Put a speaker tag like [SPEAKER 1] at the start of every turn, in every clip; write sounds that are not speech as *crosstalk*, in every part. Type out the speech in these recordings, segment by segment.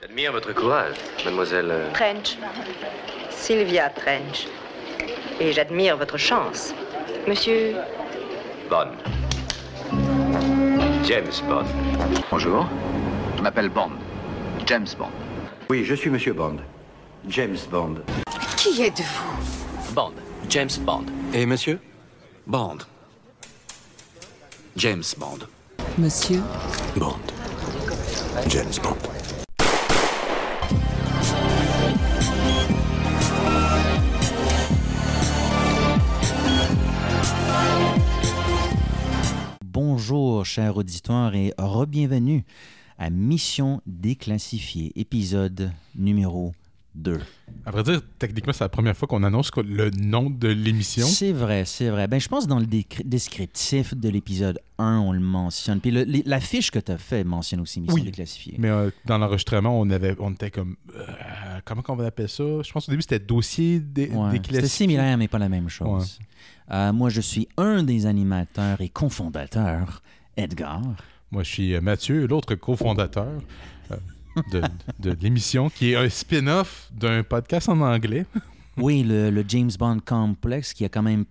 [SPEAKER 1] J'admire votre courage, mademoiselle. euh,
[SPEAKER 2] Trench. Sylvia Trench. Et j'admire votre chance. Monsieur,
[SPEAKER 1] Bond. James Bond.
[SPEAKER 3] Bonjour, je m'appelle Bond, James Bond.
[SPEAKER 4] Oui, je suis Monsieur Bond. James Bond.
[SPEAKER 5] Qui êtes-vous
[SPEAKER 6] Bond. James Bond.
[SPEAKER 7] Et monsieur
[SPEAKER 6] Bond. James Bond.
[SPEAKER 5] Monsieur
[SPEAKER 7] Bond. James Bond.
[SPEAKER 8] Bonjour, chers auditeurs, et re-bienvenue à Mission déclassifiée, épisode numéro 2.
[SPEAKER 9] À vrai dire, techniquement, c'est la première fois qu'on annonce que le nom de l'émission.
[SPEAKER 8] C'est vrai, c'est vrai. Ben, je pense que dans le décri- descriptif de l'épisode 1, on le mentionne. Puis le- les- la fiche que tu as fait mentionne aussi Mission
[SPEAKER 9] Oui,
[SPEAKER 8] déclassifiée.
[SPEAKER 9] Mais euh, dans l'enregistrement, on avait, on était comme, euh, comment qu'on appelle ça Je pense au début c'était dossier des,
[SPEAKER 8] Ouais,
[SPEAKER 9] des
[SPEAKER 8] C'était similaire, mais pas la même chose. Euh, moi, je suis un des animateurs et cofondateurs, Edgar.
[SPEAKER 9] Moi, je suis euh, Mathieu, l'autre cofondateur euh, de, de l'émission, qui est un spin-off d'un podcast en anglais.
[SPEAKER 8] Oui, le, le James Bond complexe qui a quand même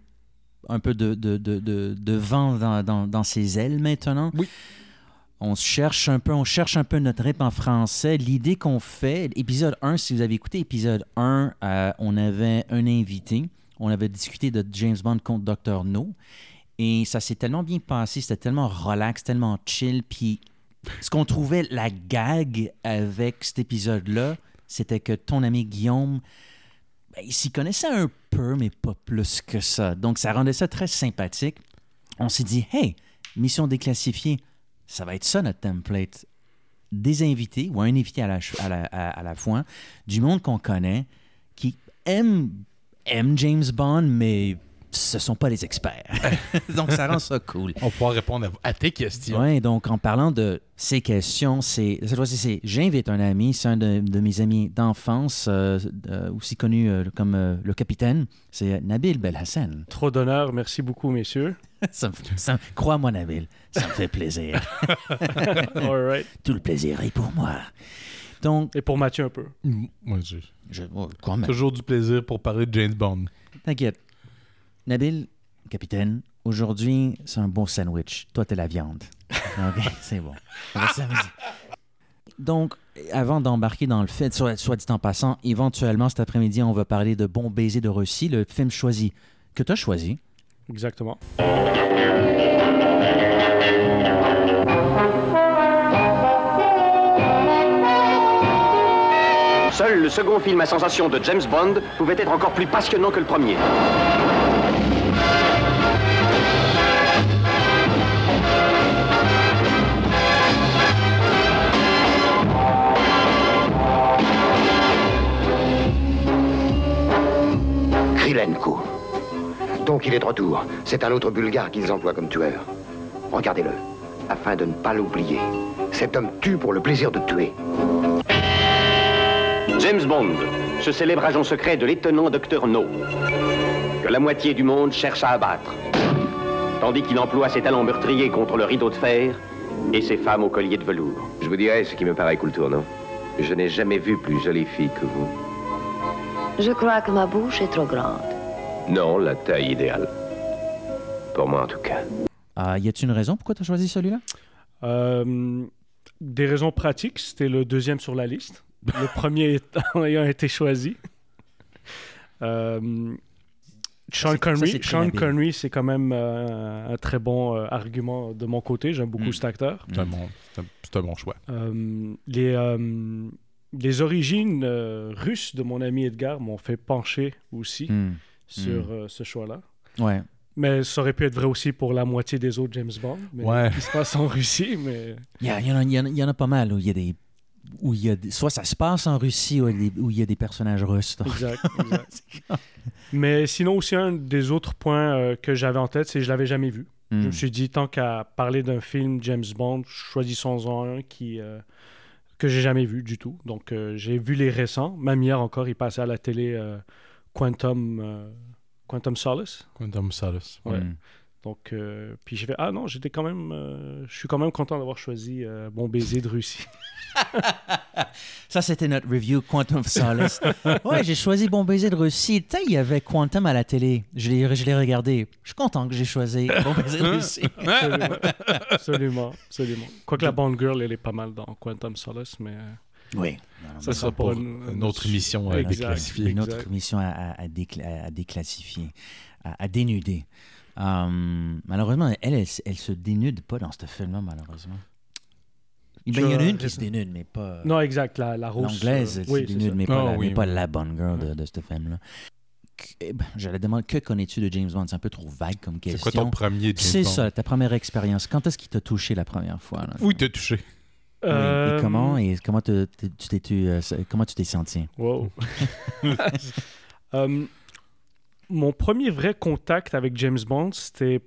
[SPEAKER 8] un peu de, de, de- de- de vent dans, dans- dans ses ailes maintenant.
[SPEAKER 9] Oui.
[SPEAKER 8] On se cherche un peu, on cherche un peu notre rythme en français. L'idée qu'on fait, épisode 1, si vous avez écouté épisode 1, euh, on avait un invité. On avait discuté de James Bond contre Dr. No. Et ça s'est tellement bien passé, c'était tellement relax, tellement chill. Puis ce qu'on trouvait la gag avec cet épisode-là, c'était que ton ami Guillaume, ben, il s'y connaissait un peu, mais pas plus que ça. Donc ça rendait ça très sympathique. On s'est dit, hey, mission déclassifiée, ça va être ça notre template. Des invités, ou un invité à la, ch- à la, à- à la fois, du monde qu'on connaît, qui aime, aime James Bond, mais ce sont pas les experts. *laughs* Donc ça rend ça cool.
[SPEAKER 9] On pourra répondre à, à tes questions.
[SPEAKER 8] Oui, donc en parlant de ces questions, c'est cette fois-ci, c'est j'invite un ami, c'est un de, de mes amis d'enfance, euh, euh, aussi connu euh, comme euh, le capitaine, c'est euh, Nabil Belhassan.
[SPEAKER 10] Trop d'honneur, merci beaucoup, messieurs.
[SPEAKER 8] *laughs* Ça me fait- ça me- Crois-moi, Nabil, ça me fait *laughs* plaisir.
[SPEAKER 10] All right.
[SPEAKER 8] Tout le plaisir est pour moi. Donc,
[SPEAKER 10] Et pour Mathieu un peu.
[SPEAKER 9] Moi, j'ai
[SPEAKER 8] je, oh, quand même.
[SPEAKER 9] toujours du plaisir pour parler de James Bond.
[SPEAKER 8] T'inquiète. Nabil, capitaine, aujourd'hui, c'est un bon sandwich. Toi, t'es la
[SPEAKER 10] *laughs*
[SPEAKER 8] viande. OK, c'est bon. On va s'amuser. Donc, avant d'embarquer dans le fait, soit, soit dit en passant, éventuellement cet après-midi, on va parler de Bon baiser de Russie, le film choisi que t'as choisi.
[SPEAKER 10] Exactement.
[SPEAKER 3] Seul le second film à sensation de James Bond pouvait être encore plus passionnant que le premier. Krylenko. Donc il est de retour. C'est un autre Bulgare qu'ils emploient comme tueur. Regardez-le, afin de ne pas l'oublier. Cet homme tue pour le plaisir de tuer. James Bond, ce célèbre agent secret de l'étonnant docteur No, que la moitié du monde cherche à abattre, tandis qu'il emploie ses talents meurtriers contre le rideau de fer et ses femmes au collier de velours.
[SPEAKER 1] Je vous dirai ce qui me paraît cool tournant. Je n'ai jamais vu plus jolie fille que vous.
[SPEAKER 11] Je crois que ma bouche est trop grande.
[SPEAKER 1] Non, la taille idéale. Pour moi, en tout cas.
[SPEAKER 8] Euh, y a-t-il une raison pourquoi t'as choisi celui-là?
[SPEAKER 10] Euh, des raisons pratiques, c'était le deuxième sur la liste.
[SPEAKER 8] *laughs*
[SPEAKER 10] Le premier étant- ayant été choisi. Euh,
[SPEAKER 8] Ça, c'est-
[SPEAKER 10] Sean
[SPEAKER 8] ça,
[SPEAKER 10] Connery,
[SPEAKER 8] c'est
[SPEAKER 10] Sean
[SPEAKER 8] très
[SPEAKER 10] Connery, c'est quand même euh, un très bon euh, argument de mon côté. J'aime beaucoup
[SPEAKER 8] Mm.
[SPEAKER 10] cet acteur.
[SPEAKER 9] C'est un bon- c'est un- c'est un bon choix.
[SPEAKER 10] Euh, les, euh, les origines euh, russes de mon ami Edgar m'ont fait pencher aussi
[SPEAKER 8] Hmm.
[SPEAKER 10] sur euh, ce choix-là.
[SPEAKER 8] Ouais.
[SPEAKER 10] Mais ça aurait pu être vrai aussi pour la moitié des autres James Bond. Mais
[SPEAKER 9] Ouais.
[SPEAKER 10] Qui se passe en Russie, mais.
[SPEAKER 8] *laughs* Il y, a- il y en a- il y en a- il y en a pas mal où il y a des. Où il y a des- soit ça se passe en Russie ou il y a des- où il y a des personnages russes. donc.
[SPEAKER 10] Exact, exact. mais sinon, aussi, un des autres points euh, que j'avais en tête, c'est que je l'avais jamais vu.
[SPEAKER 8] Hmm.
[SPEAKER 10] Je me suis dit, tant qu'à parler d'un film James Bond, choisissons-en un qui. euh, que j'ai jamais vu du tout. Donc, euh, j'ai vu les récents. Même hier encore, il passait à la télé euh, Quantum, euh, Quantum Solace.
[SPEAKER 9] Quantum Solace.
[SPEAKER 10] Ouais.
[SPEAKER 8] Hmm.
[SPEAKER 10] Donc, euh, puis j'ai fait Ah non, j'étais quand même. euh, je suis quand même content d'avoir choisi euh, Bon baiser de Russie.
[SPEAKER 8] Ça, c'était notre review Quantum of Solace. *laughs* ouais, j'ai choisi Bon Baiser de Russie. Tu sais, il y avait Quantum à la télé. Je l'ai, je l'ai regardé. Je suis content que j'ai choisi Bon Baiser
[SPEAKER 10] Hein?
[SPEAKER 8] de
[SPEAKER 10] *laughs*
[SPEAKER 8] Russie.
[SPEAKER 10] absolument,
[SPEAKER 8] *laughs*
[SPEAKER 10] absolument, absolument. Quoique la Bond Girl, elle est pas mal dans Quantum Solace, mais. euh,
[SPEAKER 8] Oui.
[SPEAKER 10] Ça sera
[SPEAKER 9] pour
[SPEAKER 10] pas
[SPEAKER 9] une, autre émission euh, à
[SPEAKER 10] Exact,
[SPEAKER 9] déclassifier.
[SPEAKER 8] Une autre
[SPEAKER 10] exact.
[SPEAKER 8] mission à, à- à décla- à déclassifier, à, à dénuder. Hum, malheureusement, elle, elle, s- elle se dénude pas dans ce film-là, malheureusement. Ben, Il y en a
[SPEAKER 10] Je-
[SPEAKER 8] une qui se dénude, mais pas.
[SPEAKER 10] Non, exact, la, la rousse.
[SPEAKER 8] Euh, L'anglaise,
[SPEAKER 10] euh,
[SPEAKER 8] elle
[SPEAKER 10] oui,
[SPEAKER 8] se
[SPEAKER 10] c'est
[SPEAKER 8] dénude,
[SPEAKER 10] ça.
[SPEAKER 8] mais pas,
[SPEAKER 9] Ah,
[SPEAKER 8] la,
[SPEAKER 9] oui,
[SPEAKER 8] mais pas
[SPEAKER 9] oui.
[SPEAKER 8] la bonne girl de, de ce film-là. Que- eh ben, J'allais demander que connais-tu de James Bond C'est un peu trop vague comme
[SPEAKER 9] C'est
[SPEAKER 8] question.
[SPEAKER 9] quoi ton premier James
[SPEAKER 8] C'est
[SPEAKER 9] Bond?
[SPEAKER 8] ça, ta première expérience. Quand est-ce qu'il t'a touché la première fois là?
[SPEAKER 9] Où il t'a touché?
[SPEAKER 8] Oui,
[SPEAKER 10] Euh,
[SPEAKER 8] Et comment et comment te- te- tu t'es tu, euh, comment tu t'es senti
[SPEAKER 10] Wow. Euh, mon premier vrai contact avec James Bond, c'était,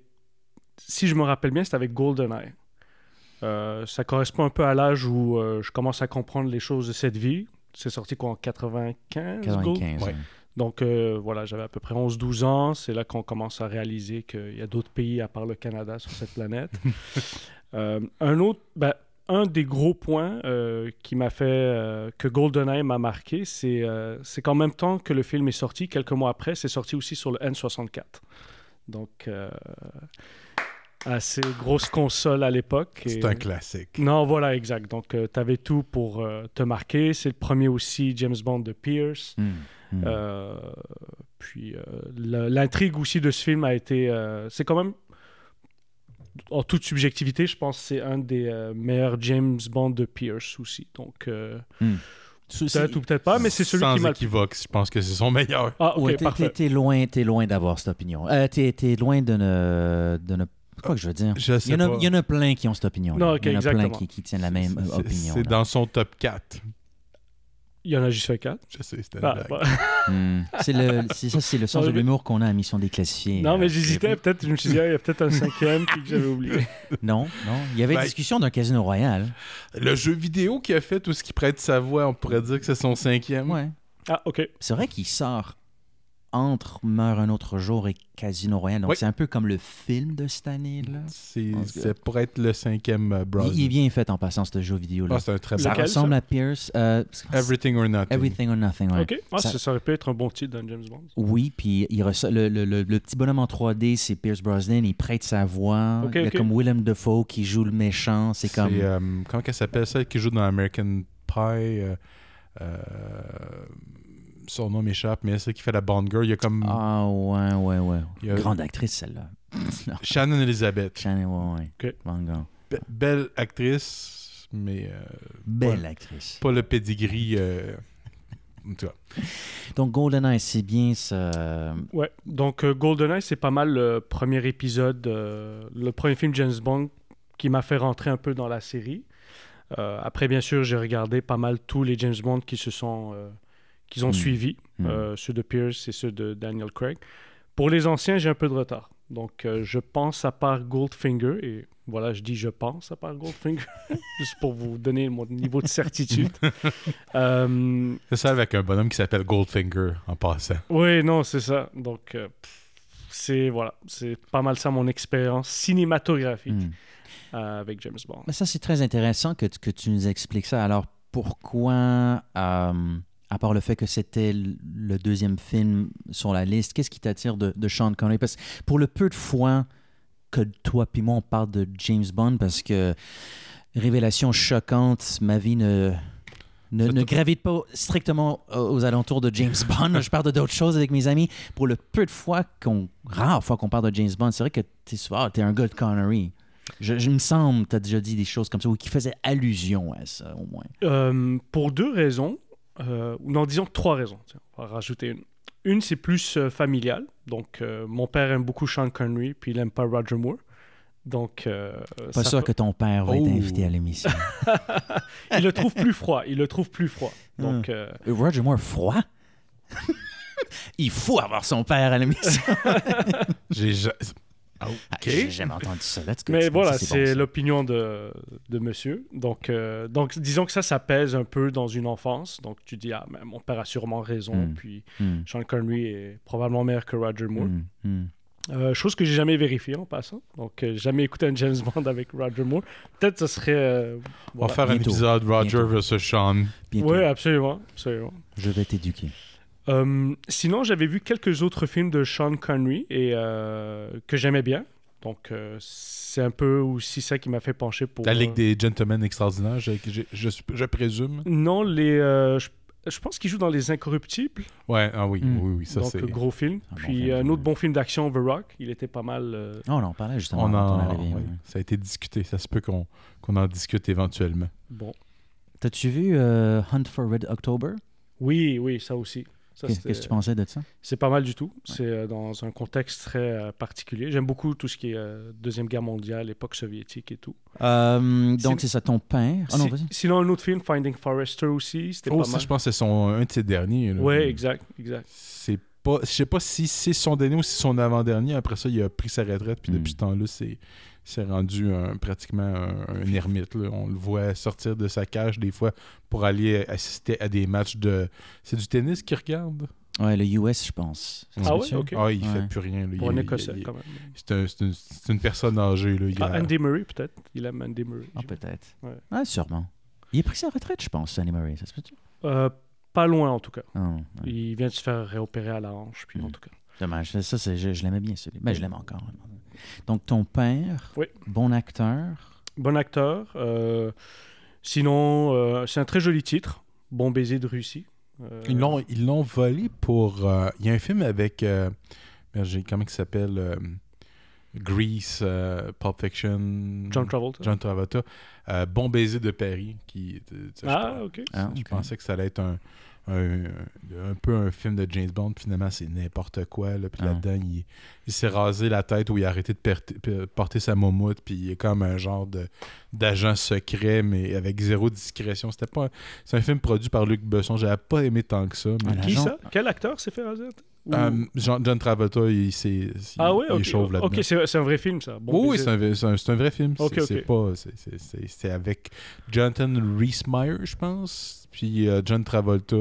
[SPEAKER 10] si je me rappelle bien, c'était avec GoldenEye. Euh, ça correspond un peu à l'âge où euh, je commence à comprendre les choses de cette vie. C'est sorti quoi en 95, Gold-
[SPEAKER 8] 95.
[SPEAKER 9] Ouais.
[SPEAKER 8] hein.
[SPEAKER 10] Donc euh, voilà, j'avais à peu près 11-12 ans. C'est là qu'on commence à réaliser qu'il y a d'autres pays à part le Canada sur cette
[SPEAKER 9] *laughs*
[SPEAKER 10] planète. Euh, un autre, ben, un des gros points euh, qui m'a fait euh, que GoldenEye m'a marqué, c'est euh, c'est qu'en même temps que le film est sorti, quelques mois après, c'est sorti aussi sur le N64. Donc euh, assez grosse console à l'époque.
[SPEAKER 9] C'est
[SPEAKER 10] Et-
[SPEAKER 9] un classique.
[SPEAKER 10] non, voilà, exact. Donc, tu avais tout pour euh, te marquer. C'est le premier aussi James Bond de Pierce.
[SPEAKER 8] Hmm, hmm.
[SPEAKER 10] Euh, puis euh, la- l'intrigue aussi de ce film a été, euh, c'est quand même en toute subjectivité, je pense que c'est un des euh, meilleurs James Bond de Pierce aussi. Donc euh, peut-être ou peut-être pas, Ah, mais c'est celui
[SPEAKER 9] Sans
[SPEAKER 10] qui m'a.
[SPEAKER 9] équivoque, je pense que c'est son meilleur.
[SPEAKER 10] Ah ok
[SPEAKER 8] Ouais, t'es- t'es
[SPEAKER 10] parfait.
[SPEAKER 8] t'es loin, t'es loin d'avoir cette opinion. Euh, t'es t'es loin de ne, de ne- Quoi que je veux dire?
[SPEAKER 9] Je
[SPEAKER 8] Il y,
[SPEAKER 9] sais
[SPEAKER 8] en a,
[SPEAKER 9] pas.
[SPEAKER 8] il y en a plein qui ont cette opinion.
[SPEAKER 10] Non, ok,
[SPEAKER 8] il y en a
[SPEAKER 10] exactement.
[SPEAKER 8] plein qui, qui tiennent la même
[SPEAKER 9] C'est- c'est-
[SPEAKER 8] opinion.
[SPEAKER 9] C'est
[SPEAKER 8] là.
[SPEAKER 9] dans son top 4.
[SPEAKER 10] Il y en a juste fait quatre.
[SPEAKER 9] Je sais, c'était une
[SPEAKER 10] Ah,
[SPEAKER 9] blague.
[SPEAKER 10] bah.
[SPEAKER 8] Hmm. C'est le, c'est ça, c'est le sens
[SPEAKER 10] Non,
[SPEAKER 8] de
[SPEAKER 10] mais-
[SPEAKER 8] l'humour qu'on a à Mission Déclassifiée.
[SPEAKER 10] Non,
[SPEAKER 8] Euh,
[SPEAKER 10] mais j'hésitais.
[SPEAKER 8] j'ai-
[SPEAKER 10] Peut-être, je me suis dit, ah, il y a peut-être un cinquième puis que j'avais oublié.
[SPEAKER 8] Euh, Non, non. Il y avait
[SPEAKER 9] Ben-
[SPEAKER 8] discussion d'un casino royal.
[SPEAKER 9] Le jeu vidéo qui a fait tout ce qui prête sa voix, on pourrait dire que c'est son cinquième.
[SPEAKER 8] Ouais.
[SPEAKER 10] Ah, ok.
[SPEAKER 8] C'est vrai qu'il sort entre Meurt un autre jour et Casino royal. Donc
[SPEAKER 9] Oui.
[SPEAKER 8] c'est un peu comme le film de cette année-là.
[SPEAKER 9] C'est
[SPEAKER 8] Ok.
[SPEAKER 9] c'est pour être le cinquième euh,
[SPEAKER 8] Il, il est
[SPEAKER 9] Brosnan.
[SPEAKER 8] bien fait en passant, ce jeu vidéo-là.
[SPEAKER 9] Ah, c'est un très
[SPEAKER 8] ça
[SPEAKER 9] bon.
[SPEAKER 10] Lequel,
[SPEAKER 8] ressemble
[SPEAKER 10] ça?
[SPEAKER 8] à Pierce. euh,
[SPEAKER 9] Everything or Nothing.
[SPEAKER 8] Everything or Nothing, ouais.
[SPEAKER 10] Ok. Ah,
[SPEAKER 8] Ça-
[SPEAKER 10] ça... ça aurait pu être un bon titre d'un James Bond.
[SPEAKER 8] Oui, puis il reço- le, le- le- le petit bonhomme en 3D, c'est Pierce Brosnan, il prête sa voix.
[SPEAKER 10] Ok,
[SPEAKER 8] Il y a
[SPEAKER 10] ok.
[SPEAKER 8] comme Willem Dafoe qui joue le méchant, c'est comme...
[SPEAKER 9] euh, comment qu'elle s'appelle celle qui joue dans American Pie euh, euh, Son nom m'échappe, mais celle qui fait la Bond Girl. Il y a comme
[SPEAKER 8] Ah ouais, ouais, ouais.
[SPEAKER 9] Il y a-
[SPEAKER 8] Grande actrice, celle-là. *laughs* Non,
[SPEAKER 9] Shannon Elizabeth.
[SPEAKER 8] Shannon, ouais, ouais.
[SPEAKER 10] Ok.
[SPEAKER 8] Van Gogh.
[SPEAKER 9] Be- belle actrice, mais euh,
[SPEAKER 8] Belle actrice.
[SPEAKER 9] pas le pedigree. euh, en tout cas.
[SPEAKER 8] Donc GoldenEye, c'est bien ça...
[SPEAKER 10] Ouais, donc euh, GoldenEye, c'est pas mal le premier épisode, euh, le premier film James Bond qui m'a fait rentrer un peu dans la série. Euh, après, bien sûr, j'ai regardé pas mal tous les James Bond qui se sont, euh, qu'ils ont
[SPEAKER 8] Mm.
[SPEAKER 10] suivis,
[SPEAKER 8] Mm.
[SPEAKER 10] euh, ceux de Pierce et ceux de Daniel Craig. Pour les anciens, j'ai un peu de retard. Donc, euh, je pense à part Goldfinger, et voilà, je dis je pense à part Goldfinger, *laughs* juste pour vous donner mon niveau de certitude. Euh,
[SPEAKER 9] C'est ça avec un bonhomme qui s'appelle Goldfinger en passant.
[SPEAKER 10] oui, non, c'est ça. Donc, euh, pff, c'est voilà, c'est pas mal ça mon expérience cinématographique
[SPEAKER 8] hmm.
[SPEAKER 10] euh, avec James Bond.
[SPEAKER 8] Mais ça, c'est très intéressant que, tu- que tu nous expliques ça. Alors, pourquoi, euh, à part le fait que c'était l- le deuxième film sur la liste, qu'est-ce qui t'attire de, de Sean Connery? Parce que pour le peu de fois que toi puis moi, on parle de James Bond, parce que, révélation choquante, ma vie ne... Ne,
[SPEAKER 9] Ça
[SPEAKER 8] ne
[SPEAKER 9] te-
[SPEAKER 8] gravite pas strictement aux- aux alentours de James Bond. Je parle de d'autres choses avec mes amis. Pour le peu de fois qu'on. Rare fois qu'on parle de James Bond, c'est vrai que t'es souvent. Ah, t'es un gars de Connery. Je, je me semble, tu as déjà dit des choses comme ça, ou qui faisaient allusion à ça, au moins.
[SPEAKER 10] Euh, pour deux raisons, euh, ou non, disons trois raisons. Tiens, on va rajouter une. Une, c'est plus euh, familial. Donc, euh, mon père aime beaucoup Sean Connery, puis il aime pas Roger Moore. Donc, euh,
[SPEAKER 8] Pas
[SPEAKER 10] ça
[SPEAKER 8] sûr
[SPEAKER 10] peut-
[SPEAKER 8] que ton père va être
[SPEAKER 9] Oh.
[SPEAKER 8] invité à l'émission.
[SPEAKER 10] *laughs* il le trouve plus froid. Il le trouve plus froid. Donc, euh,
[SPEAKER 8] Euh, Roger Moore, froid? *laughs* Il faut avoir son père à *laughs* l'émission.
[SPEAKER 9] J'ai ja- Ah, OK.
[SPEAKER 8] J'ai jamais entendu ça. Let's go.
[SPEAKER 10] Mais
[SPEAKER 8] Explain,
[SPEAKER 10] voilà,
[SPEAKER 8] ça,
[SPEAKER 10] c'est
[SPEAKER 8] bon, ça.
[SPEAKER 10] l'opinion de, de monsieur. Donc, euh, donc, disons que ça, ça pèse un peu dans une enfance. Donc, tu dis, ah, mais
[SPEAKER 9] Hmm.
[SPEAKER 10] mon père a sûrement raison.
[SPEAKER 8] Mm.
[SPEAKER 10] Puis,
[SPEAKER 8] Mm,
[SPEAKER 9] Hmm.
[SPEAKER 10] Sean Connery est probablement meilleur que Roger Moore.
[SPEAKER 8] mm, mm.
[SPEAKER 10] Euh, chose que j'ai jamais vérifiée en passant. Donc, euh, jamais écouté un James Bond *laughs* avec Roger Moore. Peut-être ce serait. euh,
[SPEAKER 9] On va
[SPEAKER 10] voilà.
[SPEAKER 9] faire un épisode Roger vs. Sean.
[SPEAKER 10] Oui, absolument. absolument.
[SPEAKER 8] Je vais t'éduquer.
[SPEAKER 10] Euh, sinon, j'avais vu quelques autres films de Sean Connery et, euh, que j'aimais bien. Donc, euh, c'est un peu aussi ça qui m'a fait pencher pour.
[SPEAKER 9] La Ligue
[SPEAKER 10] euh,
[SPEAKER 9] des Gentlemen Extraordinaires, je, je- je- je présume.
[SPEAKER 10] Non, les. euh, je, je pense qu'il joue dans Les Incorruptibles.
[SPEAKER 9] Ouais, ah oui, oui, oui, ça
[SPEAKER 10] Hmm. donc,
[SPEAKER 9] c'est.
[SPEAKER 10] gros film.
[SPEAKER 9] bon
[SPEAKER 10] Puis, un autre bon film d'action, The Rock. Il était pas mal. euh,
[SPEAKER 8] Ah, on en parlait justement
[SPEAKER 9] On
[SPEAKER 8] quand on
[SPEAKER 9] en-
[SPEAKER 8] arrivait,
[SPEAKER 9] ouais,
[SPEAKER 8] ouais.
[SPEAKER 9] Ça a été discuté. Ça se peut qu'on qu'on en discute éventuellement.
[SPEAKER 10] Bon.
[SPEAKER 8] T'as-tu vu euh, Hunt for Red October?
[SPEAKER 10] Oui, oui, ça aussi. Ça,
[SPEAKER 8] Qu'est-
[SPEAKER 10] c'était-
[SPEAKER 8] Qu'est-ce que tu pensais de ça?
[SPEAKER 10] C'est pas mal du tout. C'est euh, dans un contexte très euh, particulier. J'aime beaucoup tout ce qui est euh, Deuxième Guerre mondiale, époque soviétique et tout.
[SPEAKER 8] Euh, donc,
[SPEAKER 10] C'est-
[SPEAKER 8] c'est ça, ton père. Ah non,
[SPEAKER 10] Si-
[SPEAKER 8] vas-y.
[SPEAKER 10] sinon, un autre film, Finding Forrester aussi, c'était
[SPEAKER 9] Oh,
[SPEAKER 10] pas
[SPEAKER 9] ça,
[SPEAKER 10] mal.
[SPEAKER 9] je pense que c'est son, un de ses derniers. là.
[SPEAKER 10] Ouais, exact, exact.
[SPEAKER 9] C'est pas, je sais pas si c'est son dernier ou si son avant-dernier. Après ça, il a pris sa retraite, puis depuis ce temps-là, c'est, c'est rendu un- pratiquement un, un ermite. là. On le voit sortir de sa cage des fois pour aller assister à des matchs de. C'est du tennis qu'il regarde.
[SPEAKER 8] Ouais, le US, je pense. Ça se
[SPEAKER 10] Ah ouais?
[SPEAKER 8] peut-tu?
[SPEAKER 10] Ok.
[SPEAKER 9] Ah, il fait
[SPEAKER 8] Ouais.
[SPEAKER 9] plus rien. là.
[SPEAKER 10] Pour
[SPEAKER 9] Il-
[SPEAKER 10] un
[SPEAKER 9] il-
[SPEAKER 10] Écossais,
[SPEAKER 9] il-
[SPEAKER 10] quand même.
[SPEAKER 9] C'est, un- c'est une, c'est une personne âgée. Là. Il
[SPEAKER 10] Ah,
[SPEAKER 9] a-
[SPEAKER 10] Andy Murray, peut-être. Il aime Andy Murray.
[SPEAKER 8] Ah, peut-être.
[SPEAKER 10] Ouais.
[SPEAKER 8] Ah, sûrement. Il a pris sa retraite, je pense, Annie Murray. Ça se peut-tu?
[SPEAKER 10] Euh, pas loin, en tout cas.
[SPEAKER 8] Ah, ouais.
[SPEAKER 10] Il vient de se faire réopérer à la hanche, puis en tout cas.
[SPEAKER 8] Dommage. Ça, ça, c'est- je, je l'aimais bien, celui-là. Ben, je l'aime encore. Donc, ton père,
[SPEAKER 10] Oui.
[SPEAKER 8] bon acteur.
[SPEAKER 10] Bon acteur. euh, sinon, euh, c'est un très joli titre. Bon baiser de Russie. Euh,
[SPEAKER 9] Ils l'ont, ils l'ont volé pour. euh, Il y a un film avec. euh, merde, j'ai- comment il s'appelle euh, Grease, euh, Pulp Fiction.
[SPEAKER 10] John Travolta.
[SPEAKER 9] John Travolta. euh, bon baiser de Paris. Qui, tu sais, je
[SPEAKER 10] Ah,
[SPEAKER 9] pense-
[SPEAKER 10] ok.
[SPEAKER 8] Ah,
[SPEAKER 9] Je
[SPEAKER 8] ok.
[SPEAKER 9] pensais que ça allait être un, un, un peu un film de James Bond. Finalement, c'est n'importe quoi. Là, puis
[SPEAKER 8] Ah.
[SPEAKER 9] là-dedans, il, il s'est rasé la tête ou il a arrêté de perter- pe- porter sa moumoute. Puis il est comme un genre de, d'agent secret, mais avec zéro discrétion. C'était pas un- c'est un film produit par Luc Besson. J'avais pas aimé tant que ça. Mais...
[SPEAKER 8] Ah,
[SPEAKER 10] Qui
[SPEAKER 8] l'agent-
[SPEAKER 10] ça Quel acteur s'est fait raser Ou-
[SPEAKER 9] Euh, Jean- John Travolta, il, s'est- il-
[SPEAKER 10] Ah ouais,
[SPEAKER 9] il
[SPEAKER 10] ok.
[SPEAKER 9] est chauve là-dedans.
[SPEAKER 10] Ok, c'est c'est un vrai film, ça. Bon
[SPEAKER 9] Oui, oui,
[SPEAKER 10] baiser.
[SPEAKER 9] c'est un, vrai- c'est un- c'est un vrai film.
[SPEAKER 10] Ok,
[SPEAKER 9] C'est- c'est
[SPEAKER 10] ok.
[SPEAKER 9] pas- c'est- c'est- c'est- C'est avec Jonathan Rhys-Meyer, je pense. Puis euh, John Travolta.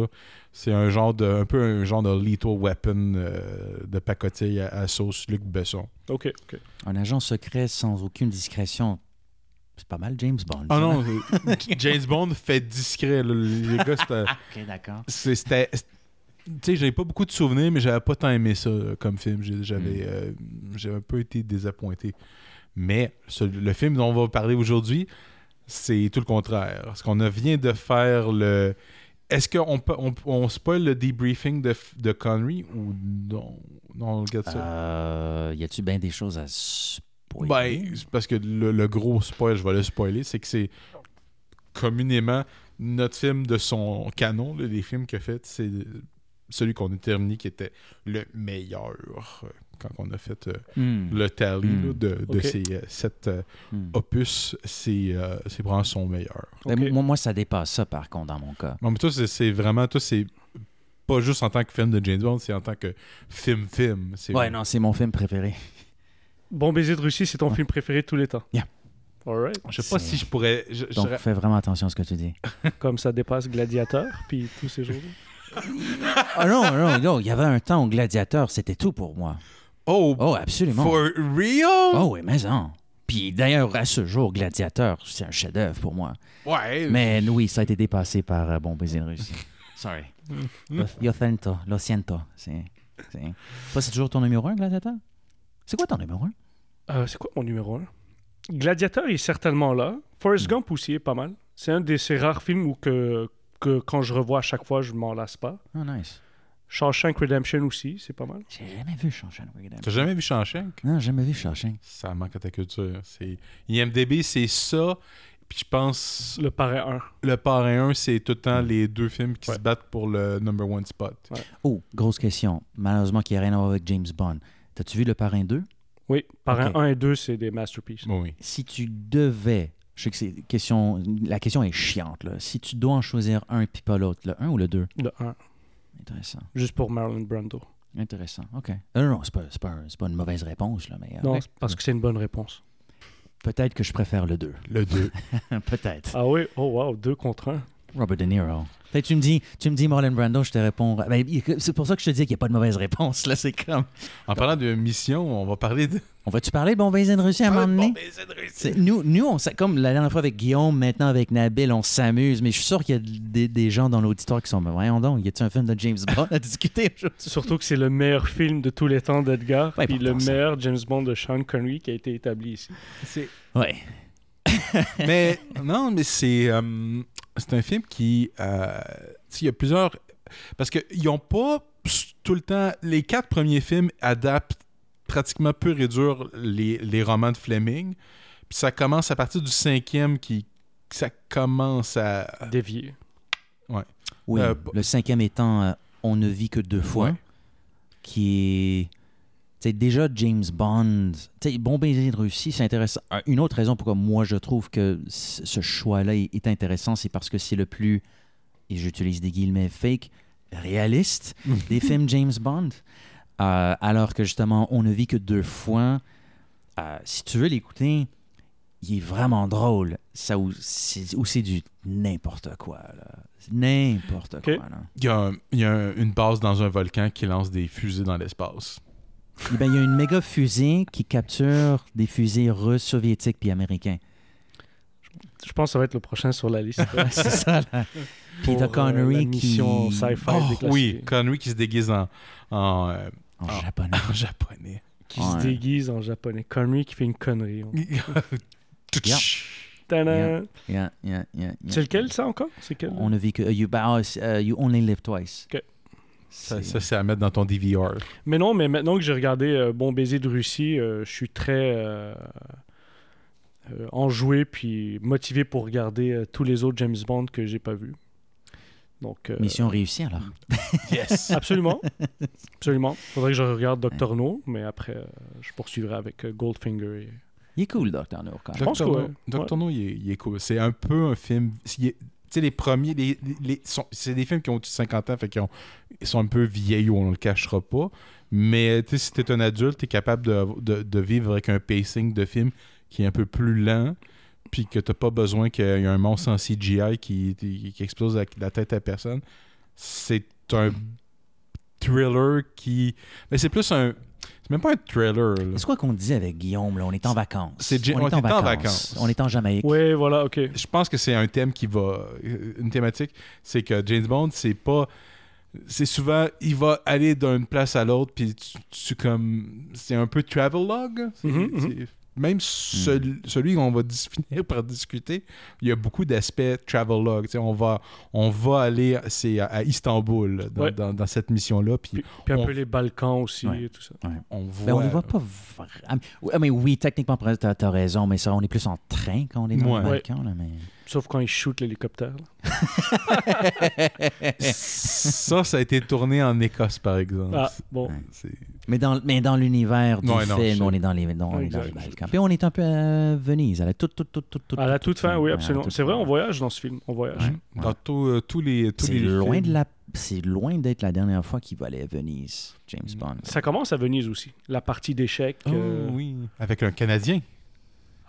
[SPEAKER 9] C'est un genre de un peu un genre de lethal weapon euh, de pacotille à, à sauce Luc Besson.
[SPEAKER 10] Ok, ok.
[SPEAKER 8] Un agent secret sans aucune discrétion. C'est pas mal, James Bond. ça,
[SPEAKER 9] Ah
[SPEAKER 8] hein?
[SPEAKER 9] non, *laughs* euh, James Bond fait discret. là. Les gars, c'était-
[SPEAKER 8] Ok, d'accord.
[SPEAKER 9] c'est- c'était. c'est- Tu sais, j'avais pas beaucoup de souvenirs, mais j'avais pas tant aimé ça euh, comme film. J'ai- J'avais euh, j'avais un peu été désappointé. Mais ce- le film dont on va parler aujourd'hui, c'est tout le contraire. Parce qu'on a- vient de faire le. Est-ce qu'on peut- on, on spoil le debriefing de, de Connery ou non? Non, on regarde ça.
[SPEAKER 8] Euh, y a-tu bien des choses à spoiler?
[SPEAKER 9] Ben, c'est parce que le, le gros spoil, je vais le spoiler, c'est que c'est communément notre film de son canon, là, les films qu'il a fait, c'est celui qu'on a terminé qui était le meilleur euh, quand on a fait euh,
[SPEAKER 8] Hmm.
[SPEAKER 9] le tally
[SPEAKER 8] Mm.
[SPEAKER 9] là, de, de
[SPEAKER 10] Ok.
[SPEAKER 9] ces euh, sept euh,
[SPEAKER 8] Mm.
[SPEAKER 9] opus, c'est euh, c'est vraiment son meilleur.
[SPEAKER 8] Ben,
[SPEAKER 10] Ok.
[SPEAKER 8] moi, moi, ça dépasse ça, par contre, dans mon cas.
[SPEAKER 9] Non, mais toi, c'est- c'est vraiment, toi, c'est pas juste en tant que film de James Bond, c'est en tant que film-film. c'est-
[SPEAKER 8] Ouais, non, c'est mon film préféré.
[SPEAKER 10] Bon baiser de Russie, c'est ton film préféré de tous les temps.
[SPEAKER 8] Yeah.
[SPEAKER 9] *laughs*
[SPEAKER 10] All right.
[SPEAKER 9] Je sais pas
[SPEAKER 8] C'est-
[SPEAKER 9] si je pourrais. je- je
[SPEAKER 8] Donc,
[SPEAKER 9] serais-
[SPEAKER 8] fais vraiment attention à ce que tu
[SPEAKER 9] *laughs*
[SPEAKER 8] dis.
[SPEAKER 10] Comme ça dépasse Gladiator, puis tous ces jours.
[SPEAKER 8] Ah non, non, non. Il y avait un temps où Gladiator, c'était tout pour moi.
[SPEAKER 9] Oh,
[SPEAKER 8] Oh, absolument.
[SPEAKER 9] for real?
[SPEAKER 8] Oh oui, mais non. Puis d'ailleurs, à ce jour, Gladiator, c'est un chef-d'œuvre pour moi.
[SPEAKER 9] Ouais.
[SPEAKER 8] Mais oui, ça a été dépassé par euh, Bon Baiser de Russie. *laughs* Sorry. Lo, lo siento, lo siento. C'est, c'est... Toi, c'est toujours ton numéro un, Gladiator? C'est quoi ton numéro un?
[SPEAKER 10] Euh, c'est quoi mon numéro 1 Gladiator est certainement là. Forrest
[SPEAKER 9] Mm.
[SPEAKER 10] Gump aussi est pas mal. C'est un de ces rares films où que, que quand je revois à chaque fois, je m'en lasse pas.
[SPEAKER 8] Oh, nice.
[SPEAKER 10] Shawshank Redemption aussi, c'est pas mal.
[SPEAKER 8] J'ai jamais vu Shawshank Redemption.
[SPEAKER 9] T'as jamais vu Shawshank?
[SPEAKER 8] Non, j'ai jamais vu Shawshank.
[SPEAKER 9] Ça manque à ta culture. C'est... IMDB, c'est ça. Puis je pense
[SPEAKER 10] Le parrain 1.
[SPEAKER 9] le parrain 1, c'est tout le temps les deux films qui se battent pour le number one spot.
[SPEAKER 8] Oh, grosse question. Malheureusement, qui n'a rien à voir avec James Bond. T'as-tu vu Le Parrain 2?
[SPEAKER 10] Oui, parrain
[SPEAKER 8] Ok.
[SPEAKER 10] 1 et 2, c'est des masterpieces.
[SPEAKER 9] Oui.
[SPEAKER 8] Si tu devais... Je sais que c'est question... La question est chiante, là. Si tu dois en choisir un puis pas l'autre, le 1 ou le 2?
[SPEAKER 10] Le 1,
[SPEAKER 8] Intéressant.
[SPEAKER 10] juste pour Marilyn Brando.
[SPEAKER 8] Intéressant. OK. Non, non, non, c'est pas, c'est pas, un- c'est pas une mauvaise réponse, là, mais... euh,
[SPEAKER 10] Non, c'est
[SPEAKER 8] *laughs*
[SPEAKER 10] parce que c'est une bonne réponse.
[SPEAKER 8] Peut-être que je préfère le 2.
[SPEAKER 9] Le 2.
[SPEAKER 8] *laughs* Peut-être.
[SPEAKER 10] Ah oui, oh wow, 2 contre 1.
[SPEAKER 8] Robert De Niro. Fait que tu me dis, tu me dis Marlon Brando, je te réponds. Ben, il- c'est pour ça que je te dis qu'il n'y a pas de mauvaise réponse. Là, c'est comme.
[SPEAKER 9] En parlant de mission, on va parler de.
[SPEAKER 8] On va-tu parler de bon baiser de Russie à un moment donné? C'est- Nous, nous on, s'a- comme la dernière fois avec Guillaume, maintenant avec Nabil, on s'amuse, mais je suis sûr qu'il y a des, des gens dans l'auditoire qui sont. Mais voyons donc, y a-tu un film de James *laughs* Bond à discuter aujourd'hui?
[SPEAKER 10] Surtout que c'est le meilleur film de tous les temps d'Edgar,
[SPEAKER 8] Ouais,
[SPEAKER 10] puis le
[SPEAKER 8] pourtant, ça.
[SPEAKER 10] meilleur James Bond de Sean Connery qui a été établi ici.
[SPEAKER 8] Ouais.
[SPEAKER 9] mais non, mais c'est euh, c'est un film qui euh, tu sais, il y a plusieurs parce que ils ont pas s- tout le temps les quatre premiers films adaptent pratiquement pur et dur les, les romans de Fleming. Puis ça commence à partir du cinquième qui que ça commence à
[SPEAKER 10] dévier.
[SPEAKER 9] Ouais.
[SPEAKER 8] Oui,
[SPEAKER 9] Euh,
[SPEAKER 8] le cinquième étant euh, On ne vit que deux fois,
[SPEAKER 9] Ouais.
[SPEAKER 8] qui est. tu sais, déjà James Bond, tu sais, Bon Baiser de Russie, c'est intéressant. Euh, Une autre raison pourquoi moi je trouve que c- ce choix-là est est intéressant, c'est parce que c'est le plus, et j'utilise des guillemets fake, réaliste des films James Bond. Euh, alors que justement, On ne vit que deux fois, euh, si tu veux l'écouter, il est vraiment drôle. Ça, ou c'est ou c'est du n'importe quoi, là. C'est N'importe quoi, là.
[SPEAKER 9] il y a, un- il y a un- une base dans un volcan qui lance des fusées dans l'espace.
[SPEAKER 8] Eh ben, il y a une méga fusée qui capture des fusées russes, soviétiques puis
[SPEAKER 10] *laughs*
[SPEAKER 8] américains. *laughs*
[SPEAKER 10] Je pense que ça va être le prochain sur la liste.
[SPEAKER 8] C'est ça, là. Puis
[SPEAKER 10] Pour,
[SPEAKER 8] t'as
[SPEAKER 10] euh,
[SPEAKER 8] Connery
[SPEAKER 10] la
[SPEAKER 8] qui-
[SPEAKER 10] mission sci-fi
[SPEAKER 9] Oh,
[SPEAKER 10] déclassifiée.
[SPEAKER 9] oui, Connery qui se déguise en en, euh, *laughs*
[SPEAKER 10] Ah.
[SPEAKER 9] en-
[SPEAKER 8] japonais.
[SPEAKER 9] en japonais.
[SPEAKER 10] Qui
[SPEAKER 9] Ouais.
[SPEAKER 10] se déguise en japonais. Connery qui fait une connerie. on-
[SPEAKER 8] Yeah.
[SPEAKER 10] Tadam!
[SPEAKER 8] Yeah, yeah, yeah, yeah.
[SPEAKER 10] C'est lequel ça encore C'est quel
[SPEAKER 8] On a vu que... euh, you, bah, ah, c'est, euh, you only live twice.
[SPEAKER 10] Ok.
[SPEAKER 9] Ça, ça, c'est à mettre dans ton DVR.
[SPEAKER 10] Mais non, mais maintenant que j'ai regardé euh, Bon baiser de Russie, euh, je suis très euh, euh, enjoué puis motivé pour regarder euh, tous les autres James Bond que j'ai pas vus. Donc, euh,
[SPEAKER 8] *laughs* Mission réussie, alors.
[SPEAKER 9] Yes.
[SPEAKER 10] absolument, absolument. Faudrait que je regarde Doctor No, mais après euh, je poursuivrai avec euh, Goldfinger. et-
[SPEAKER 8] Il est cool, Dr. No, quand même.
[SPEAKER 10] Je pense
[SPEAKER 9] Doctor
[SPEAKER 10] que
[SPEAKER 9] No-
[SPEAKER 10] ouais.
[SPEAKER 9] Doctor No, il est, il est cool. C'est un peu un film. il est- Tu sais, les premiers, les, les- les- sont- c'est des films qui ont au-dessus de 50 ans, fait qu'ils ont- ils sont un peu vieillots, on ne le cachera pas. Mais tu sais, si tu es un adulte, tu es capable de, de- de vivre avec un pacing de film qui est un peu plus lent, puis que tu pas besoin qu'il y ait un monstre en CGI qui, qui qui explose la, la tête à personne. C'est un thriller qui. Mais c'est plus un. C'est même pas un thriller. là.
[SPEAKER 8] C'est quoi qu'on disait avec Guillaume, là? On est en vacances.
[SPEAKER 9] c'est J-
[SPEAKER 8] on, est en vacances.
[SPEAKER 9] vacances.
[SPEAKER 8] On est en Jamaïque.
[SPEAKER 10] Ouais, voilà, ok.
[SPEAKER 9] je pense que c'est un thème qui va euh, une thématique c'est que James Bond c'est pas c'est souvent il va aller d'une place à l'autre puis tu, tu comme c'est un peu travelogue C'est-
[SPEAKER 10] Mhm, mhm.
[SPEAKER 9] c'est- même cel-
[SPEAKER 8] Mm.
[SPEAKER 9] celui qu'on va dis- *laughs* finir par discuter il y a beaucoup d'aspects travelogue Tu sais, on va on va aller c'est à, à Istanbul là, dans,
[SPEAKER 10] Ouais.
[SPEAKER 9] dans- dans cette mission là puis
[SPEAKER 10] Puis, puis un
[SPEAKER 9] on-
[SPEAKER 10] peu les Balkans aussi
[SPEAKER 8] Ouais.
[SPEAKER 10] et tout ça.
[SPEAKER 9] on voit
[SPEAKER 8] Ben, on ne voit pas vraiment. Ah, mais oui, techniquement, tu as, raison, mais ça, on est plus en train quand on est dans
[SPEAKER 9] Ouais.
[SPEAKER 8] le Balkan, là, mais...
[SPEAKER 10] Sauf quand ils shootent l'hélicoptère. là.
[SPEAKER 9] *laughs* ça ça a été tourné en Écosse par exemple
[SPEAKER 10] Ah bon.
[SPEAKER 9] C'est-
[SPEAKER 8] Mais dans, mais dans l'univers du
[SPEAKER 9] Ouais, non,
[SPEAKER 8] film,
[SPEAKER 9] je-
[SPEAKER 8] on est dans les, non, on est dans les
[SPEAKER 10] Exact.
[SPEAKER 8] Balkans. Puis on est un peu à Venise, à la toute, toute, toute, toute, toute.
[SPEAKER 10] À la toute fin, oui,
[SPEAKER 8] ouais, à la
[SPEAKER 10] absolument.
[SPEAKER 8] toute
[SPEAKER 10] C'est vrai,
[SPEAKER 8] fin.
[SPEAKER 10] on voyage dans ce film. On voyage.
[SPEAKER 8] Ouais, ouais.
[SPEAKER 9] dans tous euh, tous les tous
[SPEAKER 8] C'est
[SPEAKER 9] les
[SPEAKER 8] loin
[SPEAKER 9] films.
[SPEAKER 8] de la, c'est loin d'être la dernière fois qu'il va aller à Venise, James
[SPEAKER 9] Mm.
[SPEAKER 8] Bond.
[SPEAKER 10] Ça commence à Venise aussi. La partie d'échecs. euh,
[SPEAKER 9] Oh, oui. Avec un Canadien.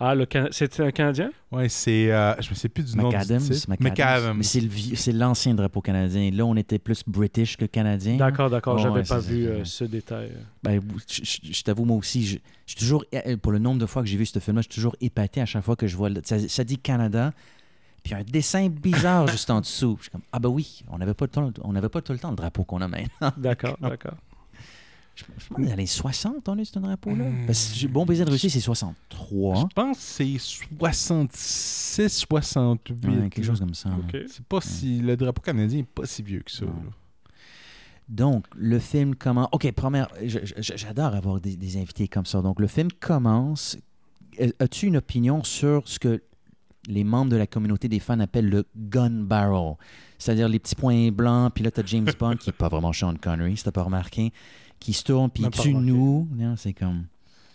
[SPEAKER 10] Ah, le Cana- c'était un Canadien
[SPEAKER 9] Ouais, c'est. euh, je me sais plus du nom
[SPEAKER 8] McAdams,
[SPEAKER 9] du titre.
[SPEAKER 8] McAdams. Mais c'est le vieux- c'est l'ancien drapeau canadien. Là, on était plus British que canadien.
[SPEAKER 10] D'accord, d'accord.
[SPEAKER 8] Oh,
[SPEAKER 10] J'avais
[SPEAKER 8] ouais,
[SPEAKER 10] pas
[SPEAKER 8] c'est-
[SPEAKER 10] vu
[SPEAKER 8] c'est-
[SPEAKER 10] euh, ce détail.
[SPEAKER 8] Ben, je, je- je t'avoue, moi aussi, je, je suis toujours, euh, pour le nombre de fois que j'ai vu ce film-là, je suis toujours épaté à chaque fois que je vois. le- ça, ça dit Canada, puis un dessin bizarre juste en dessous. Je suis comme, ah ben oui, on n'avait pas, le temps- on n'avait pas tout le temps le drapeau qu'on a maintenant.
[SPEAKER 10] *laughs* D'accord, d'accord.
[SPEAKER 8] Je, je pense que dans les 60, on a eu ce drapeau-là. Parce que j'ai- Bon Baiser de Russie, c'est 63.
[SPEAKER 9] Je pense que c'est 66, 68.
[SPEAKER 8] Ouais, hein, quelque chose comme ça. là.
[SPEAKER 10] Ok.
[SPEAKER 9] C'est pas si. Le drapeau canadien est pas si vieux que ça.
[SPEAKER 8] Non.
[SPEAKER 9] là.
[SPEAKER 8] Donc, le film commence. Ok, première. je- je- J'adore avoir des, des invités comme ça. Donc, le film commence. Euh, As-tu une opinion sur ce que les membres de la communauté des fans appellent le gun barrel? C'est-à-dire les petits points blancs, puis là, t'as
[SPEAKER 10] *laughs*
[SPEAKER 8] James Bond, qui n'est pas vraiment Sean Connery, si t'as pas remarqué, qui se tourne, puis il
[SPEAKER 10] Même pas
[SPEAKER 8] tue
[SPEAKER 10] remarqué.
[SPEAKER 8] nous. Non, C'est comme.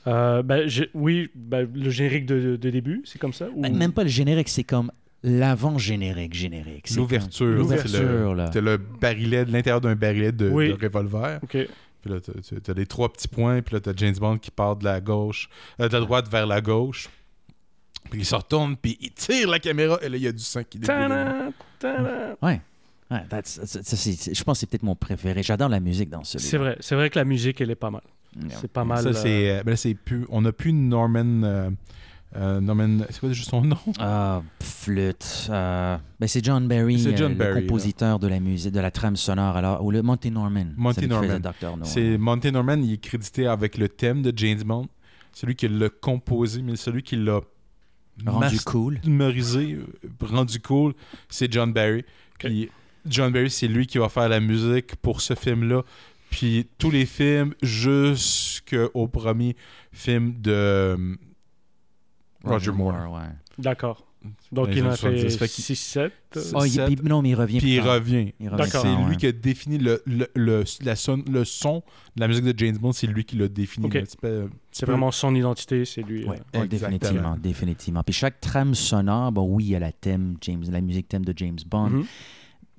[SPEAKER 10] Euh, ben, j'ai- oui, ben, le générique de, de début, c'est comme ça ou-
[SPEAKER 8] Ben, Même pas le générique, c'est comme l'avant-générique générique. C'est comme-
[SPEAKER 9] L'ouverture. c'est le-
[SPEAKER 8] L'ouverture, là.
[SPEAKER 9] T'as le barillet, de l'intérieur d'un barillet de,
[SPEAKER 10] Oui.
[SPEAKER 9] de revolver.
[SPEAKER 10] Ok.
[SPEAKER 9] Puis là, t'as- t'as t'as les trois petits points. Puis là, t'as James Bond qui part de la gauche, euh, de la droite vers la gauche. Puis il se retourne, puis il tire la caméra. Et là, il y a du sang qui découle.
[SPEAKER 10] Tadam! Tadam!
[SPEAKER 8] Ouais. Ouais, that's- that's- that's- c'est- c'est- je pense que c'est peut-être mon préféré. J'adore la musique dans celui-là.
[SPEAKER 10] C'est vrai, c'est vrai que la musique, elle est pas mal. C'est pas mal.
[SPEAKER 9] Ça,
[SPEAKER 10] euh,
[SPEAKER 9] c'est, euh, ben là, c'est plus, on n'a plus Norman. euh, euh, Norman. C'est quoi juste son nom
[SPEAKER 8] Ah, flûte. euh, ben c'est John Barry,
[SPEAKER 9] C'est
[SPEAKER 8] euh,
[SPEAKER 9] John Barry,
[SPEAKER 8] le
[SPEAKER 9] là.
[SPEAKER 8] compositeur de la musique, de la trame sonore. Alors, ou le Monty Norman.
[SPEAKER 9] Monty
[SPEAKER 8] celui qui
[SPEAKER 9] Norman.
[SPEAKER 8] faisait Dr. No.
[SPEAKER 9] *laughs* C'est Monty Norman, il est crédité avec le thème de James Bond. Celui qui l'a composé, mais celui qui l'a
[SPEAKER 8] Rendu
[SPEAKER 9] mas-
[SPEAKER 8] cool.
[SPEAKER 9] memorisé, euh, rendu cool, c'est John Barry. Puis John Barry, c'est lui qui va faire la musique pour ce film-là. Puis tous les films jusqu'au premier film de euh, Roger Moore.
[SPEAKER 8] ouais.
[SPEAKER 10] D'accord. Donc,
[SPEAKER 9] Dans les
[SPEAKER 10] il en a
[SPEAKER 9] années
[SPEAKER 10] fait
[SPEAKER 9] 70, fait qu'il-
[SPEAKER 10] 6-7.
[SPEAKER 8] Oh, il-
[SPEAKER 9] Sept.
[SPEAKER 8] puis- non, mais il revient
[SPEAKER 9] Puis
[SPEAKER 8] plus
[SPEAKER 9] il
[SPEAKER 8] tard.
[SPEAKER 9] revient.
[SPEAKER 8] Il revient
[SPEAKER 10] D'accord.
[SPEAKER 9] C'est
[SPEAKER 8] plus tard,
[SPEAKER 9] lui
[SPEAKER 8] ouais.
[SPEAKER 9] qui a défini le, le, le- la son, le son de la musique de James Bond, c'est lui qui l'a défini.
[SPEAKER 10] Ok.
[SPEAKER 9] là. C'est pas-
[SPEAKER 10] C'est
[SPEAKER 9] peu-
[SPEAKER 10] vraiment son identité, c'est lui.
[SPEAKER 8] Ouais,
[SPEAKER 10] euh.
[SPEAKER 8] ouais,
[SPEAKER 9] Exactement.
[SPEAKER 8] définitivement, définitivement. Puis chaque trame sonore, bon, oui, il y a la thème James, la musique thème de James Bond,
[SPEAKER 9] Mm-hmm.
[SPEAKER 10] Mhm.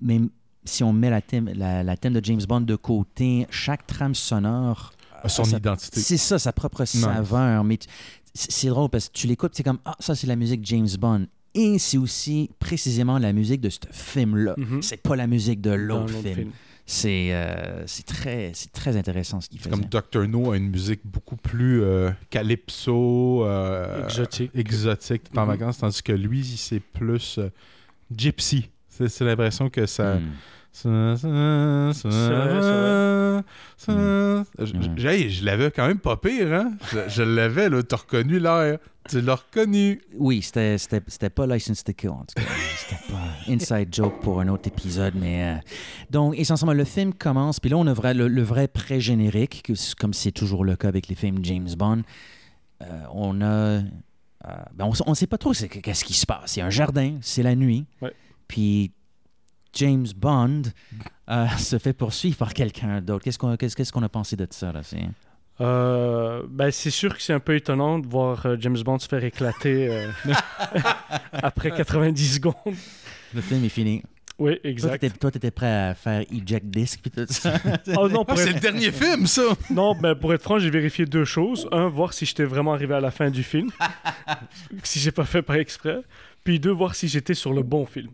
[SPEAKER 8] mais si on met la thème, la, la thème de James Bond de côté, chaque trame sonore
[SPEAKER 9] a son
[SPEAKER 8] Ah, ça-
[SPEAKER 9] identité.
[SPEAKER 8] C'est ça, sa propre saveur. Mais tu- c'est c'est drôle parce que tu l'écoutes, c'est comme Ah, ça, c'est la musique James Bond. Et c'est aussi précisément la musique de ce film-là.
[SPEAKER 10] Mhm.
[SPEAKER 8] C'est pas la musique de
[SPEAKER 10] Dans
[SPEAKER 8] l'autre
[SPEAKER 10] l'autre
[SPEAKER 8] film.
[SPEAKER 10] film.
[SPEAKER 8] C'est euh, c'est très, c'est très intéressant ce qu'il
[SPEAKER 9] C'est
[SPEAKER 8] faisait.
[SPEAKER 9] comme Dr. No a une musique beaucoup plus euh, calypso, euh,
[SPEAKER 10] Exotique.
[SPEAKER 9] exotique, t'es en
[SPEAKER 10] Mhm.
[SPEAKER 9] vacances, tandis que lui, c'est plus euh, gypsy. C'est c'est l'impression que ça.
[SPEAKER 8] Mm.
[SPEAKER 9] ça- ça- ça-
[SPEAKER 10] vrai, c'est
[SPEAKER 9] ça- Je- je-
[SPEAKER 8] Mhm.
[SPEAKER 9] hey, je l'avais quand même pas pire, hein? Je, je l'avais, là. T'as reconnu l'air. Tu l'as reconnu.
[SPEAKER 8] Oui, c'était- c'était c'était pas License to Kill, en tout cas. C'était pas Inside Joke pour un autre épisode, mais... euh, Donc, essentiellement, le film commence, puis là, on a vra- le, le vrai pré-générique, que c'est- comme c'est toujours le cas avec les films James Bond. Euh, on a... euh, ben, on s- on sait pas trop c'est- qu'est-ce qui se passe. Il y a un jardin, c'est la nuit,
[SPEAKER 10] Ouais.
[SPEAKER 8] puis James Bond euh, *laughs* se fait poursuivre par quelqu'un d'autre. Qu'est-ce qu'on qu'est-ce- qu'est-ce qu'on a pensé de ça, là? c'est-
[SPEAKER 10] Euh, ben, c'est sûr que c'est un peu étonnant de voir euh, James Bond se faire éclater euh, *laughs*
[SPEAKER 8] *laughs*
[SPEAKER 10] après 90 secondes.
[SPEAKER 8] Le film est fini.
[SPEAKER 10] Oui,
[SPEAKER 8] Toi,
[SPEAKER 10] exact.
[SPEAKER 8] t'étais- Toi, t'étais prêt à faire eject disc, puis tout ça.
[SPEAKER 10] Oh non,
[SPEAKER 9] Ah,
[SPEAKER 10] pour
[SPEAKER 9] c'est
[SPEAKER 10] être-
[SPEAKER 9] le dernier film, ça!
[SPEAKER 10] Non, ben, pour être franc, j'ai vérifié deux choses. Un, voir si j'étais vraiment arrivé à la fin du film, si j'ai pas fait par exprès. Puis deux, voir si j'étais sur le bon film.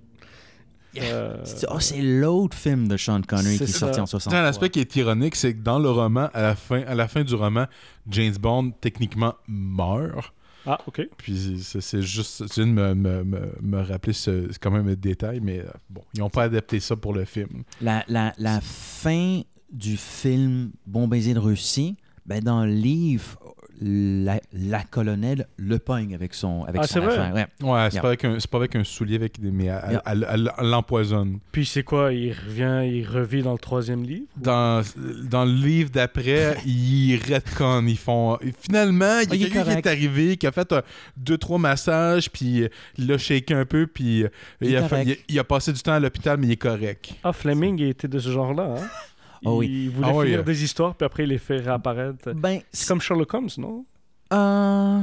[SPEAKER 10] Euh,
[SPEAKER 8] C'est- Ah, c'est l'autre film de Sean Connery qui
[SPEAKER 10] C'est
[SPEAKER 8] est sorti
[SPEAKER 10] ça.
[SPEAKER 8] en
[SPEAKER 9] Tiens,
[SPEAKER 8] 60.
[SPEAKER 9] L'aspect qui est ironique, c'est que dans le roman, à la fin, à la fin du roman, James Bond techniquement meurt.
[SPEAKER 10] Ah, ok.
[SPEAKER 9] Puis c'est- c'est juste, tu viens de me, me- me- me rappeler ce, c'est quand même un détail, mais euh, bon, ils n'ont pas adapté ça pour le film.
[SPEAKER 8] La, la, la fin du film Bon baiser de Russie, ben dans le livre, la, la colonelle le pogne avec son, avec
[SPEAKER 10] Ah,
[SPEAKER 8] son
[SPEAKER 10] c'est vrai?
[SPEAKER 8] affaire. Ouais.
[SPEAKER 9] Ouais, c'est
[SPEAKER 8] Yeah.
[SPEAKER 9] pas, avec un- c'est pas avec un soulier, avec des, mais elle-
[SPEAKER 8] Yeah.
[SPEAKER 9] elle- elle- elle l'empoisonne.
[SPEAKER 10] Puis c'est quoi Il revient, il revit dans le troisième livre
[SPEAKER 9] Dans, dans le livre
[SPEAKER 8] *laughs*
[SPEAKER 9] d'après, ils retconnent, ils font... Finalement, il
[SPEAKER 8] Ah, il
[SPEAKER 9] y
[SPEAKER 8] est
[SPEAKER 9] a quelqu'un qui
[SPEAKER 8] correct.
[SPEAKER 9] est arrivé, qui a fait un- deux, trois massages, puis euh, il l'a shaké un peu, puis euh,
[SPEAKER 8] Il est
[SPEAKER 9] il, a fait-
[SPEAKER 8] correct.
[SPEAKER 9] il- il a passé du temps à l'hôpital, mais il est correct.
[SPEAKER 10] Ah, Fleming, il était de ce genre-là. hein.
[SPEAKER 8] Oh oui.
[SPEAKER 10] Il voulait
[SPEAKER 9] Ah oui.
[SPEAKER 10] finir des histoires, puis après, il les fait réapparaître.
[SPEAKER 8] Ben,
[SPEAKER 10] C'est
[SPEAKER 8] c'est
[SPEAKER 10] comme Sherlock Holmes, non
[SPEAKER 8] euh,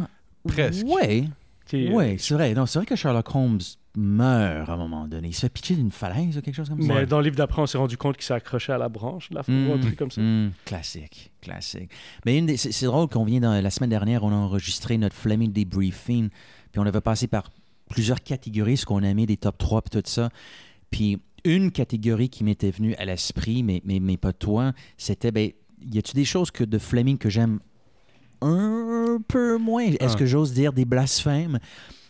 [SPEAKER 9] Presque.
[SPEAKER 8] Ouais,
[SPEAKER 10] Qui-
[SPEAKER 8] ouais, c'est vrai. Non, c'est vrai que Sherlock Holmes meurt à un moment donné. Il se fait pitcher d'une falaise ou quelque chose comme ça.
[SPEAKER 10] Mais dans le livre d'après, on s'est rendu compte qu'il s'est accroché à la branche, là,
[SPEAKER 8] Mm.
[SPEAKER 10] ou un truc comme ça.
[SPEAKER 8] Mm, classique, classique. Mais une des- c'est c'est drôle qu'on vient dans, la semaine dernière, on a enregistré notre Fleming Debriefing, puis on avait passé par plusieurs catégories, ce qu'on a mis des top 3 puis tout ça. Puis une catégorie qui m'était venue à l'esprit, mais, mais, mais pas toi, c'était ben, y a-tu des choses que de Fleming que j'aime un peu moins Est-ce
[SPEAKER 9] Ah.
[SPEAKER 8] que j'ose dire des blasphèmes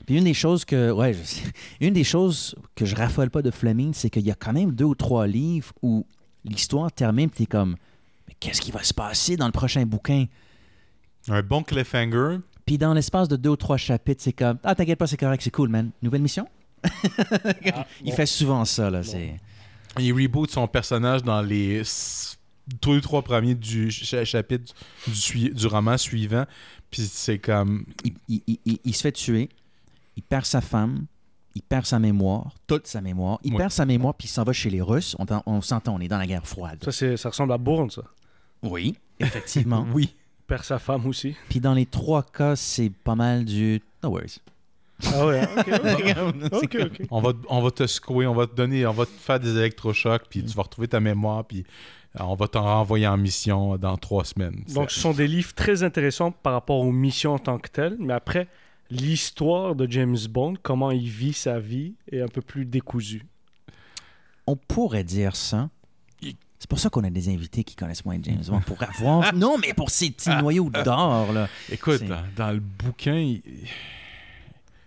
[SPEAKER 8] puis une des choses que ouais, je sais- une des choses que je raffole pas de Fleming, c'est qu'il y a quand même deux ou trois livres où l'histoire termine puis t'es comme mais qu'est-ce qui va se passer dans le prochain bouquin
[SPEAKER 9] Un bon cliffhanger,
[SPEAKER 8] Puis dans l'espace de deux ou trois chapitres, c'est comme ah t'inquiète pas, c'est correct, c'est cool man. Nouvelle
[SPEAKER 10] *laughs*
[SPEAKER 8] mission Il
[SPEAKER 10] Ah, bon.
[SPEAKER 8] fait souvent ça là, c'est
[SPEAKER 9] il reboot son personnage dans les s- deux ou trois premiers du cha- chapitre du, sui- du roman suivant. Puis c'est comme.
[SPEAKER 8] il, il- il- il- il se fait tuer, il perd sa femme, il perd sa mémoire, toute sa mémoire, il
[SPEAKER 9] Ouais.
[SPEAKER 8] perd sa mémoire puis il s'en va chez les Russes. On, t'en- on s'entend, on est dans la guerre froide.
[SPEAKER 10] Ça, c'est- ça ressemble à Bourne, ça.
[SPEAKER 8] Oui,
[SPEAKER 10] *laughs*
[SPEAKER 8] effectivement.
[SPEAKER 9] Oui.
[SPEAKER 10] Perd sa femme aussi.
[SPEAKER 8] Puis dans les trois cas, c'est pas mal du no worries.
[SPEAKER 10] Ah ouais, *laughs* ok. *laughs* ok, ok. ok.
[SPEAKER 9] On va, on va te secouer, on va te donner, on va te faire des électrochocs, puis tu vas retrouver ta mémoire, puis euh, on va t'en renvoyer en mission dans trois semaines.
[SPEAKER 10] Donc, ce
[SPEAKER 9] C'est-
[SPEAKER 10] sont des livres très intéressants par rapport aux missions en tant que telles, mais après, l'histoire de James Bond, comment il vit sa vie, est un peu plus décousue.
[SPEAKER 8] on pourrait dire ça. C'est pour ça qu'on a des invités qui connaissent moins James Bond, pour
[SPEAKER 9] *laughs*
[SPEAKER 8] avoir... non, mais pour ces petits
[SPEAKER 9] Ah.
[SPEAKER 8] noyaux d'or, là.
[SPEAKER 9] Écoute,
[SPEAKER 8] C'est-
[SPEAKER 9] dans, dans le bouquin, il,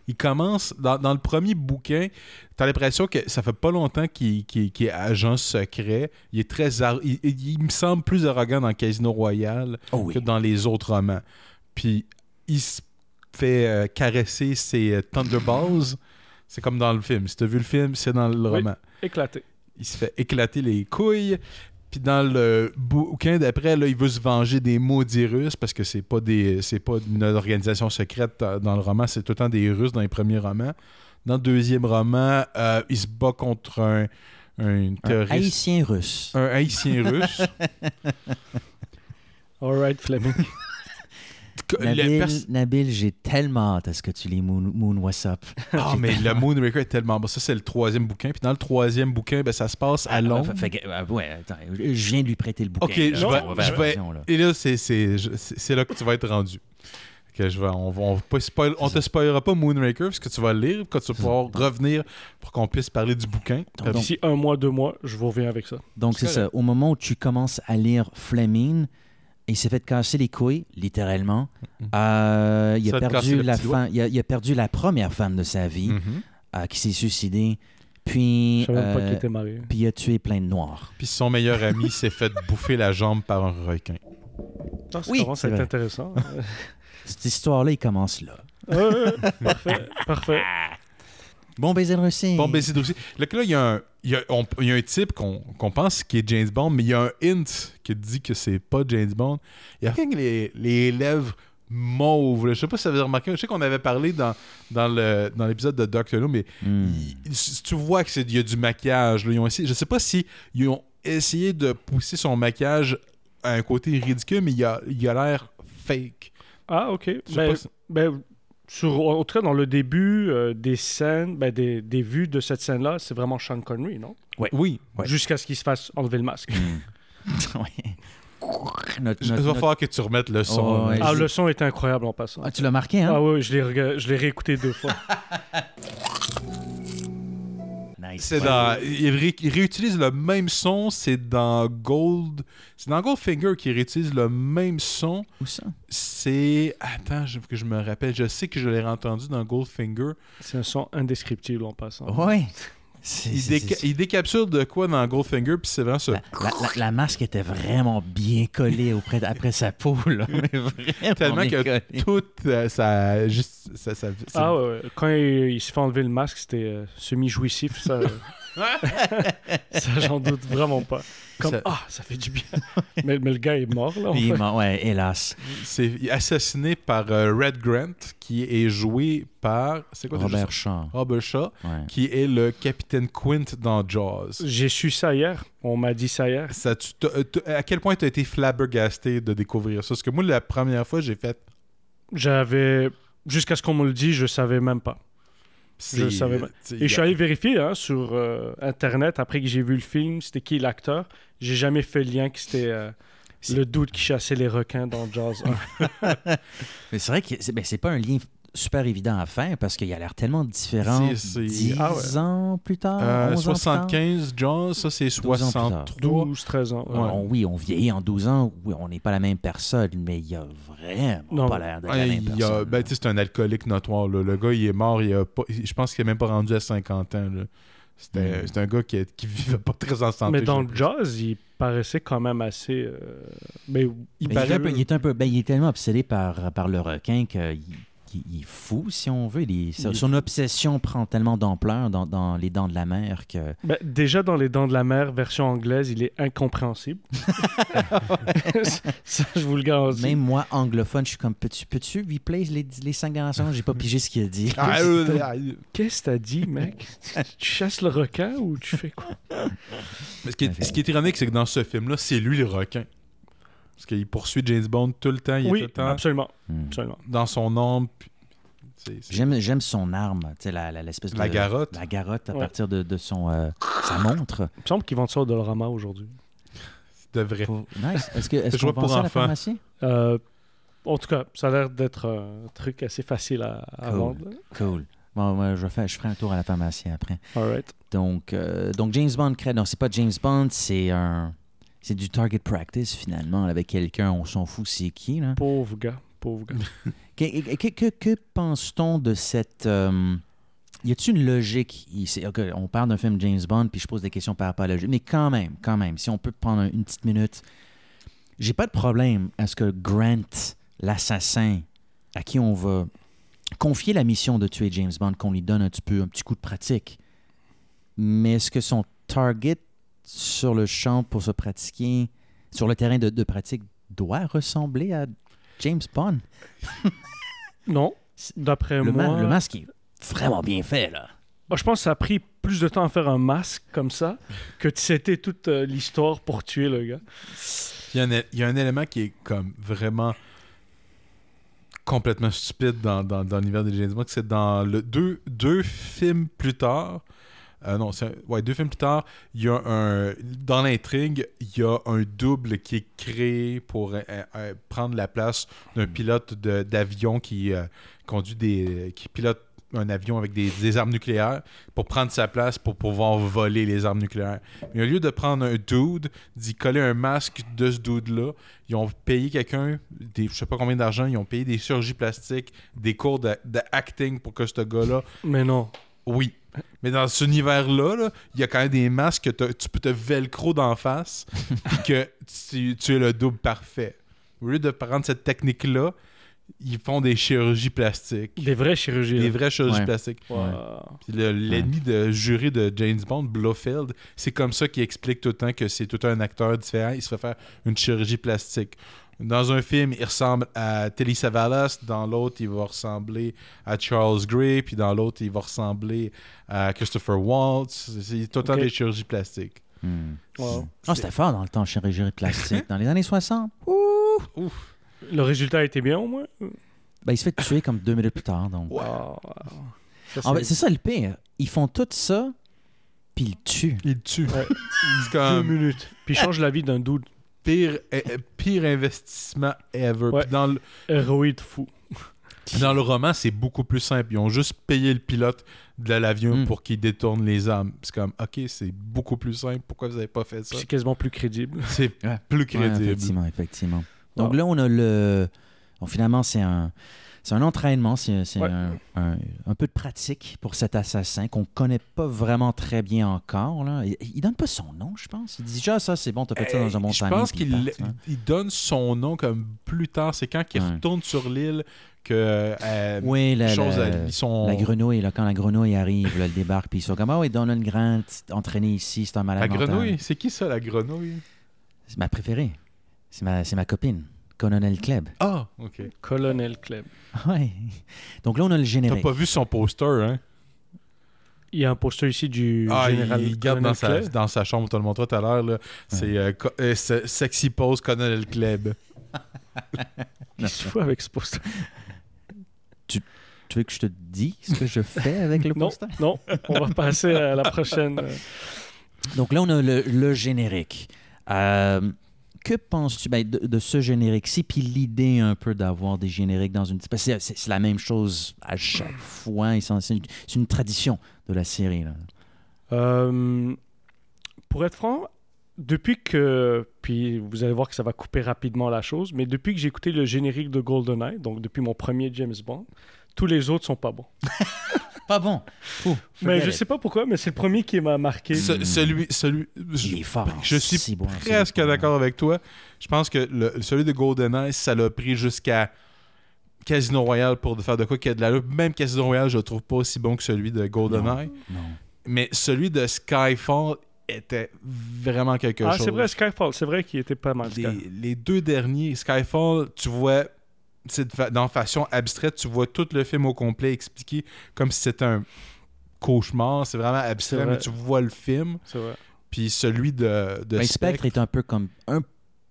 [SPEAKER 9] il commence, dans, dans le premier bouquin, t'as l'impression que ça fait pas longtemps qu'il qu'il- qu'il est agent secret. Il est très... ar- Il, il- il me semble plus arrogant dans Casino Royale
[SPEAKER 8] Oh
[SPEAKER 9] que dans les autres romans. Puis, il se fait euh, caresser ses euh, Thunderballs. C'est comme dans le film. Si t'as vu le film, c'est dans le
[SPEAKER 10] Oui,
[SPEAKER 9] roman
[SPEAKER 10] Éclaté.
[SPEAKER 9] il se fait éclater les couilles. Puis dans le bouquin d'après, là, il veut se venger des maudits Russes parce que c'est pas des c'est pas une organisation secrète euh, dans le roman, c'est tout le temps des Russes dans les premiers romans. Dans le deuxième roman, euh, il se bat contre un, un terroriste.
[SPEAKER 8] Haïtien russe.
[SPEAKER 9] Un Haïtien russe.
[SPEAKER 10] All right, Fleming.
[SPEAKER 9] Que- le
[SPEAKER 8] Nabil,
[SPEAKER 9] euh, pers-
[SPEAKER 8] Nabil, j'ai tellement hâte à ce que tu lis Moon, Moon What's Up.
[SPEAKER 9] Ah,
[SPEAKER 8] J'ai
[SPEAKER 9] mais
[SPEAKER 8] tellement-
[SPEAKER 9] le Moonraker est tellement bon. Ça, c'est le troisième bouquin. Puis dans le troisième bouquin, ben, ça se passe *laughs* à Londres.
[SPEAKER 8] Fait que- euh, ouais, attends, je viens de lui prêter le bouquin.
[SPEAKER 9] Ok,
[SPEAKER 8] là,
[SPEAKER 9] je vais,
[SPEAKER 8] on va
[SPEAKER 9] je
[SPEAKER 8] faire
[SPEAKER 9] vais-
[SPEAKER 8] attention, là.
[SPEAKER 9] Et là, c'est- c'est je- c'est- c'est là que tu vas être rendu. Que je vais, on va- on va pas spoil- on te spoilera pas Moonraker parce que tu vas le lire, que tu vas pouvoir revenir pour qu'on puisse parler du bouquin.
[SPEAKER 8] Donc-
[SPEAKER 10] D'ici un mois, deux mois, je vous reviens avec ça.
[SPEAKER 8] Donc, c'est
[SPEAKER 9] C'est
[SPEAKER 8] ça. Au moment où tu commences à lire Fleming, il s'est fait casser les couilles, littéralement. Euh, il,
[SPEAKER 9] Mm-hmm. Ça
[SPEAKER 8] a
[SPEAKER 9] te cassait
[SPEAKER 8] perdu
[SPEAKER 9] le
[SPEAKER 8] la
[SPEAKER 9] petit doigt.
[SPEAKER 8] femme- il, a, il a perdu la première femme de sa vie,
[SPEAKER 9] Mhm.
[SPEAKER 8] euh, qui s'est suicidée. Puis,
[SPEAKER 10] Je savais même pas
[SPEAKER 8] euh,
[SPEAKER 10] qu'il était marié.
[SPEAKER 8] puis il a tué plein de Noirs.
[SPEAKER 9] Puis son meilleur ami s'est fait bouffer la jambe par un requin.
[SPEAKER 10] Ah, ça
[SPEAKER 8] oui,
[SPEAKER 10] commence à
[SPEAKER 8] c'est
[SPEAKER 10] être
[SPEAKER 8] vrai.
[SPEAKER 10] intéressant. *laughs*
[SPEAKER 8] Cette histoire-là, il commence là.
[SPEAKER 10] Euh, parfait, parfait.
[SPEAKER 8] Bon baiser de Russie.
[SPEAKER 9] Bon, ben c'est aussi. Là, que là, il y a un, il y a- on- il y a un type qu'on qu'on pense qui est James Bond, mais il y a un hint qui dit que c'est pas James Bond. Il y a rien que les, les lèvres mauves. là. Je sais pas si ça vous avez remarqué. Je sais qu'on avait parlé dans, dans le- dans l'épisode de Doctor Who, mais
[SPEAKER 8] Hmm.
[SPEAKER 9] il- si tu vois que c'est- il y a du maquillage. là. Ils ont essayé- je sais pas si ils ont essayé de pousser son maquillage à un côté ridicule, mais il a il a l'air fake.
[SPEAKER 10] Ah, ok.
[SPEAKER 9] Je sais
[SPEAKER 10] Ben,
[SPEAKER 9] pas si-
[SPEAKER 10] ben, sur, en tout cas, dans le début euh, des scènes, ben, des, des vues de cette scène-là, c'est vraiment Sean Connery, non?
[SPEAKER 9] Oui.
[SPEAKER 8] Ouais. Mm.
[SPEAKER 10] Jusqu'à ce qu'il se fasse enlever le masque.
[SPEAKER 8] *laughs* Ouais. Notre-
[SPEAKER 9] Je-
[SPEAKER 8] notre-
[SPEAKER 9] Il va
[SPEAKER 8] notre-
[SPEAKER 9] falloir que tu remettes le son.
[SPEAKER 8] Oh, ouais.
[SPEAKER 9] là.
[SPEAKER 10] Ah,
[SPEAKER 8] je-
[SPEAKER 10] le son était incroyable en passant.
[SPEAKER 8] Ah, tu l'as marqué, hein?
[SPEAKER 10] Ah oui, je l'ai rega- je l'ai réécouté deux fois.
[SPEAKER 8] Nice.
[SPEAKER 9] C'est dans. Il, ré- il réutilise le même son, c'est dans Gold. C'est dans Goldfinger qu'il réutilise le même son.
[SPEAKER 8] Où ça?
[SPEAKER 9] C'est. Attends, je, que je me rappelle. Je sais que je l'ai entendu dans Goldfinger.
[SPEAKER 10] C'est un son indescriptible en passant.
[SPEAKER 8] Ouais. C'est-
[SPEAKER 9] Il,
[SPEAKER 8] c'est-
[SPEAKER 9] déca-
[SPEAKER 8] c'est-
[SPEAKER 9] il décapsule de quoi dans Goldfinger, puis c'est vraiment ça.
[SPEAKER 8] La, la- la- la masque était vraiment bien collée auprès d- après sa peau. Là. *laughs* Mais vraiment
[SPEAKER 9] *laughs* Tellement
[SPEAKER 8] bien
[SPEAKER 9] que
[SPEAKER 8] collée.
[SPEAKER 9] toute euh, sa. Juste, sa- sa-
[SPEAKER 10] Ah ouais, ouais. quand il, il se fait enlever le masque, c'était euh, semi-jouissif, ça. euh, ça, j'en doute vraiment pas. Comme,
[SPEAKER 9] Ça-
[SPEAKER 10] ah, ça fait du bien. mais, mais le gars est mort, là. *laughs* en
[SPEAKER 8] Puis,
[SPEAKER 10] fait.
[SPEAKER 8] bon, ouais, hélas.
[SPEAKER 9] c'est il est assassiné par euh, Red Grant, qui est joué par. C'est quoi déjà
[SPEAKER 8] Robert
[SPEAKER 9] ça?
[SPEAKER 8] Shaw.
[SPEAKER 9] Robert Shaw,
[SPEAKER 8] Ouais.
[SPEAKER 9] qui est le capitaine Quint dans Jaws.
[SPEAKER 10] J'ai su ça hier. On m'a dit ça hier.
[SPEAKER 9] Ça, tu- t'as- euh, t'as- à quel point tu as été flabbergasté de découvrir ça? Parce que moi, la première fois, j'ai fait.
[SPEAKER 10] J'avais. Jusqu'à ce qu'on me le dise, je savais même pas. Je
[SPEAKER 9] c'est-
[SPEAKER 10] savais pas.
[SPEAKER 9] c'est-
[SPEAKER 10] Et je suis allé vérifier hein, sur euh, Internet après que j'ai vu le film, c'était qui l'acteur. J'ai jamais fait le lien que c'était euh,
[SPEAKER 8] C'est-
[SPEAKER 10] le doute qui chassait les requins dans Jaws 1.
[SPEAKER 8] Mais c'est vrai que c'est ben, c'est pas un lien super évident à faire parce qu'il a l'air tellement différent
[SPEAKER 9] C'est- c'est-
[SPEAKER 8] 10
[SPEAKER 10] Ah ouais.
[SPEAKER 8] ans plus tard,
[SPEAKER 9] Euh,
[SPEAKER 8] 11 Ah, ans plus tard.
[SPEAKER 9] 75, John, ça c'est
[SPEAKER 8] 12 ans plus tard.
[SPEAKER 9] 63.
[SPEAKER 10] 12, 13 ans. ouais.
[SPEAKER 9] Ouais.
[SPEAKER 8] On- oui, on vieillit en 12 ans, oui, on n'est pas la même personne, mais il a vraiment
[SPEAKER 10] Non.
[SPEAKER 8] pas l'air d'être
[SPEAKER 9] Ouais,
[SPEAKER 8] la même
[SPEAKER 9] il y a-
[SPEAKER 8] personne.
[SPEAKER 9] ben, tu sais, c'est un alcoolique notoire. là. Le gars, il est mort. Il a pas, je pense qu'il est même pas rendu à 50 ans. là.
[SPEAKER 8] Mm.
[SPEAKER 9] C'était c'est un gars qui, est- qui vivait pas très en santé.
[SPEAKER 10] Mais dans
[SPEAKER 9] je sais
[SPEAKER 10] Jaws, il paraissait quand même assez. euh, Mais il
[SPEAKER 8] Ben, il, est un peu, il est un peu- ben, il est tellement obsédé par, par le requin qu'il il est fou, si on veut. Il est- son-
[SPEAKER 10] Il est
[SPEAKER 8] son obsession prend tellement d'ampleur dans, dans les dents de la mer que.
[SPEAKER 10] Ben, déjà dans Les Dents de la Mer, version anglaise, il est
[SPEAKER 8] *laughs*
[SPEAKER 10] incompréhensible. ça, je vous le garantis.
[SPEAKER 8] Même moi, anglophone, je suis comme peux-tu peux-tu replay les, les cinq garçons J'ai pas pigé ce qu'il a dit. *laughs*
[SPEAKER 9] pas. Ah, euh, euh,
[SPEAKER 10] Qu'est-ce que t'as dit, mec Tu chasses le requin ou tu fais quoi
[SPEAKER 9] mais ce, qui est, ce qui est ironique, c'est que dans ce film-là, c'est lui le requin. Parce qu'il poursuit James Bond tout le temps. Il est
[SPEAKER 10] Oui,
[SPEAKER 9] tout le temps
[SPEAKER 10] absolument,
[SPEAKER 8] Hmm.
[SPEAKER 10] absolument.
[SPEAKER 9] dans son ombre. puis- c'est- c'est-
[SPEAKER 8] J'aime j'aime son arme, tu sais, la- la- l'espèce de.
[SPEAKER 9] La garotte.
[SPEAKER 8] La garotte à
[SPEAKER 10] Ouais.
[SPEAKER 8] partir de, de son, euh, sa
[SPEAKER 9] *laughs*
[SPEAKER 8] montre.
[SPEAKER 10] Il me semble qu'ils vendent ça au Dolorama aujourd'hui.
[SPEAKER 9] C'est de vrai.
[SPEAKER 8] Pour- Nice. Est-ce que est
[SPEAKER 9] Je vois
[SPEAKER 8] qu'on vend
[SPEAKER 9] pour
[SPEAKER 8] ça à la
[SPEAKER 9] enfants.
[SPEAKER 8] pharmacie
[SPEAKER 10] Euh, en tout cas, ça a l'air d'être un truc assez facile à, à
[SPEAKER 8] Cool.
[SPEAKER 10] vendre.
[SPEAKER 8] Cool. Bon, ouais, je, fais, je ferai un tour à la pharmacie après.
[SPEAKER 10] All right.
[SPEAKER 8] Donc, euh, donc James Bond crée. Non, c'est pas James Bond, c'est un. C'est du target practice finalement avec quelqu'un, on s'en fout c'est qui. Là.
[SPEAKER 10] Pauvre gars,
[SPEAKER 8] *laughs*
[SPEAKER 10] pauvre gars.
[SPEAKER 8] que, que, que- que pense-t-on de cette. euh, y a-t-il une logique ici? Ok, on parle d'un film James Bond, puis je pose des questions par rapport à la logique. Mais quand même, quand même, si on peut prendre un- une petite minute, j'ai pas de problème à ce que Grant, l'assassin, à qui on va confier la mission de tuer James Bond, qu'on lui donne un petit peu un petit coup de pratique. Mais est-ce que son target sur le champ pour se pratiquer, sur le terrain de, de pratique, doit ressembler à James Bond?
[SPEAKER 10] Non, d'après
[SPEAKER 8] Le, ma-
[SPEAKER 10] moi...
[SPEAKER 8] le masque est vraiment bien fait, là.
[SPEAKER 10] Moi, je pense que ça a pris plus de temps à faire un masque comme ça que de c'était toute euh, l'histoire pour tuer le gars.
[SPEAKER 9] Il y, a un é- il y a un élément qui est comme vraiment complètement stupide dans, dans, dans l'univers des James Bond, que c'est dans le deux, deux films plus tard. euh, non, c'est un- ouais, deux films plus tard, il y a un dans l'intrigue, il y a un double qui est créé pour euh, euh, prendre la place d'un pilote de- d'avion qui euh, conduit des qui pilote un avion avec des, des armes nucléaires pour prendre sa place pour pouvoir voler les armes nucléaires. Mais au lieu de prendre un dude, d'y coller un masque de ce dude-là, ils ont payé quelqu'un, des, je sais pas combien d'argent, ils ont payé des chirurgies plastiques, des cours de, de acting pour que ce gars-là.
[SPEAKER 10] Mais non.
[SPEAKER 9] Oui. Mais dans cet univers-là, là, il y a quand même des masques que t'as- tu peux te velcro d'en
[SPEAKER 10] *laughs*
[SPEAKER 9] face, puis que tu, tu es le double parfait. Au lieu de prendre cette technique-là, ils font des chirurgies plastiques.
[SPEAKER 10] Des vraies chirurgies.
[SPEAKER 9] Des
[SPEAKER 10] là.
[SPEAKER 9] vraies chirurgies
[SPEAKER 10] Ouais.
[SPEAKER 9] plastiques.
[SPEAKER 10] Wow.
[SPEAKER 9] Puis le- l'ennemi de juré de James Bond, Blofeld, c'est comme ça qu'il explique tout le temps que c'est tout un acteur différent. Il se fait faire une chirurgie plastique. Dans un film, il ressemble à Telly Savalas. Dans l'autre, il va ressembler à Charles Gray. Puis dans l'autre, il va ressembler à Christopher Waltz. C'est tout le temps
[SPEAKER 10] Ok.
[SPEAKER 9] des chirurgies plastiques.
[SPEAKER 8] Hmm.
[SPEAKER 10] Wow.
[SPEAKER 8] Oh, c'était fort dans le temps, chirurgie plastique. dans les années 60,
[SPEAKER 10] Le résultat a été bien au moins.
[SPEAKER 8] ben, il se fait tuer comme deux minutes plus tard. Donc.
[SPEAKER 10] Wow. Ça,
[SPEAKER 8] En fait, c'est ça le pire. Ils font tout ça, puis ils le tuent.
[SPEAKER 9] Il tue.
[SPEAKER 10] Ouais.
[SPEAKER 9] C'est comme-
[SPEAKER 10] Deux minutes. Puis il change la vie d'un dude
[SPEAKER 9] Pire, eh, eh, pire investissement ever.
[SPEAKER 10] Ouais.
[SPEAKER 9] Puis dans le,
[SPEAKER 10] héroïde fou.
[SPEAKER 9] Dans le roman, c'est beaucoup plus simple. Ils ont juste payé le pilote de l'avion
[SPEAKER 8] Mm.
[SPEAKER 9] pour qu'il détourne les armes. C'est comme, ok, c'est beaucoup plus simple. Pourquoi vous avez pas fait ça
[SPEAKER 10] C'est quasiment plus crédible.
[SPEAKER 9] C'est
[SPEAKER 8] Ouais.
[SPEAKER 9] plus
[SPEAKER 8] Ouais,
[SPEAKER 9] crédible.
[SPEAKER 8] effectivement, effectivement. Donc là, on a le. bon, finalement, c'est un. C'est un entraînement, c'est c'est
[SPEAKER 10] Ouais.
[SPEAKER 8] un, un- un peu de pratique pour cet assassin qu'on connaît pas vraiment très bien encore. Là. Il, il donne pas son nom, je pense. Il dit déjà ça, c'est bon, t'as fait ça dans un bon
[SPEAKER 9] je
[SPEAKER 8] timing,
[SPEAKER 9] pense
[SPEAKER 8] puis
[SPEAKER 9] qu'il
[SPEAKER 8] il part, hein.
[SPEAKER 9] il donne son nom comme plus tard. C'est quand il
[SPEAKER 8] Ouais.
[SPEAKER 9] retourne sur l'île que euh,
[SPEAKER 8] Oui, la,
[SPEAKER 9] chose
[SPEAKER 8] la-
[SPEAKER 9] à lui, son-
[SPEAKER 8] la grenouille, là, quand la grenouille arrive, là, elle débarque, puis ils sont comme Ah oui, Donald Grant, entraîné ici, c'est un malade.
[SPEAKER 9] la
[SPEAKER 8] mental.
[SPEAKER 9] grenouille. C'est qui ça, la grenouille
[SPEAKER 8] C'est ma préférée. C'est ma, c'est ma copine, Colonel Kleb.
[SPEAKER 9] Ah, ok.
[SPEAKER 10] Colonel Kleb.
[SPEAKER 8] Ah Ouais. Donc là, on a le
[SPEAKER 9] T'as
[SPEAKER 8] générique.
[SPEAKER 9] pas vu son poster, hein
[SPEAKER 10] Il y a un poster ici du
[SPEAKER 9] Ah,
[SPEAKER 10] général
[SPEAKER 9] il garde
[SPEAKER 10] Colonel
[SPEAKER 9] dans sa,
[SPEAKER 10] Kleb.
[SPEAKER 9] dans sa chambre, on te le montrera tout à l'heure. là. C'est euh, co- euh, se- Sexy Pose Colonel Kleb.
[SPEAKER 10] Qu'est-ce qu'il faut avec ce poster
[SPEAKER 8] Tu veux que je te dise ce que je fais avec *laughs* le
[SPEAKER 10] Non,
[SPEAKER 8] poster?
[SPEAKER 10] non, on va passer à la prochaine. euh,
[SPEAKER 8] Donc là, on a le, le générique. Euh, que penses-tu ben, de, de ce générique-ci, puis l'idée un peu d'avoir des génériques dans une... Parce que c'est- c'est c'est la même chose à chaque fois, et c'est c'est une, c'est une tradition de la série. là.
[SPEAKER 10] Euh, pour être franc, depuis que. Puis vous allez voir que ça va couper rapidement la chose, mais depuis que j'ai écouté le générique de GoldenEye, donc depuis mon premier James Bond, tous les autres sont pas bons.
[SPEAKER 8] Pas bon. Ouh,
[SPEAKER 10] Mais
[SPEAKER 8] forget
[SPEAKER 10] je
[SPEAKER 8] it.
[SPEAKER 10] sais pas pourquoi, mais c'est le premier qui m'a marqué.
[SPEAKER 9] Ce- celui, celui,
[SPEAKER 8] Hmm. Il est fort.
[SPEAKER 9] je suis
[SPEAKER 8] si bon, si
[SPEAKER 9] presque
[SPEAKER 8] bon.
[SPEAKER 9] d'accord avec toi. Je pense que le, celui de GoldenEye, ça l'a pris jusqu'à Casino Royale pour faire de quoi qu'il y a de la Même Casino Royale, je le trouve pas aussi bon que celui de GoldenEye.
[SPEAKER 8] Non.
[SPEAKER 9] Mais celui de Skyfall était vraiment quelque
[SPEAKER 10] Ah,
[SPEAKER 9] chose.
[SPEAKER 10] c'est vrai, Skyfall, c'est vrai qu'il était pas mal.
[SPEAKER 9] Les,
[SPEAKER 10] Sky.
[SPEAKER 9] les deux derniers, Skyfall, tu vois, c'est de fa- dans façon abstraite, tu vois tout le film au complet expliqué comme si c'était un cauchemar. C'est vraiment abstrait,
[SPEAKER 10] vrai.
[SPEAKER 9] mais tu vois le film.
[SPEAKER 10] C'est vrai.
[SPEAKER 9] Puis celui de, de
[SPEAKER 8] Mais Ben, Spectre est un peu comme un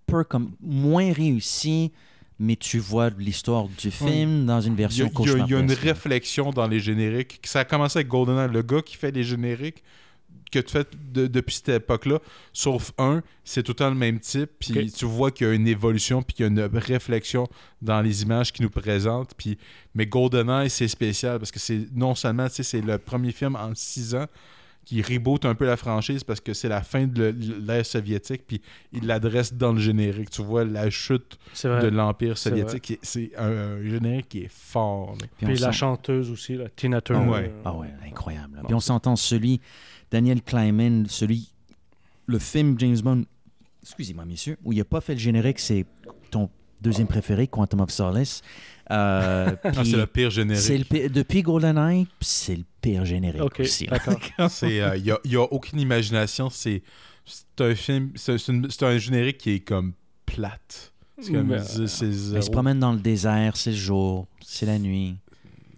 [SPEAKER 8] peu comme moins réussi, mais tu vois l'histoire du film dans une
[SPEAKER 9] il y a,
[SPEAKER 8] version
[SPEAKER 9] il y a- il y a une
[SPEAKER 8] cauchemardesque.
[SPEAKER 9] réflexion dans les génériques. Ça a commencé avec GoldenEye, le gars qui fait les génériques. que tu fais de- depuis cette époque-là, sauf un, c'est tout le temps le même type, puis
[SPEAKER 10] Ok.
[SPEAKER 9] tu vois qu'il y a une évolution, puis qu'il y a une réflexion dans les images qu'ils nous présentent. Puis... Mais GoldenEye, c'est spécial, parce que c'est non seulement, tu sais, c'est le premier film en six ans qui reboot un peu la franchise, parce que c'est la fin de le- l'ère soviétique, puis il l'adresse dans le générique. Tu vois la chute
[SPEAKER 10] C'est vrai.
[SPEAKER 9] de l'Empire
[SPEAKER 10] C'est vrai.
[SPEAKER 9] soviétique. et C'est un, un générique qui est fort. là.
[SPEAKER 10] Puis, la chanteuse aussi, la Tina Turner.
[SPEAKER 9] Ah ouais.
[SPEAKER 8] hein. Ah ouais, incroyable. là. Puis on s'entend celui, Daniel Kleinman, celui, le film James Bond, excusez-moi, messieurs, où il n'a pas fait le générique, c'est ton deuxième préféré, Quantum of Solace.
[SPEAKER 9] *laughs*
[SPEAKER 8] Euh, puis-
[SPEAKER 9] Ah, c'est le pire générique.
[SPEAKER 8] c'est
[SPEAKER 9] *laughs*
[SPEAKER 8] le pire- depuis GoldenEye, c'est le pire générique
[SPEAKER 10] Ok,
[SPEAKER 8] aussi.
[SPEAKER 10] d'accord.
[SPEAKER 9] Il n'y a, euh, y a aucune imagination. C'est c'est un film, c'est c'est une- c'est un générique qui est comme plate. C'est comme
[SPEAKER 10] Mais,
[SPEAKER 9] z- c'est
[SPEAKER 8] Mais Ils se
[SPEAKER 9] zéro.
[SPEAKER 8] promènent dans le désert, c'est le jour, c'est la nuit.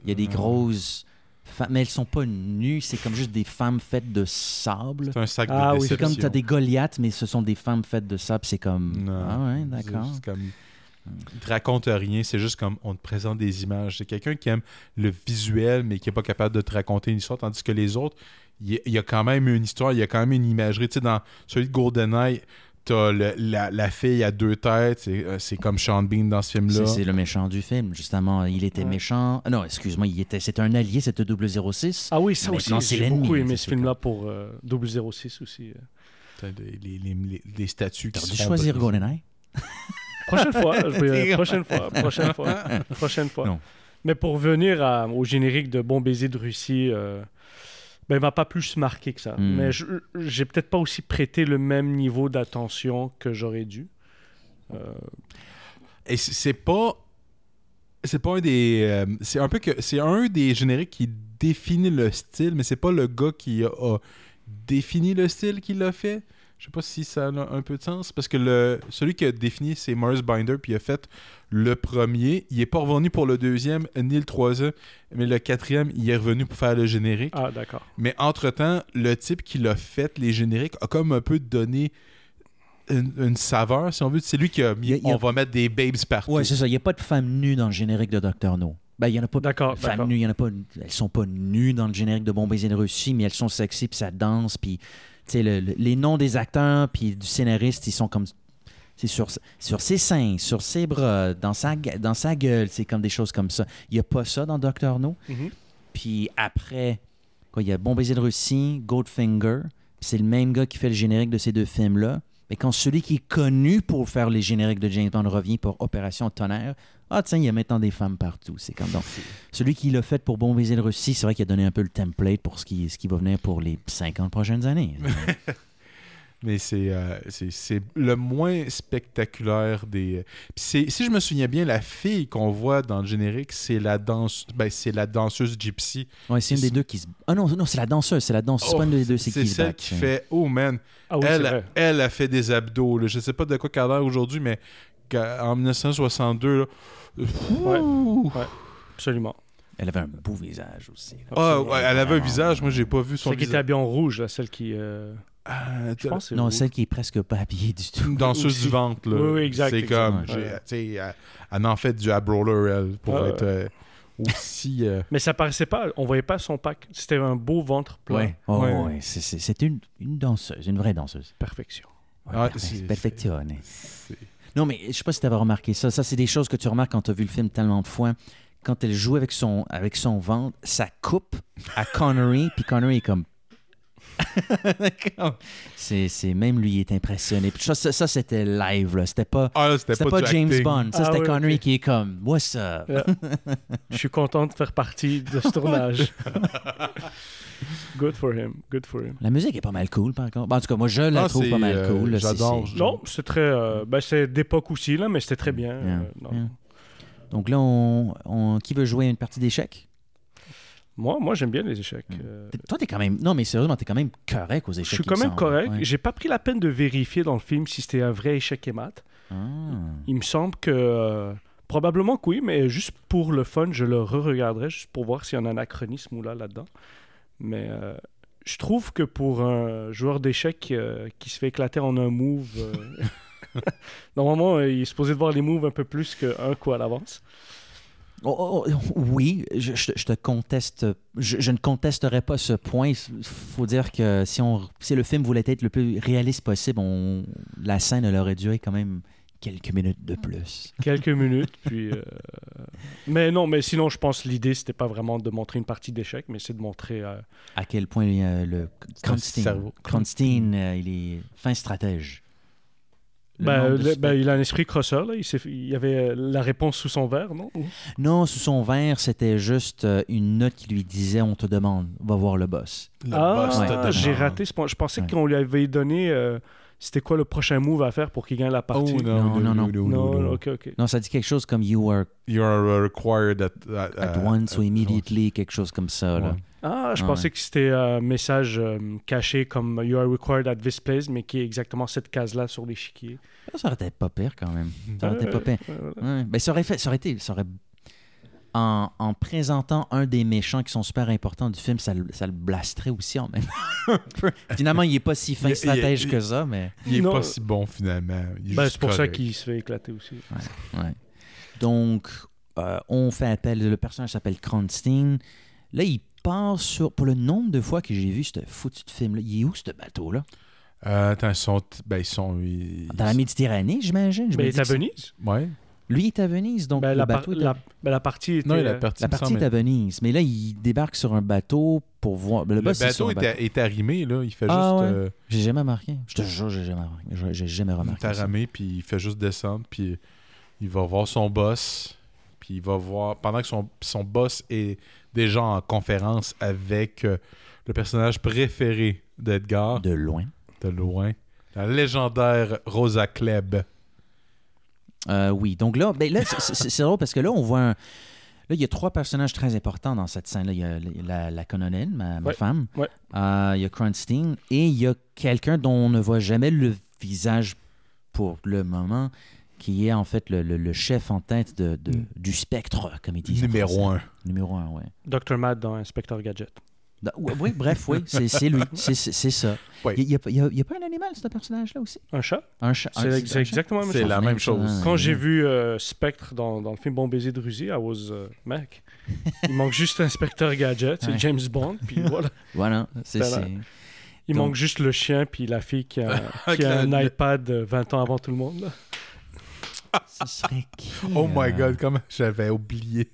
[SPEAKER 8] Il y a des grosses femmes, mais elles sont pas nues, c'est comme juste des femmes faites de sable.
[SPEAKER 9] C'est un sac de
[SPEAKER 10] Ah oui,
[SPEAKER 8] C'est
[SPEAKER 9] déception.
[SPEAKER 8] comme t'as des Goliaths, mais ce sont des femmes faites de sable, c'est comme.
[SPEAKER 9] Non.
[SPEAKER 8] Ah ouais, d'accord.
[SPEAKER 9] C'est juste comme- euh, Il te raconte rien, c'est juste comme on te présente des images. C'est quelqu'un qui aime le visuel, mais qui n'est pas capable de te raconter une histoire, tandis que les autres, il y, a- il y a quand même une histoire, il y a quand même une imagerie. Tu sais, dans celui de GoldenEye, t'as le- la, la fille à deux têtes, c'est euh, c'est comme Sean Bean dans ce
[SPEAKER 8] C'est
[SPEAKER 9] film-là.
[SPEAKER 8] c'est le méchant du film, justement. Il était méchant. Ah Non, excuse-moi, il était. C'était un allié, c'était 006.
[SPEAKER 10] Ah oui, ça aussi,
[SPEAKER 8] Maintenant, c'est
[SPEAKER 10] j'ai beaucoup
[SPEAKER 8] l'ennemi,
[SPEAKER 10] aimé
[SPEAKER 8] ça,
[SPEAKER 10] ce
[SPEAKER 8] c'est
[SPEAKER 10] film-là pour euh, 006 aussi.
[SPEAKER 9] T'as des- les, les, les, les statues qui
[SPEAKER 8] T'as
[SPEAKER 9] se
[SPEAKER 8] dû
[SPEAKER 9] font
[SPEAKER 8] choisir
[SPEAKER 9] briser.
[SPEAKER 8] GoldenEye.
[SPEAKER 10] Prochaine fois, je vais- prochaine fois, prochaine fois, prochaine fois.
[SPEAKER 8] Non.
[SPEAKER 10] Mais pour revenir à- au générique de Bon baiser de Russie, euh, ben, il m'a pas plus marqué que ça.
[SPEAKER 8] Hmm.
[SPEAKER 10] Mais je- j'ai peut-être pas aussi prêté le même niveau d'attention que j'aurais dû. Euh,
[SPEAKER 9] Et c- c'est pas. C'est pas un des. euh, c'est un peu que. C'est un des génériques qui définit le style, mais c'est pas le gars qui a, a défini le style qui l'a fait. Je sais pas si ça a un peu de sens. Parce que le, celui qui a défini, c'est Morris Binder, puis il a fait le premier. Il est pas revenu pour le deuxième, ni le troisième, mais le quatrième, il est revenu pour faire le générique.
[SPEAKER 10] Ah, d'accord.
[SPEAKER 9] Mais entre-temps, le type qui l'a fait, les génériques, a comme un peu donné une, une saveur, si on veut. C'est lui qui a mis
[SPEAKER 8] Il y a- il y a-
[SPEAKER 9] on va mettre des babes partout.
[SPEAKER 8] Ouais, c'est ça. Il n'y a pas de femmes nues dans le générique de Dr. No. Ben, il n'y en a pas de
[SPEAKER 10] D'accord,
[SPEAKER 8] femmes
[SPEAKER 10] d'accord.
[SPEAKER 8] nues. Il y en a pas, elles sont pas nues dans le générique de Bon Baiser de Russie, mais elles sont sexy, puis ça danse, puis tu sais, le- le- les noms des acteurs, puis du scénariste, ils sont comme. C'est sur, sur ses seins, sur ses bras, dans sa, gue- dans sa gueule, c'est comme des choses comme ça. Il n'y a pas ça dans Dr. No.
[SPEAKER 10] Mhm.
[SPEAKER 8] Puis après, quoi, il y a Bon baiser de Russie, Goldfinger. puis C'est le même gars qui fait le générique de ces deux films-là. Mais quand celui qui est connu pour faire les génériques de James Bond revient pour Opération Tonnerre, ah tiens, il y a maintenant des femmes partout. C'est comme donc. Celui qui l'a fait pour Bon baiser de Russie, c'est vrai qu'il a donné un peu le template pour ce qui, ce qui va venir pour les 50 prochaines
[SPEAKER 9] *laughs*
[SPEAKER 8] années.
[SPEAKER 9] Mais c'est euh, c'est- c'est le moins spectaculaire des. euh, Puis c'est- si je me souviens bien, la fille qu'on voit dans le générique, c'est la danse, ben, c'est la danseuse gypsy.
[SPEAKER 8] Ouais, c'est une des deux qui se. Ah non, non, c'est la danseuse, c'est la danseuse. c'est pas une des deux, c'est qui se
[SPEAKER 9] Oh, celle
[SPEAKER 8] battent,
[SPEAKER 9] qui
[SPEAKER 8] hein.
[SPEAKER 9] fait Oh man,
[SPEAKER 10] Ah oui, c'est
[SPEAKER 9] elle,
[SPEAKER 10] vrai.
[SPEAKER 9] elle a fait des abdos. là. Je sais pas de quoi qu'elle a l'air aujourd'hui, mais qu'à- en 1962, là,
[SPEAKER 10] Ouais. Ouais. Absolument.
[SPEAKER 8] Elle avait un beau visage aussi. là.
[SPEAKER 9] ah, ouais, elle avait un visage. Moi, j'ai pas vu son
[SPEAKER 10] Celle qui était
[SPEAKER 9] visage.
[SPEAKER 10] habillée en rouge, là, celle qui. euh,
[SPEAKER 9] Ah,
[SPEAKER 10] je pense que c'est
[SPEAKER 8] Non,
[SPEAKER 10] rouge.
[SPEAKER 8] celle qui est presque pas habillée du tout.
[SPEAKER 9] une danseuse du ventre. Là.
[SPEAKER 10] Oui, oui, exact,
[SPEAKER 9] C'est
[SPEAKER 10] exact.
[SPEAKER 9] comme,
[SPEAKER 10] Ouais.
[SPEAKER 9] j'ai- tu sais, elle, elle en fait du abroller, elle, pour
[SPEAKER 10] Ouais,
[SPEAKER 9] être euh, aussi. euh,
[SPEAKER 10] Mais ça paraissait pas, on voyait pas son pack. C'était un beau ventre plat.
[SPEAKER 8] Ouais. Oh,
[SPEAKER 9] Ouais.
[SPEAKER 8] ouais, c'est- C'est c'est une, une danseuse, une vraie danseuse.
[SPEAKER 10] Perfection.
[SPEAKER 8] Ouais, ben,
[SPEAKER 9] Ah,
[SPEAKER 8] perfe-
[SPEAKER 9] c'est-
[SPEAKER 8] perfectionné.
[SPEAKER 9] c'est-
[SPEAKER 8] Non, mais je sais pas si tu avais remarqué ça. Ça, c'est des choses que tu remarques quand tu as vu le film tellement de fois. Quand elle joue avec son, avec son ventre, ça coupe à Connery, *laughs* puis Connery est comme. c'est c'est- même lui il est impressionné. Puis ça, ça, ça, c'était live, là. C'était pas,
[SPEAKER 9] Ah, là, c'était
[SPEAKER 8] c'était pas
[SPEAKER 9] pas, du
[SPEAKER 8] James
[SPEAKER 9] acting.
[SPEAKER 8] Bond. Ça,
[SPEAKER 10] Ah,
[SPEAKER 8] c'était
[SPEAKER 10] oui,
[SPEAKER 8] Connery
[SPEAKER 10] ok.
[SPEAKER 8] qui est comme What's up?
[SPEAKER 10] Yeah. Je suis content de faire partie de ce tournage. Good for him. Good for him.
[SPEAKER 8] La musique est pas mal cool, par contre. Bon, en tout cas, moi, je la
[SPEAKER 9] Ah,
[SPEAKER 8] trouve
[SPEAKER 9] c'est,
[SPEAKER 8] pas mal
[SPEAKER 9] euh,
[SPEAKER 8] cool. là. C'est-
[SPEAKER 9] j'adore.
[SPEAKER 8] c'est-
[SPEAKER 10] Non, c'est très. euh, ben, c'est d'époque aussi, là, mais c'était très bien.
[SPEAKER 8] Yeah,
[SPEAKER 10] euh, non.
[SPEAKER 8] yeah. hein. Donc là, on, on- qui veut jouer à une partie d'échecs?
[SPEAKER 10] Moi, moi j'aime bien les échecs. euh,
[SPEAKER 8] T'es- Toi, t'es quand même. Non, mais sérieusement, t'es quand même correct aux échecs.
[SPEAKER 10] je suis
[SPEAKER 8] il
[SPEAKER 10] quand
[SPEAKER 8] me
[SPEAKER 10] même
[SPEAKER 8] semble.
[SPEAKER 10] correct.
[SPEAKER 8] Ouais.
[SPEAKER 10] J'ai pas pris la peine de vérifier dans le film si c'était un vrai échec et mat.
[SPEAKER 8] Ah.
[SPEAKER 10] Il me semble que. euh, probablement que oui, mais juste pour le fun, je le re-regarderai, juste pour voir s'il y a un anachronisme ou là là-dedans. Mais euh, je trouve que pour un joueur d'échecs euh, qui se fait éclater en un move. *laughs* euh, Normalement, euh, il est supposé de voir les moves un peu plus qu'un coup à l'avance.
[SPEAKER 8] Oh, oh, oh, oui, je, je- je te conteste. Je, je ne contesterai pas ce point. Il faut dire que si, on, si le film voulait être le plus réaliste possible, on- la scène elle aurait dû être quand même quelques minutes de plus.
[SPEAKER 10] Quelques minutes, puis. euh, Mais non, mais sinon, je pense que l'idée, c'était pas vraiment de montrer une partie d'échec, mais c'est de montrer. euh,
[SPEAKER 8] À quel point euh, le Kronstein,
[SPEAKER 10] cerveau.
[SPEAKER 8] Kronstein euh, il est fin stratège. Le
[SPEAKER 10] ben,
[SPEAKER 8] nombre de
[SPEAKER 10] le-
[SPEAKER 8] suspects.
[SPEAKER 10] ben, il a un esprit crosseur, là. Il, s'est- il y avait euh, la réponse sous son verre, non Ou-
[SPEAKER 8] Non, sous son verre, c'était juste euh, une note qui lui disait on te demande, va voir le boss.
[SPEAKER 10] Ah,
[SPEAKER 8] Ouais.
[SPEAKER 10] j'ai raté ce point. Je pensais qu'on lui avait donné. euh, C'était quoi le prochain move à faire pour qu'il gagne la partie
[SPEAKER 9] Oh, non,
[SPEAKER 8] Non, non, non.
[SPEAKER 10] Non, ok, ok.
[SPEAKER 8] Non, ça dit quelque chose comme you are
[SPEAKER 9] You are uh, required uh, at, at-
[SPEAKER 8] at
[SPEAKER 9] at-
[SPEAKER 10] Euh,
[SPEAKER 8] once ou
[SPEAKER 9] uh,
[SPEAKER 8] immediately, quelque chose comme ça. là.
[SPEAKER 9] Ouais.
[SPEAKER 10] Ah, je
[SPEAKER 8] Ouais.
[SPEAKER 10] pensais que c'était un message euh, caché comme You are required at this place, mais qui est exactement cette case-là sur l'échiquier.
[SPEAKER 8] Ça aurait été pas pire quand même. Ça aurait été
[SPEAKER 10] Ouais,
[SPEAKER 8] pas pire.
[SPEAKER 10] ouais,
[SPEAKER 8] Ouais. Ben, ça aurait fait, ça aurait été, ça aurait- En, en présentant un des méchants qui sont super importants du film, ça, le- ça le blasterait aussi en même *laughs* un peu. Finalement, il est pas si fin
[SPEAKER 9] Il- il-
[SPEAKER 8] stratège
[SPEAKER 9] il-
[SPEAKER 8] que ça, mais.
[SPEAKER 9] Il est
[SPEAKER 10] Non.
[SPEAKER 9] pas si bon finalement. Il est
[SPEAKER 10] Ben,
[SPEAKER 9] juste
[SPEAKER 10] c'est pour ça
[SPEAKER 9] correct.
[SPEAKER 10] qu'il se fait éclater aussi.
[SPEAKER 8] Ouais. Donc, euh, on fait appel. Le personnage s'appelle Kronstein. Là, il part sur. Pour le nombre de fois que j'ai vu ce foutu de film-là, il est où ce bateau-là
[SPEAKER 9] Euh, attends, ils sont. Ben, ils sont. Ils...
[SPEAKER 8] Dans la Méditerranée, j'imagine. Je
[SPEAKER 10] Ben,
[SPEAKER 8] me
[SPEAKER 10] il
[SPEAKER 8] dis
[SPEAKER 10] est à
[SPEAKER 8] que c'est-
[SPEAKER 10] Venise.
[SPEAKER 9] Ouais.
[SPEAKER 8] Lui il est à Venise, donc
[SPEAKER 10] Ben,
[SPEAKER 8] le
[SPEAKER 10] la, par-
[SPEAKER 8] bateau est à-
[SPEAKER 10] la- ben, la partie était.
[SPEAKER 9] Non, il a
[SPEAKER 10] euh,
[SPEAKER 9] parti.
[SPEAKER 8] La partie est à Venise, mais là, il débarque sur un bateau pour voir. Le,
[SPEAKER 9] Le
[SPEAKER 8] boss, c'est sur
[SPEAKER 9] bateau
[SPEAKER 8] un
[SPEAKER 9] est, à- est arrimé, là. Il fait
[SPEAKER 8] Ah,
[SPEAKER 9] juste.
[SPEAKER 8] ouais.
[SPEAKER 9] euh,
[SPEAKER 8] J'ai jamais remarqué. Je te jure, j'ai jamais remarqué. J'ai- J'ai jamais remarqué.
[SPEAKER 9] T'as
[SPEAKER 8] ça.
[SPEAKER 9] ramé, puis il fait juste descendre, puis il va voir son boss, puis il va voir... Pendant que son, son boss est déjà en conférence avec euh, le personnage préféré d'Edgar,
[SPEAKER 8] De loin.
[SPEAKER 9] de loin, la légendaire Rosa Klebb.
[SPEAKER 8] Euh, oui, donc là, ben là c'est- c'est c'est drôle parce que là, on voit un- Là, il y a trois personnages très importants dans cette scène-là. Il y a la, la colonelle, ma, ma
[SPEAKER 10] Ouais.
[SPEAKER 8] femme.
[SPEAKER 10] Ouais.
[SPEAKER 8] Euh, il y a Kronstein. Et il y a quelqu'un dont on ne voit jamais le visage pour le moment, qui est en fait le, le- le chef en tête de, de-
[SPEAKER 10] Mm.
[SPEAKER 8] du spectre, comme ils disent. en
[SPEAKER 9] Numéro
[SPEAKER 8] français.
[SPEAKER 9] un.
[SPEAKER 8] Numéro un, ouais.
[SPEAKER 10] Dr. Matt dans Inspector Gadget.
[SPEAKER 8] Non, Oui, oui, bref, oui, c'est c'est lui, c'est c'est- c'est ça.
[SPEAKER 9] Oui.
[SPEAKER 8] Il n'y a, il y a- il y a pas un animal, ce personnage-là aussi?
[SPEAKER 10] Un chat
[SPEAKER 8] Un chat. un-
[SPEAKER 10] C'est ex-
[SPEAKER 8] un chat?
[SPEAKER 10] exactement la même
[SPEAKER 9] Ah, C'est
[SPEAKER 10] chose.
[SPEAKER 9] la même chose.
[SPEAKER 10] Quand
[SPEAKER 8] ouais.
[SPEAKER 10] j'ai vu euh, Spectre dans, dans le film Bon Baiser de Russie, I was euh, Mac.
[SPEAKER 9] *laughs*
[SPEAKER 10] Il manque juste Inspecteur Gadget, c'est
[SPEAKER 8] Ouais.
[SPEAKER 10] James Bond, puis voilà.
[SPEAKER 8] Voilà, c'est...
[SPEAKER 10] Voilà.
[SPEAKER 8] c'est-
[SPEAKER 10] Il
[SPEAKER 8] Donc-
[SPEAKER 10] manque juste le chien, puis la fille qui a,
[SPEAKER 9] Avec *laughs*
[SPEAKER 10] qui a
[SPEAKER 9] le-
[SPEAKER 10] un
[SPEAKER 9] le-
[SPEAKER 10] iPad euh, 20 ans avant tout le monde. là.
[SPEAKER 8] Ce serait
[SPEAKER 10] *laughs*
[SPEAKER 8] qui?
[SPEAKER 9] Oh
[SPEAKER 8] euh,
[SPEAKER 9] my God, comment
[SPEAKER 8] *laughs*
[SPEAKER 9] j'avais oublié.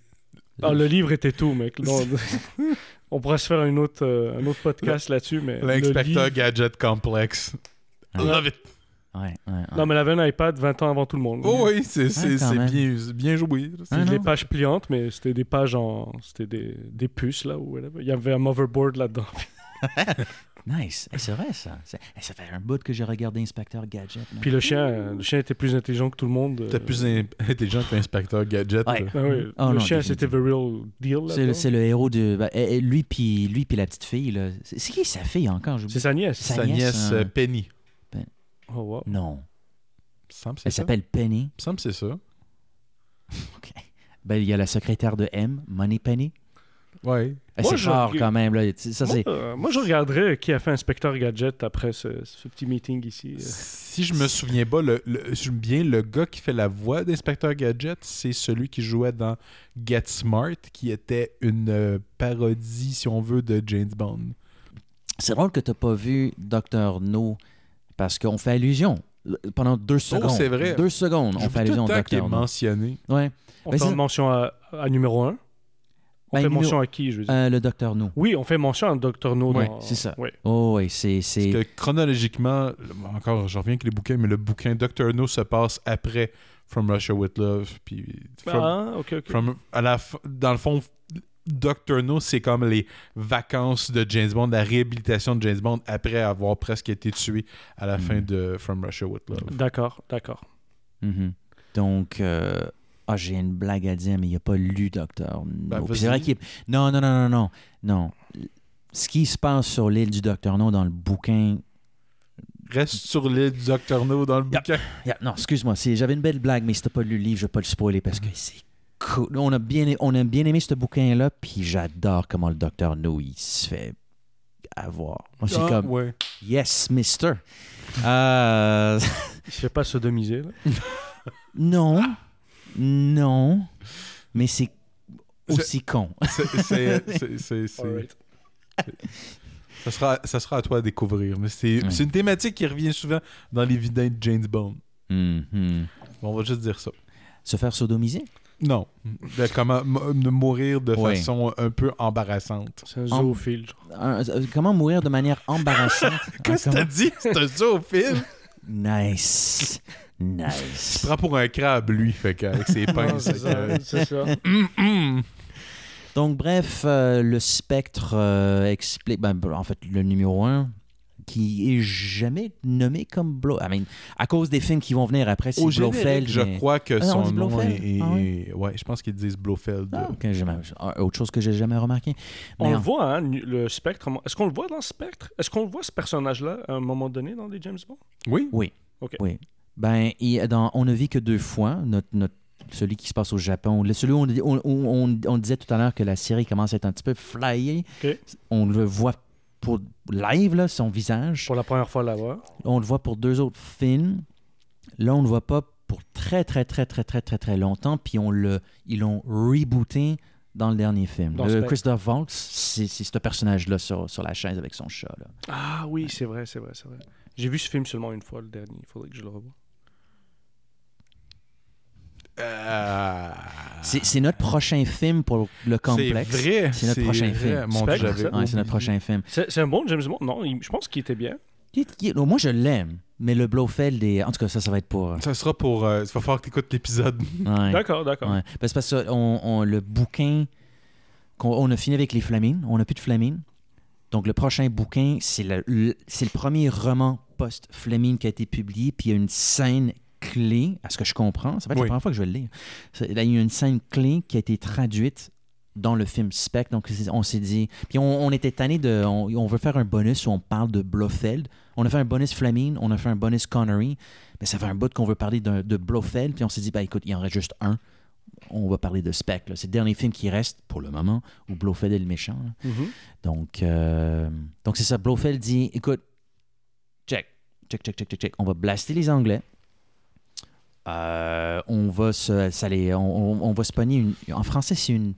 [SPEAKER 10] Ah, le livre était tout, mec.
[SPEAKER 9] *laughs*
[SPEAKER 10] Non, *laughs* on pourrait se faire une autre, euh, un autre podcast là-dessus, mais. le
[SPEAKER 9] L'inspecteur
[SPEAKER 10] livre-
[SPEAKER 9] Gadget Complex. Ah,
[SPEAKER 8] Ouais.
[SPEAKER 9] Love it.
[SPEAKER 8] Ouais, ouais, ouais.
[SPEAKER 10] Non, mais elle avait un iPad 20 ans avant tout le monde.
[SPEAKER 9] Oh oui, c'est c'est-
[SPEAKER 8] Ah, quand
[SPEAKER 9] c'est
[SPEAKER 8] même.
[SPEAKER 9] bien, bien joué.
[SPEAKER 10] C'est
[SPEAKER 8] Ah,
[SPEAKER 10] des
[SPEAKER 8] non.
[SPEAKER 10] pages pliantes, mais c'était des pages en. C'était des, des puces, là, ou whatever. Il y avait un motherboard là-dedans.
[SPEAKER 8] Nice, Eh, c'est vrai ça. C'est- eh, Ça fait un bout que j'ai regardé Inspecteur Gadget. là.
[SPEAKER 10] Puis le chien, euh, le chien était plus intelligent que tout le monde. euh.
[SPEAKER 9] T'es plus in- *laughs* intelligent que l'inspecteur Gadget.
[SPEAKER 8] Ouais.
[SPEAKER 9] là.
[SPEAKER 10] Ben oui,
[SPEAKER 8] Oh
[SPEAKER 10] le
[SPEAKER 8] non,
[SPEAKER 10] chien, c'était the real deal.
[SPEAKER 8] C'est le,
[SPEAKER 10] là-dedans.
[SPEAKER 8] c'est le héros de... bah, eh, eh, lui puis lui, puis la petite fille, là. C'est c'est qui sa fille encore?
[SPEAKER 10] C'est
[SPEAKER 8] j'oublie?
[SPEAKER 10] sa nièce.
[SPEAKER 8] Sa-
[SPEAKER 9] Sa
[SPEAKER 8] nièce,
[SPEAKER 9] nièce
[SPEAKER 8] euh,
[SPEAKER 9] euh, Penny.
[SPEAKER 10] Oh, wow.
[SPEAKER 8] Non.
[SPEAKER 9] Il me semble que c'est
[SPEAKER 8] Elle
[SPEAKER 9] ça.
[SPEAKER 8] s'appelle Penny.
[SPEAKER 9] Il me semble que c'est ça.
[SPEAKER 8] OK. Ben, il y a la secrétaire de M, Money Penny.
[SPEAKER 9] Ouais.
[SPEAKER 8] Eh,
[SPEAKER 10] Moi,
[SPEAKER 8] C'est
[SPEAKER 10] je-
[SPEAKER 8] fort quand même, là. Ça,
[SPEAKER 10] Moi,
[SPEAKER 8] c'est...
[SPEAKER 10] euh, moi, je regarderais qui a fait Inspecteur Gadget après ce, ce petit meeting ici. euh.
[SPEAKER 9] Si je me souviens pas, le, le- si je me bien, le gars qui fait la voix d'Inspecteur Gadget, c'est celui qui jouait dans Get Smart, qui était une euh, parodie, si on veut, de James Bond.
[SPEAKER 8] C'est drôle que tu pas vu Dr. No parce qu'on fait allusion L- pendant deux secondes.
[SPEAKER 9] Oh, c'est vrai.
[SPEAKER 8] Deux secondes, on fait
[SPEAKER 9] J'oublie tout
[SPEAKER 8] allusion
[SPEAKER 9] le
[SPEAKER 8] au
[SPEAKER 9] temps qu'il est
[SPEAKER 8] Dr. No.
[SPEAKER 9] mentionné.
[SPEAKER 8] Ouais.
[SPEAKER 10] On
[SPEAKER 8] Ben,
[SPEAKER 10] fait
[SPEAKER 8] c'est-
[SPEAKER 10] mention à, à numéro 1. On
[SPEAKER 8] Ben,
[SPEAKER 10] fait
[SPEAKER 8] numéro-
[SPEAKER 10] mention à qui, je veux dire.
[SPEAKER 8] Euh, le Dr. No.
[SPEAKER 10] Oui, on fait mention à Dr. No.
[SPEAKER 8] Ouais,
[SPEAKER 10] dans-
[SPEAKER 8] c'est ça.
[SPEAKER 10] Ouais.
[SPEAKER 8] Oh, oui, c'est. c'est-
[SPEAKER 9] Parce que chronologiquement, le- encore, je reviens avec les bouquins, mais le bouquin Dr. No se passe après From Russia with Love. Puis From-
[SPEAKER 10] Ah, ok, ok.
[SPEAKER 9] From- à la f- dans le fond, Dr. No, c'est comme les vacances de James Bond, la réhabilitation de James Bond après avoir presque été tué à la
[SPEAKER 8] Mm.
[SPEAKER 9] fin de From Russia with Love.
[SPEAKER 10] D'accord, d'accord.
[SPEAKER 8] Mhm. Donc. euh, Ah, j'ai une blague à dire, mais il a pas lu Dr. No.
[SPEAKER 9] Ben,
[SPEAKER 8] Puis c'est
[SPEAKER 9] vas-y.
[SPEAKER 8] vrai qu'il. Non, non, non, non, non. Non. Ce qui se passe sur l'île du Dr. No dans le bouquin.
[SPEAKER 9] Reste sur l'île du Dr. No dans le
[SPEAKER 8] Yep.
[SPEAKER 9] *laughs* bouquin.
[SPEAKER 8] Yeah, non, excuse-moi. c'est- J'avais une belle blague, mais si t'as pas lu le livre, je vais pas le spoiler parce que
[SPEAKER 9] Mm.
[SPEAKER 8] c'est cool. On a bien, on a bien aimé ce bouquin-là, puis j'adore comment le Dr. No, il se fait avoir. Moi, c'est
[SPEAKER 9] Ah,
[SPEAKER 8] comme. *laughs*
[SPEAKER 9] ouais.
[SPEAKER 8] Yes, mister. Euh, *laughs*
[SPEAKER 10] Il se fait pas sodomiser, là.
[SPEAKER 8] non. Non. Mais c'est aussi con.
[SPEAKER 9] C'est- c'est- c'est- c'est- c'est-
[SPEAKER 10] Alright.
[SPEAKER 9] c'est- Ça sera, ça sera à toi à découvrir. Mais c'est
[SPEAKER 8] Ouais.
[SPEAKER 9] c'est une thématique qui revient souvent dans les vidins de James Bond.
[SPEAKER 8] Hum,
[SPEAKER 9] Mm-hmm.
[SPEAKER 8] hum.
[SPEAKER 9] On va juste dire ça.
[SPEAKER 8] Se faire sodomiser?
[SPEAKER 9] Non. De, comment, m- de mourir de
[SPEAKER 8] Ouais.
[SPEAKER 9] façon un peu embarrassante.
[SPEAKER 10] C'est un
[SPEAKER 8] En-
[SPEAKER 10] zoophile. genre.
[SPEAKER 8] Un- euh, comment mourir de manière embarrassante?
[SPEAKER 9] *laughs* Qu'est-ce que
[SPEAKER 8] Ah,
[SPEAKER 9] t'as dit? C'est un zoophile.
[SPEAKER 8] comment- Nice.
[SPEAKER 9] Il
[SPEAKER 8] Nice.
[SPEAKER 9] prend pour un crabe, lui, fait qu'avec
[SPEAKER 10] *laughs*
[SPEAKER 9] ses pinces.
[SPEAKER 10] C'est
[SPEAKER 9] fait que-
[SPEAKER 10] ça,
[SPEAKER 8] *laughs*
[SPEAKER 10] c'est ça.
[SPEAKER 8] Donc, bref, euh, le spectre euh, explique. ben, bon, en fait, le numéro 1, qui est jamais nommé comme Blow. I mean, à cause des films qui vont venir après, c'est
[SPEAKER 9] Au
[SPEAKER 8] Blofeld.
[SPEAKER 9] générique, je
[SPEAKER 8] mais-
[SPEAKER 9] crois que
[SPEAKER 8] Ah, on
[SPEAKER 9] son
[SPEAKER 8] dit
[SPEAKER 9] nom est...
[SPEAKER 8] Blofeld?
[SPEAKER 9] est-
[SPEAKER 8] Ah ouais?
[SPEAKER 9] est- ouais, je pense qu'ils disent Blofeld.
[SPEAKER 8] Ah, ok, j'ai même- ah, autre chose que j'ai jamais remarqué.
[SPEAKER 10] On
[SPEAKER 8] Mais
[SPEAKER 10] le
[SPEAKER 8] en-
[SPEAKER 10] voit, hein, nu- le spectre. Est-ce qu'on le voit dans le spectre Est-ce qu'on le voit, ce personnage-là, à un moment donné, dans les James Bond
[SPEAKER 9] Oui?
[SPEAKER 8] Ben, il- dans- on ne vit que deux fois. Notre, notre- celui qui se passe au Japon, le- celui où on, on- on- on disait tout à l'heure que la série commence à être un petit peu flyée.
[SPEAKER 10] Ok.
[SPEAKER 8] On le voit pour live, là, son visage.
[SPEAKER 10] Pour la première fois là-bas.
[SPEAKER 8] On le voit pour deux autres films. Là, on ne le voit pas pour très, très, très, très, très, très, très longtemps. Puis on le, ils l'ont rebooté dans le dernier film.
[SPEAKER 10] Dans
[SPEAKER 8] Le
[SPEAKER 10] Spectre.
[SPEAKER 8] Christophe Waltz, c'est c'est ce personnage-là sur, sur la chaise avec son chat. là.
[SPEAKER 10] Ah oui, c'est vrai, c'est vrai, c'est vrai. J'ai vu ce film seulement une fois, le dernier. Il faudrait que je le revoie.
[SPEAKER 9] Euh,
[SPEAKER 8] C'est c'est notre prochain film pour le complexe.
[SPEAKER 9] C'est vrai.
[SPEAKER 8] C'est notre prochain
[SPEAKER 9] vrai.
[SPEAKER 8] film.
[SPEAKER 9] Mon Dieu,
[SPEAKER 10] Spectre,
[SPEAKER 9] j'avais
[SPEAKER 10] ça?
[SPEAKER 8] Ouais, c'est notre prochain film.
[SPEAKER 10] C'est c'est un bon James Bond Non, il- je pense qu'il était bien.
[SPEAKER 8] Qui- qui- moi, je l'aime, mais le Blofeld est. En tout cas, ça, ça va être
[SPEAKER 10] *laughs*
[SPEAKER 8] pour.
[SPEAKER 9] Ça sera pour. euh, il va falloir que tu écoutes l'épisode.
[SPEAKER 8] Ouais.
[SPEAKER 10] D'accord, d'accord.
[SPEAKER 8] Ouais. Ben, c'est parce que on, on- le bouquin. qu'on- on a fini avec les Flamines. On n'a plus de Flamines. Donc, le prochain bouquin, c'est le, le- c'est le premier roman post-Fleming qui a été publié. Puis il y a une scène clé, à ce que je comprends. Ça va être
[SPEAKER 9] Oui.
[SPEAKER 8] la première fois que je vais le lire. Ça- Là, il y a une scène clé qui a été traduite dans le film Spectre. Donc, c'est- on s'est dit. Puis on, on était tanné de. On, on veut faire un bonus où on parle de Blofeld. On a fait un bonus Fleming, on a fait un bonus Connery. Mais ça fait un bout qu'on veut parler d'un- de Blofeld. Puis on s'est dit, bah écoute, il y en reste juste un. On va parler de Spectre. là. C'est le dernier film qui reste, pour le moment, où Blofeld est le méchant. là.
[SPEAKER 10] Mhm.
[SPEAKER 8] Donc, euh, donc c'est ça. Blofeld dit écoute, check, check, check, check, check, check. On va blaster les Anglais. Euh, on va se, ça les- on, on- on va se pogner une. En français, c'est une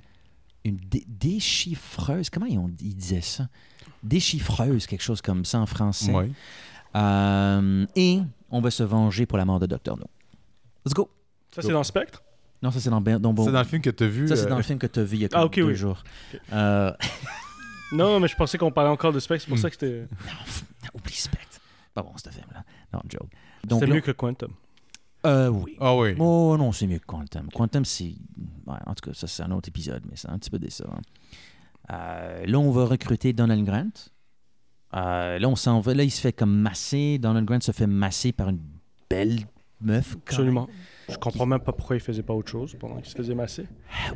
[SPEAKER 8] une dé- déchiffreuse. Comment ils, ont, ils disaient ça Déchiffreuse, quelque chose comme ça en français.
[SPEAKER 9] Ouais.
[SPEAKER 8] Euh, et on va se venger pour la mort de Dr. No. Let's go.
[SPEAKER 10] Ça, c'est dans Spectre
[SPEAKER 8] Non, ça c'est dans, Ben- dans,
[SPEAKER 9] C'est dans
[SPEAKER 8] bon-
[SPEAKER 9] le film que tu as vu.
[SPEAKER 8] ça, c'est dans
[SPEAKER 9] euh,
[SPEAKER 8] le film que tu as vu il y a comme
[SPEAKER 10] Ah, ok,
[SPEAKER 8] deux
[SPEAKER 10] oui.
[SPEAKER 8] jours. Euh, *laughs*
[SPEAKER 10] Non, mais je pensais qu'on parlait encore de Spectre, c'est
[SPEAKER 8] Mm.
[SPEAKER 10] pour ça que c'était
[SPEAKER 8] oublie Spectre. Pas bon, ce film-là. Non, joke. Donc,
[SPEAKER 10] c'était
[SPEAKER 8] là-
[SPEAKER 10] mieux que Quantum.
[SPEAKER 8] Euh, oui.
[SPEAKER 9] Ah oui.
[SPEAKER 8] Oh non, c'est mieux que Quantum. Quantum, c'est. ouais, en tout cas, ça, c'est un autre épisode, mais c'est un petit peu décevant. Euh, là, on va recruter Donald Grant. Euh, là, on s'en va. Là, il se fait comme masser. Donald Grant se fait masser par une belle meuf. quand même.
[SPEAKER 10] Absolument. Je comprends même pas pourquoi il faisait pas autre chose pendant qu'il se faisait masser.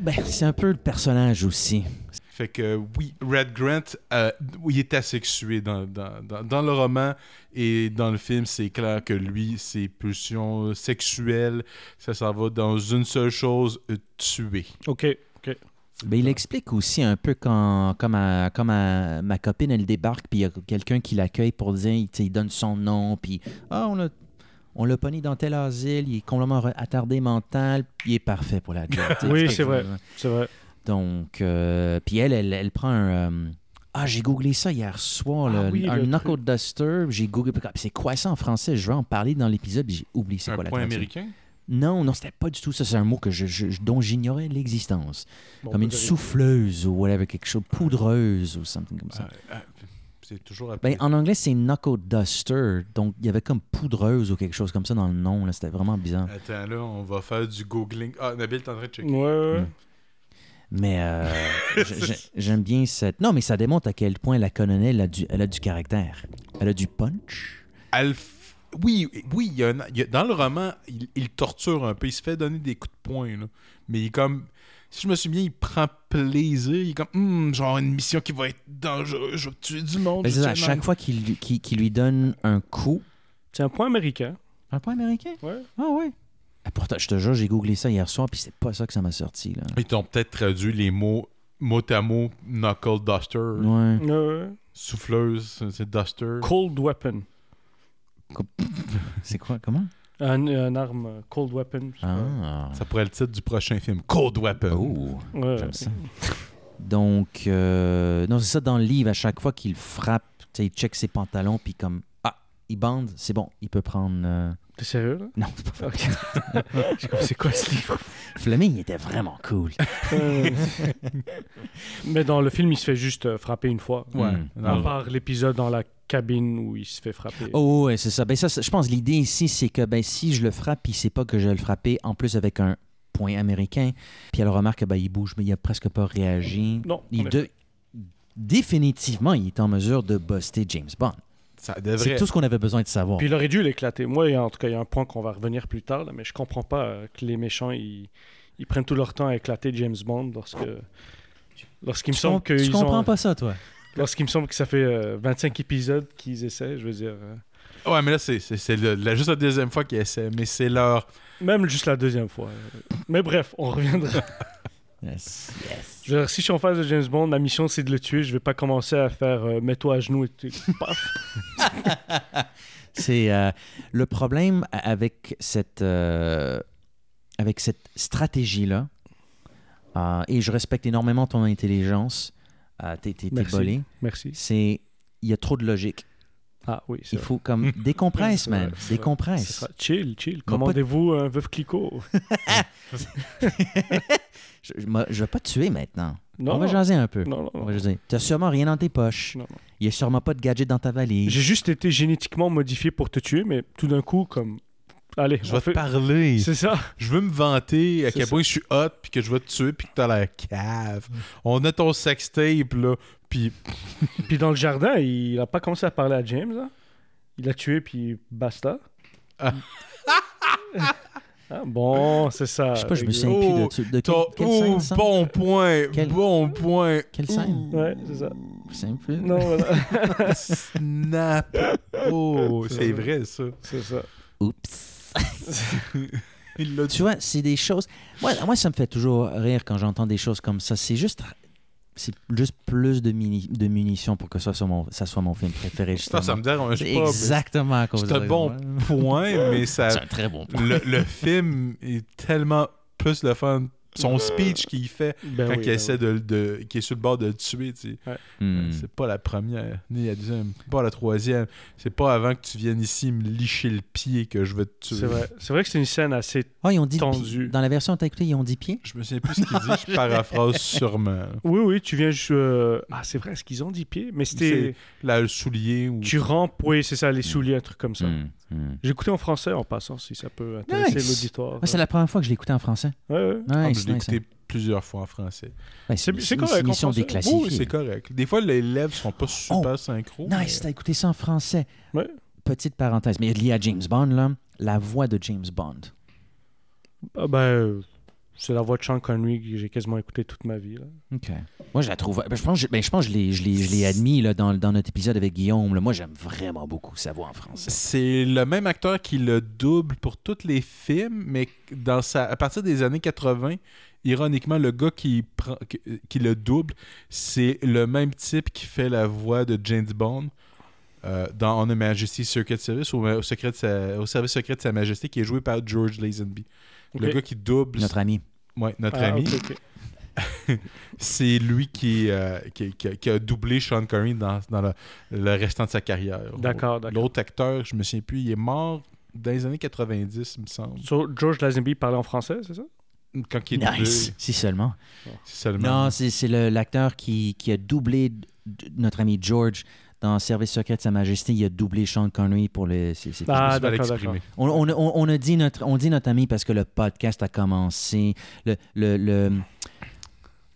[SPEAKER 8] Ben, c'est un peu le personnage aussi.
[SPEAKER 9] Fait que oui, Red Grant, euh, il est asexué dans, dans, dans, dans le roman et dans le film, c'est clair que lui, ses pulsions sexuelles, ça s'en va dans une seule chose, euh, tuer.
[SPEAKER 10] Ok, ok.
[SPEAKER 8] Ben, il explique aussi un peu quand, comme, à- comme à- ma copine, elle débarque, puis il y a quelqu'un qui l'accueille pour dire, il, tu sais, il donne son nom, puis ah, on l'a. On l'a pogné dans tel asile, il est complètement re- attardé mental, il est parfait pour la job. tu sais,
[SPEAKER 10] Oui,
[SPEAKER 8] tu
[SPEAKER 10] c'est
[SPEAKER 8] sais,
[SPEAKER 10] vrai. C'est vrai.
[SPEAKER 8] Donc, euh, puis elle, elle, elle prend un. euh, ah, j'ai googlé ça hier soir,
[SPEAKER 10] Ah
[SPEAKER 8] là,
[SPEAKER 10] oui,
[SPEAKER 8] un
[SPEAKER 10] le
[SPEAKER 8] knuckle duster. J'ai googlé. puis C'est quoi ça en français Je vais en parler dans l'épisode, puis j'ai oublié c'est
[SPEAKER 9] un
[SPEAKER 8] quoi la
[SPEAKER 9] point
[SPEAKER 8] traduction.
[SPEAKER 9] américain.
[SPEAKER 8] Non, non, c'était pas du tout ça. C'est un mot que je, je- je- dont j'ignorais l'existence.
[SPEAKER 10] Bon,
[SPEAKER 8] Comme
[SPEAKER 10] on
[SPEAKER 8] une
[SPEAKER 10] peut dire-
[SPEAKER 8] souffleuse ou whatever, quelque chose, poudreuse ou something comme ça.
[SPEAKER 9] Ah, ah, c'est toujours
[SPEAKER 8] Ben, en anglais, c'est knuckle duster. Donc, il y avait comme poudreuse ou quelque chose comme ça dans le nom. là. C'était vraiment bizarre.
[SPEAKER 9] Attends, là, on va faire du googling. Ah, Nabil, t'es en train de checker.
[SPEAKER 10] Ouais, ouais,
[SPEAKER 8] Mm.
[SPEAKER 10] ouais.
[SPEAKER 8] Mais *laughs* euh, je- je- j'aime bien cette. Non, mais ça démontre à quel point la colonelle a du, elle a du caractère. Elle a du punch.
[SPEAKER 9] Alf- Oui, oui, il y a un- il y a- dans le roman, il, il torture un peu. Il se fait donner des coups de poing. là. Mais il est comme. Si je me souviens, il prend plaisir. Il est comme. Hum, genre une mission qui va être dangereuse. Je vais tuer du monde.
[SPEAKER 8] Ben,
[SPEAKER 9] je
[SPEAKER 8] c'est ça,
[SPEAKER 9] vais
[SPEAKER 8] à
[SPEAKER 9] tuer un
[SPEAKER 8] chaque
[SPEAKER 9] homme.
[SPEAKER 8] fois qu'il lui- qu'il- qu'il lui donne un coup.
[SPEAKER 10] C'est un point américain.
[SPEAKER 8] Un point américain
[SPEAKER 10] Ouais.
[SPEAKER 8] Ah, ouais. Ah, pourtant, je te jure, j'ai googlé ça hier soir, puis c'est pas ça que ça m'a sorti. Là.
[SPEAKER 9] Ils t'ont peut-être traduit les mots mot à mot knuckle duster,
[SPEAKER 8] *laughs* Ouais.
[SPEAKER 10] Euh,
[SPEAKER 9] souffleuse, c'est duster.
[SPEAKER 10] cold weapon.
[SPEAKER 8] C'est quoi Comment
[SPEAKER 10] Un, un arme euh, Cold Weapon.
[SPEAKER 8] Ah.
[SPEAKER 9] Ça pourrait être le titre du prochain film. Cold Weapon.
[SPEAKER 8] Oh.
[SPEAKER 10] Ouais.
[SPEAKER 8] J'aime ça. Euh, *laughs* Donc, euh, non, c'est ça dans le livre, à chaque fois qu'il frappe, tu sais, il check ses pantalons, puis comme, ah, il bande, c'est bon, il peut prendre. euh,
[SPEAKER 10] T'es sérieux, là?
[SPEAKER 8] Non, c'est pas vrai.
[SPEAKER 10] J'ai comme, c'est quoi ce livre?
[SPEAKER 8] *laughs* Fleming il était vraiment cool.
[SPEAKER 10] Euh, Mais dans le film, il se fait juste euh, frapper une fois.
[SPEAKER 9] Ouais.
[SPEAKER 8] Mm.
[SPEAKER 10] À
[SPEAKER 9] Dans-
[SPEAKER 10] part l'épisode dans la cabine où il se fait frapper.
[SPEAKER 8] Oh, ouais, c'est ça. Ben, ça, ça- je pense que l'idée ici, c'est que ben, si je le frappe, il sait pas que je vais le frapper, en plus avec un point américain, puis elle remarque que ben, il bouge, mais il a presque pas réagi.
[SPEAKER 10] Non.
[SPEAKER 8] Il
[SPEAKER 10] en
[SPEAKER 8] de-
[SPEAKER 10] effet.
[SPEAKER 8] Définitivement, il est en mesure de buster James Bond.
[SPEAKER 9] Ça
[SPEAKER 8] C'est
[SPEAKER 9] devrait.
[SPEAKER 8] tout ce qu'on avait besoin de savoir.
[SPEAKER 10] Puis il aurait dû l'éclater. Moi, il y a- en tout cas, il y a un point qu'on va revenir plus tard, là, mais je comprends pas euh, que les méchants, ils, ils prennent tout leur temps à éclater James Bond lorsque. Lorsqu'il me
[SPEAKER 8] Tu
[SPEAKER 10] semble
[SPEAKER 8] com-
[SPEAKER 10] que
[SPEAKER 8] tu
[SPEAKER 10] ils ont-
[SPEAKER 8] comprends pas ça, toi?
[SPEAKER 10] lorsqu'il me semble que ça fait euh, 25 épisodes qu'ils essaient, je veux dire. euh,
[SPEAKER 9] Ouais, mais là, c'est, c'est, c'est le- la, juste la deuxième fois qu'ils essaient. Mais c'est leur.
[SPEAKER 10] Même juste la deuxième fois. euh. Mais bref,
[SPEAKER 8] *laughs*
[SPEAKER 10] on reviendra.
[SPEAKER 8] Yes.
[SPEAKER 10] Je veux dire, si je suis en face de James Bond, ma mission c'est de le tuer. Je vais pas commencer à faire euh, mets-toi à genoux et tu- paf.
[SPEAKER 8] C'est euh, le problème a- avec cette, euh, avec cette stratégie-là. euh, et je respecte énormément ton intelligence. Euh, t'es t'es- t'es
[SPEAKER 10] Merci.
[SPEAKER 8] bolé.
[SPEAKER 10] Merci.
[SPEAKER 8] C'est il y a trop de logique.
[SPEAKER 10] Ah oui, c'est
[SPEAKER 8] Il
[SPEAKER 10] vrai.
[SPEAKER 8] faut
[SPEAKER 10] *laughs*
[SPEAKER 8] comme décompresse,
[SPEAKER 10] C'est vrai,
[SPEAKER 8] man.
[SPEAKER 10] c'est vrai. Ça
[SPEAKER 8] Décompresse.
[SPEAKER 10] sera- Chill, chill.
[SPEAKER 8] pas-
[SPEAKER 10] Commandez-vous un veuf Clicquot.
[SPEAKER 8] Je, je, me- je vais pas te tuer maintenant.
[SPEAKER 10] Non,
[SPEAKER 8] On va
[SPEAKER 10] non.
[SPEAKER 8] jaser un peu.
[SPEAKER 10] Non, non,
[SPEAKER 8] On
[SPEAKER 10] non.
[SPEAKER 8] va jaser. T'as sûrement rien dans tes poches.
[SPEAKER 10] Non, non.
[SPEAKER 8] Il y a sûrement pas de gadget dans ta valise.
[SPEAKER 10] J'ai juste été génétiquement modifié pour te tuer, mais tout d'un coup, comme. Allez,
[SPEAKER 9] Je
[SPEAKER 10] on
[SPEAKER 9] vais
[SPEAKER 10] fait-
[SPEAKER 9] te parler.
[SPEAKER 10] C'est ça. *laughs*
[SPEAKER 9] Je veux me vanter à
[SPEAKER 10] C'est
[SPEAKER 9] quel
[SPEAKER 10] ça.
[SPEAKER 9] point je suis hot, puis que je vais te tuer, puis que t'as la cave. On a ton sextape, là. Puis
[SPEAKER 10] Puis dans le jardin, il a pas commencé à parler à James. hein. Il l'a tué, puis basta.
[SPEAKER 9] Ah.
[SPEAKER 10] *laughs* Ah, bon, c'est ça.
[SPEAKER 8] Je sais pas, je me
[SPEAKER 10] Réglé.
[SPEAKER 8] souviens plus de,
[SPEAKER 9] Oh,
[SPEAKER 8] tu- de quel,
[SPEAKER 9] ton.
[SPEAKER 8] quelle
[SPEAKER 9] Ouh,
[SPEAKER 8] scène. ça?
[SPEAKER 9] bon point.
[SPEAKER 8] Quelle-
[SPEAKER 9] Bon point.
[SPEAKER 8] Quelle scène?
[SPEAKER 10] Ouais, c'est ça.
[SPEAKER 8] Je me souviens plus. *laughs*
[SPEAKER 10] Non, voilà.
[SPEAKER 9] Oh, Snap. Oh, c'est vrai, ça.
[SPEAKER 10] c'est ça.
[SPEAKER 8] Oups.
[SPEAKER 9] Il l'a
[SPEAKER 8] Tu vois, c'est des choses. Moi, moi, ça me fait toujours rire quand j'entends des choses comme ça. C'est juste. C'est juste plus de, mini- de munitions pour que ça soit mon, ça soit mon film préféré.
[SPEAKER 9] *laughs* Ça, ça me dérange
[SPEAKER 8] C'est
[SPEAKER 9] pas. mais
[SPEAKER 8] exactement à cause
[SPEAKER 9] C'est un
[SPEAKER 8] de-
[SPEAKER 9] bon point, mais ça.
[SPEAKER 8] C'est un très bon point.
[SPEAKER 9] le, le film est tellement plus le fun.
[SPEAKER 8] Euh,
[SPEAKER 9] Son speech qu'il fait
[SPEAKER 10] Ben
[SPEAKER 9] quand
[SPEAKER 10] oui,
[SPEAKER 9] il
[SPEAKER 10] ben
[SPEAKER 9] essaie
[SPEAKER 10] oui.
[SPEAKER 9] de, de- qu'il est sur le bord de le tuer, tu sais.
[SPEAKER 8] Hmm.
[SPEAKER 9] Euh, C'est pas la première, ni la deuxième, pas la troisième. C'est pas avant que tu viennes ici me licher le pied que je veux te tuer.
[SPEAKER 10] C'est vrai. C'est vrai que c'est une scène assez.
[SPEAKER 8] Oh, ils ont dit.
[SPEAKER 10] Tendu.
[SPEAKER 8] pi- Dans la version que t'as écoutée, ils ont dit pied.
[SPEAKER 9] Je me souviens plus ce qu'il dit,
[SPEAKER 10] *laughs*
[SPEAKER 9] je paraphrase sûrement.
[SPEAKER 10] Oui, oui, tu viens. ju- euh, Ah, c'est vrai, est-ce qu'ils ont 10 pieds Mais c'était.
[SPEAKER 9] Là, le soulier ou...
[SPEAKER 10] Tu rampes, oui, c'est ça, les souliers, un truc comme ça.
[SPEAKER 8] Hmm, hmm.
[SPEAKER 10] J'ai écouté en français en passant, si ça peut intéresser
[SPEAKER 8] Nice.
[SPEAKER 10] l'auditoire.
[SPEAKER 8] Ouais, c'est la première fois que je l'écoutais en français.
[SPEAKER 10] Ouais, ouais.
[SPEAKER 9] Ah, mais
[SPEAKER 8] Nice,
[SPEAKER 9] je l'ai
[SPEAKER 8] nice.
[SPEAKER 9] écouté plusieurs fois en français.
[SPEAKER 8] Ouais,
[SPEAKER 10] C'est-
[SPEAKER 8] une-
[SPEAKER 10] c'est
[SPEAKER 8] une
[SPEAKER 10] correct, en
[SPEAKER 8] émission
[SPEAKER 10] français.
[SPEAKER 8] déclassifiée. Oh,
[SPEAKER 9] Oui, c'est correct. Des fois, les lèvres sont pas super synchro. mais-
[SPEAKER 8] Nice, t'as écouté ça en français.
[SPEAKER 10] Ouais.
[SPEAKER 8] Petite parenthèse, mais lié à James Bond, là, la voix de James Bond.
[SPEAKER 10] Ah, ben, euh, c'est la voix de Sean Connery que j'ai quasiment écouté toute ma vie. là.
[SPEAKER 8] OK. Moi, je la trouve. ben, je pense, que je- ben, je pense que je l'ai- je l'ai je l'ai admis là, dans, dans notre épisode avec Guillaume. là. Moi, j'aime vraiment beaucoup sa voix en français.
[SPEAKER 9] C'est le même acteur qui le double pour tous les films, mais dans sa... à partir des années 80, ironiquement, le gars qui, prend... qui- qui le double, c'est le même type qui fait la voix de James Bond euh, dans On a Majesty Secret Service ou au, secret de sa- au service secret de Sa Majesté, qui est joué par George Lazenby. Le
[SPEAKER 10] Ok.
[SPEAKER 9] gars qui double,
[SPEAKER 8] Notre ami.
[SPEAKER 9] ouais, notre
[SPEAKER 10] Ah,
[SPEAKER 9] ami,
[SPEAKER 10] ok, ok.
[SPEAKER 9] c'est lui qui, euh, qui, qui a- qui a doublé Sean Connery dans, dans le, le restant de sa carrière.
[SPEAKER 10] D'accord, d'accord.
[SPEAKER 9] L'autre acteur, je me souviens plus, il est mort dans les années 90, il me semble.
[SPEAKER 10] So, George Lazenby parlait en français, c'est ça
[SPEAKER 9] Quand il est
[SPEAKER 8] Nice. *laughs*
[SPEAKER 9] doublé,
[SPEAKER 8] Si seulement.
[SPEAKER 9] c'est seulement.
[SPEAKER 8] Non, c'est c'est le- l'acteur qui, qui a doublé d- d- notre ami George dans Service secret de Sa Majesté. Il a doublé Sean Connery pour le. c'est- c'est-
[SPEAKER 9] Je me
[SPEAKER 10] Ah,
[SPEAKER 9] suis mal
[SPEAKER 10] d'accord,
[SPEAKER 9] exprimé.
[SPEAKER 8] On, on- on- on a dit notre, on dit notre ami parce que le podcast a commencé. Le, le, le-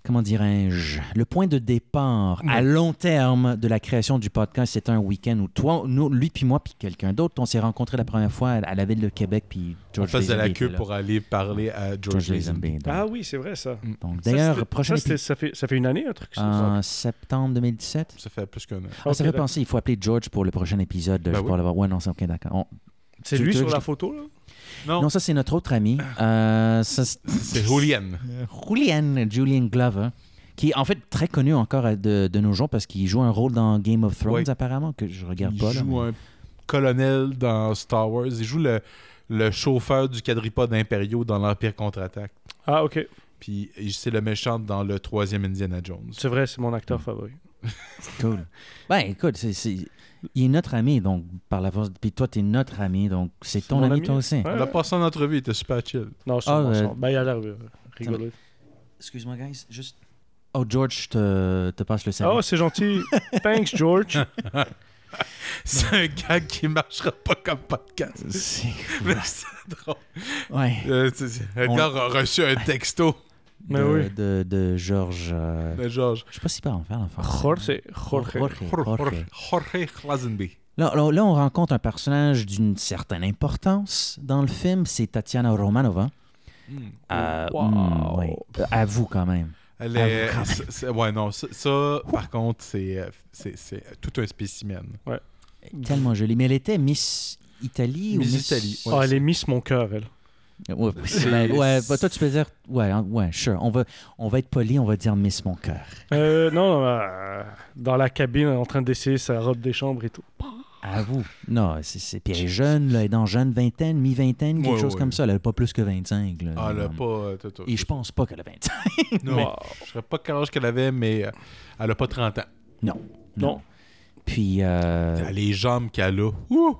[SPEAKER 8] comment dirais-je Le point de départ à long terme de la création du podcast, c'était un week-end où toi, nous, lui puis moi puis quelqu'un d'autre, on s'est rencontrés la première fois à, à la ville de Québec puis
[SPEAKER 9] On
[SPEAKER 8] George
[SPEAKER 9] faisait la
[SPEAKER 8] Lazenby
[SPEAKER 9] queue
[SPEAKER 8] était là.
[SPEAKER 9] pour aller parler à George,
[SPEAKER 8] George
[SPEAKER 9] Lazenby.
[SPEAKER 8] Lazenby, donc.
[SPEAKER 10] Ah oui, c'est vrai, ça.
[SPEAKER 8] Donc,
[SPEAKER 10] Ça,
[SPEAKER 8] d'ailleurs,
[SPEAKER 10] c'était-
[SPEAKER 8] prochain
[SPEAKER 10] ça, c'était-
[SPEAKER 8] épisode
[SPEAKER 10] ça fait, ça fait une année, un truc. ça, ça.
[SPEAKER 8] en septembre 2017.
[SPEAKER 9] Ça fait plus qu'un an.
[SPEAKER 8] Ah,
[SPEAKER 10] Ok,
[SPEAKER 8] ça fait
[SPEAKER 10] d'accord.
[SPEAKER 8] penser, il faut appeler George pour le prochain épisode.
[SPEAKER 9] Ben
[SPEAKER 8] je
[SPEAKER 9] oui.
[SPEAKER 8] pourrais l'avoir. Ouais, non, c'est ok, d'accord. On-
[SPEAKER 10] C'est
[SPEAKER 8] Tu-
[SPEAKER 10] lui
[SPEAKER 8] tu veux
[SPEAKER 10] sur
[SPEAKER 8] que
[SPEAKER 10] la
[SPEAKER 8] je-
[SPEAKER 10] photo, là
[SPEAKER 9] Non.
[SPEAKER 8] Non, ça, c'est notre autre ami. Euh, ça, c'est-
[SPEAKER 9] C'est Julian.
[SPEAKER 8] Julian, Julian Glover, qui est en fait très connu encore à- de, de nos jours parce qu'il joue un rôle dans Game of Thrones
[SPEAKER 9] Ouais.
[SPEAKER 8] apparemment que je regarde
[SPEAKER 9] Il
[SPEAKER 8] pas. là,
[SPEAKER 9] joue
[SPEAKER 8] mais-
[SPEAKER 9] un colonel dans Star Wars. Il joue le, le chauffeur du quadripode impériaux dans l'Empire contre-attaque.
[SPEAKER 10] Ah, ok.
[SPEAKER 9] Puis c'est le méchant dans le troisième Indiana Jones.
[SPEAKER 10] C'est vrai, c'est mon acteur favori.
[SPEAKER 8] Cool. Ben, écoute, c'est, c'est- il est notre ami, donc, par la force. Puis toi, t'es notre ami, donc, c'est ton
[SPEAKER 10] mon
[SPEAKER 8] ami,
[SPEAKER 10] ami.
[SPEAKER 8] toi aussi.
[SPEAKER 10] Ouais.
[SPEAKER 9] On a passé en entrevue, il était super chill.
[SPEAKER 10] Non, c'est
[SPEAKER 8] Ah,
[SPEAKER 10] bon,
[SPEAKER 8] euh,
[SPEAKER 10] c'est bon. Ben, il a l'air euh, rigolo.
[SPEAKER 8] Excuse-moi, guys, juste. Oh, George, je te, te passe le salut.
[SPEAKER 10] Oh,
[SPEAKER 8] *laughs*
[SPEAKER 10] c'est gentil. Thanks, George.
[SPEAKER 9] *laughs* C'est un gag qui marchera pas comme podcast.
[SPEAKER 8] C'est
[SPEAKER 9] Mais c'est drôle.
[SPEAKER 8] *laughs* Ouais.
[SPEAKER 9] Euh, c'est- c'est- Edgar a reçu un texto
[SPEAKER 10] Mais
[SPEAKER 8] de,
[SPEAKER 10] oui.
[SPEAKER 8] de, de George. euh,
[SPEAKER 9] de
[SPEAKER 8] *laughs*
[SPEAKER 9] George.
[SPEAKER 8] Je sais pas si parle en faire, l'enfant.
[SPEAKER 10] Jorge. Jorge.
[SPEAKER 9] Jorge, Jorge Klazenby.
[SPEAKER 8] Là, là, là, on rencontre un personnage d'une certaine importance dans le film, c'est Tatiana Romanova.
[SPEAKER 9] Hmm.
[SPEAKER 8] Euh,
[SPEAKER 10] Wow.
[SPEAKER 8] mm, oui. Euh, À vous, quand même.
[SPEAKER 9] Elle
[SPEAKER 8] Ah,
[SPEAKER 9] est-
[SPEAKER 8] vous, quand même.
[SPEAKER 9] c'est- c'est- ouais, non, ça, ça, par contre, c'est, euh, c'est, c'est tout un spécimen.
[SPEAKER 8] Tellement jolie. Mais elle était Miss Italie ou
[SPEAKER 9] Miss
[SPEAKER 8] Miss
[SPEAKER 9] Italie,
[SPEAKER 10] Ah, elle est Miss Mon Cœur, elle.
[SPEAKER 8] Ouais, ben, ouais, bah, toi, tu peux dire. Ouais, hein, ouais, sure. On va, on va être poli, on va dire Miss Mon cœur.
[SPEAKER 10] Euh, non, non, euh, dans la cabine, en train d'essayer sa robe des chambres et tout.
[SPEAKER 8] À vous. Non, c'est, c'est... Puis elle est jeune, là, elle est dans jeune vingtaine, mi-vingtaine, quelque
[SPEAKER 9] Ouais,
[SPEAKER 8] chose
[SPEAKER 9] ouais.
[SPEAKER 8] comme ça. Elle n'a pas plus que 25. Là,
[SPEAKER 9] Ah, là,
[SPEAKER 8] Non.
[SPEAKER 9] pas. euh, tout- tout-
[SPEAKER 8] Et je pense pas qu'elle a 25.
[SPEAKER 9] non,
[SPEAKER 10] Wow.
[SPEAKER 9] Je serais pas quel âge qu'elle avait, mais euh, elle a pas 30 ans.
[SPEAKER 8] Non.
[SPEAKER 10] Non.
[SPEAKER 8] Puis. euh,
[SPEAKER 9] Elle a les jambes qu'elle a. Ouh!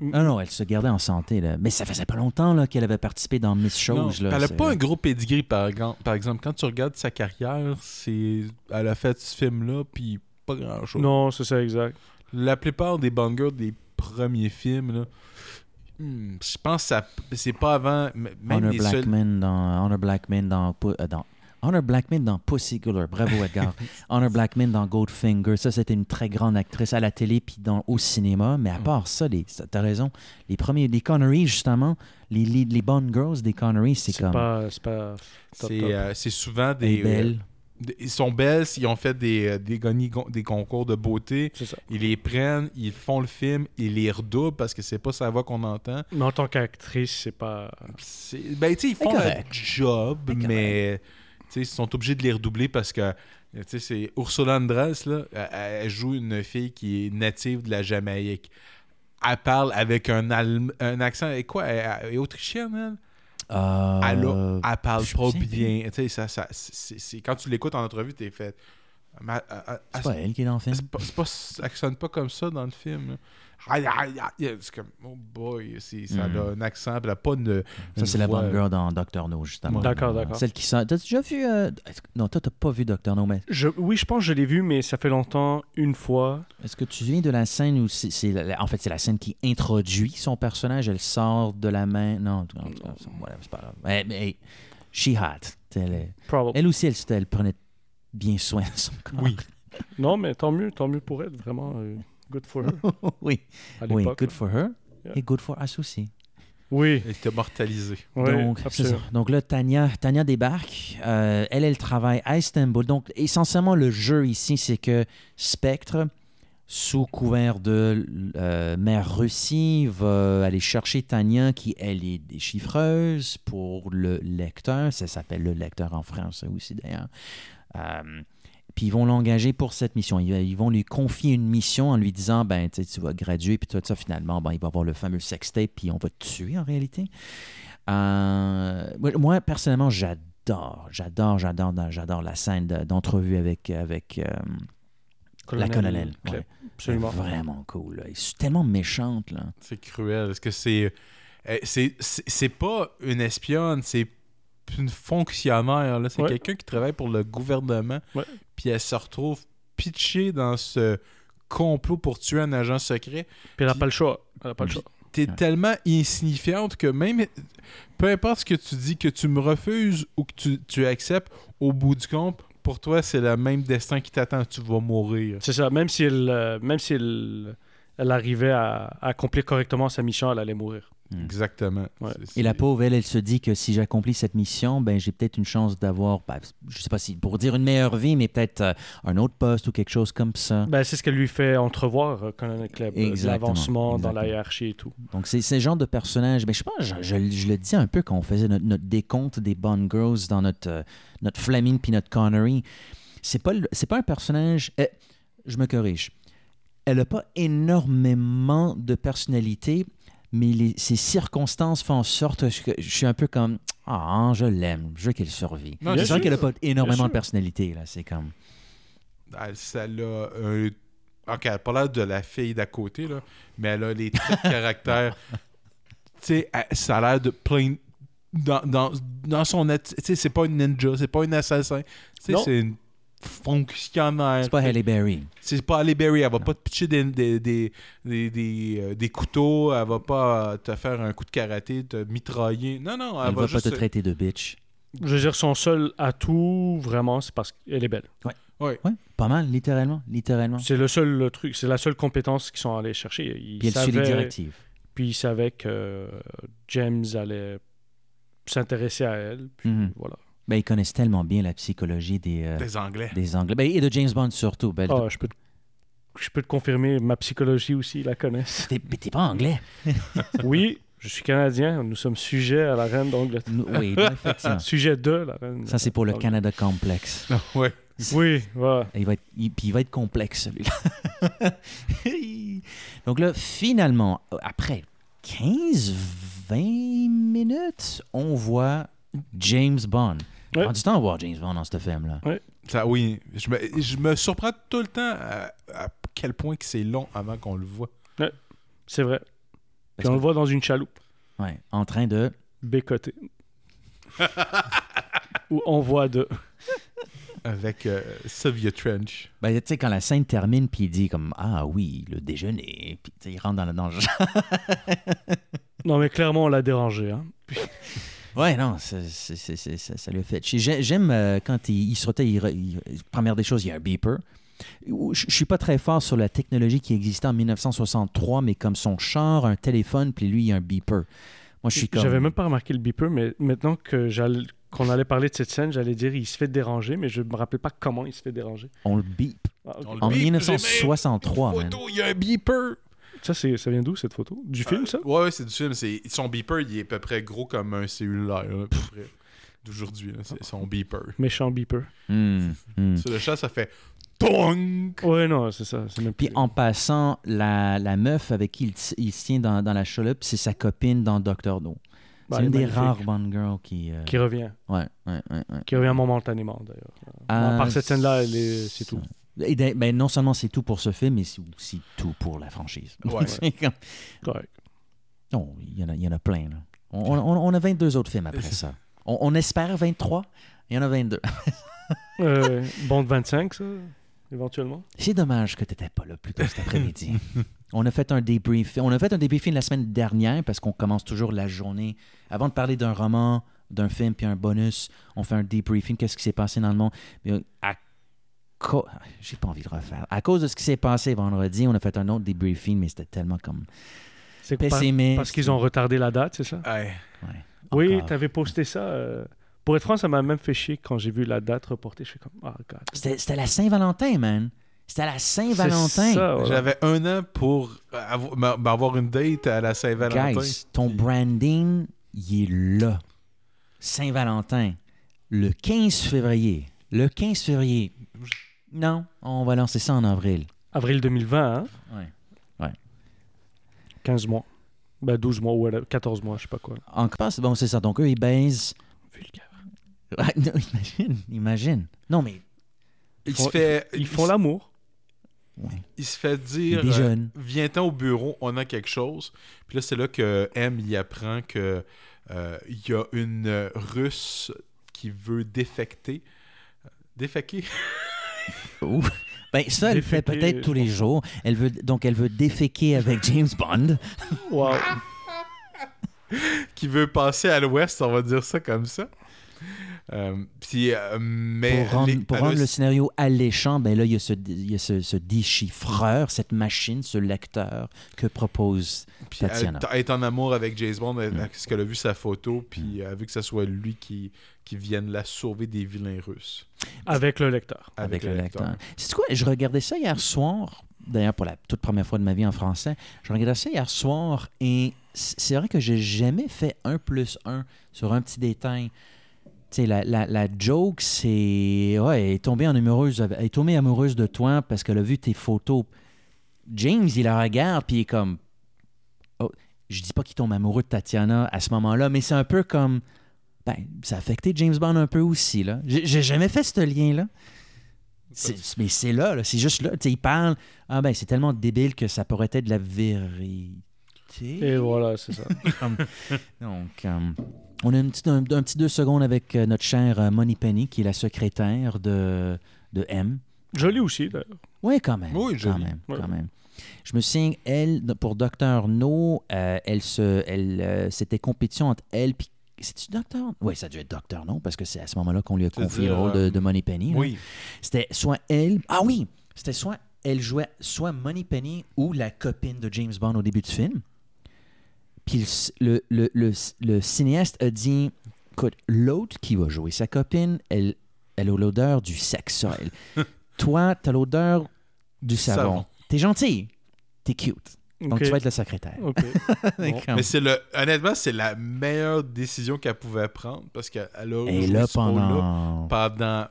[SPEAKER 8] Non, non, elle se gardait en santé. Là. Mais ça faisait pas longtemps là, qu'elle avait participé dans Miss
[SPEAKER 9] Non,
[SPEAKER 8] Chose. là,
[SPEAKER 9] elle a
[SPEAKER 8] c'est- euh,
[SPEAKER 9] pas un gros pedigree, par, exemple- par exemple. Quand tu regardes sa carrière, c'est elle a fait ce film-là, puis pas grand-chose.
[SPEAKER 10] Non, c'est ça, exact.
[SPEAKER 9] La plupart des Bond Girls des premiers films, là, hmm, je pense que ça- c'est pas avant... m- Même
[SPEAKER 8] Honor
[SPEAKER 9] les seuls-
[SPEAKER 8] Blackman dans Honor Blackman dans, Pou- euh, dans- Honor Blackman dans Pussy Galore. Bravo
[SPEAKER 9] *laughs*
[SPEAKER 8] Edgar. Honor Blackman dans Goldfinger. Ça c'était une très grande actrice à la télé puis dans au cinéma.
[SPEAKER 9] Mm.
[SPEAKER 8] Mais à part ça, les, ça, t'as raison. Les premiers, les Connery justement, les les, les Bond Girls des Connery, c'est
[SPEAKER 10] C'est
[SPEAKER 8] comme
[SPEAKER 10] pas, c'est pas top,
[SPEAKER 9] C'est
[SPEAKER 10] top.
[SPEAKER 9] euh, c'est souvent
[SPEAKER 8] elle est
[SPEAKER 9] des...
[SPEAKER 8] belle.
[SPEAKER 9] euh, ils sont belles, ils ont fait des, euh, des, goni- des concours de beauté.
[SPEAKER 10] C'est ça.
[SPEAKER 9] Ils les prennent, ils font le film, ils les redoublent parce que c'est pas sa voix qu'on entend.
[SPEAKER 10] Mais en tant qu'actrice, c'est pas.
[SPEAKER 9] C'est- Ben, tu sais, ils font leur
[SPEAKER 8] correct.
[SPEAKER 9] job, mais tu sais, ils sont obligés de les redoubler parce que, tu sais, c'est Ursula Andress, là, elle- elle joue une fille qui est native de la Jamaïque. Elle parle avec un, Allem- un accent, et quoi, elle, elle est autrichienne, elle?
[SPEAKER 8] Euh,
[SPEAKER 9] Elle, a- elle parle
[SPEAKER 8] je
[SPEAKER 9] pas
[SPEAKER 8] sais.
[SPEAKER 9] bien. Tu sais, ça, ça, c'est- c'est- quand tu l'écoutes en entrevue, t'es fait... Mais elle- elle-
[SPEAKER 8] C'est
[SPEAKER 9] elle-
[SPEAKER 8] pas elle qui est dans le film.
[SPEAKER 9] c'est pas, c'est pas- ça sonne pas comme ça dans le film. là. Aïe, aïe, aïe. C'est comme, oh boy, c'est- ça
[SPEAKER 8] Mm.
[SPEAKER 9] a un accent, puis elle a pas une.
[SPEAKER 8] Ça,
[SPEAKER 9] une
[SPEAKER 8] c'est la
[SPEAKER 9] voix- euh,
[SPEAKER 8] bonne girl dans Doctor No, justement.
[SPEAKER 10] D'accord, d'accord.
[SPEAKER 8] Celle qui sent. T'as déjà vu. euh, Non, toi, t'as pas vu Doctor No, mais
[SPEAKER 10] Je... Oui, je pense que je l'ai vu, mais ça fait longtemps, une fois.
[SPEAKER 8] Est-ce que tu viens de la scène où c'est, c'est la- en fait c'est la scène qui introduit son personnage, elle sort de la main, non, en tout cas, en tout cas,
[SPEAKER 10] Mm.
[SPEAKER 8] whatever, c'est pas grave. Eh, Mais, mais, she hot. Elle, est-
[SPEAKER 10] Probably.
[SPEAKER 8] elle aussi, elle, c'était- elle prenait bien soin de son *laughs* corps.
[SPEAKER 9] Oui.
[SPEAKER 10] Non, mais tant mieux, tant mieux pour elle, vraiment. euh, good for her.
[SPEAKER 8] oui,
[SPEAKER 10] À
[SPEAKER 8] oui,
[SPEAKER 10] l'époque.
[SPEAKER 8] good for her
[SPEAKER 10] Yeah.
[SPEAKER 8] et good for us aussi.
[SPEAKER 10] Oui,
[SPEAKER 9] Elle était mortalisée.
[SPEAKER 10] oui,
[SPEAKER 8] Donc, c'est
[SPEAKER 10] absolument.
[SPEAKER 8] ça. Donc là, Tania, Tania débarque. Euh, elle, elle travaille à Istanbul. Donc, essentiellement, le jeu ici, c'est que Spectre, sous couvert de euh, mère Russie, va aller chercher Tania, qui, elle, est déchiffreuse pour le lecteur. Ça s'appelle le lecteur en France aussi, d'ailleurs. Euh, puis ils vont l'engager pour cette mission. Ils, ils vont lui confier une mission en lui disant, ben, tu sais, tu vas graduer, puis tout ça, finalement, ben, il va avoir le fameux sextape, puis on va te tuer en réalité. Euh, moi- moi, personnellement, j'adore, j'adore, j'adore, j'adore la scène de- d'entrevue avec, avec euh, la colonelle.
[SPEAKER 10] Claire.
[SPEAKER 8] ouais.
[SPEAKER 10] Absolument.
[SPEAKER 8] Elle est Vraiment cool. là. Elle est tellement méchante. Là.
[SPEAKER 9] C'est cruel. Est-ce que c'est. euh, C'est c'est- c'est pas une espionne, c'est une fonctionnaire. là. C'est
[SPEAKER 10] Ouais.
[SPEAKER 9] quelqu'un qui travaille pour le gouvernement,
[SPEAKER 10] Ouais.
[SPEAKER 9] puis elle se retrouve pitchée dans ce complot pour tuer un agent secret.
[SPEAKER 10] Puis elle n'a pas le choix. Elle n'a pas le choix.
[SPEAKER 9] T'es
[SPEAKER 8] Ouais.
[SPEAKER 9] tellement insignifiante que même peu importe ce que tu dis, que tu me refuses ou que tu, tu acceptes, au bout du compte, pour toi, c'est le même destin qui t'attend. Tu vas mourir.
[SPEAKER 10] C'est ça, même si elle, euh, même si elle, elle arrivait à, à accomplir correctement sa mission, elle allait mourir.
[SPEAKER 9] Exactement.
[SPEAKER 10] Ouais.
[SPEAKER 9] C'est- c'est-
[SPEAKER 8] Et la pauvre, elle, elle se dit que si j'accomplis cette mission, ben, j'ai peut-être une chance d'avoir, ben, je sais pas si pour dire une meilleure vie, mais peut-être euh, un autre poste ou quelque chose comme ça.
[SPEAKER 10] Ben, c'est ce qu'elle lui fait entrevoir, euh, Colonel Club,
[SPEAKER 8] Exactement,
[SPEAKER 10] l'avancement dans la
[SPEAKER 8] exactement.
[SPEAKER 10] hiérarchie et tout.
[SPEAKER 8] Donc, c'est ce genre de personnage. Mais je pense, je, je- je le dis un peu quand on faisait notre, notre décompte des Bond Girls dans notre, euh, notre Fleming puis notre Connery. C'est pas, le- c'est pas un personnage. eh, je me corrige. Elle n'a pas énormément de personnalité, mais les- ces circonstances font en sorte que je suis un peu comme Ah, je l'aime, je veux qu'elle survive.
[SPEAKER 9] Non,
[SPEAKER 8] Je
[SPEAKER 9] bien
[SPEAKER 8] sens
[SPEAKER 9] sûr.
[SPEAKER 8] qu'elle n'a pas
[SPEAKER 9] Bien
[SPEAKER 8] énormément
[SPEAKER 9] sûr.
[SPEAKER 8] de personnalité, là. C'est comme.
[SPEAKER 9] Elle, Ah, ça l'a un- Ok, elle a pas l'air de la fille d'à côté, là, mais elle a les traits
[SPEAKER 8] *laughs*
[SPEAKER 9] de caractère. tu sais, elle- ça a l'air de plein. Dans, dans, dans son. atti- Tu sais, c'est pas une ninja, c'est pas une assassin. Tu sais,
[SPEAKER 8] Non.
[SPEAKER 9] c'est une fonctionnaire.
[SPEAKER 8] C'est pas Halle Berry.
[SPEAKER 9] C'est pas Halle Berry. Elle va pas te pitcher des, des, des, des, des, euh, des couteaux. Elle va pas euh, te faire un coup de karaté, te mitrailler. Non, non. Elle,
[SPEAKER 8] Elle va pas
[SPEAKER 9] juste-
[SPEAKER 8] te traiter de bitch.
[SPEAKER 10] Je veux dire, son seul atout, vraiment, c'est parce qu'elle est belle.
[SPEAKER 9] Ouais.
[SPEAKER 8] Ouais, pas mal, littéralement. Littéralement.
[SPEAKER 10] C'est le seul euh, truc, c'est la seule compétence qu'ils sont allés chercher. Ils
[SPEAKER 8] Puis elle suit les
[SPEAKER 10] savaient-
[SPEAKER 8] directives.
[SPEAKER 10] Puis ils savaient que euh, James allait s'intéresser à elle. Puis
[SPEAKER 8] Mhm.
[SPEAKER 10] voilà.
[SPEAKER 8] Ben, ils connaissent tellement bien la psychologie des, euh,
[SPEAKER 9] Des Anglais. *laughs*
[SPEAKER 8] Des Anglais. Ben, et de James Bond surtout. Ben,
[SPEAKER 10] Ah, je peux, te- je peux te confirmer, ma psychologie aussi, ils
[SPEAKER 8] *laughs*
[SPEAKER 10] la connaissent.
[SPEAKER 8] T'es, mais t'es pas anglais.
[SPEAKER 10] oui, je suis canadien. Nous sommes sujets à la reine d'Angleterre. *laughs*
[SPEAKER 8] oui, non, effectivement.
[SPEAKER 10] Sujet de la reine.
[SPEAKER 8] Ah. Ça, c'est pour le
[SPEAKER 10] d'Angleterre.
[SPEAKER 8] Canada complexe.
[SPEAKER 9] Ouais.
[SPEAKER 10] Oui, voilà.
[SPEAKER 8] Et Il va être, il- puis il va être complexe, celui-là. *laughs* Donc là, finalement, après 15-20 minutes, on voit James Bond.
[SPEAKER 10] Ouais.
[SPEAKER 8] On a du temps à voir James Bond dans ce film-là.
[SPEAKER 9] Ça, oui. Je me, je me surprends tout le temps à, à quel point que c'est long avant qu'on le voit.
[SPEAKER 10] C'est vrai.
[SPEAKER 8] que-
[SPEAKER 10] Puis on le voit dans une chaloupe,
[SPEAKER 8] Ouais, en train de...
[SPEAKER 10] bécotée. Ou on voit de.
[SPEAKER 9] Avec euh, Sylvia Trench.
[SPEAKER 8] Ben, tu sais, quand la scène termine, puis il dit comme « Ah oui, le déjeuner », puis tu sais, il rentre dans le, dans le genre.
[SPEAKER 10] Non, mais clairement, on l'a dérangé. hein.
[SPEAKER 8] Ouais, non, c'est- c'est- c'est- c'est- ça, ça lui a fait. chier. J'ai- J'aime euh, quand il, il se rotait, il re- il- première des choses, il y a un beeper. Ou- Je je suis pas très fort sur la technologie qui existait en 1963, mais comme son char, un téléphone, puis lui, il y a un beeper. Moi, je suis comme.
[SPEAKER 10] J'avais même pas remarqué le beeper, mais maintenant que j'allais- qu'on allait parler de cette scène, j'allais dire il se fait déranger, mais je me rappelais pas comment il se fait déranger.
[SPEAKER 8] On le beep.
[SPEAKER 10] Ah, ok.
[SPEAKER 9] On le
[SPEAKER 8] En
[SPEAKER 9] beep, j'ai même
[SPEAKER 8] 1963,
[SPEAKER 9] une
[SPEAKER 8] man.
[SPEAKER 9] photo, Il y a un beeper.
[SPEAKER 10] Ça, c'est- ça vient d'où cette photo Du
[SPEAKER 9] Euh,
[SPEAKER 10] film, ça
[SPEAKER 9] Ouais, ouais, c'est du film. C'est... Son beeper, il est à peu près gros comme un cellulaire, là, à peu près, d'aujourd'hui. là, c'est son beeper.
[SPEAKER 10] Méchant beeper.
[SPEAKER 8] Hmm, hmm.
[SPEAKER 9] Sur le chat, ça fait TONG!
[SPEAKER 10] Ouais, non, c'est ça. C'est même
[SPEAKER 8] Puis
[SPEAKER 10] plus-
[SPEAKER 8] en passant, la, la meuf avec qui il, t- il se tient dans, dans la chaloupe, c'est sa copine dans Doctor No.
[SPEAKER 10] Bah,
[SPEAKER 8] c'est une
[SPEAKER 10] elle
[SPEAKER 8] des
[SPEAKER 10] est magnifique.
[SPEAKER 8] rares Bond Girls qui. euh,
[SPEAKER 10] Qui revient.
[SPEAKER 8] Ouais, ouais, ouais. ouais.
[SPEAKER 10] Qui revient momentanément, d'ailleurs.
[SPEAKER 8] Ah,
[SPEAKER 10] À part cette scènne-là, elle est- c'est tout.
[SPEAKER 8] Et d'ailleurs, ben, non seulement c'est tout pour ce film, mais c'est aussi tout pour la franchise. *laughs*
[SPEAKER 9] Ouais.
[SPEAKER 8] C'est comme-
[SPEAKER 10] Correct.
[SPEAKER 8] Non, il y, en a- il y en a plein. là. On, on- on a 22 autres films après ça. On, on espère 23. Il y en a 22.
[SPEAKER 10] Euh, bon de 25, ça, éventuellement.
[SPEAKER 8] *laughs* C'est dommage que tu n'étais pas là plus tôt cet
[SPEAKER 9] *laughs*
[SPEAKER 8] après-midi. on a fait un débrief. On a fait un débriefing la semaine dernière parce qu'on commence toujours la journée. Avant de parler d'un roman, d'un film, puis un bonus, on fait un débriefing. Qu'est-ce qui s'est passé dans le monde? Mais euh, à co- J'ai pas envie de refaire. À cause de ce qui s'est passé vendredi, on a fait un autre débriefing, mais c'était tellement comme
[SPEAKER 10] C'est par-
[SPEAKER 8] pessimiste.
[SPEAKER 10] parce qu'ils ont retardé la date, c'est ça
[SPEAKER 9] Ouais.
[SPEAKER 8] Ouais.
[SPEAKER 10] Oui,
[SPEAKER 8] Encore.
[SPEAKER 10] t'avais posté ça. euh, Pour être franc, ça m'a même fait chier quand j'ai vu la date reportée. Je suis comme, ah, God.
[SPEAKER 8] C'était c'était la Saint-Valentin, man. C'était la
[SPEAKER 10] C'est
[SPEAKER 8] Saint-Valentin.
[SPEAKER 10] ça, voilà.
[SPEAKER 9] J'avais un an pour avo- m'a- m'avoir une date à la Saint-Valentin.
[SPEAKER 8] Guys, ton branding, il est là. Saint-Valentin, le 15 février. Le 15 février. Non, on va lancer ça en avril.
[SPEAKER 10] Avril 2020, hein?
[SPEAKER 8] Ouais.
[SPEAKER 10] 15 mois. Ben, 12 mois ou 14 mois, je sais pas quoi.
[SPEAKER 8] Encore, bon, c'est ça. Donc, eux, ils baisent.
[SPEAKER 10] Vulgaire.
[SPEAKER 8] Ah, non, imagine, imagine. Non, mais
[SPEAKER 9] Il
[SPEAKER 10] font-
[SPEAKER 9] se fait,
[SPEAKER 10] Ils font l'amour.
[SPEAKER 9] il se fait
[SPEAKER 8] il
[SPEAKER 9] dire
[SPEAKER 8] des
[SPEAKER 9] euh,
[SPEAKER 8] jeunes.
[SPEAKER 9] Viens-t'en au bureau, on a quelque chose. Puis là, c'est là que M y apprend que euh, il y a une euh, russe qui veut défecter. Déféquer *laughs*
[SPEAKER 8] Ben, ça, elle le fait
[SPEAKER 10] Déféquer,
[SPEAKER 8] peut-être tous les jours. Elle veut, donc, elle veut déféquer avec James Bond.
[SPEAKER 10] Wow.
[SPEAKER 8] *laughs*
[SPEAKER 9] qui veut passer à l'ouest, on va dire ça comme ça. Euh, puis, euh, mais
[SPEAKER 8] Pour rendre,
[SPEAKER 9] les-
[SPEAKER 8] pour
[SPEAKER 9] elle
[SPEAKER 8] rendre
[SPEAKER 9] a-
[SPEAKER 8] le scénario alléchant, ben là, il y a, ce, il y a ce, ce déchiffreur, cette machine, ce lecteur que propose
[SPEAKER 9] puis elle
[SPEAKER 8] Tatiana.
[SPEAKER 9] t- est en amour avec James Bond elle- parce qu'elle a vu sa photo,
[SPEAKER 8] Mm.
[SPEAKER 9] puis elle a vu que ce soit lui qui, qui vienne la sauver des vilains russes.
[SPEAKER 10] Avec le lecteur.
[SPEAKER 8] avec, le lecteur. C'est quoi? Je regardais ça hier soir, d'ailleurs pour la toute première fois de ma vie en français. Je regardais ça hier soir et c- c'est vrai que j'ai jamais fait un plus un sur un petit détail. Tu sais, la, la, la joke, c'est. Ouais, elle est tombée en amoureuse, elle est tombée amoureuse de toi parce qu'elle a vu tes photos. James, il la regarde, puis il est comme. Oh, Je dis pas qu'il tombe amoureux de Tatiana à ce moment-là, mais c'est un peu comme. Ben, ça a affecté James Bond un peu aussi, là. J'ai j'ai jamais fait ce lien-là. C'est- Mais c'est là, là, c'est juste là. Tu sais, il parle. Ah ben, c'est tellement débile que ça pourrait être de la vérité.
[SPEAKER 10] Et voilà, c'est ça.
[SPEAKER 8] Comme- Donc, euh, on a une petite- un, un petit deux secondes avec euh, notre chère euh, Money Penny, qui est la secrétaire de, de M.
[SPEAKER 10] Jolie aussi, d'ailleurs.
[SPEAKER 8] Oui, quand même.
[SPEAKER 10] Oui,
[SPEAKER 8] quand
[SPEAKER 10] jolie.
[SPEAKER 8] même,
[SPEAKER 10] Ouais.
[SPEAKER 8] quand même. Je me souviens, elle, de- pour Docteur No, euh, elle se, elle, euh, c'était compétition entre elle puis c'est-tu Docteur? Oui, ça devait être Docteur No, parce que c'est à ce moment-là qu'on lui a
[SPEAKER 9] C'est-à-dire,
[SPEAKER 8] confié le rôle de,
[SPEAKER 9] euh,
[SPEAKER 8] de Money Penny. là.
[SPEAKER 9] oui.
[SPEAKER 8] C'était soit elle. Ah oui! C'était soit elle jouait soit Money Penny ou la copine de James Bond au début du film. Puis le, le- le- le- le cinéaste a dit écoute, l'autre qui va jouer sa copine, elle, elle a l'odeur du sexe, ça,
[SPEAKER 9] *laughs*
[SPEAKER 8] elle. Toi, t'as l'odeur du savon.
[SPEAKER 9] savon.
[SPEAKER 8] T'es gentil, t'es cute. Donc
[SPEAKER 9] Ok.
[SPEAKER 8] tu vas être *laughs* la secrétaire.
[SPEAKER 10] OK.
[SPEAKER 8] Bon.
[SPEAKER 10] Ah
[SPEAKER 9] Mais c'est le, honnêtement, c'est la meilleure décision qu'elle pouvait prendre parce qu'elle a
[SPEAKER 8] Et
[SPEAKER 9] joué
[SPEAKER 8] là,
[SPEAKER 9] ce
[SPEAKER 8] pendant-
[SPEAKER 9] rôle-là pendant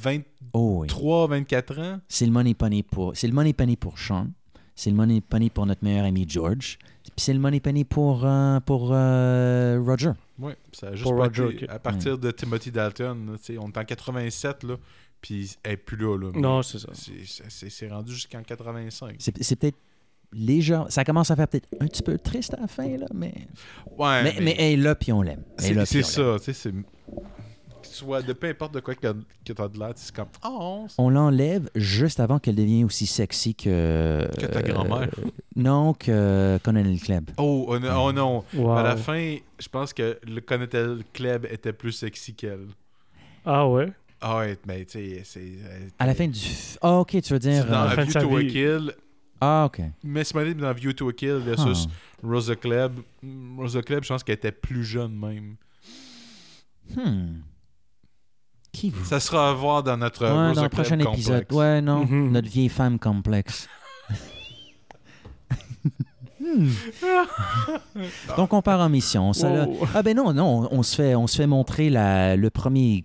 [SPEAKER 9] 23,
[SPEAKER 8] Oh oui.
[SPEAKER 9] 24 ans.
[SPEAKER 8] C'est le money penny pour c'est le money penny pour Sean. C'est le money penny pour notre meilleur ami George. Puis c'est le money penny pour euh, pour euh, Roger.
[SPEAKER 9] Oui, ça a juste
[SPEAKER 10] Pour
[SPEAKER 9] pas
[SPEAKER 10] Roger,
[SPEAKER 9] été-
[SPEAKER 10] ok.
[SPEAKER 9] à partir de Timothy Dalton, là, tu sais, on est en 87 là, puis elle est plus là, là.
[SPEAKER 10] Non,
[SPEAKER 9] Mais
[SPEAKER 10] c'est ça.
[SPEAKER 9] c'est- C'est c'est rendu jusqu'en 85.
[SPEAKER 8] C'est c'est peut-être léger. Ça commence à faire peut-être un petit peu triste à la fin là, mais
[SPEAKER 9] Ouais,
[SPEAKER 8] mais,
[SPEAKER 9] Ah, mais-
[SPEAKER 8] mais elle est là puis on l'aime. Elle est là,
[SPEAKER 9] C'est
[SPEAKER 8] puis
[SPEAKER 9] c'est
[SPEAKER 8] on l'aime.
[SPEAKER 9] ça, tu sais, c'est soit de peu importe de quoi que, que t'as de l'air, c'est comme oh,
[SPEAKER 8] On l'enlève juste avant qu'elle devienne aussi sexy que
[SPEAKER 9] Que ta grand-mère.
[SPEAKER 8] euh, non que Conan Club.
[SPEAKER 9] Oh, oh, non, oh non.
[SPEAKER 10] Wow.
[SPEAKER 9] À la fin, je pense que le Conetel Club était plus sexy qu'elle.
[SPEAKER 10] Ah ouais?
[SPEAKER 9] Ah ouais, mais tu sais, c'est. euh,
[SPEAKER 8] À la fin du f- Ah ok tu veux dire
[SPEAKER 9] dans
[SPEAKER 8] euh,
[SPEAKER 9] A View to a Kill,
[SPEAKER 8] ah ok
[SPEAKER 9] mais c'est pas dans View to a Kill versus
[SPEAKER 8] Ah.
[SPEAKER 9] Rosa Club. Mm, Rosa Club, je pense qu'elle était plus jeune même.
[SPEAKER 8] Hmm. qui vous
[SPEAKER 9] Ça sera à voir dans notre
[SPEAKER 8] Ouais,
[SPEAKER 9] Rosa
[SPEAKER 8] dans le
[SPEAKER 9] Club
[SPEAKER 8] prochain
[SPEAKER 9] complexe. Mm-hmm.
[SPEAKER 8] épisode. Ouais, non,
[SPEAKER 10] Mhm.
[SPEAKER 8] notre vieille femme complexe. Hmm. *laughs* Donc on part en mission. Ça, là-
[SPEAKER 9] Oh.
[SPEAKER 10] Wow.
[SPEAKER 8] Ah ben non, non, on se fait, on se fait montrer la, le premier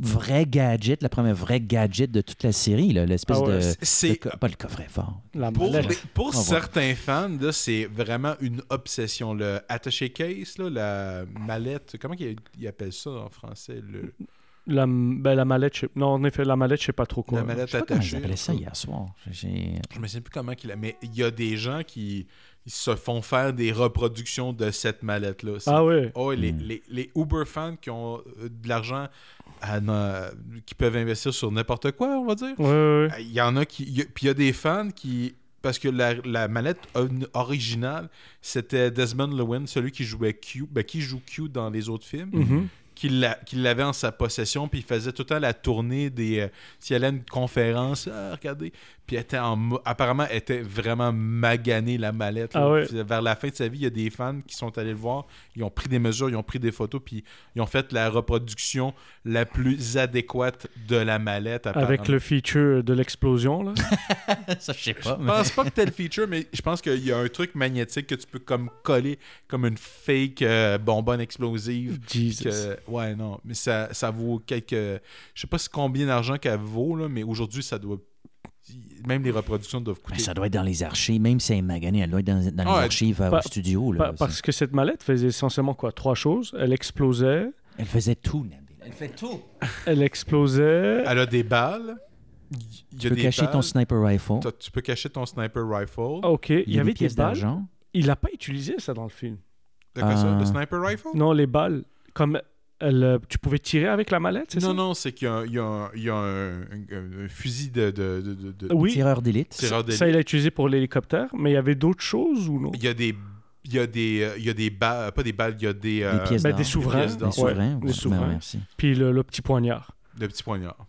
[SPEAKER 8] vrai gadget, la première vraie gadget de toute la série, là, l'espèce
[SPEAKER 10] Ah ouais,
[SPEAKER 8] de,
[SPEAKER 9] c'est-
[SPEAKER 8] le co- pas le coffret fort.
[SPEAKER 10] La
[SPEAKER 9] Pour,
[SPEAKER 10] mallette.
[SPEAKER 9] les- pour
[SPEAKER 8] Au revoir.
[SPEAKER 9] certains fans, là, c'est vraiment une obsession. Le attaché case, là, la mallette, comment ils il appellent ça en français le,
[SPEAKER 10] La, ben, la mallette, je sais- non, en effet, la mallette, je sais pas trop quoi.
[SPEAKER 9] La mallette
[SPEAKER 8] Je sais pas comment ils
[SPEAKER 9] attachée.
[SPEAKER 8] appelaient ça hier soir. J'ai-
[SPEAKER 9] Je me souviens plus comment qu'il a. Mais il y a des gens qui ils se font faire des reproductions de cette mallette-là. C'est-
[SPEAKER 10] Ah ouais?
[SPEAKER 9] Oh, les, les- les Uber fans qui ont euh, de l'argent à n'en- qui peuvent investir sur n'importe quoi, on va dire. Euh,
[SPEAKER 10] Ouais, ouais, ouais.
[SPEAKER 9] Il y en a qui. il y a- Puis il y a des fans qui. Parce que la, la mallette on- originale, c'était Desmond Llewellyn, celui qui jouait Q, ben, qui joue Q dans les autres films,
[SPEAKER 10] Mhm.
[SPEAKER 9] qui l'a- qui l'avait en sa possession, puis il faisait tout le temps la tournée des. euh, S'il allait à une conférence, Ah, regardez. Puis elle était en, mo- apparemment, elle était vraiment maganée, la mallette. là.
[SPEAKER 10] Ah ouais.
[SPEAKER 9] Puis Vers la fin de sa vie, il y a des fans qui sont allés le voir, ils ont pris des mesures, ils ont pris des photos, puis ils ont fait la reproduction la plus adéquate de la mallette.
[SPEAKER 10] Avec
[SPEAKER 9] apparemment.
[SPEAKER 10] le feature de l'explosion, là.
[SPEAKER 8] *laughs*
[SPEAKER 10] *laughs*
[SPEAKER 8] ça, je sais pas.
[SPEAKER 9] Je pense pas que t'as le feature, mais je pense qu'il y a un truc magnétique que tu peux comme coller comme une fake euh, bonbonne explosive.
[SPEAKER 10] Jesus.
[SPEAKER 9] Que- ouais, non. Mais ça, ça vaut quelques. Je sais pas c'est combien d'argent qu'elle vaut, là, mais aujourd'hui, ça doit. Même les reproductions doivent
[SPEAKER 8] Mais
[SPEAKER 9] coûter.
[SPEAKER 8] Ben, ça doit être dans les archives, même si elle est maganée, elle doit être dans, dans les
[SPEAKER 9] Ah,
[SPEAKER 8] archives euh,
[SPEAKER 10] pa-
[SPEAKER 8] au studio. Là,
[SPEAKER 10] Pa- parce que cette mallette faisait essentiellement quoi? Trois choses. Elle explosait,
[SPEAKER 8] Elle faisait tout, Nabil. Elle fait tout.
[SPEAKER 10] elle explosait,
[SPEAKER 8] Ah.
[SPEAKER 9] Elle a des balles. Il y
[SPEAKER 8] Tu
[SPEAKER 9] a
[SPEAKER 8] peux
[SPEAKER 9] des
[SPEAKER 8] cacher ton
[SPEAKER 9] balles.
[SPEAKER 8] sniper Oh. rifle.
[SPEAKER 9] T'as- Tu peux cacher ton sniper rifle.
[SPEAKER 10] Ah, Ok, il
[SPEAKER 8] Il
[SPEAKER 10] y avait des
[SPEAKER 8] pièces
[SPEAKER 10] balles.
[SPEAKER 8] d'argent.
[SPEAKER 10] Il n'a pas utilisé ça dans le film.
[SPEAKER 9] T'as quoi ça,
[SPEAKER 8] Euh,
[SPEAKER 9] le sniper rifle?
[SPEAKER 10] Non, les balles, comme elle, euh, tu pouvais tirer avec la mallette, c'est ça?
[SPEAKER 9] non, non, c'est qu'il y a, un- il y a un, il y a un- un- un fusil de, de, de- de- de-
[SPEAKER 10] Euh, Oui,
[SPEAKER 8] Tireur d'élite.
[SPEAKER 9] tireur d'élite.
[SPEAKER 10] ça il l'a utilisé pour l'hélicoptère, mais il y avait d'autres choses ou non?
[SPEAKER 9] Il y a des. Il y a des. euh, Il y a des balles. Pas des balles, il y a des. euh,
[SPEAKER 8] Des pièces
[SPEAKER 10] ben,
[SPEAKER 8] d'or.
[SPEAKER 10] des souverains.
[SPEAKER 9] pièces d'or.
[SPEAKER 8] Des souverains.
[SPEAKER 10] Ouais,
[SPEAKER 8] ouais.
[SPEAKER 10] des souverains.
[SPEAKER 8] Ben, merci.
[SPEAKER 10] Puis le, le petit poignard.
[SPEAKER 9] de petits poignards.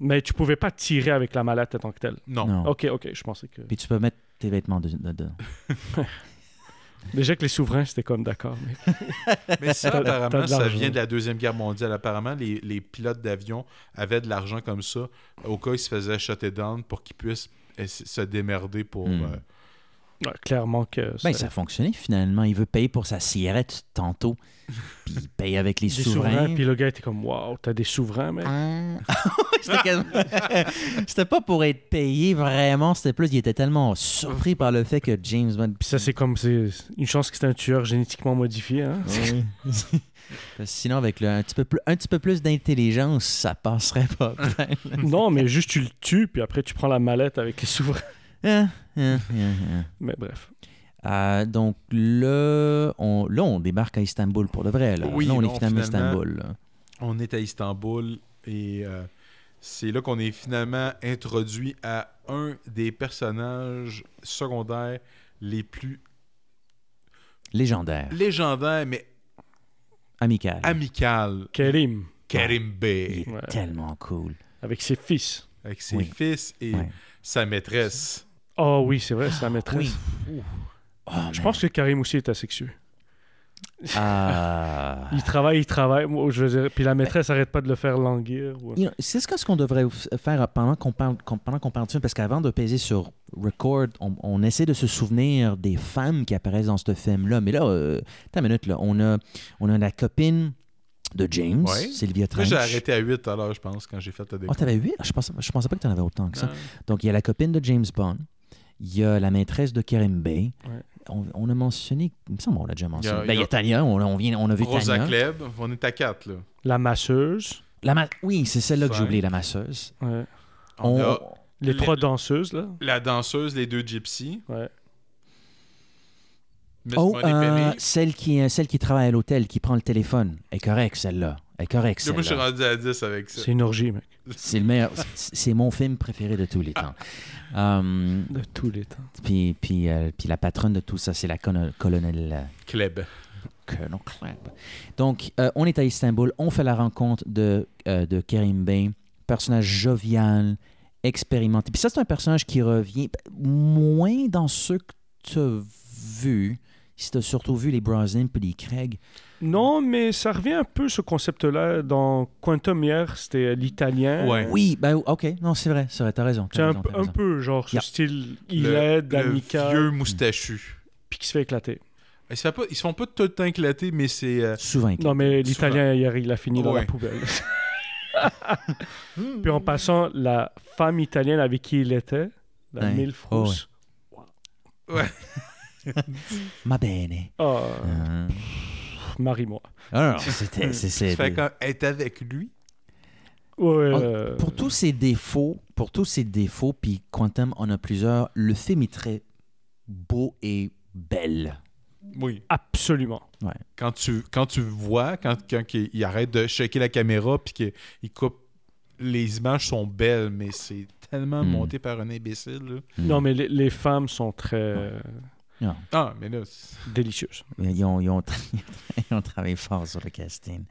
[SPEAKER 10] Mais tu pouvais pas tirer avec la mallette en tant que telle.
[SPEAKER 9] Non.
[SPEAKER 8] Non.
[SPEAKER 10] Ok, ok, je pensais que...
[SPEAKER 8] Puis tu peux mettre tes vêtements de- dedans.
[SPEAKER 10] Déjà que les souverains, c'était comme d'accord. mais-
[SPEAKER 9] Mais
[SPEAKER 10] *laughs*
[SPEAKER 9] ça,
[SPEAKER 10] T'as- t'as de
[SPEAKER 9] apparemment, ça
[SPEAKER 10] l'argent.
[SPEAKER 9] vient de la Deuxième Guerre mondiale. Apparemment, les, les pilotes d'avion avaient de l'argent comme ça au cas où ils se faisaient shutter down pour qu'ils puissent essa- se démerder pour.
[SPEAKER 8] Mm.
[SPEAKER 9] euh,
[SPEAKER 10] Ouais, clairement que...
[SPEAKER 8] Ben,
[SPEAKER 10] ça-
[SPEAKER 8] ça a fonctionné finalement. Il veut payer pour sa cigarette tantôt. Puis il paye avec les
[SPEAKER 10] des souverains,
[SPEAKER 8] souverains.
[SPEAKER 10] puis le gars était comme, waouh, t'as des souverains, mais
[SPEAKER 8] Ah. *laughs* C'était quasiment- *laughs* C'était pas pour être payé vraiment, c'était plus. Il était tellement surpris par le fait que James
[SPEAKER 10] *laughs*
[SPEAKER 8] Bond.
[SPEAKER 10] Ça, c'est comme. C'est une chance que c'est un tueur génétiquement modifié. Hein?
[SPEAKER 8] Parce que Sinon, avec le- un, petit peu plus, un petit peu plus d'intelligence, ça passerait
[SPEAKER 10] *laughs*
[SPEAKER 8] pas. Hein?
[SPEAKER 10] non, mais juste tu le tues, puis après tu prends la mallette avec les souverains. *laughs*
[SPEAKER 8] Hein, hein, hein, hein.
[SPEAKER 10] Mais bref.
[SPEAKER 8] Euh, donc là on, là, on débarque à Istanbul pour de vrai. Là,
[SPEAKER 9] Oui,
[SPEAKER 8] Là, on
[SPEAKER 9] non,
[SPEAKER 8] est finalement à
[SPEAKER 9] finalement.
[SPEAKER 8] Istanbul. là.
[SPEAKER 9] On est à Istanbul et euh, c'est là qu'on est finalement introduit à un des personnages secondaires les plus
[SPEAKER 8] Légendaire,
[SPEAKER 9] légendaires, mais
[SPEAKER 8] amical.
[SPEAKER 9] amical.
[SPEAKER 10] Karim.
[SPEAKER 9] Karim
[SPEAKER 8] Il
[SPEAKER 9] Bey.
[SPEAKER 8] est tellement cool.
[SPEAKER 10] Avec ses fils.
[SPEAKER 9] Avec ses
[SPEAKER 8] Oui.
[SPEAKER 9] fils et
[SPEAKER 8] Ouais.
[SPEAKER 9] sa maîtresse.
[SPEAKER 10] Oh oui, c'est vrai, sa maîtresse.
[SPEAKER 8] Oh,
[SPEAKER 10] Je pense que Karim aussi est asexué.
[SPEAKER 9] *laughs*
[SPEAKER 8] Ah.
[SPEAKER 10] Il travaille, il travaille. Moi, Je veux dire, puis la maîtresse arrête pas de le faire languir. ou- euh,
[SPEAKER 8] You know, C'est ce que- ce qu'on devrait f- faire pendant qu'on parle, qu'on- pendant qu'on parle du film, parce qu'avant de peser sur record, on, on essaie de se souvenir des femmes qui apparaissent dans ce film-là. Mais là, euh, attends une minute, là, on a, on a la copine de James,
[SPEAKER 9] Ouais.
[SPEAKER 8] Sylvia
[SPEAKER 9] Moi,
[SPEAKER 8] Trench.
[SPEAKER 9] j'ai arrêté à 8 alors, je pense, quand j'ai fait la
[SPEAKER 8] Oh,
[SPEAKER 9] découverte.
[SPEAKER 8] t'avais 8? Je pensais, je pensais pas que t'en avais autant que ça. Donc, il y a la copine de James Bond, il y a la maîtresse de Karim Bey.
[SPEAKER 10] Ouais.
[SPEAKER 8] On, on a mentionné, il me semble qu'on l'a déjà mentionné.
[SPEAKER 9] il
[SPEAKER 8] Ben, Il y,
[SPEAKER 9] y a-
[SPEAKER 8] a Tania, on, on vient, on a vu
[SPEAKER 9] Rosa
[SPEAKER 8] Tania.
[SPEAKER 9] Klebb, on est à 4. Là.
[SPEAKER 10] La masseuse.
[SPEAKER 8] La ma- Oui, c'est celle-là que j'ai
[SPEAKER 9] Cinq.
[SPEAKER 8] oublié, la masseuse.
[SPEAKER 10] Ouais.
[SPEAKER 9] On
[SPEAKER 8] On-
[SPEAKER 9] a
[SPEAKER 10] Les
[SPEAKER 9] Les-
[SPEAKER 10] trois danseuses, là.
[SPEAKER 9] la danseuse, les deux gypsies.
[SPEAKER 10] Ouais.
[SPEAKER 9] Miss
[SPEAKER 8] Oh,
[SPEAKER 9] Monique
[SPEAKER 8] euh,
[SPEAKER 9] Bellet.
[SPEAKER 8] celle, qui, euh, celle qui travaille à l'hôtel, qui prend le téléphone, est correcte, celle-là. Est correcte,
[SPEAKER 9] Là, moi, je suis
[SPEAKER 8] celle-là.
[SPEAKER 9] rendu à 10 avec ça.
[SPEAKER 10] C'est une orgie, mec.
[SPEAKER 8] C'est le meilleur. C'est c'est mon film préféré de tous les temps.
[SPEAKER 9] Ah.
[SPEAKER 8] Euh,
[SPEAKER 10] De tous les temps.
[SPEAKER 8] puis, puis, euh, puis la patronne de tout ça, c'est la colonne- colonelle euh,
[SPEAKER 9] Klebb.
[SPEAKER 8] Colonel Club. Donc, euh, on est à Istanbul, on fait la rencontre de, euh, de Kerim Bey, personnage jovial, expérimenté. Puis ça, c'est un personnage qui revient moins dans ceux que tu as vus, si tu as surtout vu les Brosnan puis les Craig.
[SPEAKER 10] Non, mais ça revient un peu ce concept-là. Dans Quantum hier, c'était euh, l'italien.
[SPEAKER 9] Ouais.
[SPEAKER 8] Oui, ben ok, non, c'est vrai, c'est vrai, t'as raison. t'as
[SPEAKER 10] C'est un,
[SPEAKER 8] raison,
[SPEAKER 10] peu-
[SPEAKER 8] t'as
[SPEAKER 10] un
[SPEAKER 8] raison.
[SPEAKER 10] peu genre ce
[SPEAKER 8] Yeah.
[SPEAKER 10] style il
[SPEAKER 9] Le-
[SPEAKER 10] aide,
[SPEAKER 9] le
[SPEAKER 10] amical,
[SPEAKER 9] vieux moustachu.
[SPEAKER 10] puis qui se fait éclater.
[SPEAKER 9] Ils se, fait pas- ils se font pas tout le temps éclater, mais c'est... euh,
[SPEAKER 8] Souvent. éclaté.
[SPEAKER 10] Non, mais l'italien hier, il a fini dans la
[SPEAKER 8] *laughs*
[SPEAKER 9] Ouais.
[SPEAKER 10] poubelle. puis en passant, la femme italienne avec qui il était, la
[SPEAKER 8] Ouais.
[SPEAKER 10] mille frousse.
[SPEAKER 8] Ma bene.
[SPEAKER 10] Ah,
[SPEAKER 8] Euh,
[SPEAKER 10] marie-moi.
[SPEAKER 8] Alors, c'était. c'est- c'est-
[SPEAKER 9] se fait quand être avec lui.
[SPEAKER 10] Ouais,
[SPEAKER 8] On-
[SPEAKER 10] euh,
[SPEAKER 8] Pour tous ces défauts, pour tous ces défauts, puis Quantum en a plusieurs, le film est très beau et belle.
[SPEAKER 9] Oui.
[SPEAKER 10] Absolument.
[SPEAKER 9] Quand tu, quand tu vois, quand, quand il, il arrête de checker la caméra, puis qu'il il coupe... Les images sont belles, mais c'est tellement
[SPEAKER 8] Hmm.
[SPEAKER 9] monté par un imbécile. là.
[SPEAKER 10] Non, mais les, les femmes sont très euh,
[SPEAKER 9] Ah, mais là... c'est-
[SPEAKER 10] délicieuses.
[SPEAKER 8] Euh, Ils ont, ils ont tra- *laughs* ils ont travaillé fort sur le casting.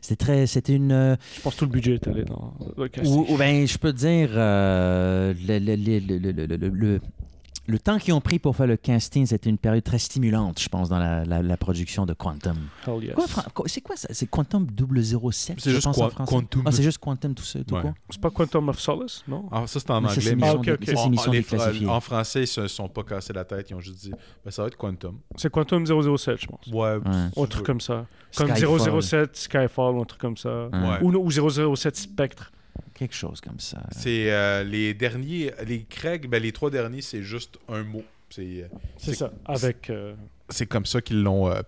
[SPEAKER 8] C'était très, c'était une. euh,
[SPEAKER 10] Je pense que tout le budget est allé dans le casting.
[SPEAKER 8] ou, ou ben, je peux te dire euh, le, le- le- le- le- le- le- le- le temps qu'ils ont pris pour faire le casting, c'était une période très stimulante, je pense, dans la, la- la production de Quantum.
[SPEAKER 10] Hell yes.
[SPEAKER 8] Quoi, Fran- quoi- c'est quoi ça C'est Quantum 007
[SPEAKER 9] C'est
[SPEAKER 8] je
[SPEAKER 9] juste
[SPEAKER 8] pense, en
[SPEAKER 9] Qua-
[SPEAKER 8] français?
[SPEAKER 9] Quantum.
[SPEAKER 8] Ah, c'est juste Quantum tout seul, tout
[SPEAKER 9] Ouais.
[SPEAKER 8] court?
[SPEAKER 10] C'est pas Quantum of Solace, non
[SPEAKER 9] Ah, ça, c'est en
[SPEAKER 8] Mais ça,
[SPEAKER 9] anglais,
[SPEAKER 8] c'est
[SPEAKER 9] mais...
[SPEAKER 8] mission
[SPEAKER 10] ok,
[SPEAKER 8] dé-
[SPEAKER 10] ok.
[SPEAKER 8] ça, c'est
[SPEAKER 9] En-
[SPEAKER 8] mission
[SPEAKER 9] en- les Fra-
[SPEAKER 8] déclassifiée.
[SPEAKER 9] en français, ils se sont pas cassés la tête. Ils ont juste dit, ben, ça va être Quantum.
[SPEAKER 10] C'est Quantum 007, je pense.
[SPEAKER 9] Ouais. si tu
[SPEAKER 10] Ou un truc
[SPEAKER 9] veux.
[SPEAKER 10] comme ça. Comme
[SPEAKER 8] Skyfall.
[SPEAKER 10] 007 Skyfall, ou un truc comme ça.
[SPEAKER 8] Ouais.
[SPEAKER 9] Ouais.
[SPEAKER 10] Ou, non, ou 007 Spectre.
[SPEAKER 8] Quelque chose comme ça.
[SPEAKER 9] C'est euh, les derniers, les Craig, ben, les trois derniers, c'est juste un mot. C'est euh,
[SPEAKER 10] C'est
[SPEAKER 9] C'est-
[SPEAKER 10] ça. Avec. euh,
[SPEAKER 9] c'est comme ça qu'ils l'ont. euh,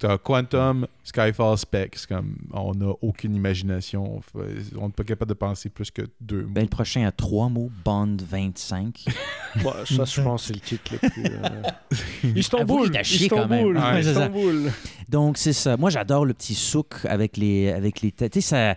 [SPEAKER 9] t'as Quantum, Skyfall, Spec. C'est comme on n'a aucune imagination. On fait- On n'est pas capable de penser plus que deux mots.
[SPEAKER 8] Ben, le prochain a trois mots, Bond 25.
[SPEAKER 10] ouais, Bah, ça, je pense, c'est le titre le plus. euh,
[SPEAKER 8] Avouez,
[SPEAKER 10] *laughs* Istanbul
[SPEAKER 8] il a chié quand même. Ah,
[SPEAKER 10] Istanbul
[SPEAKER 8] Ouais, c'est ça. Hein?
[SPEAKER 10] Istanbul
[SPEAKER 8] Donc, c'est ça. Moi, j'adore le petit souk avec les, avec les têtes. Tu sais, ça,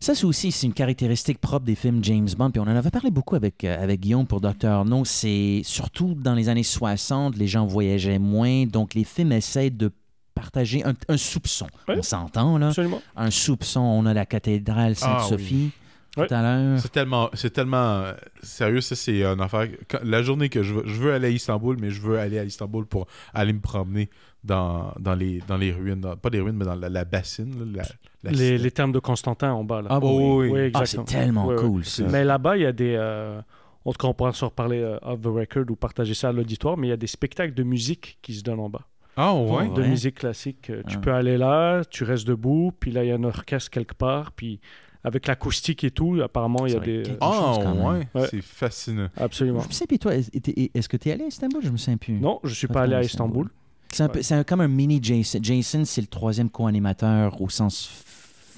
[SPEAKER 8] ça c'est aussi c'est une caractéristique propre des films James Bond. Puis on en avait parlé beaucoup avec, euh, avec Guillaume pour Dr. Arnaud. C'est surtout dans les années 60, les gens voyageaient moins. Donc, les films essaient de partager un, un soupçon.
[SPEAKER 10] Ouais.
[SPEAKER 8] On s'entend, là.
[SPEAKER 10] Absolument.
[SPEAKER 8] Un soupçon. On a la cathédrale Sainte-Sophie
[SPEAKER 10] Ah oui.
[SPEAKER 8] tout à l'heure.
[SPEAKER 9] C'est tellement, c'est tellement euh, sérieux. Ça, c'est une affaire. quand- la journée que je veux, je veux aller à Istanbul, mais je veux aller à Istanbul pour aller me promener dans, dans, les, dans les ruines. dans- pas les ruines, mais dans la, la bassine. là, la- la
[SPEAKER 10] Les,
[SPEAKER 9] cité.
[SPEAKER 10] les termes de Constantin en bas, là.
[SPEAKER 8] Bah, Ah, bon,
[SPEAKER 9] oui.
[SPEAKER 10] Oui,
[SPEAKER 8] Ah, c'est
[SPEAKER 10] exactement.
[SPEAKER 8] tellement
[SPEAKER 10] Ouais, ouais.
[SPEAKER 8] cool, ça.
[SPEAKER 10] Mais là-bas, il y a des. euh, en tout cas, on pourra s'en reparler euh, off the record ou partager ça à l'auditoire, mais il y a des spectacles de musique qui se donnent en bas.
[SPEAKER 9] Ah, ouais.
[SPEAKER 10] de
[SPEAKER 8] Ouais.
[SPEAKER 10] musique classique. Euh, Tu
[SPEAKER 8] Ah.
[SPEAKER 10] peux aller là, tu restes debout, puis là, il y a un orchestre quelque part, puis avec l'acoustique et tout, apparemment, il y a des. euh,
[SPEAKER 9] Ah, ouais, c'est fascinant.
[SPEAKER 10] Absolument.
[SPEAKER 8] Ah, Je sais, puis toi, est- est- est-ce que tu es allé à Istanbul? Je me souviens plus.
[SPEAKER 10] Non, je suis pas allé à Istanbul.
[SPEAKER 8] C'est un peu- c'est un- comme un mini Jason. Jason, c'est le troisième co-animateur au sens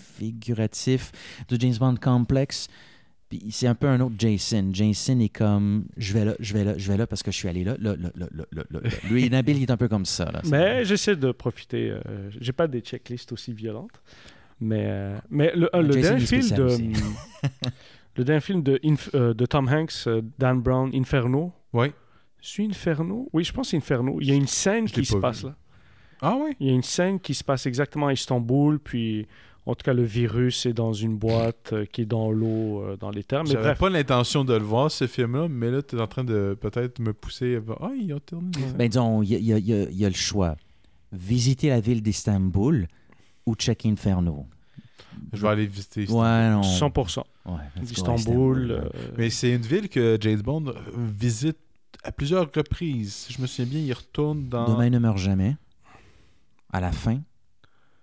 [SPEAKER 8] figuratif de James Bond Complex. Puis c'est un peu un autre Jason. Jason est comme je vais là, je vais là, je vais là parce que je suis allé là. là, là, là, là, là, là, là. Lui, *laughs* Nabil, il est un peu comme ça. là.
[SPEAKER 10] Mais j'essaie de profiter. euh, J'ai pas des checklists aussi violentes. Mais, euh, mais le, euh, le
[SPEAKER 8] Ah, Jason est
[SPEAKER 10] dernier film
[SPEAKER 8] spécial
[SPEAKER 10] de.
[SPEAKER 8] aussi.
[SPEAKER 10] *laughs* le dernier film de, Inf- euh, de Tom Hanks, euh, Dan Brown, Inferno.
[SPEAKER 9] Oui.
[SPEAKER 10] C'est Inferno Oui, je pense que c'est Inferno. Il y a une scène
[SPEAKER 9] l'ai
[SPEAKER 10] qui se
[SPEAKER 9] pas
[SPEAKER 10] passe
[SPEAKER 9] vu.
[SPEAKER 10] là.
[SPEAKER 9] Ah oui
[SPEAKER 10] Il y a une scène qui se passe exactement à Istanbul, puis. En tout cas, le virus est dans une boîte euh, qui est dans l'eau, euh, dans les termes. Mais
[SPEAKER 9] J'avais
[SPEAKER 10] bref,
[SPEAKER 9] pas l'intention de le voir, ce film-là, mais là, tu es en train de peut-être me pousser. à- Ah, il a tourné. dans-
[SPEAKER 8] Ben, disons, il y, a- il y a- il y a- il y a le choix. Visiter la ville d'Istanbul ou check Inferno.
[SPEAKER 9] Je vais aller visiter Istanbul.
[SPEAKER 8] Ouais, non.
[SPEAKER 10] 100%.
[SPEAKER 8] Ouais, let's go à
[SPEAKER 10] Istanbul. euh,
[SPEAKER 9] Mais c'est une ville que James Bond euh, visite à plusieurs reprises. Si je me souviens bien, il retourne dans.
[SPEAKER 8] Demain ne meurt jamais. À la fin,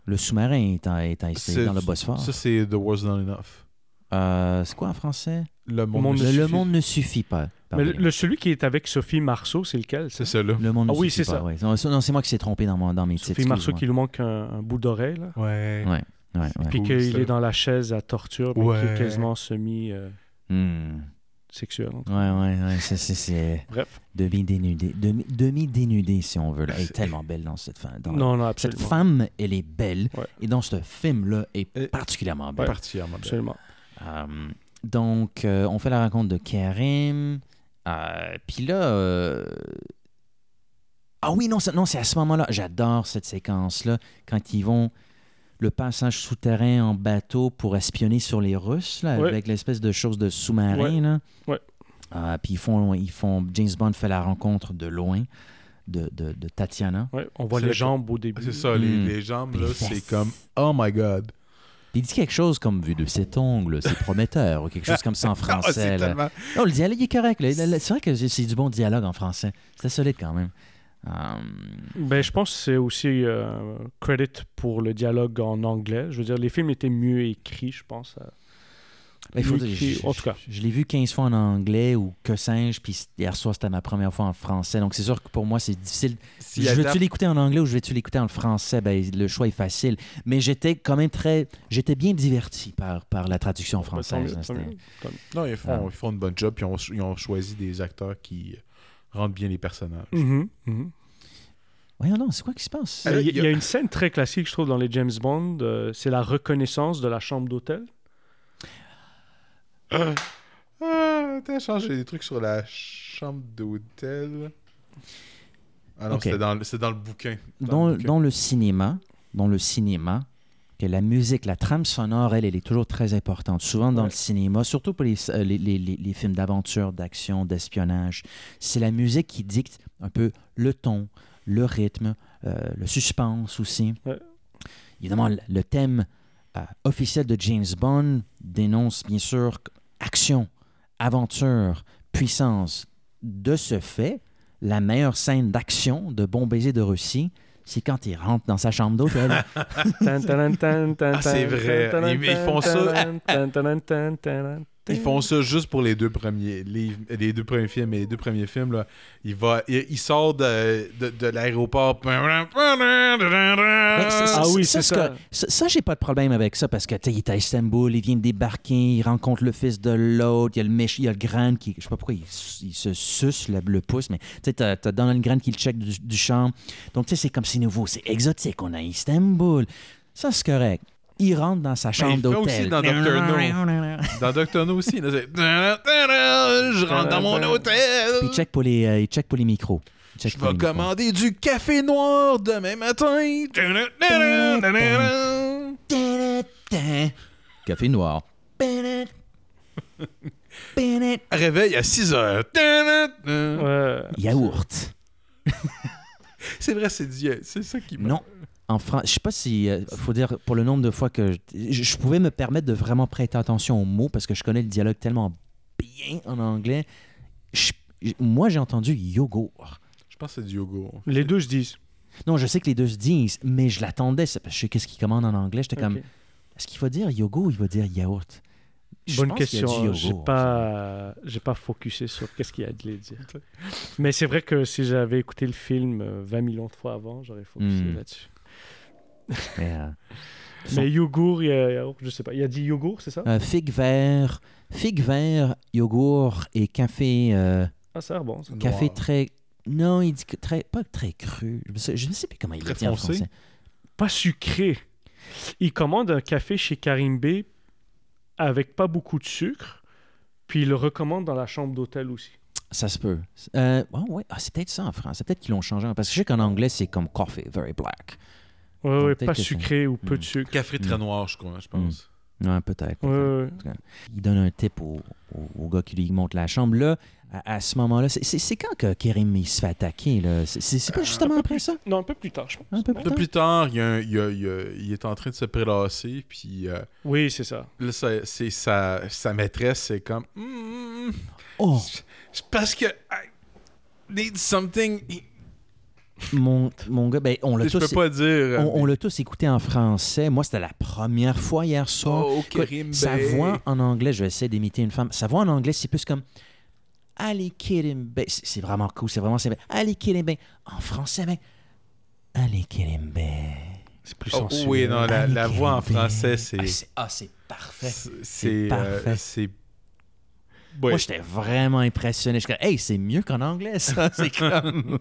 [SPEAKER 8] le sous-marin est, en- est en-
[SPEAKER 9] C'est-
[SPEAKER 8] dans le Bosphore.
[SPEAKER 9] Ça, c'est The World's Not Enough.
[SPEAKER 8] Euh, c'est quoi en français
[SPEAKER 9] Le
[SPEAKER 10] Le monde
[SPEAKER 9] monde.
[SPEAKER 10] ne
[SPEAKER 9] ne
[SPEAKER 8] Le, le
[SPEAKER 9] suffit.
[SPEAKER 8] monde ne suffit pas.
[SPEAKER 10] Mais le,
[SPEAKER 8] Pardon.
[SPEAKER 10] le- celui qui est avec Sophie Marceau, c'est lequel
[SPEAKER 9] C'est ça, là.
[SPEAKER 8] Le monde ne
[SPEAKER 10] Ah oui,
[SPEAKER 8] suffit
[SPEAKER 10] c'est
[SPEAKER 8] pas,
[SPEAKER 10] ça.
[SPEAKER 8] ouais. Non, ça- non, c'est moi qui s'est trompé dans, mon, dans mes titres.
[SPEAKER 10] Sophie Marceau qui
[SPEAKER 8] excuse-moi.
[SPEAKER 10] lui manque un, un bout d'oreille, là.
[SPEAKER 9] Ouais.
[SPEAKER 8] Ouais, ouais, ouais.
[SPEAKER 10] Puis
[SPEAKER 9] Cool,
[SPEAKER 10] qu'il
[SPEAKER 9] ça.
[SPEAKER 10] est dans la chaise à torture, mais
[SPEAKER 9] Ouais.
[SPEAKER 10] qui est quasiment euh, semi-sexuel.
[SPEAKER 8] Hmm. Ouais, ouais, ouais, c'est- c'est- C'est
[SPEAKER 10] Bref.
[SPEAKER 8] demi-dénudé. demi- Demi-dénudé, si on veut. là. Elle est tellement belle dans cette fin. dans-
[SPEAKER 10] Non, non,
[SPEAKER 8] Cette
[SPEAKER 10] absolument.
[SPEAKER 8] femme, elle est belle.
[SPEAKER 10] Ouais.
[SPEAKER 8] Et dans ce film-là, elle est
[SPEAKER 9] Euh,
[SPEAKER 8] particulièrement belle.
[SPEAKER 9] Particulièrement bien.
[SPEAKER 10] Absolument.
[SPEAKER 8] Euh, donc, euh, on fait la rencontre de Karim. Euh, Puis là. euh, Ah oui, non, c'est- non, c'est à ce moment-là. J'adore cette séquence-là. Quand ils vont. Le passage souterrain en bateau pour espionner sur les Russes, là,
[SPEAKER 10] Ouais.
[SPEAKER 8] avec l'espèce de chose de sous-marin. là.
[SPEAKER 10] Ouais.
[SPEAKER 8] Euh, Puis ils font, ils font. James Bond fait la rencontre de loin de, de, de Tatiana.
[SPEAKER 10] Ouais, on voit
[SPEAKER 9] C'est
[SPEAKER 10] les
[SPEAKER 9] le-
[SPEAKER 10] jambes au début.
[SPEAKER 9] C'est ça, les,
[SPEAKER 8] Mm.
[SPEAKER 9] Hmm. les jambes, là,
[SPEAKER 8] Yes.
[SPEAKER 9] c'est comme Oh my god.
[SPEAKER 8] Puis il dit quelque chose comme vu de cet angle, c'est prometteur,
[SPEAKER 10] *laughs*
[SPEAKER 8] ou quelque chose comme ça en
[SPEAKER 9] Ah,
[SPEAKER 8] français.
[SPEAKER 9] c'est
[SPEAKER 8] là.
[SPEAKER 9] tellement.
[SPEAKER 8] Non, le dialogue est correct. là. C'est vrai que c'est c'est du bon dialogue en français. C'était solide quand même. Hum,
[SPEAKER 10] Ben, je pense que c'est aussi euh, credit pour le dialogue en anglais. Je veux dire, les films étaient mieux écrits, je pense. euh,
[SPEAKER 8] ben, il faut
[SPEAKER 10] mieux
[SPEAKER 8] dire,
[SPEAKER 10] écrits,
[SPEAKER 8] je,
[SPEAKER 10] en tout cas.
[SPEAKER 8] je- je l'ai vu 15 fois en anglais ou que sais-je, puis hier soir c'était ma première fois en français. Donc c'est sûr que pour moi c'est difficile.
[SPEAKER 9] S'il
[SPEAKER 8] Je
[SPEAKER 9] adapte-
[SPEAKER 8] veux-tu l'écouter en anglais ou je vais-tu l'écouter en français ben, Le choix est facile. Mais j'étais quand même très. J'étais bien diverti par, par la traduction
[SPEAKER 10] Ben, tant
[SPEAKER 8] française.
[SPEAKER 10] mieux,
[SPEAKER 8] là,
[SPEAKER 10] tant
[SPEAKER 8] c'était-
[SPEAKER 10] mieux, tant mieux.
[SPEAKER 9] Non, ils font,
[SPEAKER 8] Ah.
[SPEAKER 9] ils font une bonne job, puis ils ont, ils ont choisi des acteurs qui rendent bien les personnages.
[SPEAKER 10] Mhm, mhm.
[SPEAKER 8] Voyons non, c'est quoi qui se passe
[SPEAKER 9] Ah, là,
[SPEAKER 10] Il y a-
[SPEAKER 9] il y a-
[SPEAKER 10] il y a une scène très classique, je trouve, dans les James Bond. euh, c'est la reconnaissance de la
[SPEAKER 9] *laughs*
[SPEAKER 10] chambre d'hôtel.
[SPEAKER 9] Ah, t'as changé des trucs sur la chambre d'hôtel. Ah non,
[SPEAKER 8] Ok.
[SPEAKER 9] c'était dans, le- c'est dans le bouquin.
[SPEAKER 8] dans,
[SPEAKER 9] le bouquin.
[SPEAKER 8] dans le cinéma, dans le cinéma, que la musique, la trame sonore, elle, elle est toujours très importante. Souvent dans le cinéma, surtout pour les, euh, les, les- les- les films d'aventure, d'action, d'espionnage, c'est la musique qui dicte un peu le ton, le rythme, euh, le suspense aussi.
[SPEAKER 10] Ouais.
[SPEAKER 8] Évidemment, le- le thème euh, officiel de James Bond dénonce bien sûr action, aventure, puissance. De ce fait, la meilleure scène d'action de Bon baiser de Russie, c'est quand il rentre dans sa chambre
[SPEAKER 9] *laughs*
[SPEAKER 8] d'hôtel.
[SPEAKER 10] Ah,
[SPEAKER 9] Ah, c'est vrai. Ils- ils font ça. Ils font ça juste pour les deux premiers livres, les deux premiers films et les deux premiers films. Là, il, va, il, il sort de, de, de l'aéroport.
[SPEAKER 8] Ben, ça, ça,
[SPEAKER 10] Ah oui,
[SPEAKER 8] ça,
[SPEAKER 10] c'est
[SPEAKER 8] c'est
[SPEAKER 10] ça.
[SPEAKER 8] que- ça. ça, j'ai pas de problème avec ça parce que tu sais, il est à Istanbul, il vient de débarquer, il rencontre le fils de l'autre, il y a le méch- il y a le grand qui, je sais pas pourquoi il, s- il se suce le, le pouce, mais tu sais, t'as, t'as Donald Grant qui le check du, du champ. Donc tu sais, c'est comme c'est nouveau, c'est exotique, on a Istanbul. Ça c'est correct. Il rentre dans sa chambre
[SPEAKER 9] Ben, il fait
[SPEAKER 8] d'hôtel.
[SPEAKER 9] aussi dans Dr. Dans Doctor No aussi, là, c'est. Je rentre dans mon
[SPEAKER 8] Puis il
[SPEAKER 9] hôtel.
[SPEAKER 8] check pour les, euh, il check pour les micros. Il check
[SPEAKER 9] Je
[SPEAKER 8] pour
[SPEAKER 9] vais
[SPEAKER 8] les micros.
[SPEAKER 9] commander du café noir demain matin.
[SPEAKER 8] Café
[SPEAKER 9] *laughs*
[SPEAKER 8] noir.
[SPEAKER 9] Réveil à 6 heures.
[SPEAKER 10] Ouais.
[SPEAKER 8] Yaourt.
[SPEAKER 9] C'est vrai, c'est Dieu. C'est ça qui m'a-
[SPEAKER 8] Non. En France, je sais pas si euh, faut dire pour le nombre de fois que je, je- je pouvais me permettre de vraiment prêter attention aux mots parce que je connais le dialogue tellement bien en anglais. Je- je- moi, j'ai entendu yogourt.
[SPEAKER 9] Je pense que c'est du yogourt.
[SPEAKER 10] Les deux se disent.
[SPEAKER 8] Non, je sais que les deux se disent, mais je l'attendais. c'est parce que Je sais qu'est-ce qu'ils commandent en anglais. J'étais comme,
[SPEAKER 10] Ok.
[SPEAKER 8] Est-ce qu'il va dire yogourt ou il va dire yaourt? Je
[SPEAKER 10] Bonne
[SPEAKER 8] pense qu'il a dit
[SPEAKER 10] question. J'ai
[SPEAKER 8] yogourt.
[SPEAKER 10] pas, j'ai pas focusé sur qu'est-ce qu'il allait dire. Mais c'est vrai que si j'avais écouté le film euh, 20 millions de fois avant, j'aurais focusé
[SPEAKER 8] Hmm.
[SPEAKER 10] là-dessus.
[SPEAKER 8] Mais, euh, son-
[SPEAKER 10] Mais yogourt, il y a- je sais pas. Il a dit yogourt, c'est ça
[SPEAKER 8] euh, figue vert, figue vert, yogourt et café. euh,
[SPEAKER 10] Ah, ça a l'air bon. ça.
[SPEAKER 8] café
[SPEAKER 10] Noir.
[SPEAKER 8] très. Non, il dit que très, pas très cru. Je, me sais- je ne sais plus comment il le
[SPEAKER 10] Très
[SPEAKER 8] dit en
[SPEAKER 10] foncé.
[SPEAKER 8] français.
[SPEAKER 10] Pas sucré. Il commande un café chez Karim B avec pas beaucoup de sucre, puis il le recommande dans la chambre d'hôtel aussi.
[SPEAKER 8] Ça se peut. Euh, ah ouais, ah, c'est peut-être ça en français. Peut-être qu'ils l'ont changé. Parce que je sais qu'en anglais, c'est comme coffee, very black. Donc,
[SPEAKER 10] Ouais, ouais,
[SPEAKER 8] Ah, peut-être
[SPEAKER 10] pas
[SPEAKER 8] que ça-
[SPEAKER 10] sucré ou peu de sucre.
[SPEAKER 9] Café très noir, je crois, je pense.
[SPEAKER 8] Ouais, peut-être.
[SPEAKER 10] Ouais,
[SPEAKER 8] peut-être.
[SPEAKER 10] ouais.
[SPEAKER 8] En tout cas, Il donne un tip au, au- au gars qui lui monte la chambre. Là, à, à ce moment-là, c'est- c'est c'est quand que Kérim il se fait attaquer? là? C'est- C'est c'est pas justement
[SPEAKER 10] Ah,
[SPEAKER 8] après ça?
[SPEAKER 10] Non, un peu plus tard, je pense.
[SPEAKER 8] Un peu plus
[SPEAKER 9] Un
[SPEAKER 8] tard?
[SPEAKER 9] peu plus tard, il, y a un- il y a- il y a- il est en train de se prélasser, puis euh,
[SPEAKER 10] Oui, c'est ça.
[SPEAKER 9] là, ça- c'est sa, sa maîtresse, c'est comme. Hmm,
[SPEAKER 8] Oh,
[SPEAKER 9] c'est parce que. I need something.
[SPEAKER 8] mon, mon gars, ben, on l'a
[SPEAKER 9] Je peux
[SPEAKER 8] tous...
[SPEAKER 9] pas dire.
[SPEAKER 8] On, on l'a tous écouté en français. Moi, c'était la première fois hier soir.
[SPEAKER 9] Oh,
[SPEAKER 8] Écoute,
[SPEAKER 9] Kérim
[SPEAKER 8] sa
[SPEAKER 9] Bey.
[SPEAKER 8] voix en anglais, je vais essayer d'imiter une femme. Sa voix en anglais, c'est plus comme Allez, Kérim Bey. C'est c'est vraiment cool, c'est vraiment. c'est- Allez, Kérim Bey. En français, ben, mais Allez, Kérim Bey.
[SPEAKER 10] C'est plus
[SPEAKER 9] Oh,
[SPEAKER 10] sensuel.
[SPEAKER 9] oui, non, la,
[SPEAKER 8] Allez,
[SPEAKER 9] la voix en
[SPEAKER 8] Kérim Bey.
[SPEAKER 9] français, c'est.
[SPEAKER 8] Ah, c'est- Ah, c'est parfait.
[SPEAKER 9] C'est.
[SPEAKER 8] C'est
[SPEAKER 9] euh,
[SPEAKER 8] parfait.
[SPEAKER 9] c'est- euh,
[SPEAKER 8] Moi,
[SPEAKER 9] Ouais.
[SPEAKER 8] j'étais vraiment impressionné. Je suis comme, hey, c'est mieux qu'en anglais, ça. C'est comme.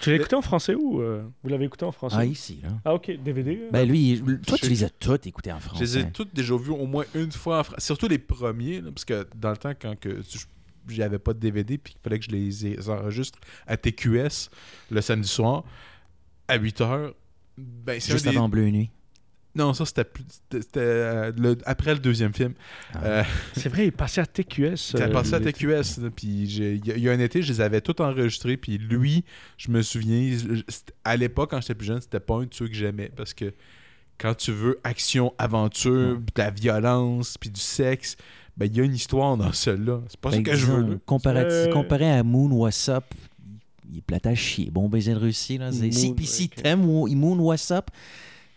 [SPEAKER 10] Tu l'as écouté en français ou euh, vous l'avez écouté en français
[SPEAKER 8] ah, ici, là.
[SPEAKER 10] Ah, ok, DVD. euh?
[SPEAKER 8] Ben, lui, il- toi,
[SPEAKER 9] Je-
[SPEAKER 8] tu les as toutes écoutées en
[SPEAKER 9] Je
[SPEAKER 8] français.
[SPEAKER 9] les ai toutes déjà vues au moins une fois, en Fran- surtout les premiers, là, parce que dans le temps, quand que je- j'avais pas de DVD puis qu'il fallait que je les ai- enregistre à TQS le samedi soir à 8 h, ben, c'est un
[SPEAKER 8] Juste
[SPEAKER 9] des-
[SPEAKER 8] avant Bleu Nuit.
[SPEAKER 9] Non, ça c'était plus- c'était- c'était, euh, le- après le deuxième film.
[SPEAKER 8] Ah.
[SPEAKER 9] Euh,
[SPEAKER 10] C'est vrai, il est passé à TQS.
[SPEAKER 9] T'as
[SPEAKER 10] euh,
[SPEAKER 9] passé à
[SPEAKER 10] l'été.
[SPEAKER 9] TQS, là, puis j'ai- il y, a- il y a un été, je les avais tous enregistrés, puis lui, je me souviens, je- c'était- à l'époque, quand j'étais plus jeune, c'était pas un de ceux que j'aimais, parce que quand tu veux action, aventure, puis de la violence, puis du sexe, ben il y a une histoire dans celle-là. C'est pas ce
[SPEAKER 8] Ben,
[SPEAKER 9] que je
[SPEAKER 8] disons,
[SPEAKER 9] veux, là.
[SPEAKER 8] Comparé,
[SPEAKER 10] Euh,
[SPEAKER 8] comparé à Moon What's Up, il est plat à chier. Bon baiser de Russie, là. c'est- Si,
[SPEAKER 10] Moon,
[SPEAKER 8] puis si
[SPEAKER 10] ok.
[SPEAKER 8] t'aimes Wo- Moon What's Up,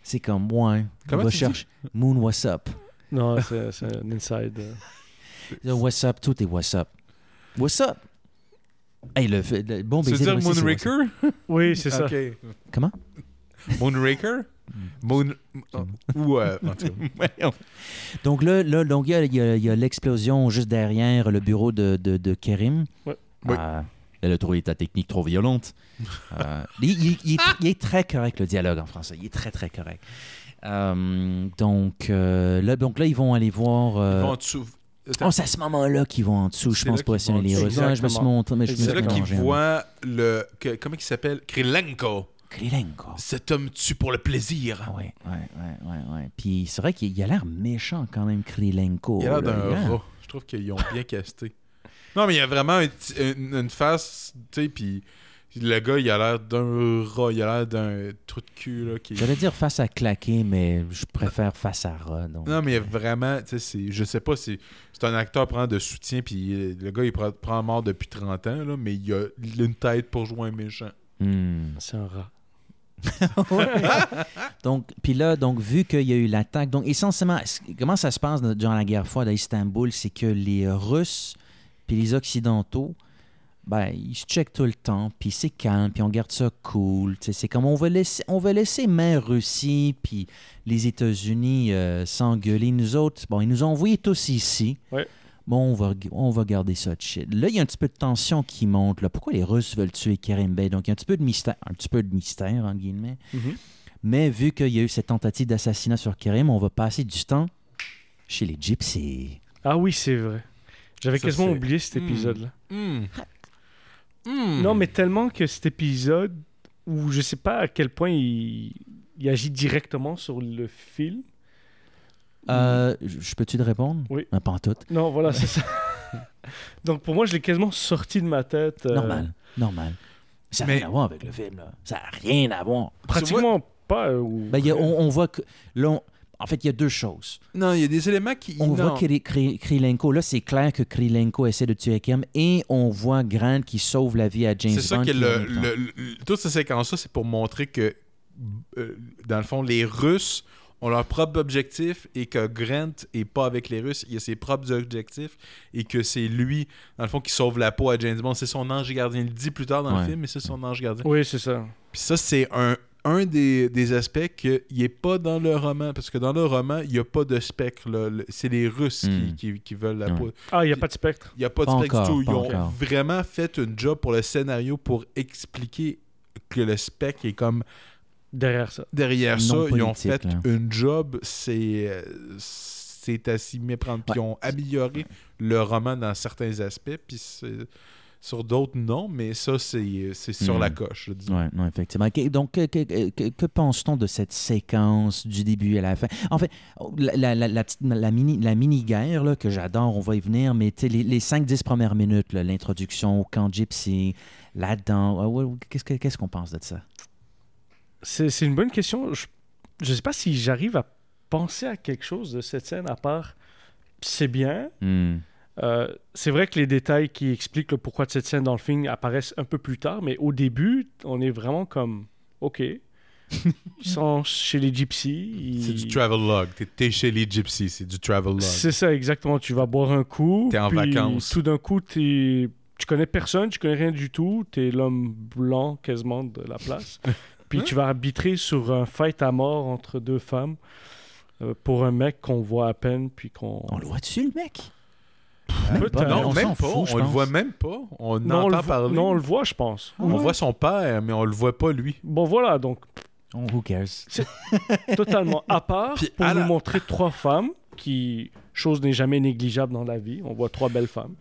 [SPEAKER 8] c'est comme moi. hein.
[SPEAKER 9] Comment
[SPEAKER 8] On
[SPEAKER 9] tu dis?
[SPEAKER 8] recherche Moon What's Up.
[SPEAKER 10] Non, c'est c'est un inside. euh.
[SPEAKER 8] Le What's Up, tout est What's Up. What's Up? Hey, le, le bon
[SPEAKER 9] Tu veux
[SPEAKER 8] baiser de
[SPEAKER 9] dire
[SPEAKER 8] Russie, c'est What's Up.
[SPEAKER 9] Moonraker?
[SPEAKER 10] Oui, c'est ça.
[SPEAKER 9] Ok.
[SPEAKER 8] Comment?
[SPEAKER 9] Moonraker? Mm. Moon... Ou... euh, en tout cas.
[SPEAKER 8] Donc là, là donc, il y a- il y a il y a l'explosion juste derrière le bureau de, de, de Kerim.
[SPEAKER 10] Ouais.
[SPEAKER 9] Oui.
[SPEAKER 8] Euh, elle a trouvé ta technique trop violente.
[SPEAKER 9] *laughs*
[SPEAKER 8] Euh, il, il- il est, il est très correct, le dialogue en français. Il est très, très correct. Euh, donc, euh, là, donc là, ils vont aller voir...
[SPEAKER 9] Ils
[SPEAKER 8] euh,
[SPEAKER 9] vont en dessous-
[SPEAKER 8] oh, c'est à ce moment-là qu'ils vont en dessous, je
[SPEAKER 9] C'est
[SPEAKER 8] pense,
[SPEAKER 9] là
[SPEAKER 8] pour
[SPEAKER 9] qu'ils vont
[SPEAKER 8] essayer
[SPEAKER 9] en
[SPEAKER 8] les
[SPEAKER 9] dessous.
[SPEAKER 8] Russes. Ouais, je me suis
[SPEAKER 10] Exactement.
[SPEAKER 8] monté, mais je me suis
[SPEAKER 9] C'est là
[SPEAKER 10] Exactement.
[SPEAKER 9] qu'ils
[SPEAKER 8] mélangé, ouais.
[SPEAKER 9] voient le... que- comment il s'appelle? Krylenko.
[SPEAKER 8] Oh. Krylenko.
[SPEAKER 9] Cet homme tue pour le plaisir.
[SPEAKER 8] Ah Ouais, ouais, ouais, ouais, ouais. Puis c'est vrai qu'il il a l'air méchant quand même, Krylenko.
[SPEAKER 9] Il a l'air
[SPEAKER 8] Oh là. Il a
[SPEAKER 9] d'un
[SPEAKER 8] l'air-
[SPEAKER 9] rat. Je trouve qu'ils ont bien casté. Non, mais il y a vraiment un petit- une, une face, tu sais, puis le gars, il a l'air d'un rat, il a l'air d'un trou de cul, là, qui...
[SPEAKER 8] J'allais dire face à claquer, mais je préfère face à rat. donc.
[SPEAKER 9] Non, mais il y a vraiment, tu sais, c'est- je sais pas, c'est c'est un acteur prend de soutien, puis euh, le gars, il prend, prend mort depuis 30 ans, là, mais il a une tête pour jouer un méchant.
[SPEAKER 8] Hmm.
[SPEAKER 10] C'est
[SPEAKER 8] *laughs*
[SPEAKER 10] un rat.
[SPEAKER 8] donc, puis là, donc, vu qu'il y a eu l'attaque, donc essentiellement, c- comment ça se passe dans- durant la guerre froide à Istanbul, c'est que les Russes puis les Occidentaux, ben, ils se checkent tout le temps, puis c'est calme, puis on garde ça cool. tu sais, C'est comme on va laisser, on va laisser mère Russie puis les États-Unis euh, s'engueuler. Nous autres, bon, ils nous ont envoyés tous ici.
[SPEAKER 10] Ouais.
[SPEAKER 8] Bon, on va, reg- on va garder ça de chill. Là, il y a un petit peu de tension qui monte. Là. Pourquoi les Russes veulent tuer Karim Bey? Donc, il y a un petit peu de mystère, un petit peu de mystère, en guillemets.
[SPEAKER 10] Mhm.
[SPEAKER 8] Mais vu qu'il y a eu cette tentative d'assassinat sur Karim, on va passer du temps chez les Gypsies.
[SPEAKER 10] Ah oui, c'est vrai. J'avais
[SPEAKER 9] Ça,
[SPEAKER 10] quasiment
[SPEAKER 9] c'est-
[SPEAKER 10] oublié cet épisode-là.
[SPEAKER 9] Hmm. Hmm.
[SPEAKER 10] Non, mais tellement que cet épisode, où je sais pas à quel point il, il agit directement sur le film.
[SPEAKER 8] Euh, je je peux-tu te répondre?
[SPEAKER 10] Mm-hmm. Oui.
[SPEAKER 8] Ah, pas en tout.
[SPEAKER 10] Non, voilà,
[SPEAKER 9] *laughs*
[SPEAKER 10] c'est ça. Donc pour moi, je l'ai quasiment sorti de ma tête. euh,
[SPEAKER 8] Normal, normal. Ça n'a
[SPEAKER 9] mais-
[SPEAKER 8] rien à voir avec le film, là. Ça n'a rien à voir.
[SPEAKER 10] Pratiquement pas. euh, ou-
[SPEAKER 8] Ben,
[SPEAKER 9] Bah,
[SPEAKER 8] il y a- on, on voit que... Là, on- en fait, il y a deux choses.
[SPEAKER 9] Non, il y a des éléments qui...
[SPEAKER 8] On
[SPEAKER 9] non.
[SPEAKER 8] voit Kri- Kri- Krylenko. Là, c'est clair que Krylenko essaie de tuer Kim. Et on voit Grant qui sauve la vie à James
[SPEAKER 9] C'est ça
[SPEAKER 8] Bond.
[SPEAKER 9] que
[SPEAKER 8] qui
[SPEAKER 9] le,
[SPEAKER 8] en même temps-
[SPEAKER 10] hein.
[SPEAKER 9] le- le- toute cette séquence-là, c'est pour montrer que, euh, dans le fond, les Russes ont leurs propres objectifs et que Grant est pas avec les Russes, il a ses propres objectifs et que c'est lui, dans le fond, qui sauve la peau à James Bond. C'est son ange gardien. Il le dit plus tard dans
[SPEAKER 10] Ouais.
[SPEAKER 9] le film, mais c'est son ange gardien.
[SPEAKER 10] Oui, c'est ça.
[SPEAKER 9] Puis ça, c'est un, un des, des aspects qu'il n'est pas dans le roman. Parce que dans le roman, il n'y a pas de spectre. là. Le- C'est les Russes
[SPEAKER 10] Mm.
[SPEAKER 9] qui, qui, qui veulent la
[SPEAKER 10] Ouais.
[SPEAKER 9] peau.
[SPEAKER 10] Ah, il n'y a pas de spectre.
[SPEAKER 9] Il n'y a pas de
[SPEAKER 10] Pas
[SPEAKER 9] spectre
[SPEAKER 10] encore,
[SPEAKER 9] du tout.
[SPEAKER 10] pas
[SPEAKER 9] Ils ont
[SPEAKER 10] encore.
[SPEAKER 9] vraiment fait une job pour le scénario pour expliquer que le spectre est comme.
[SPEAKER 10] Derrière ça.
[SPEAKER 9] Derrière ça,
[SPEAKER 10] Non
[SPEAKER 9] ils ont
[SPEAKER 10] politique,
[SPEAKER 9] fait
[SPEAKER 10] là.
[SPEAKER 9] une job. C'est. euh, C'est à s'y méprendre. Puis ils ont amélioré le roman dans certains aspects. Puis c'est- Sur d'autres, non, mais ça, c'est c'est sur
[SPEAKER 8] Mm.
[SPEAKER 10] Hmm.
[SPEAKER 9] la coche. je dis.
[SPEAKER 8] Ouais, non, effectivement. Que- Donc, que, que- que- que pense-t-on de cette séquence du début à la fin? En fait, la, la- la- la petite- la mini, la mini-guerre là, que j'adore, on va y venir, mais tu sais, les, les 5-10 premières minutes, là, l'introduction au camp gypsy, là-dedans, ah ouais, ouais, qu'est-ce que- qu'est-ce qu'on pense de ça?
[SPEAKER 10] C'est c'est une bonne question. Je ne sais pas si j'arrive à penser à quelque chose de cette scène à part c'est bien.
[SPEAKER 8] Hmm.
[SPEAKER 10] Euh, c'est vrai que les détails qui expliquent le pourquoi de cette scène dans le film apparaissent un peu plus tard, mais au début, on est vraiment comme
[SPEAKER 9] *laughs*
[SPEAKER 10] OK. Ils sont chez les gypsies.
[SPEAKER 9] C'est
[SPEAKER 10] ils-
[SPEAKER 9] du travel log. T'es- T'es chez les gypsies, c'est du travel log.
[SPEAKER 10] C'est ça, exactement. Tu vas boire un coup.
[SPEAKER 9] T'es en
[SPEAKER 10] puis
[SPEAKER 9] vacances.
[SPEAKER 10] Tout d'un coup, t'es- tu connais personne, tu connais rien du tout. Tu es l'homme blanc quasiment de la
[SPEAKER 9] *laughs*
[SPEAKER 10] place. puis tu vas arbitrer sur un fight à mort entre deux femmes euh, pour un mec qu'on voit à peine. Puis qu'on.
[SPEAKER 8] On le voit-tu, le mec
[SPEAKER 9] Même pas. Non,
[SPEAKER 10] on
[SPEAKER 9] même
[SPEAKER 10] s'en
[SPEAKER 9] pas.
[SPEAKER 10] fout, je
[SPEAKER 9] on le
[SPEAKER 10] pense.
[SPEAKER 9] voit même pas. On
[SPEAKER 10] Non, on
[SPEAKER 9] entend
[SPEAKER 10] le vo-
[SPEAKER 9] parler.
[SPEAKER 10] non, on le voit, je pense.
[SPEAKER 9] On
[SPEAKER 10] Ouais.
[SPEAKER 9] voit son père, mais on le voit pas lui.
[SPEAKER 10] Bon, voilà, donc. Oh,
[SPEAKER 8] who cares?
[SPEAKER 10] C'est totalement à part pour nous montrer trois femmes qui, chose n'est jamais négligeable dans la vie, on voit trois belles femmes.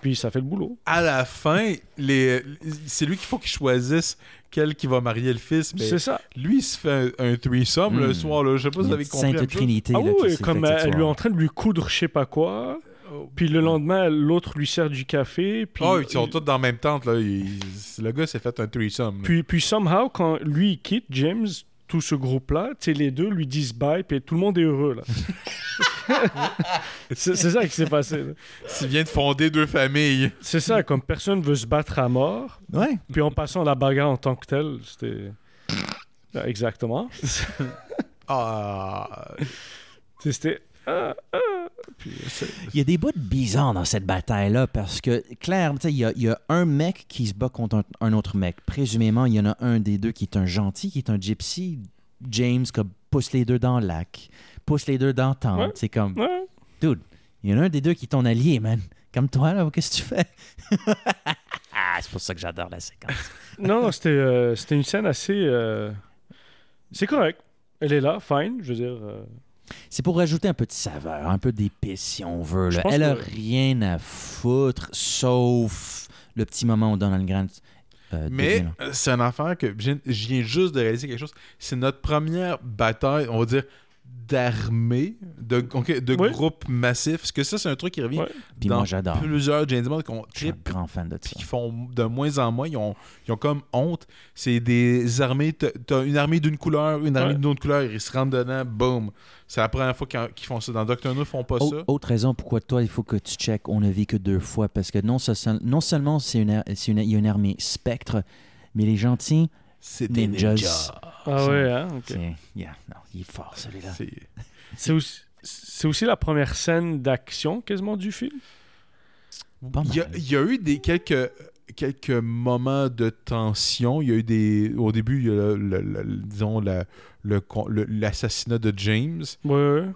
[SPEAKER 9] Puis,
[SPEAKER 10] ça fait le boulot.
[SPEAKER 9] À la fin, les... c'est lui qu'il faut qu'il choisisse quel qui va marier le fils. mais
[SPEAKER 10] C'est ça.
[SPEAKER 9] Lui, il se fait un, un threesome
[SPEAKER 8] Mm.
[SPEAKER 9] le soir. Là. Je sais pas si
[SPEAKER 8] Il y
[SPEAKER 9] vous
[SPEAKER 8] a
[SPEAKER 9] avez
[SPEAKER 8] une
[SPEAKER 9] compris. la
[SPEAKER 8] sainte
[SPEAKER 9] même chose.
[SPEAKER 8] trinité,
[SPEAKER 10] Ah
[SPEAKER 8] là,
[SPEAKER 10] oui,
[SPEAKER 8] qui
[SPEAKER 10] oui,
[SPEAKER 8] s'est fait
[SPEAKER 10] comme
[SPEAKER 8] cette
[SPEAKER 10] elle, elle lui est
[SPEAKER 8] soirée.
[SPEAKER 10] en train de lui coudre je sais pas quoi. Puis le lendemain, l'autre lui sert du café. Puis,
[SPEAKER 9] Oh. Ah, ils sont tous dans la même tente. Là. Il- Le gars s'est fait un threesome. là.
[SPEAKER 10] puis, puis somehow, quand lui il quitte James, tout ce groupe-là, tu sais, les deux lui disent bye, puis tout le monde est
[SPEAKER 9] *laughs*
[SPEAKER 10] heureux. là. c'est c'est ça qui s'est passé. là.
[SPEAKER 9] S'il vient de fonder deux familles.
[SPEAKER 10] C'est ça, comme personne veut se battre à mort.
[SPEAKER 8] Ouais.
[SPEAKER 10] Puis en passant la bagarre en tant que telle, c'était. Ah, Exactement. *laughs*
[SPEAKER 9] ah.
[SPEAKER 10] C'était. ah, ah. Puis, c'est-
[SPEAKER 8] Il y a des bouts bizarres dans cette bataille-là parce que, clairement, tu sais, il y, a- il y a un mec qui se bat contre un, un autre mec. Présumément, il y en a un des deux qui est un gentil, qui est un gypsy. James comme, pousse les deux dans le lac, pousse les deux dans la tente. C'est comme,
[SPEAKER 10] Ouais.
[SPEAKER 8] dude, il y en a un des deux qui est ton allié, man. Comme toi, là, qu'est-ce que tu fais? *laughs* ah, c'est pour ça que j'adore la séquence.
[SPEAKER 10] Non, non, c'était euh, c'était une scène assez. euh, C'est correct. Elle est là, fine. Je veux dire. euh,
[SPEAKER 8] C'est pour rajouter un peu de saveur, un peu d'épice, si on veut.
[SPEAKER 10] Je
[SPEAKER 8] là.
[SPEAKER 10] pense
[SPEAKER 8] Elle a
[SPEAKER 10] que-
[SPEAKER 8] rien à foutre, sauf le petit moment où Donald Grant euh,
[SPEAKER 9] Mais
[SPEAKER 8] devient-
[SPEAKER 9] euh, c'est une affaire que je viens- je viens juste de réaliser quelque chose. C'est notre première bataille, on va dire, d'armée, de, ok, de groupe massif. Parce que ça, c'est un truc qui revient
[SPEAKER 8] Puis
[SPEAKER 9] dans
[SPEAKER 8] moi, j'adore.
[SPEAKER 9] plusieurs James Bond qu'on
[SPEAKER 8] Je suis un
[SPEAKER 9] tripe,
[SPEAKER 8] grand fan de ça.
[SPEAKER 9] qui font de moins en moins. Ils ont, ils ont comme honte. C'est des armées, t'as- t'as une armée d'une couleur, une armée
[SPEAKER 10] Ouais.
[SPEAKER 9] d'une autre couleur, ils se rentrent dedans, boum. C'est la première fois qu'ils qu'ils font ça. Dans Doctor No, ils font pas
[SPEAKER 8] Au-
[SPEAKER 9] ça.
[SPEAKER 8] Autre raison pourquoi toi, il faut que tu checkes On ne vit que deux fois. Parce que non, ce- ce- non seulement c'est une, ar- c'est une- il y a une armée spectre, mais les gentils,
[SPEAKER 9] c'est
[SPEAKER 10] des ninjas. Ah ouais, hein, ok.
[SPEAKER 8] C'est- yeah, non, il est fort celui-là.
[SPEAKER 9] C'est-
[SPEAKER 10] C'est aussi, c'est aussi la première scène d'action quasiment du film.
[SPEAKER 8] Pas
[SPEAKER 9] Il y, a, il y a eu des quelques quelques moments de tension. Il y a eu des au début, il y a le, le- le- disons la- le con- le- l'assassinat de James. Euh,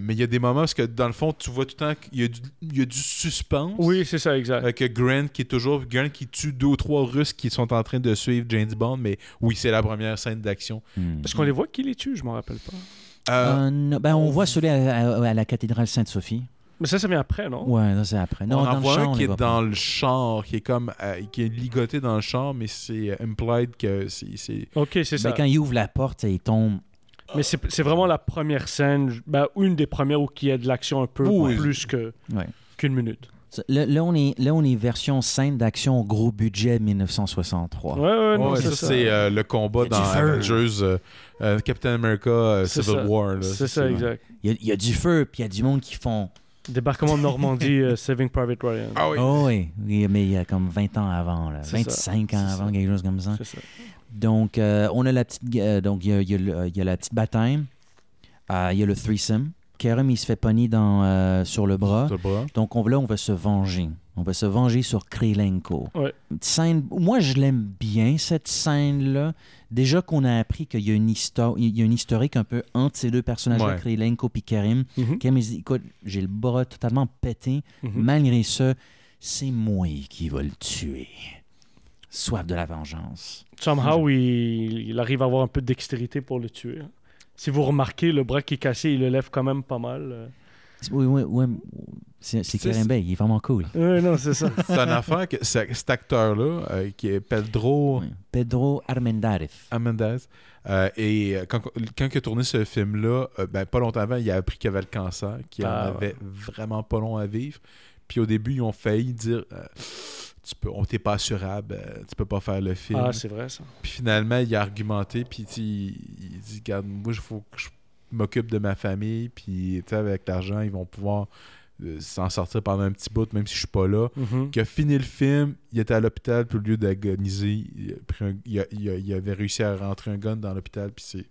[SPEAKER 9] mais il y a des moments parce que dans le fond, tu vois tout le temps qu'il y a du, il y a du suspense.
[SPEAKER 10] Oui, c'est ça, exact.
[SPEAKER 9] Avec Euh, Grant qui est toujours Grant qui tue deux ou trois Russes qui sont en train de suivre James Bond, mais oui, c'est la première scène d'action.
[SPEAKER 8] Hmm.
[SPEAKER 10] Est-ce qu'on les voit qui les tue Je m'en rappelle pas.
[SPEAKER 9] Euh,
[SPEAKER 8] Euh, non, ben, on voit celui à, à- à la cathédrale Sainte-Sophie.
[SPEAKER 10] Mais ça, ça vient après, non
[SPEAKER 8] Ouais, ça, c'est après. Non,
[SPEAKER 9] Oh. on
[SPEAKER 8] dans
[SPEAKER 9] en
[SPEAKER 8] le
[SPEAKER 9] voit
[SPEAKER 8] champ, on
[SPEAKER 9] un qui
[SPEAKER 8] les
[SPEAKER 9] est
[SPEAKER 8] voit
[SPEAKER 9] dans
[SPEAKER 8] pas.
[SPEAKER 9] le char, qui est comme euh, qui est ligoté dans le char, mais c'est euh, implied que c'est- c'est
[SPEAKER 10] Ok, c'est ça.
[SPEAKER 8] Ben, quand il ouvre la porte, il tombe.
[SPEAKER 10] Mais c'est c'est vraiment la première scène, je- ben, une des premières où il y a de l'action un peu
[SPEAKER 8] Oui.
[SPEAKER 10] plus que
[SPEAKER 8] Ouais.
[SPEAKER 10] qu'une minute.
[SPEAKER 8] Ça, Là, là, on est, là, on est version scène d'action gros budget 1963.
[SPEAKER 10] Ouais, ouais, non,
[SPEAKER 9] Ouais,
[SPEAKER 10] c'est
[SPEAKER 9] ça,
[SPEAKER 10] ça.
[SPEAKER 9] c'est euh, le combat dans
[SPEAKER 8] feu.
[SPEAKER 9] Avengers, euh, euh, Captain America euh,
[SPEAKER 10] C'est
[SPEAKER 9] Civil
[SPEAKER 10] ça.
[SPEAKER 9] War. là.
[SPEAKER 10] C'est ça, exact.
[SPEAKER 8] Il y, a, il y a du feu, puis il y a du monde qui font.
[SPEAKER 10] Débarquement de Normandie, euh, Saving Private Ryan.
[SPEAKER 9] Ah oui.
[SPEAKER 8] Oh oui, oui, mais il y a comme 20 ans avant, là.
[SPEAKER 10] C'est
[SPEAKER 8] 25
[SPEAKER 10] ça.
[SPEAKER 8] ans
[SPEAKER 10] C'est
[SPEAKER 8] avant,
[SPEAKER 10] ça.
[SPEAKER 8] quelque chose comme ça.
[SPEAKER 10] C'est ça.
[SPEAKER 8] Donc, euh, on a la petite, gu- euh, donc il y a, il y a le- il y a la petite bataille. Euh, Il y a le threesome. Kerem, il se fait pogner dans, euh, sur le bras.
[SPEAKER 9] Sur le bras.
[SPEAKER 8] Donc on, là, on va se venger. On va se venger sur Krylenko.
[SPEAKER 10] Ouais.
[SPEAKER 8] Petite Scène, moi, je l'aime bien, cette scène-là. Déjà qu'on a appris qu'il y, a une histo- il y a une historique un peu entre ces deux personnages-là,
[SPEAKER 9] Ouais.
[SPEAKER 8] Krylenko et Karim.
[SPEAKER 10] Mhm.
[SPEAKER 8] Karim, il se dit, écoute, j'ai le bras totalement pété.
[SPEAKER 9] Mhm.
[SPEAKER 8] Malgré ça, c'est moi qui va le tuer. Soif de la vengeance.
[SPEAKER 10] Somehow, il, il arrive à avoir un peu de dextérité pour le tuer. hein. Si vous remarquez, le bras qui est cassé, il le lève quand même pas mal. euh.
[SPEAKER 8] C'est- Oui, oui, oui. C'est c'est
[SPEAKER 9] Tu sais,
[SPEAKER 8] Karim
[SPEAKER 9] c'est-
[SPEAKER 8] Bey, il est vraiment cool.
[SPEAKER 10] Ouais, non,
[SPEAKER 9] *laughs*
[SPEAKER 10] c'est ça.
[SPEAKER 9] C'est une affaire que ce- cet acteur-là, euh, qui est Pedro
[SPEAKER 8] Pedro Armendariz.
[SPEAKER 9] Amendez, et euh, quand, quand il a tourné ce film-là, euh, ben, pas longtemps avant, il a appris qu'il avait le cancer, qu'il en
[SPEAKER 10] Ah, ouais.
[SPEAKER 9] avait vraiment pas long à vivre. Puis au début, ils ont failli dire euh, tu peux, On t'est pas assurable, euh, tu peux pas faire le film.
[SPEAKER 10] Ah, c'est vrai, ça.
[SPEAKER 9] Puis finalement, il a argumenté, puis tu sais, il, il dit Regarde, moi, il faut que je m'occupe de ma famille, puis tu sais, avec l'argent, ils vont pouvoir euh, s'en sortir pendant un petit bout, même si je suis pas là.
[SPEAKER 8] Mm-hmm.
[SPEAKER 10] Mhm.
[SPEAKER 9] Qui a fini le film, il était à l'hôpital, puis au lieu d'agoniser, il, a pris un- il, a- il a- il avait réussi à rentrer un gun dans l'hôpital, puis c'est.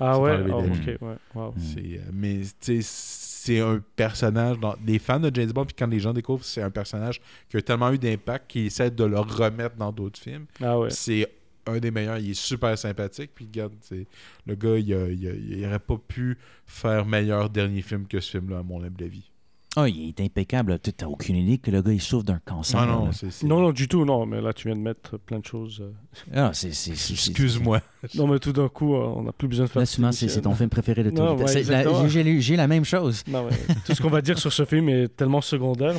[SPEAKER 10] Ah ouais,
[SPEAKER 9] enlevé
[SPEAKER 10] Ah,
[SPEAKER 9] des
[SPEAKER 10] ok,
[SPEAKER 8] lignes.
[SPEAKER 10] ouais.
[SPEAKER 8] Mm.
[SPEAKER 10] Wow.
[SPEAKER 8] Hmm.
[SPEAKER 9] c'est, euh, mais tu sais, c'est un personnage. Dans, les fans de James Bond, puis quand les gens découvrent, c'est un personnage qui a tellement eu d'impact qu'ils essaient de le remettre dans d'autres films.
[SPEAKER 10] Ah ouais.
[SPEAKER 9] C'est un des meilleurs. Il est super sympathique. Puis regarde, c'est- le gars, il a- il a- il aurait pas pu faire meilleur dernier film que ce film-là, à mon humble avis.
[SPEAKER 8] Ah, il est impeccable. Tu n'as aucune idée que le gars, il souffre d'un cancer.
[SPEAKER 9] Ah non,
[SPEAKER 8] là.
[SPEAKER 9] c'est. c'est-
[SPEAKER 10] Non, non, du tout, non. Mais là, tu viens de mettre plein de choses. euh.
[SPEAKER 8] Ah, c'est- c'est- c'est- c'est-
[SPEAKER 9] Excuse-moi.
[SPEAKER 10] Non, mais tout d'un coup, euh, on n'a plus besoin de faire.
[SPEAKER 8] Là,
[SPEAKER 10] cette
[SPEAKER 8] souvent, c'est c'est ton
[SPEAKER 10] émission.
[SPEAKER 8] film préféré de
[SPEAKER 10] Non,
[SPEAKER 8] tous les
[SPEAKER 10] ouais,
[SPEAKER 8] temps. C'est
[SPEAKER 10] exactement.
[SPEAKER 8] la- J'ai j'ai- j'ai la même chose.
[SPEAKER 10] Non, mais tout ce qu'on va dire sur ce film est tellement secondaire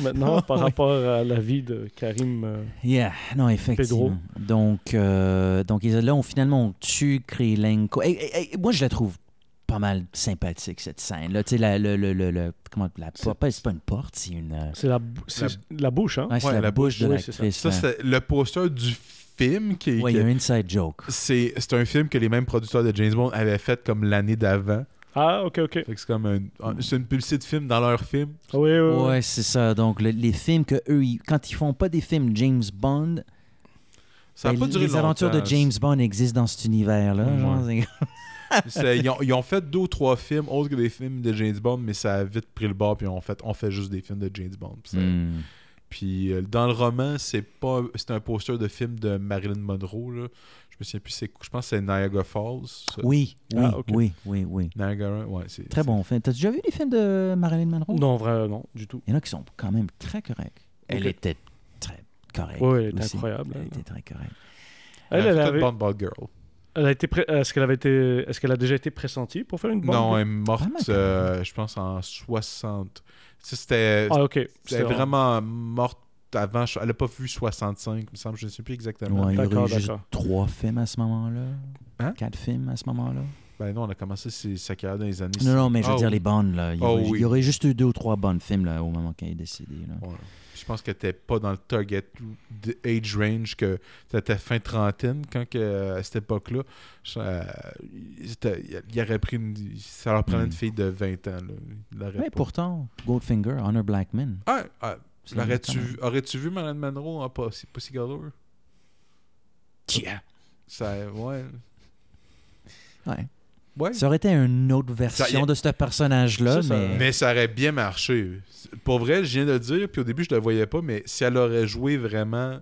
[SPEAKER 8] *laughs*
[SPEAKER 10] maintenant par rapport à la vie de Karim. euh.
[SPEAKER 8] Yeah, non, effectivement. Donc, euh, donc, ils- là, on, finalement, on tue Krylenko. Et, et- et moi, je la trouve pas mal sympathique, cette scène. Là, tu sais, la, le, le, le, le- comment, la
[SPEAKER 9] C'est-
[SPEAKER 8] pas- c'est pas une porte, c'est une... euh,
[SPEAKER 10] C'est la, bou- c'est la bouche, hein?
[SPEAKER 8] ouais, c'est
[SPEAKER 9] Ouais,
[SPEAKER 8] la,
[SPEAKER 9] la
[SPEAKER 8] bouche de
[SPEAKER 10] bouche, oui, c'est ça.
[SPEAKER 8] l'actrice.
[SPEAKER 9] Ça,
[SPEAKER 8] là.
[SPEAKER 9] c'est le poster du film qui,
[SPEAKER 8] Ouais,
[SPEAKER 9] qui-
[SPEAKER 8] il y a un inside joke.
[SPEAKER 9] c'est c'est un film que les mêmes producteurs de James Bond avaient fait comme l'année d'avant.
[SPEAKER 10] Ah, ok, ok.
[SPEAKER 9] Fait que c'est comme
[SPEAKER 8] Hmm.
[SPEAKER 9] un- c'est une publicité de film dans leur film.
[SPEAKER 10] Ah Oui, oui, oui.
[SPEAKER 8] Ouais, c'est ça. Donc, le- les films que eux, ils- quand ils font pas des films James Bond,
[SPEAKER 9] Ça a
[SPEAKER 8] ben,
[SPEAKER 9] pas duré
[SPEAKER 8] les aventures de
[SPEAKER 9] longtemps.
[SPEAKER 8] James Bond existent dans cet univers-là.
[SPEAKER 9] Ouais.
[SPEAKER 8] genre, c'est-
[SPEAKER 9] C'est- ils, ont, ils ont fait deux ou trois films autres que des films de James Bond, mais ça a vite pris le bord puis on fait on fait juste des films de James Bond. Puis ça-
[SPEAKER 8] Hmm.
[SPEAKER 9] Puis euh, dans le roman, c'est pas c'est un poster de film de Marilyn Monroe là. Je me souviens plus c'est je pense que c'est Niagara Falls. ça.
[SPEAKER 8] Oui, oui,
[SPEAKER 10] Ah, ok.
[SPEAKER 8] oui, oui, oui.
[SPEAKER 9] Niagara, ouais, c'est
[SPEAKER 8] Très bon film. T'as déjà vu les films de Marilyn Monroe?
[SPEAKER 10] Non, vrai, non, du tout.
[SPEAKER 8] Il y en a qui sont quand même très corrects. Elle
[SPEAKER 10] Ok.
[SPEAKER 8] était très correcte.
[SPEAKER 10] Ouais, elle était
[SPEAKER 8] aussi.
[SPEAKER 10] incroyable,
[SPEAKER 8] Elle
[SPEAKER 9] hein.
[SPEAKER 10] elle.
[SPEAKER 8] était très correcte.
[SPEAKER 10] Elle,
[SPEAKER 9] Elle,
[SPEAKER 10] elle
[SPEAKER 9] a
[SPEAKER 10] avait-
[SPEAKER 9] Bond Bad Girl.
[SPEAKER 10] Elle a été pré- euh, Est-ce qu'elle avait été... Est-ce qu'elle a déjà été pressentie pour faire une bombe
[SPEAKER 9] Non, elle est
[SPEAKER 8] Vraiment,
[SPEAKER 9] morte,
[SPEAKER 8] quand
[SPEAKER 9] euh, je pense, en 60. Ça, c'était
[SPEAKER 10] Ah, ok.
[SPEAKER 9] elle est vraiment morte avant. je- Elle n'a pas vu 65, il me semble. Je ne sais plus exactement.
[SPEAKER 8] Ouais, il y
[SPEAKER 10] D'accord,
[SPEAKER 8] aurait eu juste
[SPEAKER 10] d'accord.
[SPEAKER 8] trois films à ce moment-là.
[SPEAKER 9] Hein?
[SPEAKER 8] Quatre films à ce moment-là.
[SPEAKER 9] Ben non, on a commencé ses- sa carrière dans les années.
[SPEAKER 8] Non, non, mais je veux
[SPEAKER 9] Ah,
[SPEAKER 8] dire,
[SPEAKER 9] oui.
[SPEAKER 8] les bonnes, là. Il y,
[SPEAKER 9] Oh,
[SPEAKER 8] aurait, il y
[SPEAKER 9] oui.
[SPEAKER 8] aurait juste eu deux ou trois bonnes films là, au moment qu'elle est décédée. là.
[SPEAKER 9] Ouais. Je pense que t'es pas dans le target de- age range que t'étais fin trentaine quand que, euh, à cette époque-là, je- euh, il c'était- il aurait pris une- ça leur prenait
[SPEAKER 8] Mm.
[SPEAKER 9] une fille de 20 ans. Là. Il l'aurait
[SPEAKER 8] Mais
[SPEAKER 9] pas.
[SPEAKER 8] pourtant, Goldfinger, Honor Blackman.
[SPEAKER 9] Ah, ah,
[SPEAKER 8] c'est
[SPEAKER 9] l'aurais-tu
[SPEAKER 8] quand même-
[SPEAKER 9] vu- aurais-tu vu Marilyn Monroe en Pussy Pussy Galore?
[SPEAKER 8] Tiens.
[SPEAKER 9] Ça, ouais.
[SPEAKER 8] Ouais.
[SPEAKER 9] Ouais.
[SPEAKER 8] Ça aurait été une autre version
[SPEAKER 9] y a-
[SPEAKER 8] de ce personnage-là,
[SPEAKER 10] Ça, ça-
[SPEAKER 8] mais...
[SPEAKER 9] Mais ça aurait bien marché. Pour vrai, je viens de le dire, puis au début, je le voyais pas, mais si elle aurait joué vraiment,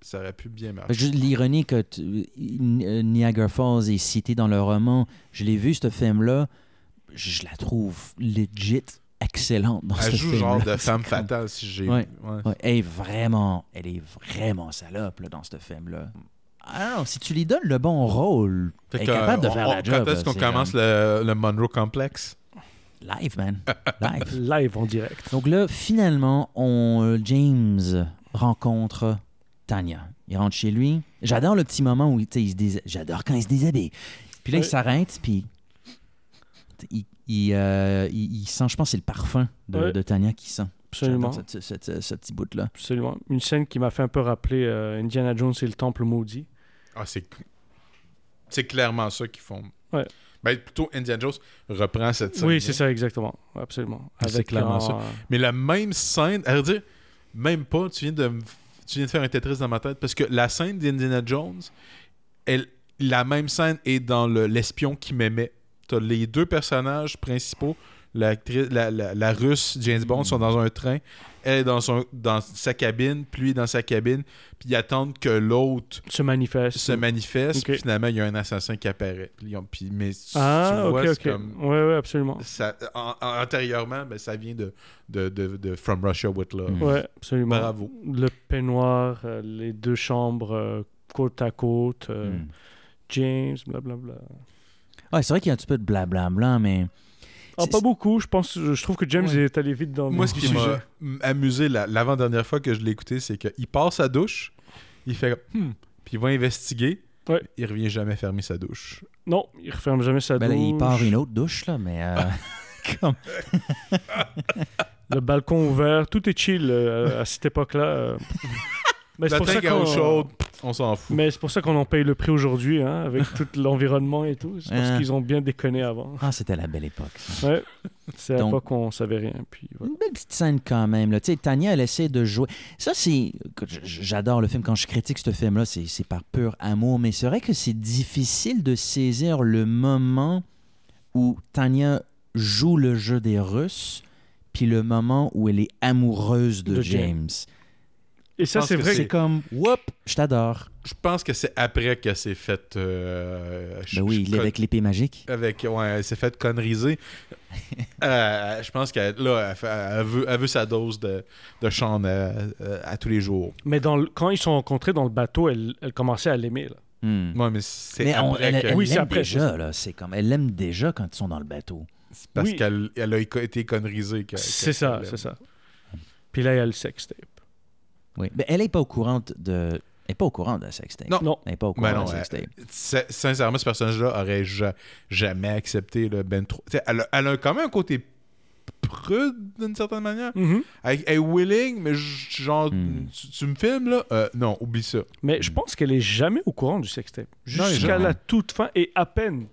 [SPEAKER 9] ça aurait pu bien marcher.
[SPEAKER 8] Juste L'ironie que tu- Ni- euh, Niagara Falls est citée dans le roman, je l'ai vu, ce film-là, je la trouve legit excellente dans ce
[SPEAKER 9] Elle joue
[SPEAKER 8] film
[SPEAKER 9] genre de femme fatale, si j'ai
[SPEAKER 8] Ouais.
[SPEAKER 9] ouais.
[SPEAKER 8] elle, est vraiment, elle est vraiment salope là, dans ce film-là. Ah non, si tu lui donnes le bon rôle,
[SPEAKER 9] Fait
[SPEAKER 8] elle est
[SPEAKER 9] que,
[SPEAKER 8] capable de
[SPEAKER 9] on-
[SPEAKER 8] faire
[SPEAKER 9] on-
[SPEAKER 8] la job.
[SPEAKER 9] Quand est-ce
[SPEAKER 8] là,
[SPEAKER 9] qu'on
[SPEAKER 8] c'est
[SPEAKER 9] commence
[SPEAKER 8] comme-
[SPEAKER 9] le, le Monroe Complex?
[SPEAKER 8] Live, man. Live.
[SPEAKER 10] Live en direct.
[SPEAKER 8] Donc là, finalement, on, euh, James rencontre Tania. Il rentre chez lui. J'adore le petit moment où tu sais, il se dés- j'adore quand il se déshabille. Puis là, il
[SPEAKER 10] Ouais.
[SPEAKER 8] s'arrête, puis il, il, euh, il- il sent, je pense, que c'est le parfum de,
[SPEAKER 10] Ouais.
[SPEAKER 8] de Tania qui sent.
[SPEAKER 10] Absolument.
[SPEAKER 8] J'adore Ce, ce- ce- ce petit bout là.
[SPEAKER 10] Absolument. Une scène qui m'a fait un peu rappeler euh, Indiana Jones et le Temple maudit.
[SPEAKER 9] Ah, c'est... C'est clairement ça qu'ils font.
[SPEAKER 10] Ouais.
[SPEAKER 9] Ben, plutôt Indiana Jones reprend cette scène.
[SPEAKER 10] Oui, c'est ça, exactement. Absolument.
[SPEAKER 9] C'est clairement ça. Mais la même scène... Elle dit, même pas, tu viens de me- tu viens de faire un Tetris dans ma tête, parce que la scène d'Indiana Jones, elle, la même scène est dans le- l'espion qui m'aimait. T'as les deux personnages principaux. l'actrice- La, la, la russe James Bond sont dans un train. Elle est dans, son, dans sa cabine, puis lui est dans sa cabine. Puis ils attendent que l'autre
[SPEAKER 10] se manifeste.
[SPEAKER 9] Se manifeste.
[SPEAKER 10] Ok.
[SPEAKER 9] Puis finalement, il y a un assassin qui apparaît. Puis, ils ont- puis- mais tu-
[SPEAKER 10] Ah,
[SPEAKER 9] tu vois,
[SPEAKER 10] ok,
[SPEAKER 9] c'est
[SPEAKER 10] ok.
[SPEAKER 9] comme-
[SPEAKER 10] Ouais, ouais, absolument.
[SPEAKER 9] ça, an- an- antérieurement, ben, ça vient de, de, de, de From Russia with Love.
[SPEAKER 8] Mm.
[SPEAKER 10] Ouais, absolument.
[SPEAKER 9] Bravo.
[SPEAKER 10] Le peignoir, euh, les deux chambres euh, côte à côte, euh,
[SPEAKER 8] Hmm.
[SPEAKER 10] James, blablabla.
[SPEAKER 8] Mm. Ouais, c'est vrai qu'il y a un petit peu de blablabla, mais.
[SPEAKER 10] Ah, pas beaucoup, je pense. Je trouve que James
[SPEAKER 9] Ouais.
[SPEAKER 10] est allé vite dans
[SPEAKER 9] Moi,
[SPEAKER 10] le
[SPEAKER 9] ce Mm. qui
[SPEAKER 10] sujet.
[SPEAKER 9] m'a m- amusé la- l'avant-dernière fois que je l'ai écouté, c'est qu'il part sa douche, il fait comme, hmm, puis il va investiguer, il revient jamais fermer sa douche.
[SPEAKER 10] Non, il referme jamais sa
[SPEAKER 8] Ben là,
[SPEAKER 10] douche.
[SPEAKER 8] il part une autre douche, là, mais.
[SPEAKER 10] *laughs*
[SPEAKER 8] euh, comme-
[SPEAKER 10] Le balcon ouvert, tout est chill euh, à cette
[SPEAKER 9] *laughs*
[SPEAKER 10] époque-là. euh. Mais c'est
[SPEAKER 9] La
[SPEAKER 10] pour ça
[SPEAKER 9] tank à eau
[SPEAKER 10] qu'on-
[SPEAKER 9] chaude, on s'en fout.
[SPEAKER 10] Mais c'est pour ça qu'on en paye le prix aujourd'hui, hein,
[SPEAKER 8] *laughs*
[SPEAKER 10] avec tout l'environnement et tout. C'est parce
[SPEAKER 8] Hein.
[SPEAKER 10] qu'ils ont bien déconné avant.
[SPEAKER 8] Ah, c'était la belle époque. ça.
[SPEAKER 10] Ouais. C'est à
[SPEAKER 8] Donc-
[SPEAKER 10] l'époque où on savait rien. Puis voilà.
[SPEAKER 8] Une belle petite scène quand même. Là. Tu sais, Tania, elle essaie de jouer. Ça, c'est. écoute, j- J'adore le film. Quand je critique ce film-là, c'est c'est par pur amour. Mais c'est vrai que c'est difficile de saisir le moment où Tania joue le jeu des Russes, puis le moment où elle est amoureuse de,
[SPEAKER 10] De James.
[SPEAKER 8] James.
[SPEAKER 10] Et ça,
[SPEAKER 9] Je pense
[SPEAKER 10] c'est
[SPEAKER 9] que
[SPEAKER 10] vrai.
[SPEAKER 8] C'est comme, whoop, je t'adore.
[SPEAKER 9] Je pense que c'est après que c'est fait. euh, je- Euh,
[SPEAKER 8] Ben oui,
[SPEAKER 9] je-
[SPEAKER 8] il est avec l'épée magique.
[SPEAKER 9] avec ouais, elle s'est faite
[SPEAKER 8] *laughs*
[SPEAKER 9] conneries je pense qu'elle là, elle, fait- elle veut, elle veut sa dose de, de chant à, à tous les jours.
[SPEAKER 10] Mais dans le- quand ils se sont rencontrés dans le bateau, elle, elle commençait à l'aimer. là.
[SPEAKER 9] Ouais, mais c'est
[SPEAKER 8] Hmm. Mm. Mais on-
[SPEAKER 9] après
[SPEAKER 8] elle,
[SPEAKER 9] que-
[SPEAKER 8] elle
[SPEAKER 10] Oui, c'est
[SPEAKER 8] l'aime
[SPEAKER 10] après, c'est
[SPEAKER 8] déjà, là. C'est comme, elle l'aime déjà quand ils sont dans le bateau.
[SPEAKER 9] parce
[SPEAKER 10] Oui.
[SPEAKER 9] qu'elle elle a éco- été connerisée. que- que-
[SPEAKER 10] C'est ça,
[SPEAKER 9] qu'elle-
[SPEAKER 10] c'est ça. Puis là, il y a le sextape.
[SPEAKER 8] Oui. Mais Ben, elle n'est pas au courant de. Elle est pas au courant de la sextape.
[SPEAKER 9] Non.
[SPEAKER 10] Non.
[SPEAKER 8] Elle n'est pas au courant
[SPEAKER 9] Ben non,
[SPEAKER 8] de la
[SPEAKER 9] elle-
[SPEAKER 8] sextape.
[SPEAKER 9] c'est- sincèrement, ce personnage-là aurait ja- jamais accepté le Ben trop. tu sais, Elle, a- elle a quand même un côté prude d'une certaine
[SPEAKER 8] Ah.
[SPEAKER 9] manière.
[SPEAKER 10] Mhm.
[SPEAKER 9] Elle, elle est willing, mais j- genre, tu, tu me filmes là Euh, Non, oublie ça.
[SPEAKER 10] Mais je pense qu'elle est jamais au courant du sextape.
[SPEAKER 9] Non, elle est
[SPEAKER 10] Jusqu'à
[SPEAKER 9] jamais.
[SPEAKER 10] la toute fin et à peine.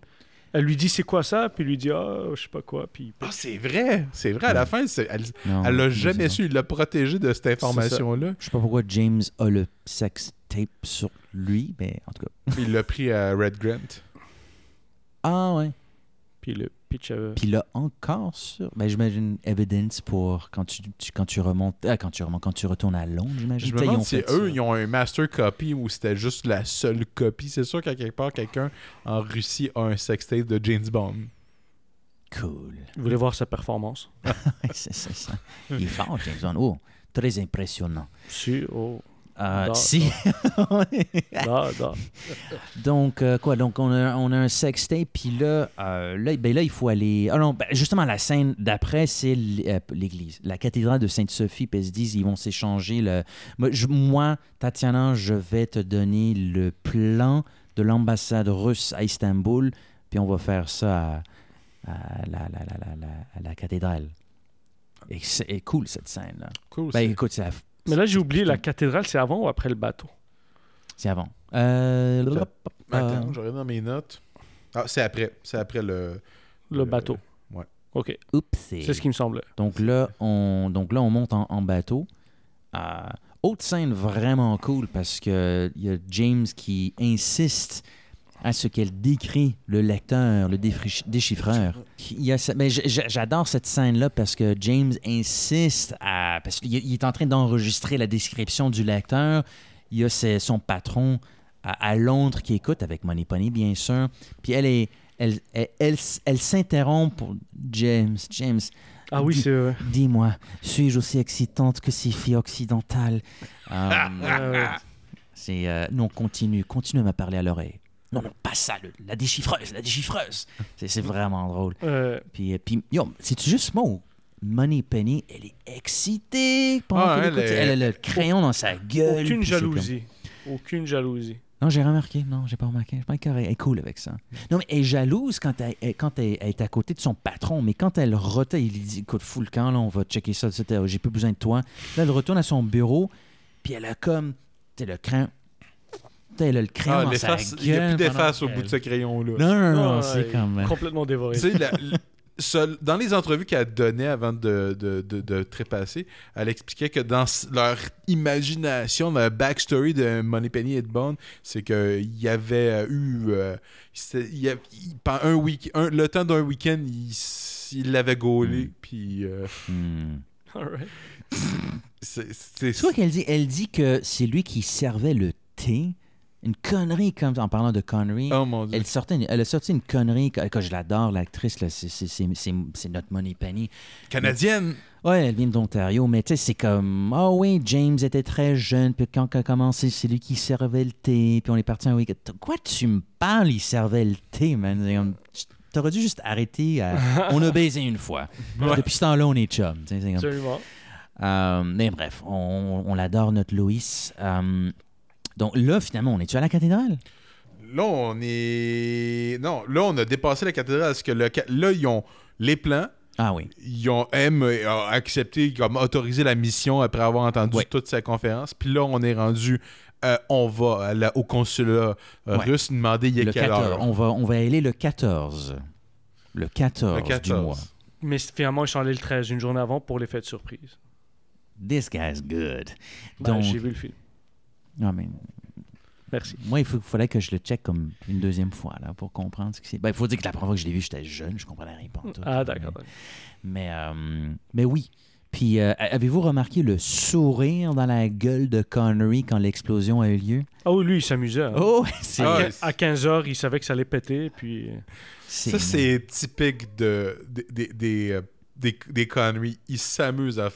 [SPEAKER 10] Elle lui dit c'est quoi ça, puis lui dit ah, je sais pas quoi. Puis
[SPEAKER 9] Ah, c'est vrai, c'est vrai. À la fin, c'est- elle
[SPEAKER 8] Non,
[SPEAKER 9] elle l'a
[SPEAKER 8] je sais
[SPEAKER 9] jamais
[SPEAKER 8] pas.
[SPEAKER 9] su. Il l'a protégé de cette information-là.
[SPEAKER 8] Je sais pas pourquoi James a le sextape sur lui, mais en tout cas.
[SPEAKER 9] Il l'a pris à Red Grant.
[SPEAKER 8] Ah ouais.
[SPEAKER 10] Puis le pitch. euh,
[SPEAKER 8] Puis là encore sur. Ben j'imagine Evidence pour quand tu, tu- quand tu remontes. Ah, quand tu remontes, quand tu retournes à Londres, j'imagine.
[SPEAKER 9] Je me
[SPEAKER 8] Putain, ils
[SPEAKER 9] demande
[SPEAKER 8] ont
[SPEAKER 9] si
[SPEAKER 8] fait ça.
[SPEAKER 9] eux, ils ont un master copy ou c'était juste la seule copie. C'est sûr qu'à quelque part, quelqu'un en Russie a un sextape de James Bond.
[SPEAKER 8] *laughs* Cool.
[SPEAKER 10] Vous voulez voir sa performance
[SPEAKER 8] Ouais, c'est c'est ça. Il est fort, James Bond. Oh, très impressionnant.
[SPEAKER 10] Si, oh.
[SPEAKER 8] Euh,
[SPEAKER 10] Da,
[SPEAKER 8] si.
[SPEAKER 10] Da, da.
[SPEAKER 8] Donc, euh, quoi, donc on a, on a un sextape, puis là, euh, là, ben là, il faut aller... Ah non, ben, justement, la scène d'après, c'est l- euh, l'église, la cathédrale de Sainte-Sophie, puis ils se disent, ils vont s'échanger le... Moi, je- moi, Tatiana, je vais te donner le plan de l'ambassade russe à Istanbul, puis on va faire ça à, à la, la- la- la- la- à la cathédrale. Et c'est et cool, cette scène-là.
[SPEAKER 9] Cool.
[SPEAKER 8] Ben
[SPEAKER 9] c'est-
[SPEAKER 8] écoute, c'est la-
[SPEAKER 10] Mais là, j'ai oublié, la cathédrale, c'est avant ou après le bateau
[SPEAKER 8] c'est avant. Euh, euh,
[SPEAKER 9] Attends, je regarde dans mes notes. Ah, c'est après. C'est après le.
[SPEAKER 10] Le bateau.
[SPEAKER 9] ouais.
[SPEAKER 10] Ok,
[SPEAKER 8] oups.
[SPEAKER 10] c'est ce qui me semblait.
[SPEAKER 8] Donc là, on, donc là, on monte en, en bateau. Euh, autre scène vraiment cool parce que il y a James qui insiste à ce qu'elle décrit le lecteur, le défriche- déchiffreur. Il y a ça- mais j- j- j'adore cette scène-là parce que James insiste à... Parce qu'il il est en train d'enregistrer la description du lecteur. Il y a ses- son patron à, à Londres qui écoute avec Money Pony, bien sûr. Puis elle est... Elle, elle, elle, s- elle s'interrompt pour James, James.
[SPEAKER 10] Ah oui,
[SPEAKER 8] dis-
[SPEAKER 10] c'est vrai.
[SPEAKER 8] Dis-moi, suis-je aussi excitante que ces filles occidentales Euh,
[SPEAKER 9] *laughs*
[SPEAKER 8] C'est euh, non, continue, continue à me parler à l'oreille. Non, non, pas ça, le- la déchiffreuse, la déchiffreuse. C'est c'est vraiment drôle.
[SPEAKER 10] Euh,
[SPEAKER 8] Puis, euh, puis yo, c'est juste moi ou Money Penny, elle est excitée pendant
[SPEAKER 9] Ah,
[SPEAKER 8] qu'elle
[SPEAKER 9] elle
[SPEAKER 8] écoute.
[SPEAKER 9] est-
[SPEAKER 8] Elle a le crayon dans sa gueule.
[SPEAKER 10] aucune
[SPEAKER 8] puis c'est comme-
[SPEAKER 10] jalousie. Aucune jalousie.
[SPEAKER 8] Non, j'ai remarqué. Non, j'ai pas remarqué. Je suis pas carré. Elle est cool avec ça. Non, mais elle est jalouse quand elle, elle- quand elle, elle est à côté de son patron, mais quand elle retourne, il lui dit Écoute, fous le camp, là, on va checker ça, etc. J'ai plus besoin de toi. Là, elle retourne à son bureau, puis elle a comme. Tu sais, le crayon. Tu sais, elle a le crayon
[SPEAKER 9] Ah,
[SPEAKER 8] dans
[SPEAKER 9] les
[SPEAKER 8] sa
[SPEAKER 9] faces-
[SPEAKER 8] gueule.
[SPEAKER 9] il n'y a plus
[SPEAKER 8] pendant
[SPEAKER 9] d'efface au
[SPEAKER 8] qu'elle-
[SPEAKER 9] bout de ce crayon-là.
[SPEAKER 8] Non, non, non,
[SPEAKER 10] Ah,
[SPEAKER 8] c'est
[SPEAKER 10] il-
[SPEAKER 8] comme.
[SPEAKER 10] *laughs* Complètement dévoré.
[SPEAKER 9] Tu sais, la- l- seul- dans les entrevues qu'elle donnait avant de, de, de- de trépasser, elle expliquait que dans s- leur imagination, la backstory de Moneypenny et de Bond, c'est qu'il y avait eu. euh, c'est- il y a- il- pendant un week un- le temps d'un week-end, il s- il l'avait gaulé. Puis. euh, c'est- c'est-
[SPEAKER 8] C'est quoi Hmm. qu'elle dit? Elle dit que c'est lui qui servait le thé. Une connerie comme en parlant de connerie.
[SPEAKER 9] Oh, mon Dieu.
[SPEAKER 8] Elle, sortait une- elle a sorti une connerie que, que je l'adore, l'actrice. là, c'est- C'est c'est- c'est- c'est notre Money Penny.
[SPEAKER 9] Canadienne.
[SPEAKER 8] Ouais, elle vient d'Ontario, mais tu sais, c'est comme Ah oui, James était très jeune, puis quand elle a commencé, c'est lui qui servait le thé, puis on est parti un week-end. Quoi, tu me parles, il servait le thé, man? C'est comme, T'aurais dû juste arrêter. à- on a baisé une fois.
[SPEAKER 10] Ouais.
[SPEAKER 8] Depuis ce temps-là, on est chum. tu sais, c'est comme-
[SPEAKER 10] Absolument.
[SPEAKER 8] euh, mais bref, on, on l'adore, notre Loïs. Euh, donc là, finalement, on est-tu à la cathédrale?
[SPEAKER 9] Là, on est. Non, là, on a dépassé la cathédrale. Parce que le ca- là, ils ont les plans.
[SPEAKER 8] Ah oui.
[SPEAKER 9] Ils ont M a accepté, comme autorisé la mission après avoir entendu toute sa conférence. Puis là, on est rendu. euh, on va à la- au consulat euh,
[SPEAKER 8] Ouais.
[SPEAKER 9] russe demander il y a
[SPEAKER 8] le
[SPEAKER 9] quelle
[SPEAKER 8] 14.
[SPEAKER 9] heure.
[SPEAKER 8] On va, on va aller le 14. Le 14,
[SPEAKER 9] Le 14.
[SPEAKER 8] du mois.
[SPEAKER 10] Mais c- finalement, ils sont allés le 13, une journée avant, pour l'effet de surprise.
[SPEAKER 8] This guy's good.
[SPEAKER 10] Ben,
[SPEAKER 8] donc,
[SPEAKER 10] J'ai vu le film.
[SPEAKER 8] non, mais
[SPEAKER 10] Merci.
[SPEAKER 8] moi, il faut- fallait que je le check comme une deuxième fois là, pour comprendre ce que c'est. Ben, il faut dire que la première fois que je l'ai vu, j'étais jeune, je comprenais rien pas en tout.
[SPEAKER 10] Ah, d'accord. d'accord.
[SPEAKER 8] Mais, euh, mais oui. Puis, euh, avez-vous remarqué le sourire dans la gueule de Connery quand l'explosion a eu lieu?
[SPEAKER 10] Oh, lui, il s'amusait. hein.
[SPEAKER 8] Oh, *laughs* c'est-
[SPEAKER 10] À
[SPEAKER 9] Ah,
[SPEAKER 10] quin- à 15h, il savait que ça allait péter, puis... euh,
[SPEAKER 9] Ça, c'est typique de, des- des, des, euh, des, des conneries. Ils s'amusent à f-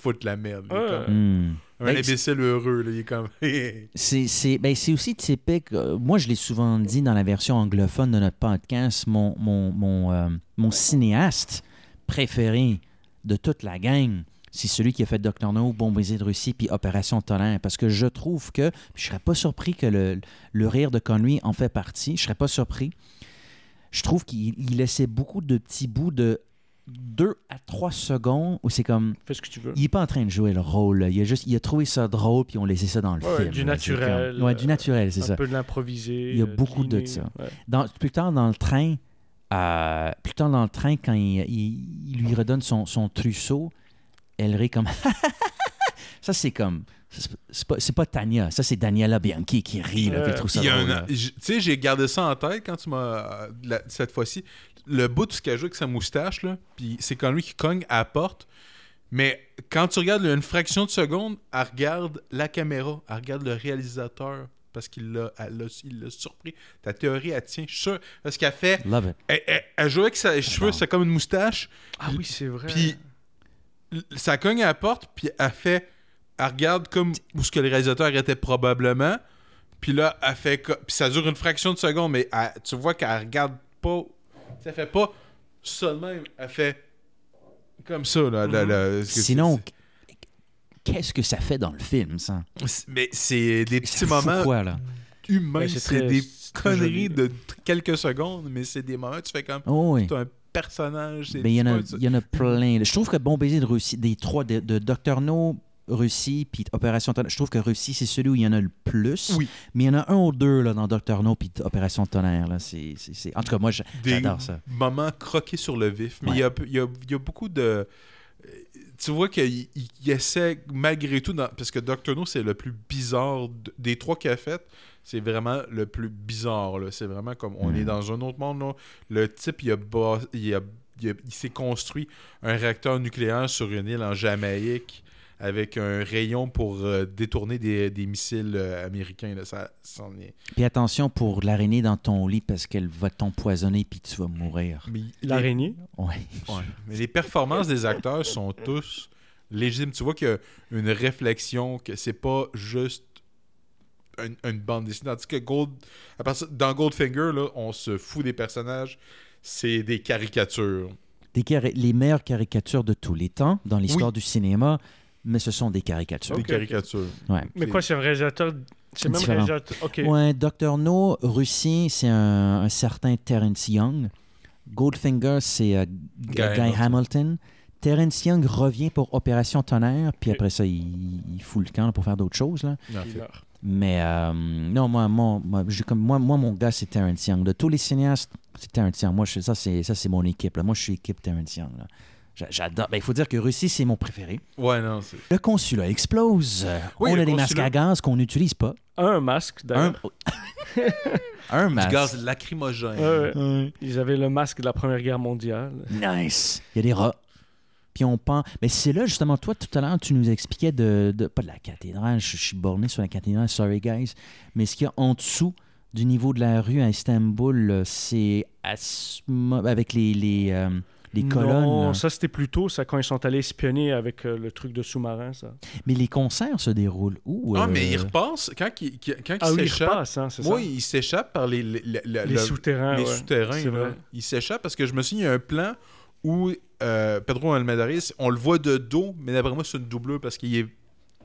[SPEAKER 9] foutre la merde. Il est
[SPEAKER 10] Ouais.
[SPEAKER 9] comme
[SPEAKER 8] Hmm.
[SPEAKER 9] Un
[SPEAKER 8] Ben,
[SPEAKER 9] imbécile heureux, là, il est comme. *laughs*
[SPEAKER 8] C'est, c'est, ben, c'est aussi typique. euh, moi, je l'ai souvent dit dans la version anglophone de notre podcast, mon, mon, mon, euh, mon cinéaste préféré de toute la gang, c'est celui qui a fait Doctor No, Bon Baiser de Russie, puis Opération Tonnerre. Parce que je trouve que, puis je serais pas surpris que le, le rire de Connery en fait partie. Je serais pas surpris. Je trouve qu'il il laissait beaucoup de petits bouts de 2 à 3 secondes où c'est comme.
[SPEAKER 10] Fais ce que tu veux.
[SPEAKER 8] Il est pas en train de jouer le rôle. là. Il a juste, il a trouvé ça drôle puis on laissait ça dans le
[SPEAKER 10] Ouais,
[SPEAKER 8] film. là.
[SPEAKER 10] du
[SPEAKER 8] C'est
[SPEAKER 10] naturel, euh,
[SPEAKER 8] comme- Ouais, du naturel, c'est
[SPEAKER 10] un
[SPEAKER 8] ça.
[SPEAKER 10] peu de l'improvisé.
[SPEAKER 8] Il y a
[SPEAKER 10] euh,
[SPEAKER 8] beaucoup de
[SPEAKER 10] l'inné,
[SPEAKER 8] ça.
[SPEAKER 10] ouais.
[SPEAKER 8] Dans- plus tard dans le train, euh, plus tard dans le train quand il, il- il lui redonne son, son trousseau, elle rit comme. *laughs* ça c'est comme, c'est c'est pas, c'est pas Tania, ça c'est Daniela Bianchi qui rit
[SPEAKER 10] Euh,
[SPEAKER 8] là, qui trouve ça
[SPEAKER 9] Il y a
[SPEAKER 8] drôle, hein.
[SPEAKER 9] un-
[SPEAKER 8] là.
[SPEAKER 9] j- Tu sais, j'ai gardé ça en tête quand tu m'as. euh, la- Cette fois-ci, le bout de ce qu'elle joue avec sa moustache, là, puis c'est quand lui qui cogne à la porte. Mais quand tu regardes là, une fraction de seconde, elle regarde la caméra, elle regarde le réalisateur parce qu'il l'a elle l'a- il l'a surpris. Ta théorie, elle tient. Je suis sûr. Ce qu'elle fait,
[SPEAKER 8] Love it.
[SPEAKER 9] elle, elle- elle joue avec ses cheveux, c'est comme une moustache.
[SPEAKER 10] Ah oui, c'est vrai.
[SPEAKER 9] Puis l- ça cogne à la porte, puis elle fait. Elle regarde comme où ce que le réalisateur était probablement. Puis là, elle fait. co- Puis ça dure une fraction de seconde, mais elle- tu vois qu'elle regarde pas. Ça fait pas ça de même. Elle fait comme ça, là. là, là. Est-ce que
[SPEAKER 8] Mhm. Sinon, qu'est-ce que ça fait dans le film ça
[SPEAKER 9] c'est- c'est- Mais c'est des
[SPEAKER 8] Ça
[SPEAKER 9] petits
[SPEAKER 8] fout
[SPEAKER 9] moments
[SPEAKER 8] quoi, là?
[SPEAKER 9] humains.
[SPEAKER 10] Ouais, c'est
[SPEAKER 9] c'est
[SPEAKER 10] très-
[SPEAKER 9] des
[SPEAKER 10] c'est très joli.
[SPEAKER 9] conneries de t- quelques secondes, mais c'est des moments où tu fais comme.
[SPEAKER 8] Oh, oui.
[SPEAKER 9] C'est un personnage. c'est-
[SPEAKER 8] Ben, il y, en a-
[SPEAKER 9] c'est pas-
[SPEAKER 8] il y en a plein. Je trouve que Bon Baiser de Russie, des trois, de, de Docteur No, Russie, puis Opération Tonnerre, je trouve que Russie, c'est celui où il y en a le plus.
[SPEAKER 9] Oui.
[SPEAKER 8] Mais il y en a un ou deux là, dans Docteur No, puis Opération Tonnerre. Là. C'est, c'est- c'est- En tout cas, moi, j'a-
[SPEAKER 9] des
[SPEAKER 8] j'adore ça.
[SPEAKER 9] moments croqués sur le vif. Mais il y a peu- il y, a, il y a beaucoup de. euh, Tu vois qu'il il- il essaie malgré tout, dans- parce que Doctor No, c'est le plus bizarre de- des trois qu'il a fait. C'est vraiment le plus bizarre. là. C'est vraiment comme on est
[SPEAKER 8] Mm.
[SPEAKER 9] dans un autre monde. là. Le type, il a, bas- il a- il a- il s'est construit un réacteur nucléaire sur une île en Jamaïque avec un rayon pour euh, détourner des, des missiles euh, américains. Là. Ça, c'en est-
[SPEAKER 8] Puis attention pour l'araignée dans ton lit, parce qu'elle va t'empoisonner, puis tu vas mourir.
[SPEAKER 9] Mais il-
[SPEAKER 10] L'araignée.
[SPEAKER 8] Ouais.
[SPEAKER 9] Ouais. Mais les performances des acteurs sont tous légitimes. Tu vois qu'il y a une réflexion, que c'est pas juste une, une bande dessinée. Tandis que Gold, à partir, dans Goldfinger, là, on se fout des personnages, c'est des caricatures.
[SPEAKER 8] Des cari- les meilleures caricatures de tous les temps dans l'histoire du cinéma, mais ce sont des caricatures.
[SPEAKER 9] Des caricatures.
[SPEAKER 8] Ouais.
[SPEAKER 10] Mais
[SPEAKER 9] C'est-
[SPEAKER 10] quoi, c'est un réalisateur... C'est même un
[SPEAKER 8] Différent.
[SPEAKER 10] réalisateur... OK.
[SPEAKER 8] Ouais, Dr. No, Russie, c'est un, un certain Terence Young. Goldfinger, c'est euh, G- Guy,
[SPEAKER 9] Guy Hamilton.
[SPEAKER 8] Hamilton. Terence Young revient pour Opération Tonnerre, puis après ça, il, il fout le camp là, pour faire d'autres choses. là.
[SPEAKER 9] En
[SPEAKER 10] Il
[SPEAKER 9] fait.
[SPEAKER 10] meurt.
[SPEAKER 8] Mais euh, non, moi, mon- moi, je- comme, moi, moi, mon gars, c'est Terrence Young. De tous les cinéastes, c'est Terrence Young. Moi, je, ça, c'est, ça, c'est mon équipe. là. Moi, je suis équipe Terrence Young. là. J'a- J'adore. Ben, Il faut dire que Russie, c'est mon préféré.
[SPEAKER 9] Ouais, non, c'est.
[SPEAKER 8] Le consulat explose.
[SPEAKER 9] Oui,
[SPEAKER 8] On a
[SPEAKER 9] le
[SPEAKER 8] des masques
[SPEAKER 9] consulat.
[SPEAKER 8] à gaz qu'on n'utilise pas.
[SPEAKER 10] Un masque,
[SPEAKER 8] Un,
[SPEAKER 10] d'ailleurs.
[SPEAKER 8] *laughs* un
[SPEAKER 9] Du
[SPEAKER 8] masque.
[SPEAKER 9] gaz lacrymogène.
[SPEAKER 10] Ouais, ouais. Ils avaient le masque de la Première Guerre mondiale.
[SPEAKER 8] Nice. Il y a des rats. Puis on pend. Mais c'est là, justement, toi, tout à l'heure, tu nous expliquais de, de- Pas de la cathédrale, je, je suis borné sur la cathédrale, sorry guys. Mais ce qu'il y a en dessous du niveau de la rue à Istanbul, là, c'est asthma- avec les, les, euh, les colonnes.
[SPEAKER 10] Non,
[SPEAKER 8] là.
[SPEAKER 10] ça c'était plus tôt, ça, quand ils sont allés espionner avec euh, le truc de sous-marin, ça.
[SPEAKER 8] Mais les concerts se déroulent où
[SPEAKER 9] Ah,
[SPEAKER 8] euh?
[SPEAKER 9] mais il repasse. Quand il, qui- quand
[SPEAKER 10] Ah
[SPEAKER 9] il
[SPEAKER 10] oui, il
[SPEAKER 9] s'échappe.
[SPEAKER 10] repasse, hein, c'est ça.
[SPEAKER 9] Oui, il s'échappe par les, les, la- la-
[SPEAKER 10] Les
[SPEAKER 9] la-
[SPEAKER 10] souterrains,
[SPEAKER 9] Les
[SPEAKER 10] Ah ouais,
[SPEAKER 9] souterrains,
[SPEAKER 10] c'est
[SPEAKER 9] là.
[SPEAKER 10] vrai.
[SPEAKER 9] Il s'échappe parce que je me souviens, il y a un plan où euh, Pedro Almadaris, on le voit de dos, mais d'après moi, c'est une doublure parce qu'il est.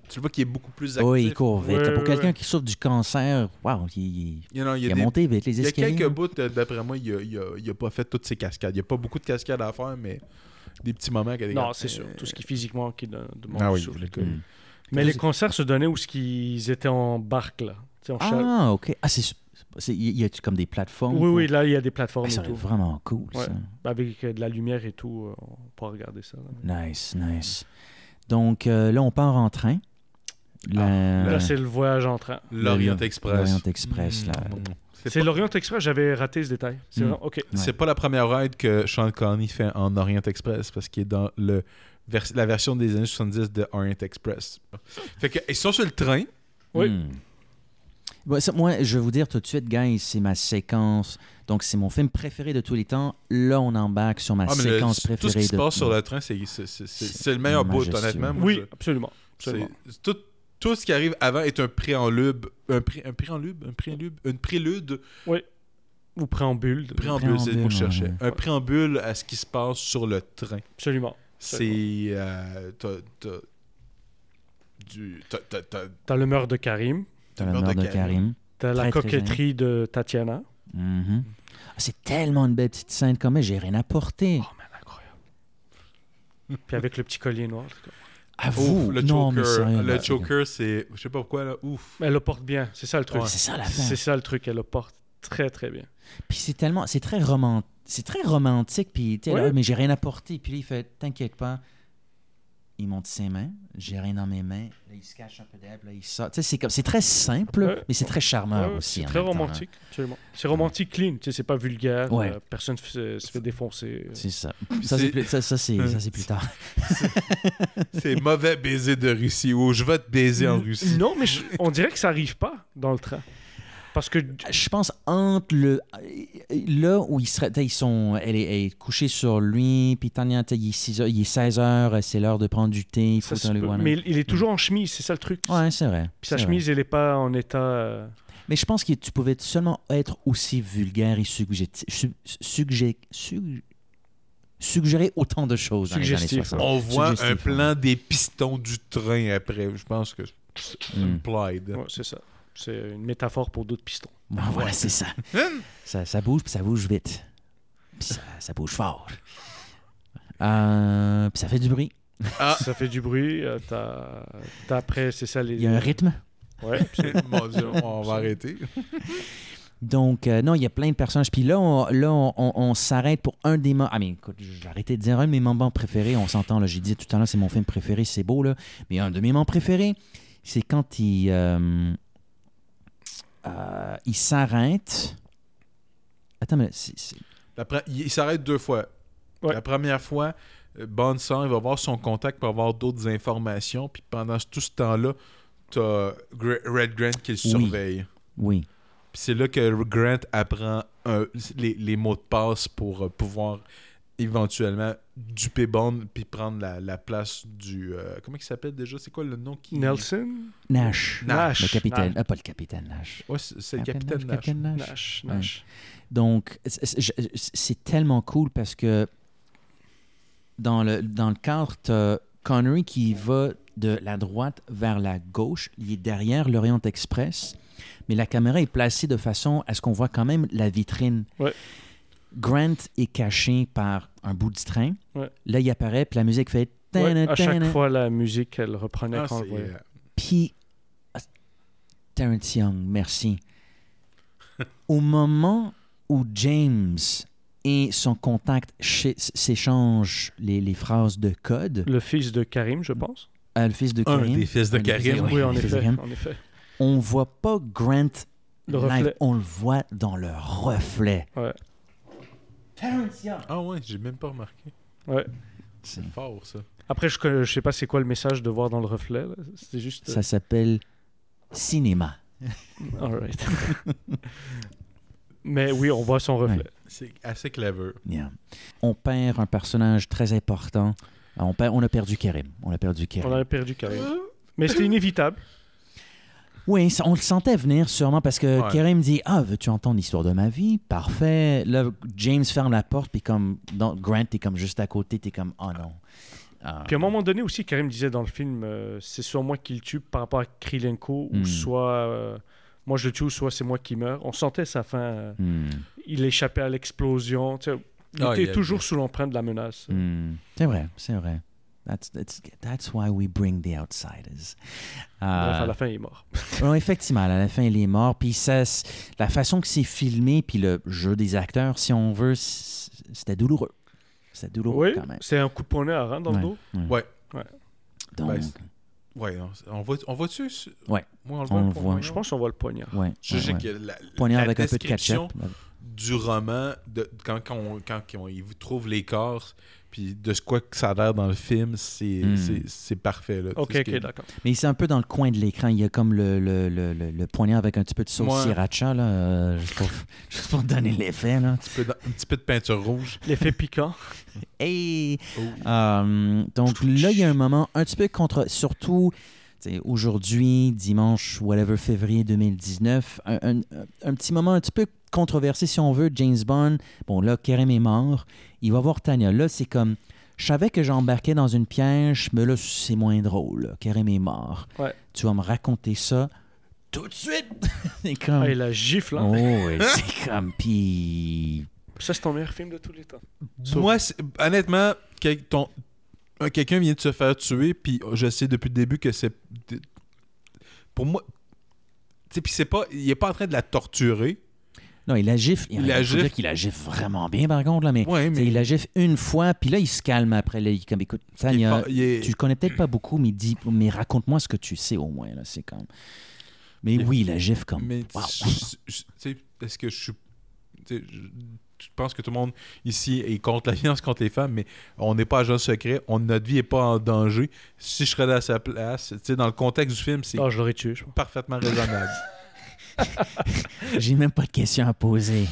[SPEAKER 9] Tu le vois qu'il est beaucoup plus actif.
[SPEAKER 8] Oui, il court vite.
[SPEAKER 10] Ouais,
[SPEAKER 8] Pour
[SPEAKER 10] ouais,
[SPEAKER 8] quelqu'un
[SPEAKER 10] ouais.
[SPEAKER 8] qui souffre du cancer, waouh, il, il-
[SPEAKER 9] Il y a- non, il y a
[SPEAKER 8] il a
[SPEAKER 9] des-
[SPEAKER 8] monté vite les
[SPEAKER 9] Il y a
[SPEAKER 8] escaliers.
[SPEAKER 9] quelques bouts, euh, d'après moi, il a, il a- il a pas fait toutes ses cascades. Il n'y a pas beaucoup de cascades à faire, mais des petits moments qu'elle
[SPEAKER 10] Non, c'est sûr. Tout ce qui est physiquement qui de- demande
[SPEAKER 9] Ah
[SPEAKER 10] du
[SPEAKER 9] oui,
[SPEAKER 10] souffle.
[SPEAKER 9] je l'ai connu.
[SPEAKER 8] Mm.
[SPEAKER 10] Mais les concerts se donnaient où ce qu'ils étaient en barque, là. Tu sais, en chale-
[SPEAKER 8] Ah, ok. Ah, c'est. c'est- Il y a comme des plateformes.
[SPEAKER 10] Oui,
[SPEAKER 8] pour-
[SPEAKER 10] oui, là, il y a des
[SPEAKER 8] Ah,
[SPEAKER 10] plateformes
[SPEAKER 8] ça
[SPEAKER 10] et
[SPEAKER 8] doit
[SPEAKER 10] tout.
[SPEAKER 8] être vraiment cool,
[SPEAKER 10] Ouais.
[SPEAKER 8] ça.
[SPEAKER 10] Avec euh, de la lumière et tout, euh, on pourra regarder ça. là.
[SPEAKER 8] Nice, nice. Donc euh, là, on part en train.
[SPEAKER 9] Ah,
[SPEAKER 8] La-
[SPEAKER 10] Là, c'est le voyage en train.
[SPEAKER 9] Euh, L'Orient
[SPEAKER 8] le-
[SPEAKER 9] Express. Mm,
[SPEAKER 8] l'Orient Express, là.
[SPEAKER 9] C'est
[SPEAKER 10] C'est
[SPEAKER 9] pas,
[SPEAKER 10] l'Orient Express, j'avais raté ce détail. C'est
[SPEAKER 8] Mm.
[SPEAKER 10] vrai, OK.
[SPEAKER 8] Ouais.
[SPEAKER 9] c'est pas la première ride que Sean Connery fait en Orient Express parce qu'il est dans le vers- la version des années 70 de Orient Express. Fait que, ils sont sur le train.
[SPEAKER 10] Oui.
[SPEAKER 8] Hmm. Bon, ça, moi, je vais vous dire tout de suite, guys, c'est ma séquence. Donc, c'est mon film préféré de tous les temps. Là, on embarque sur ma
[SPEAKER 9] Ah, mais le-
[SPEAKER 8] séquence
[SPEAKER 9] tout
[SPEAKER 8] préférée
[SPEAKER 9] ce qui se
[SPEAKER 8] de
[SPEAKER 9] passe sur le train, c'est, c'est, c'est- c'est-
[SPEAKER 8] C'est
[SPEAKER 9] c'est le meilleur bout,
[SPEAKER 8] majestueux.
[SPEAKER 9] honnêtement. Moi,
[SPEAKER 10] Oui,
[SPEAKER 9] je-
[SPEAKER 10] absolument. absolument.
[SPEAKER 9] c'est- tout, tout ce qui arrive avant est un préambule. Un, pré- un préambule Un préambule Une prélude
[SPEAKER 10] Ou préambule. de-
[SPEAKER 9] préambule, c'est le mot que je
[SPEAKER 8] Préambule,
[SPEAKER 9] cherchais.
[SPEAKER 8] ouais.
[SPEAKER 9] Un préambule à ce qui se passe sur le train.
[SPEAKER 10] Absolument.
[SPEAKER 9] C'est. euh, t'as- t'as- du- t'as- t'as- t'as-
[SPEAKER 10] T'as le meurtre de Karim.
[SPEAKER 8] Dans la mort de Karim.
[SPEAKER 10] T'as la
[SPEAKER 8] Très, très
[SPEAKER 10] coquetterie de Tatiana.
[SPEAKER 8] Mhm. Ah, c'est tellement une belle petite scène comme elle, j'ai rien apporté.
[SPEAKER 10] Oh, man, incroyable. Puis avec le petit collier noir. en tout cas.
[SPEAKER 8] À
[SPEAKER 9] Ah, Ouf,
[SPEAKER 8] vous,
[SPEAKER 9] le
[SPEAKER 8] non, mais
[SPEAKER 9] Joker,
[SPEAKER 8] sérieux,
[SPEAKER 9] le
[SPEAKER 8] là,
[SPEAKER 9] Joker, c'est. Je sais pas pourquoi, là. Ouf.
[SPEAKER 10] Mais Elle le porte bien, c'est ça le truc.
[SPEAKER 9] Ouais.
[SPEAKER 8] C'est ça la fin.
[SPEAKER 10] C'est ça le truc, elle le porte très très bien.
[SPEAKER 8] Puis c'est tellement, c'est très romantique. C'est très romantique, puis tu sais, là,
[SPEAKER 10] Ouais.
[SPEAKER 8] mais j'ai rien apporté. Puis là, il fait, t'inquiète pas. Il monte ses mains, j'ai rien dans mes mains. Là, il se cache un peu derrière, puis là, il sort. Tu sais, c'est comme, c'est très simple,
[SPEAKER 10] Ouais.
[SPEAKER 8] mais c'est très charmeur
[SPEAKER 10] Ouais,
[SPEAKER 8] aussi.
[SPEAKER 10] C'est
[SPEAKER 8] en
[SPEAKER 10] très
[SPEAKER 8] même temps, hein.
[SPEAKER 10] romantique, absolument. C'est romantique clean, tu sais, c'est pas vulgaire,
[SPEAKER 8] Ouais.
[SPEAKER 10] euh, personne se, se fait défoncer.
[SPEAKER 8] hein. C'est ça. Ça, c'est
[SPEAKER 9] c'est-
[SPEAKER 8] plus, ça, ça, c'est, ça, c'est plus tard.
[SPEAKER 9] C'est mauvais baiser de Russie. Ou je vais te baiser en Russie.
[SPEAKER 10] Non, mais je- on dirait que ça arrive pas dans le train. Parce que
[SPEAKER 8] Je pense entre le. Là où ils, seraient, ils sont. Elle est, elle est couchée sur lui, puis Tania, tu sais, il est 6 heures- il est 16 h c'est l'heure de prendre du thé, il faut
[SPEAKER 10] ça se
[SPEAKER 8] aller
[SPEAKER 10] peut.
[SPEAKER 8] voir.
[SPEAKER 10] mais il est toujours en chemise, c'est ça le truc.
[SPEAKER 8] Mm. Ouais, c'est vrai.
[SPEAKER 10] Puis sa
[SPEAKER 8] c'est vrai.
[SPEAKER 10] chemise, elle est pas en état. euh,
[SPEAKER 8] Mais je pense que tu pouvais seulement être aussi vulgaire et suggéti- su- suggé- sug- suggérer autant de choses dans les années
[SPEAKER 10] Suggestif,
[SPEAKER 8] 60.
[SPEAKER 9] On voit un
[SPEAKER 8] Suggestif,
[SPEAKER 9] plan des pistons du train après. Je pense que c'est
[SPEAKER 8] Mm.
[SPEAKER 9] implied. *laughs*
[SPEAKER 10] ouais, c'est ça. C'est une métaphore pour d'autres pistons.
[SPEAKER 8] ouais. Bon, voilà, c'est ça.
[SPEAKER 9] Hein?
[SPEAKER 8] ça. Ça bouge, puis ça bouge vite. Puis ça, ça bouge fort. Euh, puis ça fait du bruit.
[SPEAKER 9] Ah.
[SPEAKER 10] Ça fait du bruit. euh, t'as- t'as après, c'est ça les.
[SPEAKER 8] Il y a un rythme.
[SPEAKER 10] Ouais.
[SPEAKER 9] Mon Dieu, on va arrêter.
[SPEAKER 8] Donc, euh, non, il y a plein de personnages. Puis là, on, là, on, on- on s'arrête pour un des moments. Ah, mais écoute, j'ai arrêté de dire un de mes moments préférés. On s'entend, là, j'ai dit tout à l'heure, c'est mon film préféré, c'est beau, là. Mais un de mes moments préférés, c'est quand il, euh, euh, il s'arrête. Attends, mais c'est- c'est-
[SPEAKER 9] La pre- Il il s'arrête deux fois.
[SPEAKER 10] Ouais.
[SPEAKER 9] La première fois, euh, Bond sort, il va voir son contact pour avoir d'autres informations. Puis pendant tout ce temps-là, t'as Gra- Red Grant qui le surveille.
[SPEAKER 8] Oui.
[SPEAKER 9] Puis c'est là que Grant apprend euh, les, les mots de passe pour euh, pouvoir éventuellement duper Bond puis prendre la, la place du... euh, comment il s'appelle déjà? C'est quoi le nom qui...
[SPEAKER 10] Nelson.
[SPEAKER 8] Nash.
[SPEAKER 9] Nash.
[SPEAKER 8] Le capitaine.
[SPEAKER 10] Nash.
[SPEAKER 8] Ah, pas le capitaine Nash.
[SPEAKER 9] Ouais, c'est c'est le capitaine Nash.
[SPEAKER 8] Capitaine Nash.
[SPEAKER 10] Nash.
[SPEAKER 8] Ouais.
[SPEAKER 10] Nash.
[SPEAKER 8] Donc, c'est- c'est- je- c'est tellement cool parce que dans le, dans le cadre, t'as Connery qui va de la droite vers la gauche. Il est derrière l'Orient Express, mais la caméra est placée de façon à ce qu'on voit quand même la vitrine.
[SPEAKER 10] Ouais.
[SPEAKER 8] Grant est caché par un bout du train.
[SPEAKER 10] Ouais.
[SPEAKER 8] Là, il apparaît, puis la musique fait...
[SPEAKER 10] Ouais, à
[SPEAKER 8] tana,
[SPEAKER 10] chaque
[SPEAKER 8] tana.
[SPEAKER 10] fois, la musique, elle reprenait
[SPEAKER 9] Ah,
[SPEAKER 10] quand on
[SPEAKER 9] c'est,
[SPEAKER 10] le voyait.
[SPEAKER 9] euh,
[SPEAKER 8] Puis, Terrence Young, merci. Au moment où James et son contact ch- s'échangent les, les phrases de code,
[SPEAKER 10] Le fils de Karim, je pense.
[SPEAKER 8] euh, le fils de
[SPEAKER 10] Un
[SPEAKER 8] Karim,
[SPEAKER 10] des fils de
[SPEAKER 8] un des fils
[SPEAKER 10] Karim. Oui,
[SPEAKER 8] un
[SPEAKER 10] en
[SPEAKER 8] des fils de
[SPEAKER 10] effet,
[SPEAKER 8] Karim,
[SPEAKER 10] en effet.
[SPEAKER 8] on voit pas Grant
[SPEAKER 10] Le
[SPEAKER 8] live,
[SPEAKER 10] reflet.
[SPEAKER 8] on le voit dans le reflet.
[SPEAKER 10] Ouais.
[SPEAKER 9] Ah ouais, j'ai même pas remarqué.
[SPEAKER 10] Ouais.
[SPEAKER 8] C'est
[SPEAKER 9] fort, ça.
[SPEAKER 10] Après, je ne sais pas c'est quoi le message de voir dans le reflet. là. C'est juste. euh,
[SPEAKER 8] Ça s'appelle cinéma.
[SPEAKER 10] All right. *laughs* Mais oui, on voit son reflet.
[SPEAKER 8] Ouais.
[SPEAKER 9] C'est assez clever.
[SPEAKER 8] Yeah. On perd un personnage très important. Ah, On, perd- on a perdu Karim. On a perdu Karim.
[SPEAKER 10] On a perdu Karim. Mais c'était inévitable.
[SPEAKER 8] Oui, ça- on le sentait venir sûrement parce que
[SPEAKER 10] Ouais.
[SPEAKER 8] Karim dit Ah, veux-tu entendre l'histoire de ma vie Parfait. Là, James ferme la porte, puis comme dans- Grant, t'es comme juste à côté, t'es comme Oh non. Ah.
[SPEAKER 10] Puis à un moment donné aussi, Karim disait dans le film euh, c'est soit moi qui le tue par rapport à Krylenko,
[SPEAKER 8] Hmm.
[SPEAKER 10] ou soit euh, moi je le tue, ou soit c'est moi qui meurs. On sentait sa fin. euh,
[SPEAKER 8] Hmm.
[SPEAKER 10] Il échappait à l'explosion. tu sais, Il
[SPEAKER 8] Ah, il
[SPEAKER 10] était
[SPEAKER 8] a-
[SPEAKER 10] toujours sous l'empreinte de la menace.
[SPEAKER 8] Hmm. C'est vrai, c'est vrai. That's, that's, that's why we bring the outsiders.
[SPEAKER 10] Bref,
[SPEAKER 8] Ah.
[SPEAKER 10] à la fin, il est mort.
[SPEAKER 8] Non, effectivement, à la fin, il est mort. Puis ça, c- la façon que c'est filmé, puis le jeu des acteurs, si on veut, c- c'était douloureux. C'était douloureux
[SPEAKER 10] Oui,
[SPEAKER 8] quand même.
[SPEAKER 10] c'est un coup de poignet à rang dans
[SPEAKER 8] Ouais,
[SPEAKER 10] le dos.
[SPEAKER 9] Ouais.
[SPEAKER 10] Ouais.
[SPEAKER 8] Donc,
[SPEAKER 9] Ben, c'est- ouais, non, c'est- on voit, on voit dessus. ce-
[SPEAKER 8] Ouais.
[SPEAKER 9] Moi, on le
[SPEAKER 8] On
[SPEAKER 9] voit.
[SPEAKER 8] le
[SPEAKER 9] le
[SPEAKER 8] voit.
[SPEAKER 9] poignard?
[SPEAKER 10] Je pense qu'on voit le poignard.
[SPEAKER 8] Ouais,
[SPEAKER 9] Je
[SPEAKER 8] ouais,
[SPEAKER 9] sais
[SPEAKER 8] ouais.
[SPEAKER 9] que la,
[SPEAKER 8] Poignard
[SPEAKER 9] la
[SPEAKER 8] avec un peu de
[SPEAKER 9] description
[SPEAKER 8] ketchup.
[SPEAKER 9] du roman, de, quand, quand, on, quand on- ils trouvent les corps, puis de ce quoi que ça a l'air dans le film, c'est
[SPEAKER 8] Hmm.
[SPEAKER 9] c'est- c'est parfait. Là,
[SPEAKER 10] Ok,
[SPEAKER 9] Tout ce
[SPEAKER 10] ok,
[SPEAKER 9] qui est-
[SPEAKER 10] d'accord.
[SPEAKER 8] Mais c'est un peu dans le coin de l'écran. Il y a comme le, le, le, le- le poignard avec un petit peu de sauce
[SPEAKER 9] Ouais.
[SPEAKER 8] sriracha, là, euh, juste, pour, *laughs* juste pour donner l'effet. Là.
[SPEAKER 9] Un petit peu de- un petit peu de peinture rouge. Oh.
[SPEAKER 10] L'effet piquant.
[SPEAKER 8] Hey! Euh, donc là, il y a un moment un petit peu contre. Surtout tu sais, aujourd'hui, dimanche, whatever, février 2019, un, un- un petit moment un petit peu controversé, si on veut. James Bond, bon, là, Kerem est mort. Il va voir Tanya. Là, c'est comme. Je savais que j'embarquais dans une piège, mais là, c'est moins drôle. là. Kerem est mort.
[SPEAKER 10] Ouais.
[SPEAKER 8] Tu vas me raconter ça tout de suite. *laughs* c'est comme.
[SPEAKER 10] Ah, il a gifle. hein.
[SPEAKER 8] Oh, ouais, c'est comme. Puis.
[SPEAKER 10] Ça, c'est ton meilleur film de tous les temps.
[SPEAKER 9] Moi, c'est- honnêtement, quel- ton- euh, quelqu'un vient de se faire tuer, puis je sais depuis le début que c'est. Pour moi. Tu sais, puis c'est pas. Il est pas en train de la torturer.
[SPEAKER 8] Non, il la gifle. Il,
[SPEAKER 9] Il la
[SPEAKER 8] faut
[SPEAKER 9] gifle.
[SPEAKER 8] dire qu'il la gifle vraiment bien, par contre. Là, mais
[SPEAKER 9] Ouais,
[SPEAKER 8] tu
[SPEAKER 9] mais-
[SPEAKER 8] sais, il la gifle une fois, puis là, il se calme après. Là, il est comme, écoute,
[SPEAKER 9] Il
[SPEAKER 8] Tania,
[SPEAKER 9] est pas- il est-
[SPEAKER 8] tu le connais peut-être pas beaucoup, mais dis, mais raconte-moi ce que tu sais au moins. Là, c'est comme... Mais
[SPEAKER 9] Il-
[SPEAKER 8] oui, il la gifle comme...
[SPEAKER 9] Mais
[SPEAKER 8] Wow.
[SPEAKER 9] je- je- tu sais, est-ce que je suis. tu sais, je- Je pense que tout le monde ici est contre la violence contre les femmes, mais on n'est pas agent secret, on, notre vie n'est pas en danger. Si je serais à sa place, tu sais, dans le contexte du film, c'est
[SPEAKER 10] Ah, je l'aurais tué, je pense.
[SPEAKER 9] parfaitement raisonnable.
[SPEAKER 8] J'ai même pas de questions à poser.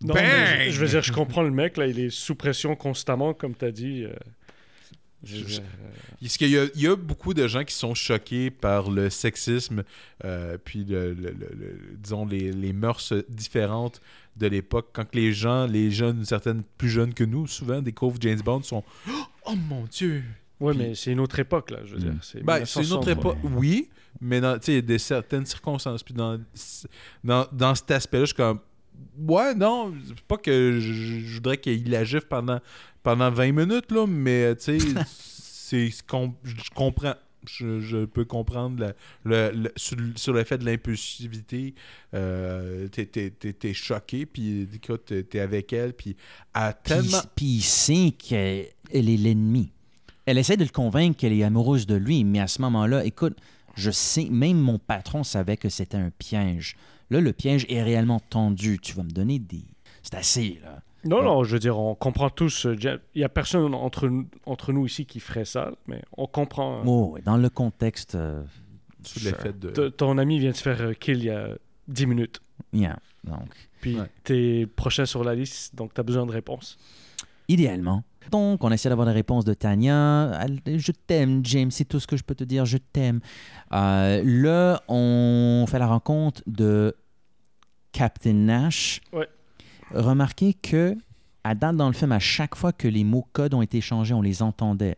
[SPEAKER 10] Non,
[SPEAKER 9] Bang!
[SPEAKER 10] mais je, je veux dire, je comprends le mec, là, il est sous pression constamment, comme t'as dit. euh, je veux
[SPEAKER 9] Je-
[SPEAKER 10] dire, euh,
[SPEAKER 9] Parce qu'il y, a- il y a beaucoup de gens qui sont choqués par le sexisme, euh, puis le, le- le- le- disons les, les mœurs différentes de l'époque. Quand que les gens, les jeunes, certaines plus jeunes que nous, souvent découvrent James Bond, sont *gasps* oh mon dieu.
[SPEAKER 10] Ouais,
[SPEAKER 9] Puis-
[SPEAKER 10] mais c'est une autre époque, là, je veux dire. C'est
[SPEAKER 9] Ben, c'est une autre
[SPEAKER 10] 1960,
[SPEAKER 9] époque, oui, mais dans tu sais, il y a des certaines circonstances. Puis dans, dans, dans cet aspect-là, je suis comme ouais, non, c'est pas que je, je voudrais qu'il la gifle pendant pendant 20 minutes là, mais tu sais, c'est ce qu'on- je comprends. Je, je peux comprendre la- le, le- sur, sur le fait de l'impulsivité. euh, t'es, t'es- t'es- t'es choqué, puis écoute, t'es, t'es avec elle, puis à
[SPEAKER 8] Puis,
[SPEAKER 9] tellement.
[SPEAKER 8] puis il sait qu'elle elle est l'ennemi. Elle essaie de le convaincre qu'elle est amoureuse de lui, mais à ce moment-là, écoute, je sais, même mon patron savait que c'était un piège. Là, le piège est réellement tendu. Tu vas me donner des... C'est assez, là.
[SPEAKER 10] ouais. Non, non, je veux dire, on comprend tous. euh, James- Il n'y a personne entre, nous- entre nous ici qui ferait ça, mais on comprend. euh,
[SPEAKER 8] Oh, ouais, dans le contexte. euh,
[SPEAKER 9] Sous le fait de-
[SPEAKER 10] t- Ton ami vient de se faire euh, kill il y a 10 minutes.
[SPEAKER 8] yeah, donc,
[SPEAKER 10] Puis t'es prochain sur la liste, donc t'as besoin de réponses.
[SPEAKER 8] idéalement. Donc, on essaie d'avoir la réponse de Tania. Elle- Je t'aime, James, c'est tout ce que je peux te dire, je t'aime. Euh, là, on fait la rencontre de Captain Nash.
[SPEAKER 10] Ouais.
[SPEAKER 8] Remarquez que, à date dans le film, à chaque fois que les mots codes ont été changés, on les entendait.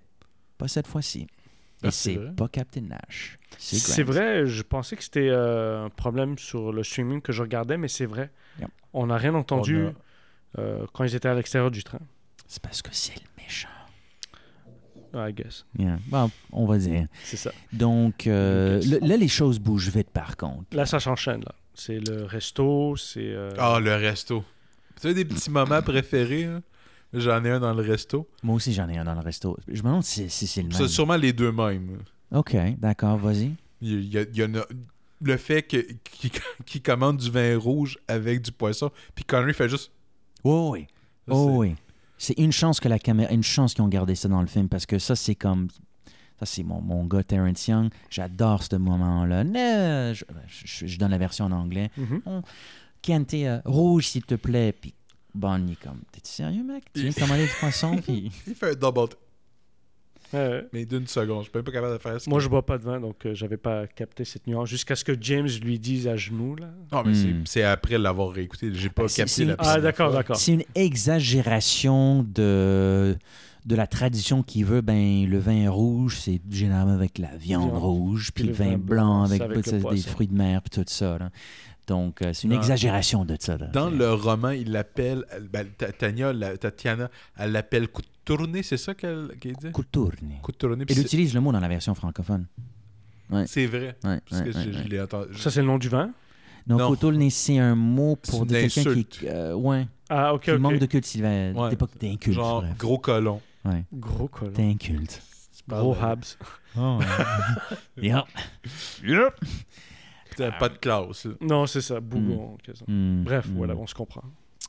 [SPEAKER 8] Pas cette fois-ci. Et
[SPEAKER 9] Ah, c'est
[SPEAKER 8] c'est
[SPEAKER 9] vrai.
[SPEAKER 8] pas Captain Nash. Grant.
[SPEAKER 10] C'est vrai, je pensais que c'était euh, un problème sur le streaming que je regardais, mais c'est vrai.
[SPEAKER 8] Yep.
[SPEAKER 10] On n'a rien entendu
[SPEAKER 9] On
[SPEAKER 10] euh, quand ils étaient à l'extérieur du train.
[SPEAKER 8] C'est parce que c'est le méchant.
[SPEAKER 10] I guess.
[SPEAKER 8] Yeah. Bon, on va dire.
[SPEAKER 10] C'est ça.
[SPEAKER 8] Donc, euh, le- là, les choses bougent vite, par contre.
[SPEAKER 10] Là, ça s'enchaîne, là. C'est le resto, c'est... euh,
[SPEAKER 9] Ah, le resto. Tu as des petits moments préférés? hein? J'en ai un dans le resto.
[SPEAKER 8] Moi aussi, j'en ai un dans le resto. Je me demande si, si c'est le même.
[SPEAKER 9] C'est sûrement les deux mêmes.
[SPEAKER 8] OK, d'accord, vas-y.
[SPEAKER 9] Il y a- il y en a- le fait que- *laughs* qu'il qu'il commande du vin rouge avec du poisson, puis Connery fait juste...
[SPEAKER 8] Oh oui. Oh oui. C'est une chance que la caméra, une chance qu'ils ont gardé ça dans le film parce que ça, c'est comme. Ça, c'est mon, mon gars Terrence Young. J'adore ce moment-là. Ne- Je, je- je donne la version en anglais. On- Kente, euh, rouge, s'il te plaît. Puis Bon, il est comme. T'es sérieux, mec? Tu viens de commander du poisson? Puis.
[SPEAKER 9] Il fait un double...
[SPEAKER 10] Ouais,
[SPEAKER 9] Mais d'une seconde, je suis même pas capable de faire ça.
[SPEAKER 10] Moi, je bois pas de vin, donc euh, j'avais pas capté cette nuance. Jusqu'à ce que James lui dise à genoux, là.
[SPEAKER 9] Non, mais c'est- c'est après l'avoir réécouté. J'ai pas
[SPEAKER 8] Hmm. Ben, C'est-
[SPEAKER 9] capté
[SPEAKER 8] c'est-
[SPEAKER 9] la
[SPEAKER 10] Ah, d'accord, d'accord.
[SPEAKER 8] C'est une exagération de, de la tradition qui veut, ben, le vin rouge, c'est généralement avec la viande
[SPEAKER 10] Viande.
[SPEAKER 8] rouge, puis
[SPEAKER 10] Puis
[SPEAKER 8] le
[SPEAKER 10] le
[SPEAKER 8] vin
[SPEAKER 10] vin
[SPEAKER 8] blanc
[SPEAKER 10] blanc, c'est
[SPEAKER 8] avec,
[SPEAKER 10] avec le
[SPEAKER 8] des
[SPEAKER 10] poisson.
[SPEAKER 8] fruits de mer, puis tout ça. là. Donc, euh, c'est une
[SPEAKER 9] Dans-
[SPEAKER 8] exagération de ça. là.
[SPEAKER 9] Dans le roman, il l'appelle... ben, Ta- Tania, la- Tatiana, elle l'appelle coup de tournée, c'est ça qu'elle qu'elle dit?
[SPEAKER 8] Coup de tournée.
[SPEAKER 9] Coup de tournée. puis
[SPEAKER 8] Elle
[SPEAKER 9] c'est-
[SPEAKER 8] utilise le mot dans la version francophone. Ouais.
[SPEAKER 9] C'est vrai.
[SPEAKER 8] Ouais,
[SPEAKER 9] Parce que
[SPEAKER 8] ouais,
[SPEAKER 9] je-
[SPEAKER 8] ouais,
[SPEAKER 9] je l'ai entendu.
[SPEAKER 10] Ça, c'est le nom du vin?
[SPEAKER 8] Donc,
[SPEAKER 9] Non.
[SPEAKER 8] coup de tournée, c'est un mot
[SPEAKER 9] C'est
[SPEAKER 8] pour
[SPEAKER 9] une
[SPEAKER 8] dire quelqu'un qui,
[SPEAKER 9] insulte.
[SPEAKER 8] euh, ouais,
[SPEAKER 10] Ah, ok,
[SPEAKER 8] qui
[SPEAKER 10] ok.
[SPEAKER 8] manque de culte, Sylvain,
[SPEAKER 9] Ouais.
[SPEAKER 8] d'époque d'inculte.
[SPEAKER 9] Genre
[SPEAKER 8] bref.
[SPEAKER 9] gros colon.
[SPEAKER 8] Ouais.
[SPEAKER 10] Gros colon.
[SPEAKER 8] T'es inculte.
[SPEAKER 10] Gros
[SPEAKER 9] parles-
[SPEAKER 10] Habs.
[SPEAKER 9] Ah.
[SPEAKER 8] *laughs* Yeah.
[SPEAKER 9] T'as pas de classe. là.
[SPEAKER 10] Non, c'est ça, bougon. quasiment.
[SPEAKER 8] Mm,
[SPEAKER 10] Bref,
[SPEAKER 8] mm.
[SPEAKER 10] voilà, on se comprend.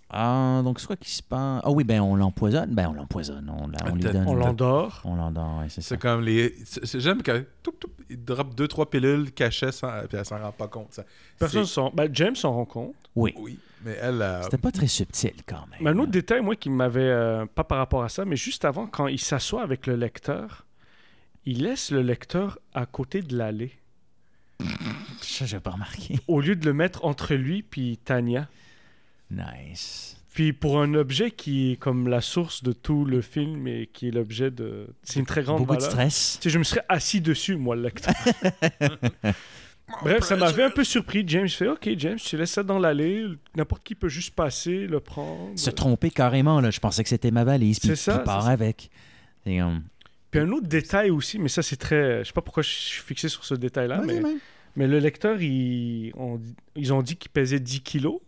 [SPEAKER 8] Ah, donc c'est quoi qui se passe? Ah oui, ben on l'empoisonne. Ben on l'empoisonne. On, la- on lui
[SPEAKER 9] Attends,
[SPEAKER 8] donne.
[SPEAKER 10] On l'endort.
[SPEAKER 8] On l'endort, oui, c'est ça.
[SPEAKER 9] C'est comme les. c'est- c'est- J'aime quand. Toup, toup, il drop deux, trois pilules cachées sans... puis elle s'en rend pas compte. Ça.
[SPEAKER 10] Personne s'en... Ben, James s'en rend compte.
[SPEAKER 8] Oui.
[SPEAKER 9] Oui. Mais elle. euh,
[SPEAKER 8] C'était pas très subtil quand même.
[SPEAKER 10] Ah Mais un autre détail, moi, qui m'avait. euh, pas par rapport à ça, mais juste avant, quand il s'assoit avec le lecteur, il laisse le lecteur à côté de l'allée,
[SPEAKER 8] Ça, j'ai pas remarqué. *laughs*
[SPEAKER 10] au lieu de le mettre entre lui puis Tania.
[SPEAKER 8] Nice.
[SPEAKER 10] Puis pour un objet qui est comme la source de tout le film et qui est l'objet de. C'est une très grande
[SPEAKER 8] Beaucoup de
[SPEAKER 10] valeur.
[SPEAKER 8] stress.
[SPEAKER 10] Tu sais, je me serais assis dessus, moi, le lecteur. Bref, ça m'avait un peu surpris. James fait Ok, James, tu laisses ça dans l'allée. N'importe qui peut juste passer, le prendre.
[SPEAKER 8] Se tromper carrément, là. Je pensais que c'était ma valise. Puis
[SPEAKER 10] C'est ça,
[SPEAKER 8] il part
[SPEAKER 10] c'est ça.
[SPEAKER 8] avec. Et, euh,
[SPEAKER 10] Puis un autre détail aussi, mais ça, c'est très. Je sais pas pourquoi je suis fixé sur ce détail-là, mais... mais le lecteur, il- on- ils ont dit qu'il pesait 10 kilos,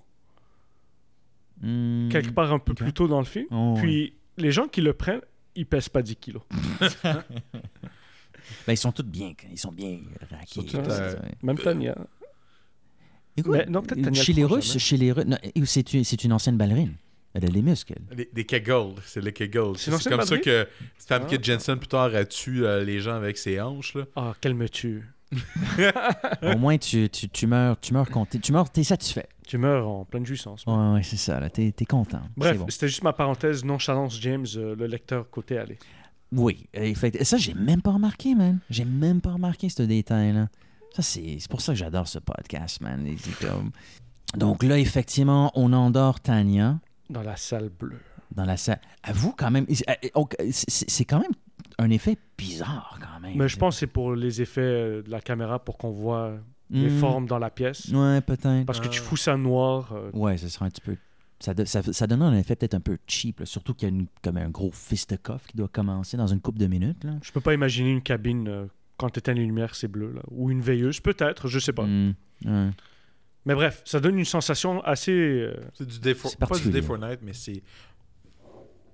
[SPEAKER 8] hmm,
[SPEAKER 10] quelque part un peu
[SPEAKER 8] ok.
[SPEAKER 10] plus tôt dans le film.
[SPEAKER 8] oh, ouais.
[SPEAKER 10] Puis les gens qui le prennent, ils pèsent pas 10 kilos.
[SPEAKER 8] Ben, ils sont tous bien. Ils sont bien raqués.
[SPEAKER 9] Ils sont tous,
[SPEAKER 8] là,
[SPEAKER 9] euh,
[SPEAKER 8] c'est- ouais.
[SPEAKER 10] Même Tania.
[SPEAKER 8] Écoute,
[SPEAKER 10] mais non, peut-être Tania le
[SPEAKER 8] chez les
[SPEAKER 10] prend
[SPEAKER 8] Russes,
[SPEAKER 10] jamais.
[SPEAKER 8] chez les Russes. non, C'est une, c'est une ancienne ballerine. Elle a les
[SPEAKER 10] *laughs*
[SPEAKER 8] muscles. elle.
[SPEAKER 9] Les, les Kegels, c'est les Kegels.
[SPEAKER 10] C'est une
[SPEAKER 9] C'est
[SPEAKER 10] ancienne
[SPEAKER 9] comme ça
[SPEAKER 10] batterie?
[SPEAKER 9] que Famke
[SPEAKER 10] Ah.
[SPEAKER 9] Jensen, plus tard, a tué euh, les gens avec ses hanches. Là.
[SPEAKER 10] Ah, qu'elle me tue.
[SPEAKER 8] Au moins, tu, tu, tu meurs, tu meurs, content- tu meurs, t'es satisfait.
[SPEAKER 10] Tu meurs en pleine jouissance.
[SPEAKER 8] Ouais, ouais, c'est ça, là. T'es, t'es content.
[SPEAKER 10] Bref,
[SPEAKER 8] C'est bon.
[SPEAKER 10] c'était juste ma parenthèse nonchalance James, euh, le lecteur côté allée.
[SPEAKER 8] Oui. Et fait- et ça, j'ai même pas remarqué, man. J'ai même pas remarqué ce détail-là. Ça, c'est, c'est pour ça que j'adore ce podcast, man. Et c'est comme- Donc là, effectivement, on endort Tania
[SPEAKER 10] Dans la salle bleue.
[SPEAKER 8] dans la salle. Avoue, quand même, c'est, euh, ok, c'est- c'est quand même un effet bizarre, quand même.
[SPEAKER 10] Mais je pense que c'est pour les effets euh, de la caméra pour qu'on voit les
[SPEAKER 8] Hmm.
[SPEAKER 10] formes dans la pièce.
[SPEAKER 8] Ouais, peut-être.
[SPEAKER 10] Parce que tu fous ça noir. euh,
[SPEAKER 8] Ouais, ce sera un petit peu. Ça, do- ça, ça donne un effet peut-être un peu cheap, là. surtout qu'il y a une- comme un gros fisticuff qui doit commencer dans une coupe de minutes. Là.
[SPEAKER 10] Je peux pas imaginer une cabine euh, quand t'éteins les lumières, c'est bleu. Là. Ou une veilleuse, peut-être, je sais pas.
[SPEAKER 8] Mm. Ouais.
[SPEAKER 10] Mais bref, ça donne une sensation assez. euh,
[SPEAKER 9] C'est du Day for-
[SPEAKER 8] C'est
[SPEAKER 9] Pas du
[SPEAKER 8] particulier.
[SPEAKER 9] Day for Night, mais c'est.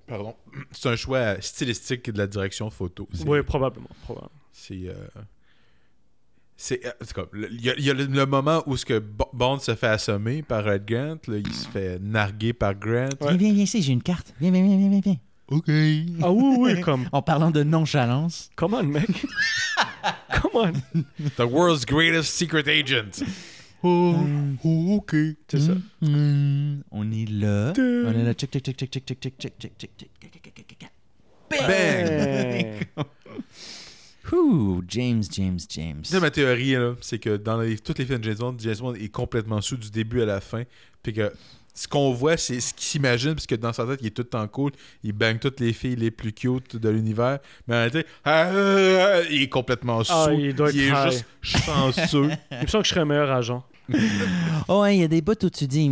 [SPEAKER 9] Pardon. *clears throat* C'est un choix stylistique de la direction photo. C'est-
[SPEAKER 10] Ouais, probablement. probablement.
[SPEAKER 9] C'est. euh, C'est. euh, c'est comme. le- Il y a, il y a le, le moment où ce que Bo- Bond se fait assommer par euh, Grant, là, il se fait narguer par Grant.
[SPEAKER 8] Viens,
[SPEAKER 10] Ouais.
[SPEAKER 8] viens, viens ici, j'ai une carte. Viens, viens, viens, viens, viens, viens.
[SPEAKER 9] OK.
[SPEAKER 10] Ah oui, oui, comme.
[SPEAKER 8] En parlant de nonchalance.
[SPEAKER 10] Come on, mec. Come on.
[SPEAKER 9] The world's greatest secret agent.
[SPEAKER 10] Oh.
[SPEAKER 9] OK.
[SPEAKER 10] C'est ça.
[SPEAKER 8] Mm. On est là. On est là. Check, check, check, check, check, check, check, check, check, check, check, check, check, check, check, check.
[SPEAKER 10] Ben.
[SPEAKER 9] Bang!
[SPEAKER 10] Hey.
[SPEAKER 8] Ouh, James, James, James.
[SPEAKER 9] Tu sais, ma théorie, là, c'est que dans les- toutes les films de James Bond, James Bond est complètement sous du début à la fin. Puis que ce qu'on voit, c'est ce qu'il s'imagine, puisque dans sa tête, il est tout le temps cool. Il bang toutes les filles les plus cute de l'univers. Mais en réalité, ah, ah, ah, il est complètement sous.
[SPEAKER 10] Ah, il doit
[SPEAKER 9] est
[SPEAKER 10] être high.
[SPEAKER 9] juste chanceux.
[SPEAKER 10] Il me semble que je serais un meilleur agent.
[SPEAKER 8] Oh, ouais, il y a des bouts où tu dis.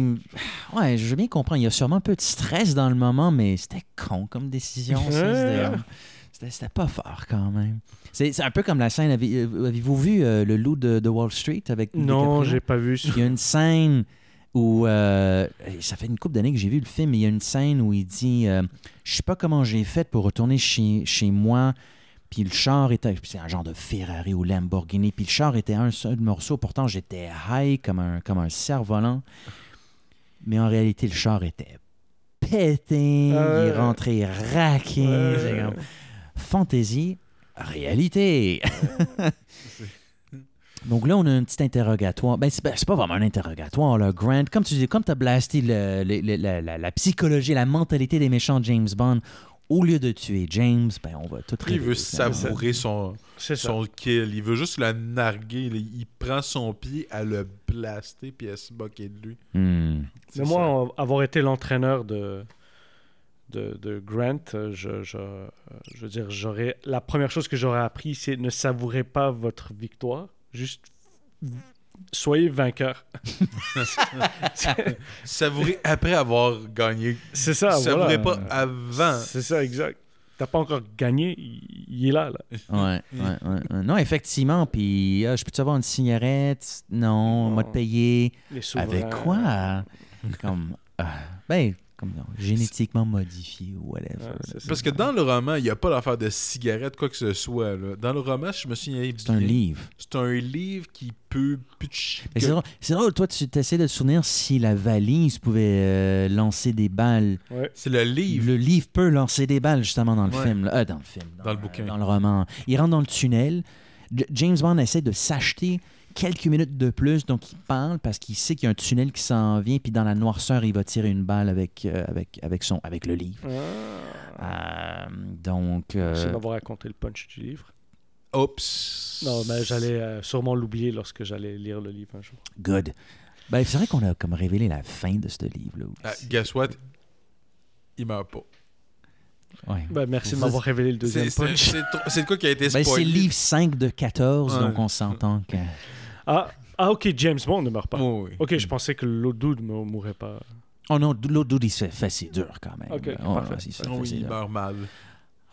[SPEAKER 8] Ouais, je veux bien comprendre. Il y a sûrement un peu de stress dans le moment, mais c'était con comme décision. ça,
[SPEAKER 10] Ouais.
[SPEAKER 8] c'était- C'était c'était pas fort quand même. C'est c'est un peu comme la scène. avez- euh, Avez-vous vu euh, Le Loup de, de Wall Street avec.
[SPEAKER 10] Non,
[SPEAKER 8] DiCaprio?
[SPEAKER 10] j'ai pas vu ça.
[SPEAKER 8] Il y a une scène où. euh, ça fait une couple d'années que j'ai vu le film, mais il y a une scène où il dit euh, Je sais pas comment j'ai fait pour retourner chez, chez moi. Puis le char était. puis C'est un genre de Ferrari ou Lamborghini. Puis le char était un seul morceau. Pourtant, j'étais high comme un, comme un cerf-volant. Mais en réalité, le char était pété. Il est
[SPEAKER 10] Euh.
[SPEAKER 8] rentré raqué.
[SPEAKER 10] Euh.
[SPEAKER 8] C'est comme Fantaisie, réalité. Donc là, on a un petit interrogatoire. Ben, c'est ben, c'est pas vraiment un interrogatoire, là. Grant, comme tu dis, comme t'as blasté le- le- le- la, la- la psychologie, la mentalité des méchants de James Bond, au lieu de tuer James, ben, on va tout
[SPEAKER 9] Il
[SPEAKER 8] révéler,
[SPEAKER 9] veut
[SPEAKER 8] finalement.
[SPEAKER 9] savourer son, son kill. Il veut juste la narguer. Il, il prend son pied à le blaster puis à se moquer de lui.
[SPEAKER 8] Hmm.
[SPEAKER 10] Mais moi, en- avoir été l'entraîneur de, de, de Grant, euh, je, je, euh, je veux dire, j'aurais, la première chose que j'aurais appris, c'est ne savourez pas votre victoire, juste v-
[SPEAKER 9] *laughs*
[SPEAKER 10] soyez vainqueur.
[SPEAKER 9] Savourer après avoir gagné.
[SPEAKER 10] c'est *laughs* ça,
[SPEAKER 9] Savourer
[SPEAKER 10] voilà.
[SPEAKER 9] pas avant.
[SPEAKER 10] C'est ça, exact. T'as pas encore gagné, il, il est là, là.
[SPEAKER 9] *laughs*
[SPEAKER 8] Ouais, ouais, ouais, ouais. Non, effectivement. Puis, ah, je peux te avoir une cigarette? Non, on va te payer.
[SPEAKER 10] Les souverains.
[SPEAKER 8] Avec quoi? comme, ah, ben, comme non, génétiquement modifié ou whatever.
[SPEAKER 9] Ah,
[SPEAKER 8] là.
[SPEAKER 9] Parce que dans le roman, il n'y a pas l'affaire de cigarette, quoi que ce soit. là. Dans le roman, je me souviens.
[SPEAKER 8] C'est un livre.
[SPEAKER 9] C'est un livre qui peut pitch-
[SPEAKER 8] Mais C'est drôle, c'est drôle, toi, tu essaies de te souvenir si la valise pouvait euh, lancer des balles.
[SPEAKER 9] C'est le livre.
[SPEAKER 8] Le livre peut lancer des balles, justement, dans le
[SPEAKER 9] Ouais.
[SPEAKER 8] film. là. Euh, dans le film,
[SPEAKER 9] Dans le bouquin.
[SPEAKER 8] dans le roman. Il rentre dans le tunnel. J- James Bond essaie de s'acheter quelques minutes de plus, donc il parle parce qu'il sait qu'il y a un tunnel qui s'en vient, puis dans la noirceur, il va tirer une balle avec, euh, avec, avec, son, avec le livre. Euh, donc. euh,
[SPEAKER 10] Ah, C'est m'avoir raconté le punch du livre.
[SPEAKER 9] Oups.
[SPEAKER 10] Non, mais j'allais euh, sûrement l'oublier lorsque j'allais lire le livre un jour.
[SPEAKER 8] Good. Ben, c'est vrai qu'on a comme révélé la fin de ce livre-là.
[SPEAKER 9] Ah, guess what? Il meurt pas.
[SPEAKER 8] Ouais.
[SPEAKER 10] Ben, merci de m'avoir révélé le deuxième
[SPEAKER 9] C'est- c'est-
[SPEAKER 10] punch.
[SPEAKER 9] C'est trop- c'est de quoi qui a été
[SPEAKER 8] Ben,
[SPEAKER 9] spoilé.
[SPEAKER 8] c'est livre 5 de 14,
[SPEAKER 9] Ouais.
[SPEAKER 8] donc on s'entend que.
[SPEAKER 10] Ah, ah, ok, James Bond ne meurt pas.
[SPEAKER 9] Oui, oui.
[SPEAKER 10] Ok, je pensais que l'autre dude ne mourrait pas.
[SPEAKER 8] Oh non, l'autre dude, il se fait facile dur quand même.
[SPEAKER 10] Ok,
[SPEAKER 8] Ouais,
[SPEAKER 10] parfait.
[SPEAKER 8] ouais, il se fait
[SPEAKER 9] Non,
[SPEAKER 8] fesser
[SPEAKER 9] Ah il
[SPEAKER 8] dur.
[SPEAKER 9] meurt mal.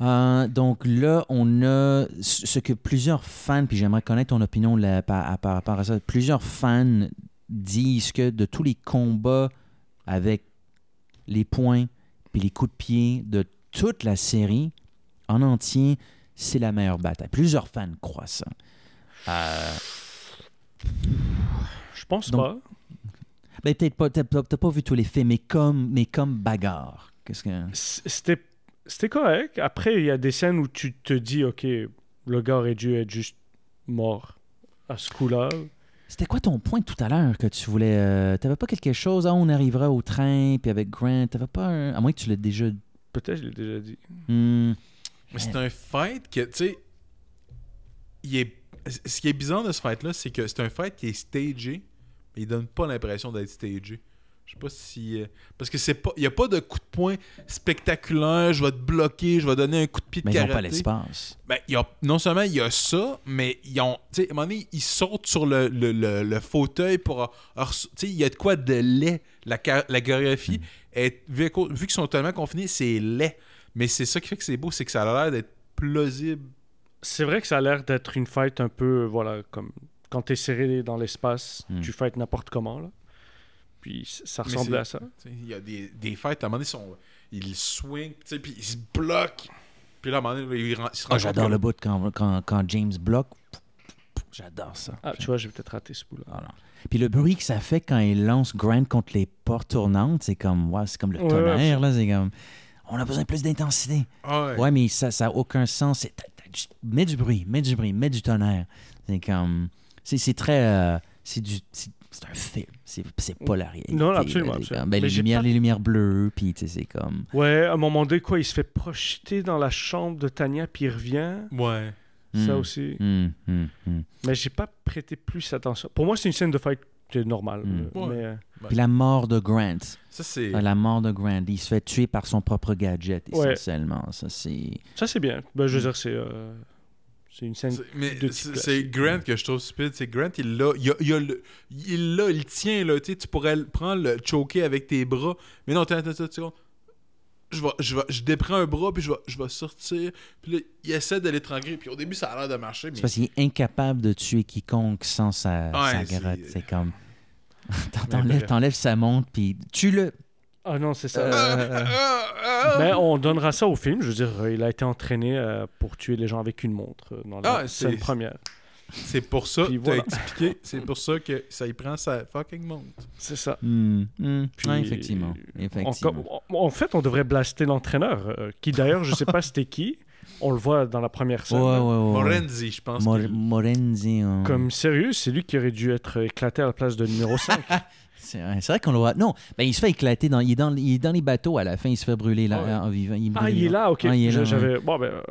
[SPEAKER 8] Euh, donc là, on a ce ce que plusieurs fans, puis j'aimerais connaître ton opinion là, par, à- par rapport à ça. Plusieurs fans disent que de tous les combats avec les poings puis les coups de pied de toute la série en entier, c'est la meilleure bataille. Plusieurs fans croient ça. Euh,
[SPEAKER 10] Je pense
[SPEAKER 8] Donc-
[SPEAKER 10] pas.
[SPEAKER 8] ben, peut-être pas, t'as t'as- t'as pas vu tous les faits, mais comme, mais comme bagarre. Qu'est-ce que.
[SPEAKER 10] C- C'était c'était correct. Après, il y a des scènes où tu te dis, ok, le gars aurait dû être juste mort à ce coup-là.
[SPEAKER 8] C'était quoi ton point tout à l'heure que tu voulais. euh, T'avais pas quelque chose, ah, on arrivera au train, puis avec Grant, t'avais pas un- À moins que tu l'aies déjà.
[SPEAKER 10] Peut-être, je l'ai déjà dit.
[SPEAKER 8] Hmm.
[SPEAKER 9] Mais c'est un fight que, tu sais, il est... ce qui est bizarre de ce fight-là, c'est que c'est un fight qui est stagé, mais il donne pas l'impression d'être stagé. Je sais pas si. euh, Parce que c'est pas. Il n'y a pas de coup de poing spectaculaire, je vais te bloquer, je vais donner un coup de pied de
[SPEAKER 8] Mais ils ont
[SPEAKER 9] karaté.
[SPEAKER 8] pas l'espace.
[SPEAKER 9] Ben, il y a- non seulement il y a ça, mais ils ont. Tu sais, à un moment donné, ils sautent sur le, le- le- le fauteuil pour. alors, Tu sais, il y a de quoi de laid. La, chor- la chorégraphie,
[SPEAKER 8] Hmm.
[SPEAKER 9] est, vu qu'au- vu qu'ils sont tellement confinés, c'est laid. Mais c'est ça qui fait que c'est beau, c'est que ça a l'air d'être plausible.
[SPEAKER 10] C'est vrai que ça a l'air d'être une fight un peu, euh, voilà, comme quand t'es serré dans l'espace,
[SPEAKER 8] Mm.
[SPEAKER 10] tu fights n'importe comment, là. Puis c- ça
[SPEAKER 9] Hmm. Mais
[SPEAKER 10] ressemblait
[SPEAKER 9] c'est-
[SPEAKER 10] à ça.
[SPEAKER 9] tu sais, Il y a des, des fêtes, à un moment donné, ils, sont- ils swingent, tu sais, puis ils se bloquent. Puis là, à un moment donné, ils, ren- ils se
[SPEAKER 8] Ah,
[SPEAKER 9] rendent
[SPEAKER 8] j'adore
[SPEAKER 9] compte
[SPEAKER 8] le bout quand, quand, quand James bloque. J'adore ça.
[SPEAKER 10] Ah, tu vois, j'ai peut-être raté ce bout-là.
[SPEAKER 8] Ah, non. Puis le bruit que ça fait quand il lance Grant contre les portes tournantes, c'est comme, ouais, c'est comme le
[SPEAKER 10] Ouais,
[SPEAKER 8] tonnerre, là. C'est comme, on a besoin de plus d'intensité.
[SPEAKER 9] que- Ah ouais.
[SPEAKER 8] Ouais, mais ça n'a aucun sens. C'est- t'as- t'as- juste- Mets du bruit, mets du bruit, mets du tonnerre. C'est comme. C'est c'est très. euh, c'est du. C'est c'est un film. C'est c'est pas la réalité.
[SPEAKER 10] Non,
[SPEAKER 8] là, c'est
[SPEAKER 10] absolument,
[SPEAKER 8] comme-
[SPEAKER 10] absolument.
[SPEAKER 8] ben, les,
[SPEAKER 10] Mais j'ai
[SPEAKER 8] lumières,
[SPEAKER 10] pas-
[SPEAKER 8] les lumières bleues, puis tu sais, c'est comme.
[SPEAKER 10] Ouais, à un moment donné, quoi, il se fait projeter dans la chambre de Tania, puis il revient.
[SPEAKER 9] Ouais.
[SPEAKER 10] Ça
[SPEAKER 8] Hmm.
[SPEAKER 10] aussi.
[SPEAKER 8] Hmm, hmm, hmm.
[SPEAKER 10] Mais j'ai pas prêté plus attention. Pour moi, c'est une scène de fight qui est normale.
[SPEAKER 8] Mm.
[SPEAKER 10] euh,
[SPEAKER 9] Ouais.
[SPEAKER 10] mais, euh,
[SPEAKER 8] Puis la mort de Grant.
[SPEAKER 9] Ça, c'est.
[SPEAKER 8] Euh, La mort de Grant. Il se fait tuer par son propre gadget,
[SPEAKER 10] Ouais.
[SPEAKER 8] essentiellement. Ça, c'est.
[SPEAKER 10] ça, c'est bien. Ben, je veux dire, c'est euh, c'est une scène.
[SPEAKER 9] C'est- Mais
[SPEAKER 10] de
[SPEAKER 9] c'est
[SPEAKER 10] type
[SPEAKER 9] c'est Grant que je trouve stupide. C'est Grant, il l'a, il, a- il, a le- il l'a, il tient, là. Tu sais, tu pourrais le prendre, le choquer avec tes bras. Mais non, attends, attends, attends, attends. je vais, je vais, je déprends un bras, puis je vais, je vais sortir. Puis là, il essaie de l'étrangler. Puis au début, ça a l'air de marcher, mais
[SPEAKER 8] C'est parce qu'il est incapable de tuer quiconque sans sa, sa
[SPEAKER 9] Ouais,
[SPEAKER 8] grotte.
[SPEAKER 9] c'est-
[SPEAKER 8] C'est comme. *laughs* T'en-
[SPEAKER 10] Mais
[SPEAKER 8] T'enlèves
[SPEAKER 10] bref.
[SPEAKER 8] t'enlèves sa montre, puis tue-le.
[SPEAKER 10] Ah non, c'est ça.
[SPEAKER 9] Ah,
[SPEAKER 8] Euh,
[SPEAKER 10] Mais Ben, on donnera ça au film. Je veux dire, euh, il a été entraîné euh, pour tuer les gens avec une montre euh, dans la
[SPEAKER 9] Ah, c'est-
[SPEAKER 10] scène première.
[SPEAKER 9] c'est pour ça que
[SPEAKER 10] Puis
[SPEAKER 9] t'as
[SPEAKER 10] voilà.
[SPEAKER 9] expliqué. C'est pour ça que ça y prend sa fucking montre.
[SPEAKER 10] C'est ça.
[SPEAKER 8] Hmm, hmm.
[SPEAKER 10] Puis-
[SPEAKER 8] Ouais, effectivement.
[SPEAKER 10] On-
[SPEAKER 8] effectivement.
[SPEAKER 10] on- en fait, on devrait blaster l'entraîneur, euh, qui d'ailleurs, je sais pas c'était qui. On le voit dans la première
[SPEAKER 8] Ouais,
[SPEAKER 10] scène.
[SPEAKER 8] ouais, ouais,
[SPEAKER 10] là.
[SPEAKER 8] ouais.
[SPEAKER 9] Morenzi, je
[SPEAKER 10] hein,
[SPEAKER 9] pense.
[SPEAKER 8] Mor-
[SPEAKER 9] que-
[SPEAKER 8] Morenzi. on-
[SPEAKER 10] Comme sérieux, c'est lui qui aurait dû être éclâté à la place de numéro 5.
[SPEAKER 8] C'est vrai, c'est vrai qu'on le voit. Non, ben, il se fait éclater. Dans... Il, est dans... il est dans les bateaux à la fin. Il se fait brûler là,
[SPEAKER 10] Ouais.
[SPEAKER 8] en vivant.
[SPEAKER 10] ah,
[SPEAKER 8] brûle
[SPEAKER 10] il est là, ok.
[SPEAKER 8] Ah, il est
[SPEAKER 10] Je-
[SPEAKER 8] là,
[SPEAKER 10] J'avais. Bon, ben. euh,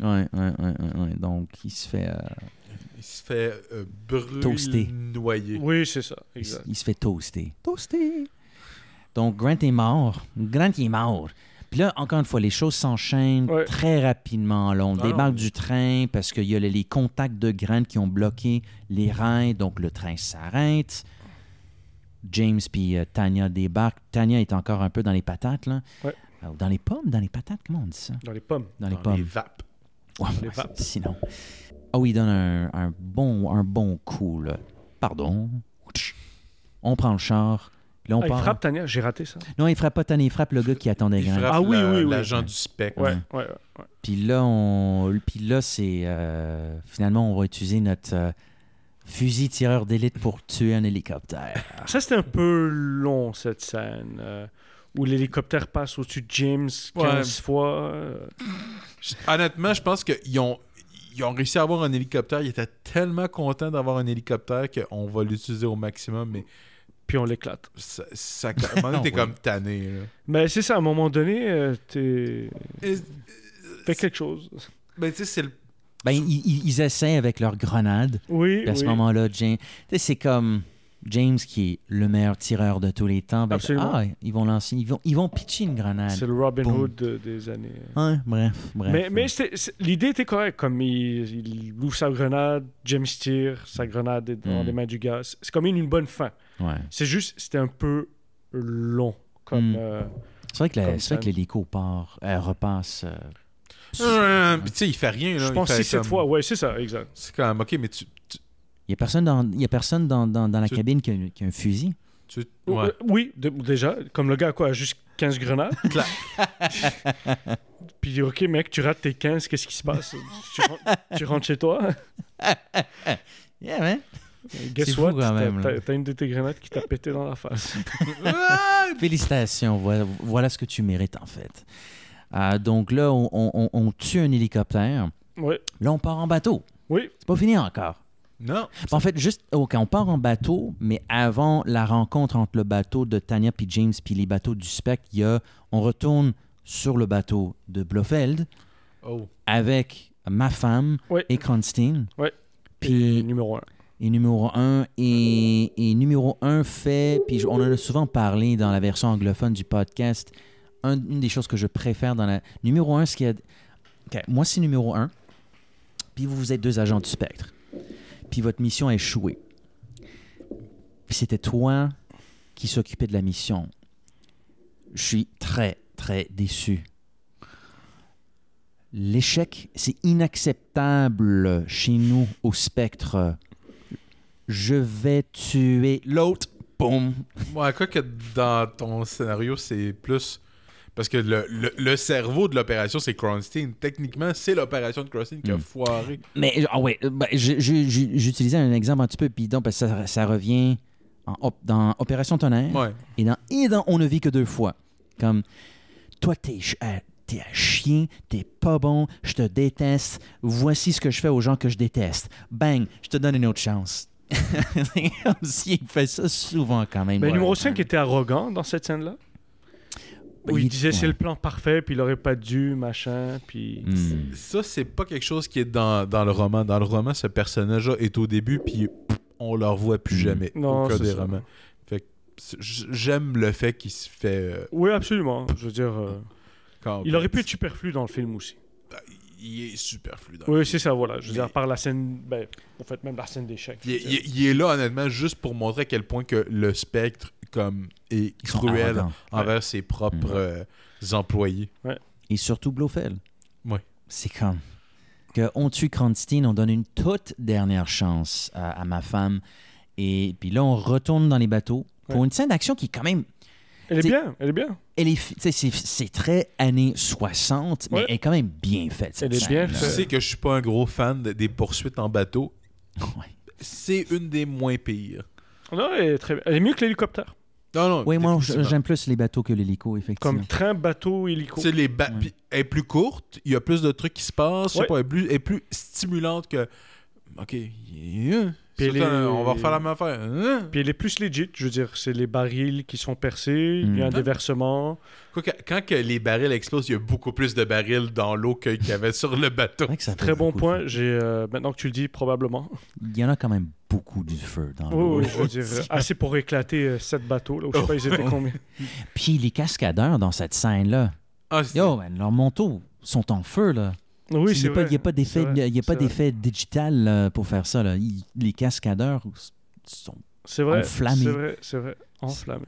[SPEAKER 8] Ouais, ouais, ouais, ouais, ouais. Donc, il se fait, euh,
[SPEAKER 9] Il se fait euh, brûler,
[SPEAKER 8] Toasté.
[SPEAKER 9] noyer.
[SPEAKER 10] Oui, c'est ça.
[SPEAKER 8] il se-
[SPEAKER 10] Exact.
[SPEAKER 8] il se fait toaster. Toaster. Donc, Grant est mort. Grant il est mort. Puis là, encore une fois, les choses s'enchaînent
[SPEAKER 10] Ouais.
[SPEAKER 8] très rapidement. Là, on
[SPEAKER 9] Ah,
[SPEAKER 8] débarque
[SPEAKER 9] non.
[SPEAKER 8] du train parce qu'il y a les, les contacts de Grant qui ont bloqué les reins. Donc, le train s'arrête. James puis euh, Tanya débarquent. Tanya est encore un peu dans les patates, là.
[SPEAKER 10] Ouais.
[SPEAKER 8] Euh, Dans les pommes, dans les patates, comment on dit ça?
[SPEAKER 10] Dans les pommes.
[SPEAKER 8] Dans les
[SPEAKER 9] Dans
[SPEAKER 8] pommes.
[SPEAKER 9] les vapes.
[SPEAKER 8] Ouais,
[SPEAKER 10] les
[SPEAKER 8] ouais,
[SPEAKER 10] vapes.
[SPEAKER 8] sinon. Ah oui, il donne un, un bon, un bon coup, là. Pardon. On prend le char. Là, on
[SPEAKER 10] Ah, il
[SPEAKER 8] part.
[SPEAKER 10] frappe Tania, j'ai raté ça.
[SPEAKER 8] Non, il frappe pas Tanya, il frappe le gars qui attendait
[SPEAKER 9] Il
[SPEAKER 8] Grant.
[SPEAKER 9] frappe
[SPEAKER 10] Ah oui,
[SPEAKER 9] la-
[SPEAKER 10] oui, oui.
[SPEAKER 9] l'agent du spec.
[SPEAKER 10] Ouais, ouais, ouais.
[SPEAKER 8] Puis là, on... Puis là c'est... euh, Finalement, on va utiliser notre euh, fusil tireur d'élite pour tuer un hélicoptère.
[SPEAKER 10] *laughs* Ah. Ça, c'était un peu long, cette scène. euh, où l'hélicoptère passe au-dessus de James 15
[SPEAKER 9] Ouais.
[SPEAKER 10] fois. euh,
[SPEAKER 9] Je- Honnêtement, je pense qu'ils ont, ils ont réussi à avoir un hélicoptère. Ils étaient tellement contents d'avoir un hélicoptère qu'on va l'utiliser au maximum, mais
[SPEAKER 10] puis on l'éclate.
[SPEAKER 9] ça, ça
[SPEAKER 10] *laughs*
[SPEAKER 9] à un moment donné, t'es
[SPEAKER 8] Oui.
[SPEAKER 9] comme tanné. là.
[SPEAKER 10] Mais c'est ça, à un moment donné, euh, t'es-
[SPEAKER 9] Et-
[SPEAKER 10] fais quelque chose.
[SPEAKER 9] ben, tu sais, c'est le-
[SPEAKER 8] ben, ils, ils- ils essaient avec leur grenade.
[SPEAKER 10] Oui,
[SPEAKER 8] Puis à ce
[SPEAKER 10] oui.
[SPEAKER 8] moment-là, James... tu sais, c'est comme... James, qui est le meilleur tireur de tous les temps, ben,
[SPEAKER 10] Absolument.
[SPEAKER 8] ah, ils vont lancer, ils vont, ils vont pitcher une grenade.
[SPEAKER 10] C'est le Robin
[SPEAKER 8] Boum.
[SPEAKER 10] Hood de- des années. euh.
[SPEAKER 8] Ouais, bref, bref.
[SPEAKER 10] Mais, mais c'était- c'est- l'idée était correcte. Comme il, il ouvre sa grenade, James tire, sa grenade est dans
[SPEAKER 8] Mm.
[SPEAKER 10] les mains du gars. C'est c'est comme une, une bonne fin.
[SPEAKER 8] Ouais.
[SPEAKER 10] C'est juste, c'était un peu long. Comme,
[SPEAKER 8] Mm.
[SPEAKER 10] euh,
[SPEAKER 8] C'est vrai que la-
[SPEAKER 10] Comme
[SPEAKER 8] c'est vrai que
[SPEAKER 10] ça.
[SPEAKER 8] l'hélico part, euh, repasse. euh,
[SPEAKER 9] Puis tu sais, il fait rien. Là.
[SPEAKER 10] je
[SPEAKER 9] Il
[SPEAKER 10] pense
[SPEAKER 9] fait
[SPEAKER 10] si cette
[SPEAKER 9] comme-
[SPEAKER 10] fois. Ouais, c'est ça, exact.
[SPEAKER 9] C'est comme, ok, mais tu. tu-
[SPEAKER 8] Il n'y a personne dans, il y a personne dans, dans, dans la
[SPEAKER 9] Tu-
[SPEAKER 8] cabine qui a, qui a un fusil.
[SPEAKER 9] tu-
[SPEAKER 10] Ou-
[SPEAKER 9] ouais.
[SPEAKER 10] euh, Oui, de- déjà. Comme le gars, quoi, a juste
[SPEAKER 8] *laughs*
[SPEAKER 10] 15 grenades.
[SPEAKER 9] Clac.
[SPEAKER 10] *laughs* Puis, OK, mec, tu rates tes 15, qu'est-ce qui se passe? tu, rentres, tu rentres
[SPEAKER 8] *laughs*
[SPEAKER 10] chez toi?
[SPEAKER 8] Yeah, ouais.
[SPEAKER 10] Guess
[SPEAKER 8] fou
[SPEAKER 10] what?
[SPEAKER 8] quand
[SPEAKER 10] T'as-
[SPEAKER 8] même, là.
[SPEAKER 10] T'as t'as une de tes grenades qui t'a pété dans
[SPEAKER 8] *laughs*
[SPEAKER 10] la face. *laughs*
[SPEAKER 8] Félicitations, voilà, voilà ce que tu mérites en fait. Ah, donc là, on, on- on- on tue un hélicoptère.
[SPEAKER 10] ouais.
[SPEAKER 8] Là, on part en bateau.
[SPEAKER 10] Oui,
[SPEAKER 8] C'est pas fini encore.
[SPEAKER 9] Non.
[SPEAKER 8] En fait, juste, oh, OK, on part en bateau, mais avant la rencontre entre le bateau de Tania puis James puis les bateaux du spec, il y a, on retourne sur le bateau de Blofeld
[SPEAKER 9] Oh.
[SPEAKER 8] avec ma femme
[SPEAKER 10] Ouais.
[SPEAKER 8] et Constantine.
[SPEAKER 10] Ouais.
[SPEAKER 8] Puis
[SPEAKER 10] Et numéro 1.
[SPEAKER 8] Et numéro 1 et, et numéro 1 fait, puis je- on en a souvent parlé dans la version anglophone du podcast, un- une des choses que je préfère dans la... Numéro 1, ce qu'il y a... OK, moi, c'est numéro 1, puis vous, vous êtes deux agents du spectre, puis votre mission a échoué. Puis c'était toi qui s'occupais de la mission. Je suis très, très déçu. L'échec, c'est inacceptable chez nous au spectre. Je vais tuer l'autre. Boum.
[SPEAKER 9] Ouais, quoi que dans ton scénario, c'est plus. Parce que le, le, le cerveau de l'opération, c'est Kronstein. Techniquement, c'est l'opération de Kronstein qui a
[SPEAKER 10] Mm.
[SPEAKER 9] foiré.
[SPEAKER 8] Mais, ah ouais, euh, ben, je- je- je- j'utilisais un exemple un petit peu bidon parce que ça, ça revient en op- dans Opération Tonnerre
[SPEAKER 9] Ouais.
[SPEAKER 8] et, dans, et dans On ne vit que deux fois. Comme, toi, t'es ch- à, t'es à chier, t'es pas bon, je te déteste, voici ce que je fais aux gens que je déteste. Bang, je te donne une autre chance. *laughs* C'est comme s'il fait ça souvent quand même.
[SPEAKER 10] Mais
[SPEAKER 8] Ouais.
[SPEAKER 10] Ben, numéro 5 était arrogant dans cette scène-là.
[SPEAKER 8] Ben,
[SPEAKER 10] Où il
[SPEAKER 8] il-
[SPEAKER 10] disait c'est
[SPEAKER 8] ouais.
[SPEAKER 10] le plan parfait, puis il aurait pas dû, machin, puis...
[SPEAKER 8] Hmm.
[SPEAKER 9] Ça, c'est pas quelque chose qui est dans, dans le roman. Dans le roman, ce personnage-là est au début, puis pff, on le revoit plus jamais.
[SPEAKER 10] Mm. Non,
[SPEAKER 9] au cas
[SPEAKER 10] c'est
[SPEAKER 9] des
[SPEAKER 10] ça.
[SPEAKER 9] romans. Fait que c'est- j- j'aime le fait qu'il se fait. euh,
[SPEAKER 10] Oui, absolument. Je veux dire, euh,
[SPEAKER 9] quand-
[SPEAKER 10] il aurait pu être superflu dans le film aussi.
[SPEAKER 9] Il est superflu. dans le
[SPEAKER 10] Oui,
[SPEAKER 9] film.
[SPEAKER 10] c'est ça, voilà. Je veux dire,
[SPEAKER 9] Mais-
[SPEAKER 10] par la scène... Ben, en fait, même la scène d'échec.
[SPEAKER 9] Il, est- il est- il est là, honnêtement, juste pour montrer à quel point que le spectre comme et
[SPEAKER 8] Ils sont
[SPEAKER 9] cruel
[SPEAKER 8] arrogants.
[SPEAKER 9] envers ses propres euh, employés.
[SPEAKER 8] Et surtout Blofeld.
[SPEAKER 9] Ouais.
[SPEAKER 8] C'est comme que on tue Cronstein, on donne une toute dernière chance à, à ma femme. Et puis là, on retourne dans les bateaux pour
[SPEAKER 10] Ouais.
[SPEAKER 8] une scène d'action qui est quand même...
[SPEAKER 10] Elle est
[SPEAKER 8] T'sais-
[SPEAKER 10] bien, elle est bien.
[SPEAKER 8] Elle est, fi- tu sais, c'est, c'est très années 60, mais
[SPEAKER 10] Ouais.
[SPEAKER 8] elle est quand même bien faite. Cette
[SPEAKER 10] Elle est bien
[SPEAKER 8] scène-là.
[SPEAKER 9] Tu sais que je suis pas un gros fan de- des poursuites en bateau. C'est une des moins pires.
[SPEAKER 10] Non, elle est, très... elle est mieux que l'hélicoptère.
[SPEAKER 9] Non, non.
[SPEAKER 8] Oui, moi,
[SPEAKER 9] définitivement.
[SPEAKER 8] j'aime plus les bateaux que l'hélico, effectivement.
[SPEAKER 10] Comme train, bateau, hélico.
[SPEAKER 9] Tu sais, les ba- puis elle est plus courte, il y a plus de trucs qui se passent, je sais
[SPEAKER 10] Ouais.
[SPEAKER 9] pas, elle, est plus, elle est plus stimulante que. Ok, yeah.
[SPEAKER 10] Puis elle
[SPEAKER 9] Surtout,
[SPEAKER 10] est-
[SPEAKER 9] on va refaire la même affaire. Hein?
[SPEAKER 10] Puis elle est plus legit, je veux dire. C'est les barils qui sont percés, il y a un
[SPEAKER 9] Mm.
[SPEAKER 10] déversement.
[SPEAKER 9] Quoi que- quand que les barils explosent, il y a beaucoup plus de barils dans l'eau que- qu'il y avait sur le bateau.
[SPEAKER 8] Ah,
[SPEAKER 10] Très bon point. J'ai euh, Maintenant que tu le dis, probablement.
[SPEAKER 8] Il y en a quand même beaucoup du feu
[SPEAKER 10] *laughs*
[SPEAKER 8] dans l'eau.
[SPEAKER 10] Oui, oui, je
[SPEAKER 8] *laughs*
[SPEAKER 10] veux dire, euh, assez pour éclater euh, sept bateaux. Là, où je sais pas,
[SPEAKER 8] Oh.
[SPEAKER 10] ils étaient combien.
[SPEAKER 8] Puis les cascadeurs dans cette scène-là.
[SPEAKER 9] Ah,
[SPEAKER 8] Yo, man, leurs manteaux sont en feu, là.
[SPEAKER 10] Oui,
[SPEAKER 8] Il
[SPEAKER 10] c'est
[SPEAKER 8] n'y a pas-
[SPEAKER 10] vrai.
[SPEAKER 8] il y a pas d'effet-
[SPEAKER 10] C'est vrai,
[SPEAKER 8] il y a pas
[SPEAKER 10] c'est vrai.
[SPEAKER 8] d'effet digital là, pour faire ça. Là. Ils- les cascadeurs s- sont
[SPEAKER 10] C'est vrai.
[SPEAKER 8] enflammés.
[SPEAKER 10] C'est vrai, c'est vrai. Enflammé.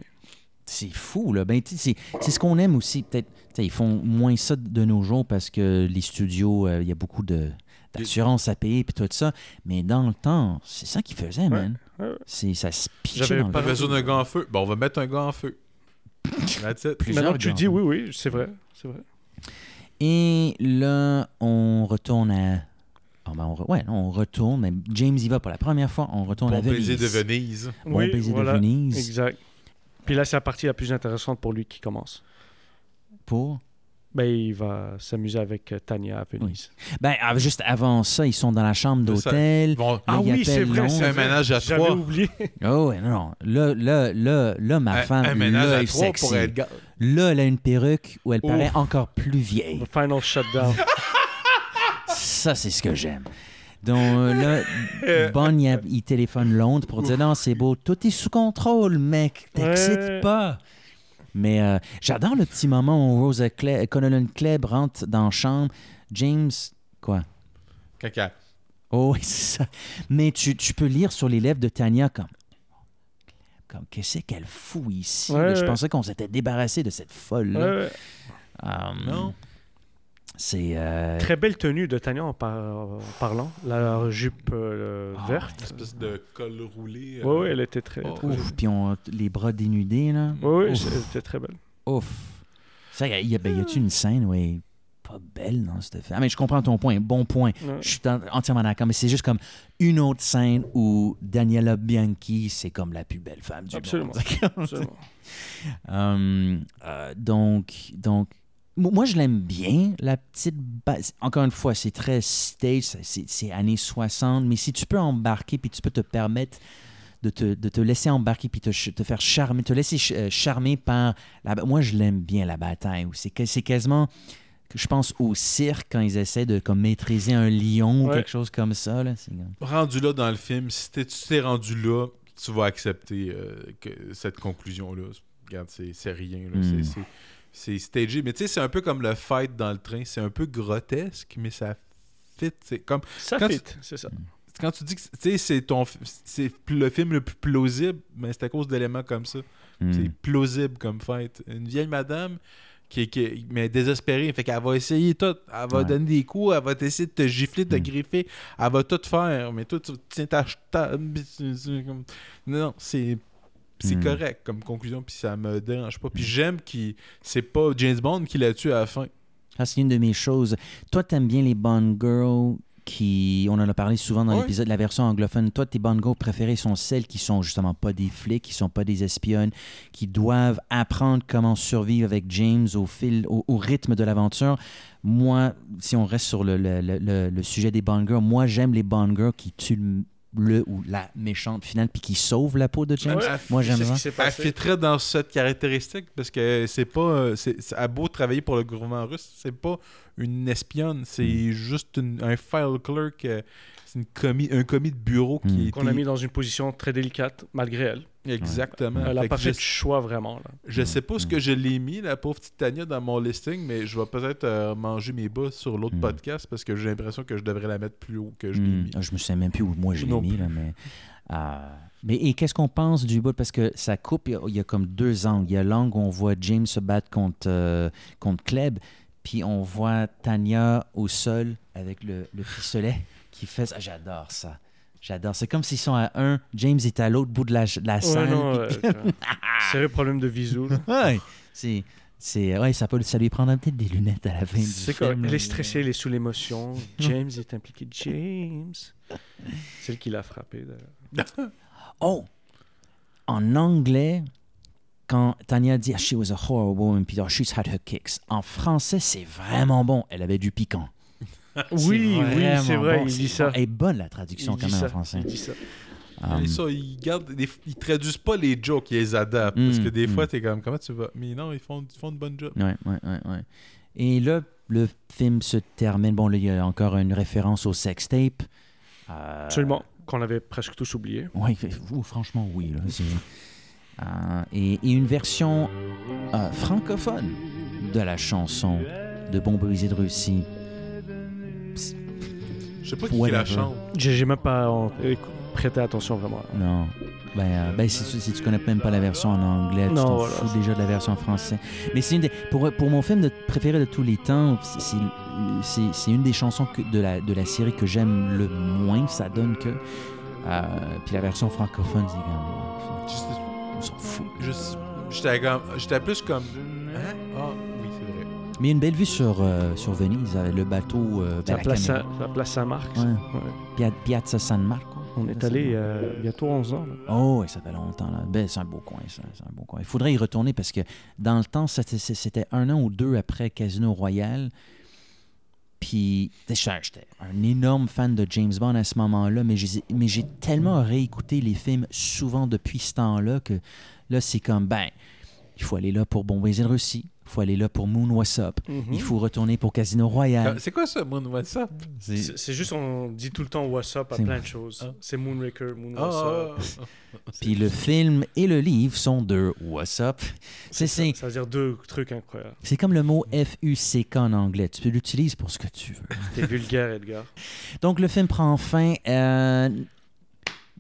[SPEAKER 8] C'est fou, là. Ben, tu sais, c'est c'est ce qu'on aime aussi. Peut-être, tu sais, ils font moins ça de nos jours parce que les studios, euh, il y a beaucoup de d'assurance à payer puis tout ça. Mais dans le temps, c'est ça qu'ils faisaient, man.
[SPEAKER 10] ouais, ouais.
[SPEAKER 8] C'est ça se pitchait
[SPEAKER 9] J'avais
[SPEAKER 8] dans
[SPEAKER 9] pas
[SPEAKER 8] le
[SPEAKER 9] besoin d'un gars en feu. Bon, on va mettre un gars en feu. That's it.
[SPEAKER 8] Plusieurs hein.
[SPEAKER 10] Maintenant que tu
[SPEAKER 8] gants.
[SPEAKER 10] dis, oui, oui, c'est vrai. C'est vrai.
[SPEAKER 8] Et là, on retourne à. Ah ben, on re- Ouais, on retourne. mais James y va pour la première fois. *laughs* On retourne
[SPEAKER 9] Bon
[SPEAKER 8] à Venise.
[SPEAKER 9] baiser de Venise.
[SPEAKER 8] Bon
[SPEAKER 10] oui,
[SPEAKER 8] baiser
[SPEAKER 10] voilà,
[SPEAKER 8] de Venise.
[SPEAKER 10] Exact. Puis là, c'est la partie la plus intéressante pour lui qui commence.
[SPEAKER 8] Pour.
[SPEAKER 10] Ben, il va s'amuser avec euh, Tania à Venise.
[SPEAKER 8] Ben, av- juste avant ça, ils sont dans la chambre
[SPEAKER 9] C'est ça.
[SPEAKER 8] d'hôtel.
[SPEAKER 9] Bon,
[SPEAKER 8] Là,
[SPEAKER 10] Ah
[SPEAKER 8] ils
[SPEAKER 10] oui, c'est
[SPEAKER 8] appellent
[SPEAKER 10] vrai,
[SPEAKER 8] Londres.
[SPEAKER 9] c'est un ménage à
[SPEAKER 10] J'avais
[SPEAKER 9] trois.
[SPEAKER 10] *laughs* oublié.
[SPEAKER 8] Oh, ouais, non, non. Là, là, là, là, ma
[SPEAKER 9] Un-
[SPEAKER 8] femme,
[SPEAKER 9] un ménage
[SPEAKER 8] là,
[SPEAKER 9] à
[SPEAKER 8] elle est
[SPEAKER 9] trois pour
[SPEAKER 8] sexy.
[SPEAKER 9] Edgar.
[SPEAKER 8] Là, elle a une perruque où elle
[SPEAKER 9] Ouf.
[SPEAKER 8] paraît encore plus vieille.
[SPEAKER 10] The
[SPEAKER 9] *laughs*
[SPEAKER 10] final shutdown.
[SPEAKER 8] Ça, c'est ce que j'aime. Donc euh,
[SPEAKER 9] *laughs*
[SPEAKER 8] là, Bonne, il, a- il téléphone Londres pour dire non, c'est beau, tout est sous contrôle, mec, t'excites
[SPEAKER 10] Ouais.
[SPEAKER 8] pas. Mais euh, j'adore le petit moment où Rosa Cle- Colonel Kleb rentre dans la chambre. James, quoi?
[SPEAKER 9] Caca.
[SPEAKER 8] Oh, oui, c'est ça. Mais tu, tu peux lire sur les lèvres de Tania comme. Comme, qu'est-ce qu'elle fout ici?
[SPEAKER 10] Ouais,
[SPEAKER 8] là? je
[SPEAKER 10] ouais.
[SPEAKER 8] pensais qu'on s'était débarrassé de cette
[SPEAKER 10] Ouais,
[SPEAKER 8] folle-là.
[SPEAKER 10] ouais.
[SPEAKER 8] Hum,
[SPEAKER 9] Non.
[SPEAKER 8] C'est. euh,
[SPEAKER 10] Très belle tenue de Tania en, par- en parlant. La jupe euh,
[SPEAKER 8] Ah,
[SPEAKER 10] verte.
[SPEAKER 9] Une espèce de col roulé. euh,
[SPEAKER 10] Oui, oui, elle était très.
[SPEAKER 9] Oh.
[SPEAKER 10] très-
[SPEAKER 8] Ouf, puis on, les bras dénudés, là.
[SPEAKER 10] Oui, oui,
[SPEAKER 8] Ouf.
[SPEAKER 10] elle était très belle.
[SPEAKER 8] Ouf. Ça, y a- y a- ben, y a-tu une scène, oui, pas belle dans cette film? Ah, mais je comprends ton point, bon point.
[SPEAKER 10] Ouais.
[SPEAKER 8] Je suis en- entièrement d'accord, mais c'est juste comme une autre scène où Daniela Bianchi, c'est comme la plus belle femme du *laughs*
[SPEAKER 10] Absolument.
[SPEAKER 8] monde.
[SPEAKER 10] Absolument.
[SPEAKER 8] Hum, euh, donc, donc, mo- moi, je l'aime bien, la petite base. Encore une fois, c'est très stage, c'est- c'est c'est années 60, mais si tu peux embarquer, puis tu peux te permettre de te, de te laisser embarquer, puis te, ch- te faire charmer, te laisser ch- euh, charmer par... La, ba- moi, je l'aime bien, la bataille. où C'est que- c'est quasiment... Je pense au cirque quand ils essaient de comme, maîtriser un lion ou
[SPEAKER 10] Ouais.
[SPEAKER 8] quelque chose comme ça. Là. C'est comme-
[SPEAKER 9] Rendu là dans le film, si t'es- tu t'es rendu là, tu vas accepter euh, que cette conclusion-là. Regarde, c'est c'est rien. là.
[SPEAKER 8] Mm.
[SPEAKER 9] C'est- c'est- C'est stagé. Mais tu sais, c'est un peu comme le fight dans le train. C'est un peu grotesque, mais ça fit. C'est comme
[SPEAKER 10] Ça
[SPEAKER 9] Quand
[SPEAKER 10] fit,
[SPEAKER 9] tu-
[SPEAKER 10] c'est ça.
[SPEAKER 9] quand tu dis que tu sais, c'est ton f- c'est le film le plus plausible, mais c'est à cause d'éléments comme ça. C'est
[SPEAKER 8] Hmm.
[SPEAKER 9] plausible comme fête. Une vieille madame qui est, qui est- mais désespérée, fait qu'elle va essayer tout. Elle va
[SPEAKER 8] Ouais.
[SPEAKER 9] donner des coups, elle va essayer de te gifler, de te
[SPEAKER 8] Mm.
[SPEAKER 9] griffer. Elle va tout faire, mais toi, tu tiens ta... ta- Non, non, c'est... C'est
[SPEAKER 8] Mm.
[SPEAKER 9] correct comme conclusion, puis ça me dérange pas. Puis
[SPEAKER 8] Hmm.
[SPEAKER 9] j'aime qu'il. C'est pas James Bond qui l'a tué à la fin.
[SPEAKER 8] Ah, c'est une de mes choses. Toi, t'aimes bien les Bond Girls qui. On en a parlé souvent dans
[SPEAKER 9] Ouais.
[SPEAKER 8] l'épisode, la version anglophone. Toi, tes Bond Girls préférées sont celles qui sont justement pas des flics, qui sont pas des espionnes, qui doivent apprendre comment survivre avec James au, fil, au, au rythme de l'aventure. Moi, si on reste sur le, le- le- le- le sujet des Bond Girls, moi, j'aime les Bond Girls qui tuent le- le ou la méchante finale puis qui sauvent la peau de James.
[SPEAKER 9] Ouais.
[SPEAKER 8] Moi, j'aime
[SPEAKER 10] C'est ce
[SPEAKER 8] ça.
[SPEAKER 10] qui s'est
[SPEAKER 9] Elle
[SPEAKER 10] passé.
[SPEAKER 9] fitterait dans cette caractéristique parce que c'est pas. euh, C'est, c'est- à beau travailler pour le gouvernement russe, c'est pas une espionne, c'est
[SPEAKER 10] Hmm.
[SPEAKER 9] juste une- un file clerk, euh, c'est une commis, un commis de bureau qui est.
[SPEAKER 10] Hmm. Qu'on a mis dans une position très délicate, malgré elle.
[SPEAKER 9] Exactement.
[SPEAKER 10] Elle
[SPEAKER 9] Fait
[SPEAKER 10] n'a pas
[SPEAKER 9] que
[SPEAKER 10] fait
[SPEAKER 9] je-
[SPEAKER 10] de choix vraiment. là.
[SPEAKER 9] Je sais pas
[SPEAKER 10] Hmm.
[SPEAKER 9] ce que je l'ai mis, la pauvre petite Tania, dans mon listing, mais je vais peut-être euh, manger mes bas sur
[SPEAKER 10] Hmm.
[SPEAKER 9] l'autre podcast parce que j'ai l'impression que je devrais la mettre plus haut que je l'ai
[SPEAKER 8] Hmm,
[SPEAKER 9] mis.
[SPEAKER 10] Ah,
[SPEAKER 8] Je me sais même plus où moi je l'ai
[SPEAKER 9] Non
[SPEAKER 8] mis, là, mais. euh, mais et qu'est-ce qu'on pense du bout Parce que ça coupe, il y a- il y, a comme deux angles. Il y a l'angle où on voit James se battre contre, euh, contre Kleb, puis on voit Tanya au sol avec le, le pistolet qui fait ça. Ah, J'adore ça. J'adore. C'est comme s'ils sont à un, James est à l'autre bout de la, de la
[SPEAKER 10] Ouais,
[SPEAKER 8] salle.
[SPEAKER 10] non,
[SPEAKER 8] puis-
[SPEAKER 10] euh,
[SPEAKER 9] *laughs*
[SPEAKER 10] sérieux problème de visu. là.
[SPEAKER 8] *laughs* Ouais, c'est, c'est, ouais, ça, peut, ça lui prendra peut-être des lunettes à la fin du
[SPEAKER 10] C'est
[SPEAKER 8] film,
[SPEAKER 10] correct. Elle
[SPEAKER 8] là, euh,
[SPEAKER 10] est stressée, elle est
[SPEAKER 8] *laughs*
[SPEAKER 10] sous l'émotion. James est impliqué. James. Celle qui l'a frappé. d'ailleurs.
[SPEAKER 8] Oh! En anglais, quand Tanya dit "Ah, She was a horrible woman, puis oh, she's had her kicks. En français, c'est vraiment bon. Elle avait du piquant.
[SPEAKER 10] Oui, oui,
[SPEAKER 8] vraiment
[SPEAKER 10] c'est vrai,
[SPEAKER 8] bon.
[SPEAKER 10] il dit
[SPEAKER 8] C'est-
[SPEAKER 10] ça.
[SPEAKER 8] Elle est bonne la traduction
[SPEAKER 10] Il
[SPEAKER 8] quand
[SPEAKER 10] dit
[SPEAKER 8] même
[SPEAKER 10] ça,
[SPEAKER 8] en français.
[SPEAKER 10] il dit ça.
[SPEAKER 8] Um,
[SPEAKER 9] *laughs*
[SPEAKER 10] Ah.
[SPEAKER 9] Et ça, ils, gardent les- ils traduisent pas les jokes, ils les adaptent. parce
[SPEAKER 10] Hmm.
[SPEAKER 8] Mm,
[SPEAKER 9] que des
[SPEAKER 8] mm.
[SPEAKER 9] fois, t'es comme, comment tu vas Mais non, ils font, ils font de bonnes jobs.
[SPEAKER 8] Ouais, ouais, ouais, ouais. Et là, le film se termine. Bon, là, il y a encore une référence au sextape. Euh,
[SPEAKER 10] Absolument. Qu'on avait presque tous oublié.
[SPEAKER 8] Oui, *laughs* franchement, oui. là, c'est- Euh, et, et une version euh, francophone de la chanson de Bon Brisé de Russie.
[SPEAKER 9] Je sais pas qui, qui la
[SPEAKER 8] Whatever.
[SPEAKER 9] chante.
[SPEAKER 10] J'ai j'ai même pas en- écou- prêté attention vraiment.
[SPEAKER 8] Non. Ben, euh, ben, si, tu, si tu connais même pas la version en anglais, tu
[SPEAKER 10] Non,
[SPEAKER 8] t'en
[SPEAKER 10] voilà.
[SPEAKER 8] fous déjà de la version en français. Mais c'est une des- pour, pour mon film de, préféré de tous les temps, c'est- c'est- c'est c'est une des chansons que- de, la, de la série que j'aime le moins. Ça donne que. euh, puis la version francophone, c'est quand
[SPEAKER 9] Je sais-
[SPEAKER 8] même. On s'en fout.
[SPEAKER 9] je sais- J'étais comme- j'étais plus comme. Hein? Ah, oui, c'est vrai.
[SPEAKER 8] Mais une belle vue sur, euh, sur Venise, euh, le bateau. euh, ben,
[SPEAKER 10] La
[SPEAKER 8] la
[SPEAKER 10] place,
[SPEAKER 8] caméra.
[SPEAKER 10] à, la place à Marx.
[SPEAKER 8] Ouais.
[SPEAKER 10] Ouais.
[SPEAKER 8] Pia- Piazza San Marco.
[SPEAKER 10] On est allé euh, bientôt 11 ans. là.
[SPEAKER 8] Oh, et ça fait longtemps. Là. Ben, c'est un beau coin, ça. C'est un beau coin. Il faudrait y retourner parce que dans le temps, c'était- c'était un an ou deux après Casino Royal. Puis, tu sais, j'étais un énorme fan de James Bond à ce moment-là, mais j'ai mais j'ai tellement réécouté les films souvent depuis ce temps-là que là, c'est comme, ben, il faut aller là pour Bon Baiser de Russie, il faut aller là pour Moon What's Up,
[SPEAKER 10] Mhm. Hmm?
[SPEAKER 8] il faut retourner pour Casino Royal.
[SPEAKER 9] Ah, C'est quoi ça, Moon WhatsApp
[SPEAKER 8] C'est-
[SPEAKER 10] C'est c'est juste, on dit tout le temps What's up à
[SPEAKER 8] C'est
[SPEAKER 10] plein de choses. C'est Moonraker, Moon What's
[SPEAKER 9] Ah,
[SPEAKER 10] up.
[SPEAKER 9] *laughs* ah,
[SPEAKER 8] Puis le film et le livre sont de What's Up. C'est-
[SPEAKER 10] ça,
[SPEAKER 8] C'est
[SPEAKER 10] ça veut dire deux trucs incroyables.
[SPEAKER 8] c'est comme le mot F-U-C-K en anglais. Tu l'utilises pour ce que tu veux.
[SPEAKER 10] T'es vulgaire, Edgar.
[SPEAKER 8] Donc le film prend fin. Euh,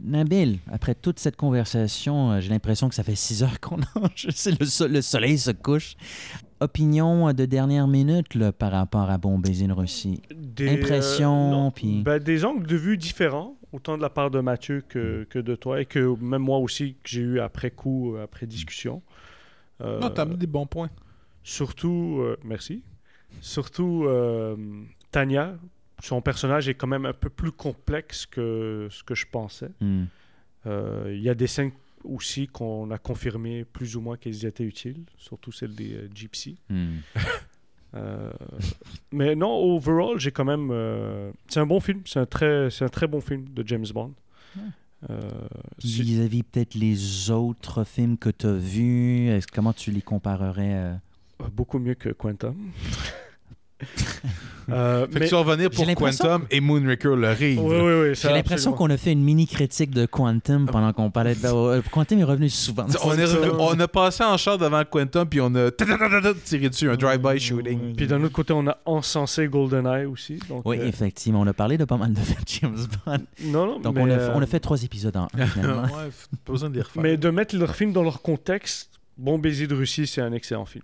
[SPEAKER 8] Nabil, après toute cette conversation, euh, j'ai l'impression que ça fait six heures qu'on *laughs* enregistre. Le, so- le soleil se couche. Opinion euh, de dernière minute là, par rapport à Bon Baiser de Russie.
[SPEAKER 10] Des, euh,
[SPEAKER 8] Impressions,
[SPEAKER 10] non.
[SPEAKER 8] puis-
[SPEAKER 10] Ben, des angles de vue différents, autant de la part de Mathieu que, que de toi, et que même moi aussi, que j'ai eu après coup, euh, après discussion. Euh,
[SPEAKER 9] Non, t'as amené des bons points.
[SPEAKER 10] Surtout, euh, merci. Surtout, euh, Tania, son personnage est quand même un peu plus complexe que ce que je pensais.
[SPEAKER 8] Hmm.
[SPEAKER 10] Euh, Il y a des scènes aussi qu'on a confirmé plus ou moins qu'elles étaient utiles, surtout celle des euh, gypsies.
[SPEAKER 8] Hmm.
[SPEAKER 10] Euh, mais non, overall, j'ai quand même. euh, c'est un bon film, c'est un, très, c'est un très bon film de James Bond. Euh,
[SPEAKER 8] Puis
[SPEAKER 10] c'est-
[SPEAKER 8] Vis-à-vis peut-être les autres films que tu as vus, est-ce- comment tu les comparerais euh?
[SPEAKER 10] beaucoup mieux
[SPEAKER 8] *laughs*
[SPEAKER 10] que Quantum. Euh,
[SPEAKER 9] Fait
[SPEAKER 10] mais-
[SPEAKER 9] que tu vas revenir
[SPEAKER 8] J'ai
[SPEAKER 9] pour
[SPEAKER 8] l'impression
[SPEAKER 9] Quantum et Moonraker le rire.
[SPEAKER 10] Oui, oui, oui, ça,
[SPEAKER 8] J'ai l'impression
[SPEAKER 10] absolument.
[SPEAKER 8] qu'on a fait une mini critique de Quantum pendant qu'on parlait de. euh, Quantum est revenu souvent.
[SPEAKER 9] Ah. On, est revenu- on a passé en char devant Quantum puis on a ta-ta-ta-ta-ta tiré dessus un drive-by shooting.
[SPEAKER 10] Puis d'un autre côté, on a encensé GoldenEye aussi. Donc,
[SPEAKER 8] Oui,
[SPEAKER 10] euh,
[SPEAKER 8] effectivement, on a parlé de pas mal de films James Bond.
[SPEAKER 10] non, non,
[SPEAKER 8] Donc
[SPEAKER 10] mais,
[SPEAKER 8] on, a,
[SPEAKER 10] euh,
[SPEAKER 8] on a fait trois épisodes en
[SPEAKER 10] *laughs*
[SPEAKER 8] un, finalement.
[SPEAKER 9] ouais, f- pas besoin de les refaire.
[SPEAKER 10] Mais de mettre leurs films dans leur contexte, Bon baiser de Russie, c'est un excellent film.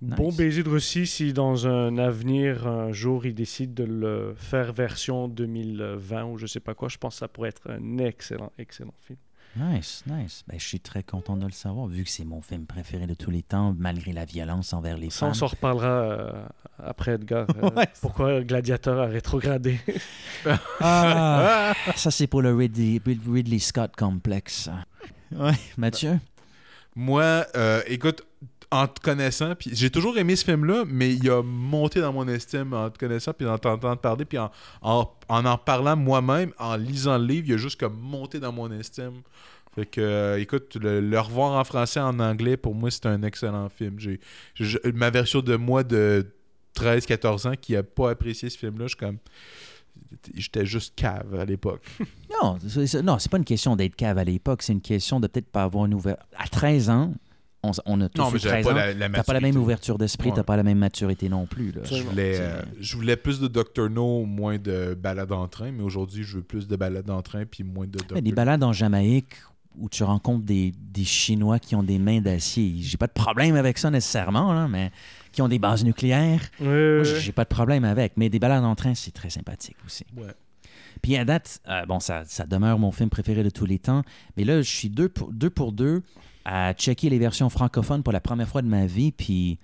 [SPEAKER 10] Bon
[SPEAKER 8] Nice.
[SPEAKER 10] baiser de Russie, si dans un avenir, un jour, ils décident de le faire version 2020 ou je sais pas quoi, je pense que ça pourrait être un excellent, excellent film.
[SPEAKER 8] Nice, nice. Ben, je suis très content de le savoir, vu que c'est mon film préféré de tous les temps, malgré la violence envers les
[SPEAKER 10] Ça, on
[SPEAKER 8] femmes.
[SPEAKER 10] s'en reparlera euh, après, Edgar. euh, Pourquoi Gladiator a rétrogradé *laughs*
[SPEAKER 8] Ah, ça, c'est pour le Ridley, Ridley Scott complexe. Ouais, Mathieu?
[SPEAKER 9] Moi, euh, écoute, en te connaissant, puis j'ai toujours aimé ce film-là, mais il a monté dans mon estime en te connaissant, puis en t'entendant parler, puis en en, en, en parlant moi-même, en lisant le livre, il a juste comme monté dans mon estime. Fait que, euh, écoute, le, le revoir en français, en anglais, pour moi, c'est un excellent film. J'ai, j'ai- ma version de moi de 13-14 ans qui n'a pas apprécié ce film-là, je suis comme. J'étais juste cave à l'époque.
[SPEAKER 8] Non, c'est- c'est- non, c'est pas une question d'être cave à l'époque, c'est une question de peut-être pas avoir une ouverture. À 13 ans, on, s- on a tous
[SPEAKER 9] Non, mais
[SPEAKER 8] eu
[SPEAKER 9] j'avais
[SPEAKER 8] 13
[SPEAKER 9] pas
[SPEAKER 8] ans,
[SPEAKER 9] la- la
[SPEAKER 8] t'as pas la
[SPEAKER 9] maturité.
[SPEAKER 8] même ouverture d'esprit,
[SPEAKER 9] Ouais.
[SPEAKER 8] t'as pas la même maturité non plus. là.
[SPEAKER 9] Je voulais, euh, je voulais plus de Dr. No, moins de balades en train, mais aujourd'hui, je veux plus de balades en train puis moins de Dr.
[SPEAKER 8] Mais des Ben, balades en Jamaïque où tu rencontres des, des Chinois qui ont des mains d'acier. J'ai pas de problème avec ça nécessairement, là, mais qui ont des bases nucléaires.
[SPEAKER 9] Euh,
[SPEAKER 10] Moi,
[SPEAKER 8] j- J'ai pas de problème avec. Mais des balades en train, c'est très sympathique aussi.
[SPEAKER 9] Ouais.
[SPEAKER 8] Puis à date, euh, bon, ça, ça demeure mon film préféré de tous les temps. Mais là, je suis deux pour deux, pour deux à checker les versions francophones pour la première fois de ma vie. Puis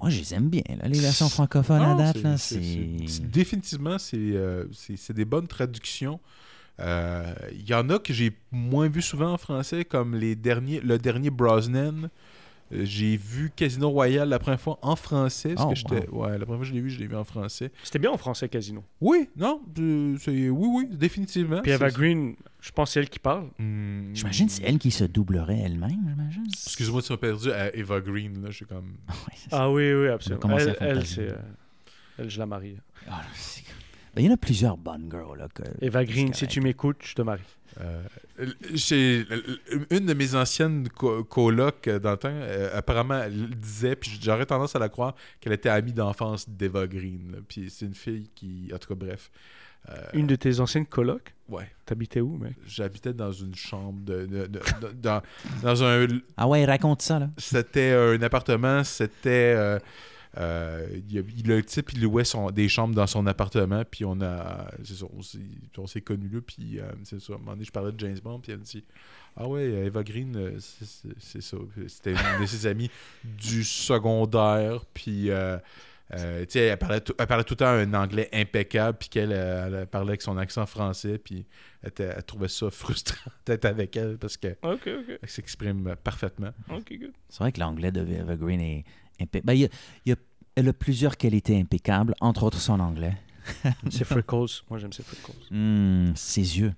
[SPEAKER 8] moi, je les aime bien, là, les versions francophones à
[SPEAKER 9] Non,
[SPEAKER 8] date.
[SPEAKER 9] c'est-
[SPEAKER 8] là,
[SPEAKER 9] c'est-
[SPEAKER 8] c'est-
[SPEAKER 9] c'est- c'est- Définitivement, c'est euh, c'est- c'est des bonnes traductions. Euh, Il y en a que j'ai moins vu souvent en français, comme les derniers, le dernier Brosnan. Euh, J'ai vu Casino Royale la première fois en français. Parce
[SPEAKER 10] Oh,
[SPEAKER 9] que j'étais- ouais, la première fois que je l'ai vu, je l'ai vu en français.
[SPEAKER 10] C'était bien en français, Casino.
[SPEAKER 9] Oui, non, euh, c'est- oui, oui, définitivement.
[SPEAKER 10] Puis Eva
[SPEAKER 9] Ah, C'est- hmm.
[SPEAKER 10] Green, je pense que c'est elle qui parle.
[SPEAKER 8] J'imagine c'est elle qui se doublerait elle-même, j'imagine.
[SPEAKER 9] Excuse-moi de suis perdu à Eva Green, là, je suis comme...
[SPEAKER 10] Ah oui, oui,
[SPEAKER 8] On a
[SPEAKER 10] absolument.
[SPEAKER 8] commencé à
[SPEAKER 10] Elle, elle,
[SPEAKER 8] fantasmer.
[SPEAKER 10] c'est, euh, elle, je la marie.
[SPEAKER 8] Ah, là, c'est- Ben, il y en a plusieurs bonnes girls. Là, que...
[SPEAKER 10] Eva Green, si tu m'écoutes, je te marie.
[SPEAKER 9] Euh, l- j'ai- l- l- une de mes anciennes co- colocs euh, dans le temps, euh, apparemment, elle disait, puis j'aurais tendance à la croire, qu'elle était amie d'enfance d'Eva Green. là. Puis c'est une fille qui, en tout cas, bref. Euh,
[SPEAKER 10] Une de tes anciennes colocs
[SPEAKER 9] Ouais.
[SPEAKER 10] T'habitais où, mec
[SPEAKER 9] J'habitais dans une chambre, de, de- de- de- dans, dans un.
[SPEAKER 8] Ah ouais, raconte ça, là.
[SPEAKER 9] C'était euh, un appartement, c'était. euh, euh, il y a- il- le type, il louait son, des chambres dans son appartement, puis on a. c'est ça, on s'est- on s'est connus là, puis euh, c'est ça. À un moment donné, je parlais de James Bond, puis elle me dit Ah ouais, euh, Eva Green, euh, c'est- c'est c'est ça. C'était une de ses amies du secondaire, puis. euh, euh, tu sais, elle, parlait tout- elle parlait tout le temps un anglais impeccable, puis qu'elle euh, elle parlait avec son accent français, puis elle, était- elle trouvait ça *laughs* frustrant d'être avec elle parce qu'elle
[SPEAKER 10] Ok, ok.
[SPEAKER 9] s'exprime parfaitement.
[SPEAKER 10] Ok, good.
[SPEAKER 8] C'est vrai que l'anglais de Eva Green est impeccable. Ben, il y a- il y a- elle a plusieurs qualités impeccables, entre autres son anglais.
[SPEAKER 10] C'est Freckles. Moi, j'aime ces Freckles.
[SPEAKER 8] Hmm, ses yeux.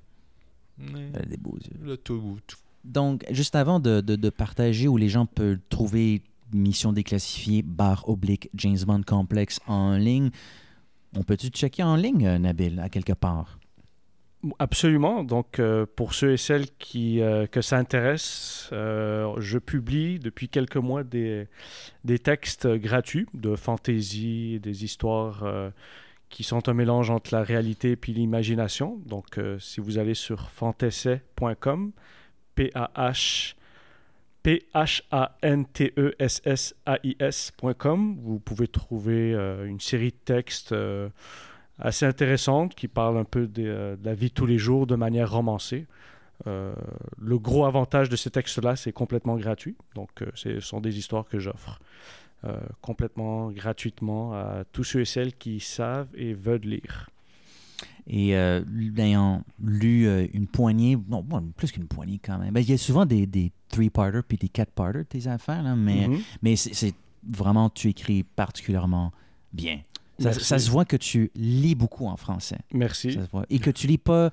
[SPEAKER 9] Ouais.
[SPEAKER 8] Elle a des beaux yeux.
[SPEAKER 9] Là, tout- tout-
[SPEAKER 8] Donc, juste avant de, de- de partager où les gens peuvent trouver Mission déclassifiée, barre oblique, James Bond complexe en ligne, on peut-tu checker en ligne, euh, Nabil, à quelque part?
[SPEAKER 10] Absolument. Donc, euh, pour ceux et celles qui, euh, que ça intéresse, euh, je publie depuis quelques mois des, des textes gratuits de fantaisie, des histoires euh, qui sont un mélange entre la réalité et puis l'imagination. Donc, euh, si vous allez sur fantessai.com, P-A-H... E P-H-A-N-T-E-S-S-A-I-S.com. Vous pouvez trouver euh, une série de textes euh, assez intéressante qui parle un peu des, euh, de, la vie de tous les jours de manière romancée. Euh, le gros avantage de ces textes-là, c'est complètement gratuit. Donc, euh, c'est- ce sont des histoires que j'offre euh, complètement gratuitement à tous ceux et celles qui savent et veulent lire.
[SPEAKER 8] Et euh, ayant lu euh, une poignée, non, bon, plus qu'une poignée quand même. Ben, Il y a souvent des, des three-parters puis des quatre-parters, tes affaires, là, mais, euh,
[SPEAKER 10] Mhm.
[SPEAKER 8] mais c'est c'est vraiment, tu écris particulièrement bien. Ça,
[SPEAKER 10] Merci.
[SPEAKER 8] ça se voit que tu lis beaucoup en français.
[SPEAKER 10] Merci.
[SPEAKER 8] Ça se voit. Et que tu lis pas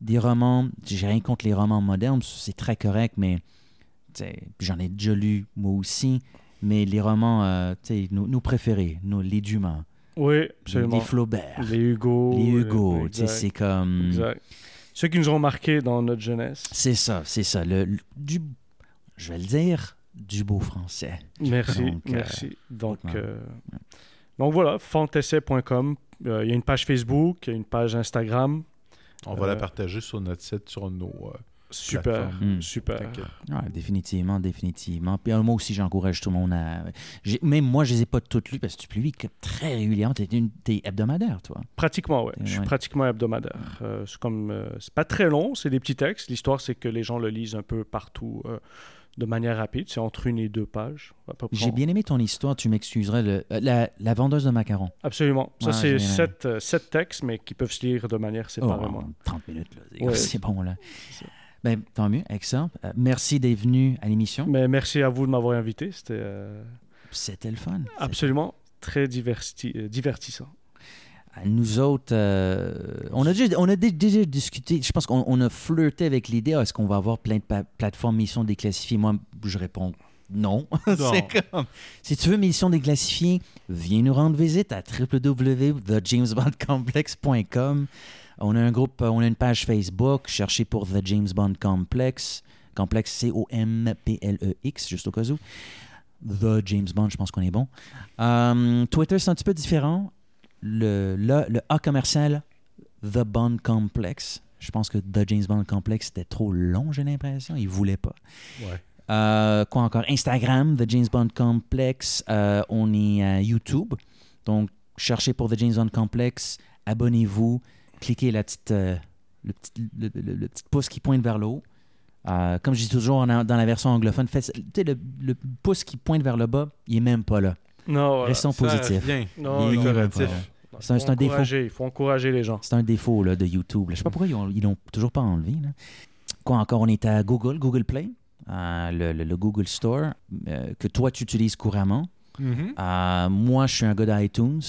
[SPEAKER 8] des romans, j'ai rien contre les romans modernes, c'est très correct, mais tu sais, j'en ai déjà lu moi aussi, mais les romans, euh, tu sais, nos, nos préférés, nos, les Dumas,
[SPEAKER 10] Oui,
[SPEAKER 8] les,
[SPEAKER 10] absolument.
[SPEAKER 8] Flaubert,
[SPEAKER 10] Les Hugo. euh,
[SPEAKER 8] les Hugo, tu sais,
[SPEAKER 10] exact,
[SPEAKER 8] c'est hmm. comme...
[SPEAKER 10] exact. Ceux qui nous ont marqués dans notre jeunesse.
[SPEAKER 8] C'est ça, c'est ça. Le, le- du, je vais le dire, du beau français.
[SPEAKER 10] Merci,
[SPEAKER 8] Donc, euh,
[SPEAKER 10] merci. donc,
[SPEAKER 8] ouais.
[SPEAKER 10] euh, donc voilà, fantessai.com. Euh, Il y a une page Facebook, il y a une page Instagram.
[SPEAKER 9] On va la
[SPEAKER 10] Euh,
[SPEAKER 9] partager sur notre site, sur nos. euh,
[SPEAKER 10] Super,
[SPEAKER 9] plateformes.
[SPEAKER 8] Mm.
[SPEAKER 10] super.
[SPEAKER 9] T'inquiète.
[SPEAKER 8] Ouais, définitivement, définitivement. Puis euh, moi aussi, j'encourage tout le monde à. j'ai- Même moi, je les ai pas toutes lues parce que tu publies que très régulièrement. T'es, une... t'es hebdomadaire, toi.
[SPEAKER 10] Pratiquement, ouais. Je suis
[SPEAKER 8] Ouais.
[SPEAKER 10] pratiquement hebdomadaire. Euh, c'est comme, euh, c'est pas très long, c'est des petits textes. L'histoire, c'est que les gens le lisent un peu partout euh, de manière rapide. C'est entre une et deux pages. à peu près.
[SPEAKER 8] J'ai bien aimé ton histoire. Tu m'excuserais. le- euh, La... la vendeuse de macarons.
[SPEAKER 10] Absolument. Ça,
[SPEAKER 8] Ouais, j'ai
[SPEAKER 10] c'est
[SPEAKER 8] bien aimé.
[SPEAKER 10] sept, euh, sept textes, mais qui peuvent se lire de manière
[SPEAKER 8] Oh,
[SPEAKER 10] séparément.
[SPEAKER 8] en 30 minutes, là. C'est, *laughs*
[SPEAKER 10] Ouais.
[SPEAKER 8] c'est bon, là.
[SPEAKER 10] C'est ça.
[SPEAKER 8] Ben, tant mieux, excellent. Euh, merci d'être venu à l'émission.
[SPEAKER 10] Mais merci à vous de m'avoir invité. C'était euh,
[SPEAKER 8] C'était le fun.
[SPEAKER 10] absolument très diverti- euh, divertissant.
[SPEAKER 8] à nous autres, euh, on a déjà, on a dé- déjà discuté, je pense qu'on on a flirté avec l'idée, ah, est-ce qu'on va avoir plein de pa- plateformes missions déclassifiées? Moi, je réponds non. *laughs*
[SPEAKER 9] Non.
[SPEAKER 8] C'est comme- Si tu veux une émission déclassifiée, viens nous rendre visite à www.thejamesbondcomplex.com. On a un groupe, on a une page Facebook. Cherchez pour The James Bond Complex. Complex C-O-M-P-L-E-X, E juste au cas où. The James Bond, je pense qu'on est bon. Euh, Twitter, c'est un petit peu différent. Le, le, le A commercial, The Bond Complex. Je pense que The James Bond Complex, c'était trop long, j'ai l'impression. Ils voulaient pas.
[SPEAKER 9] Ouais.
[SPEAKER 8] Euh, quoi encore? Instagram, The James Bond Complex. Euh, on est à YouTube. Donc, cherchez pour The James Bond Complex. Abonnez-vous. Cliquez la petite, euh, le, petit, le, le- le petit pouce qui pointe vers le haut. Euh, comme je dis toujours en- dans la version anglophone, faites- tu sais, le, le pouce qui pointe vers le bas, il est même pas là.
[SPEAKER 10] Non, voilà.
[SPEAKER 8] Restons
[SPEAKER 9] Ça,
[SPEAKER 8] positifs.
[SPEAKER 9] rien.
[SPEAKER 10] Non,
[SPEAKER 8] Il est
[SPEAKER 10] non,
[SPEAKER 8] même pas
[SPEAKER 9] décoratif.
[SPEAKER 8] là. C'est un,
[SPEAKER 10] Faut
[SPEAKER 8] c'est un défaut.
[SPEAKER 10] encourager, Il faut encourager les gens.
[SPEAKER 8] C'est un défaut là, de YouTube. là. Je sais pas pourquoi ils ont- ils l'ont toujours pas enlevé. là. Quoi encore, on est à Google, Google Play, euh, le, le- le Google Store, euh, que toi tu utilises couramment.
[SPEAKER 9] Mhm.
[SPEAKER 8] Euh, moi, je suis un gars d'iTunes.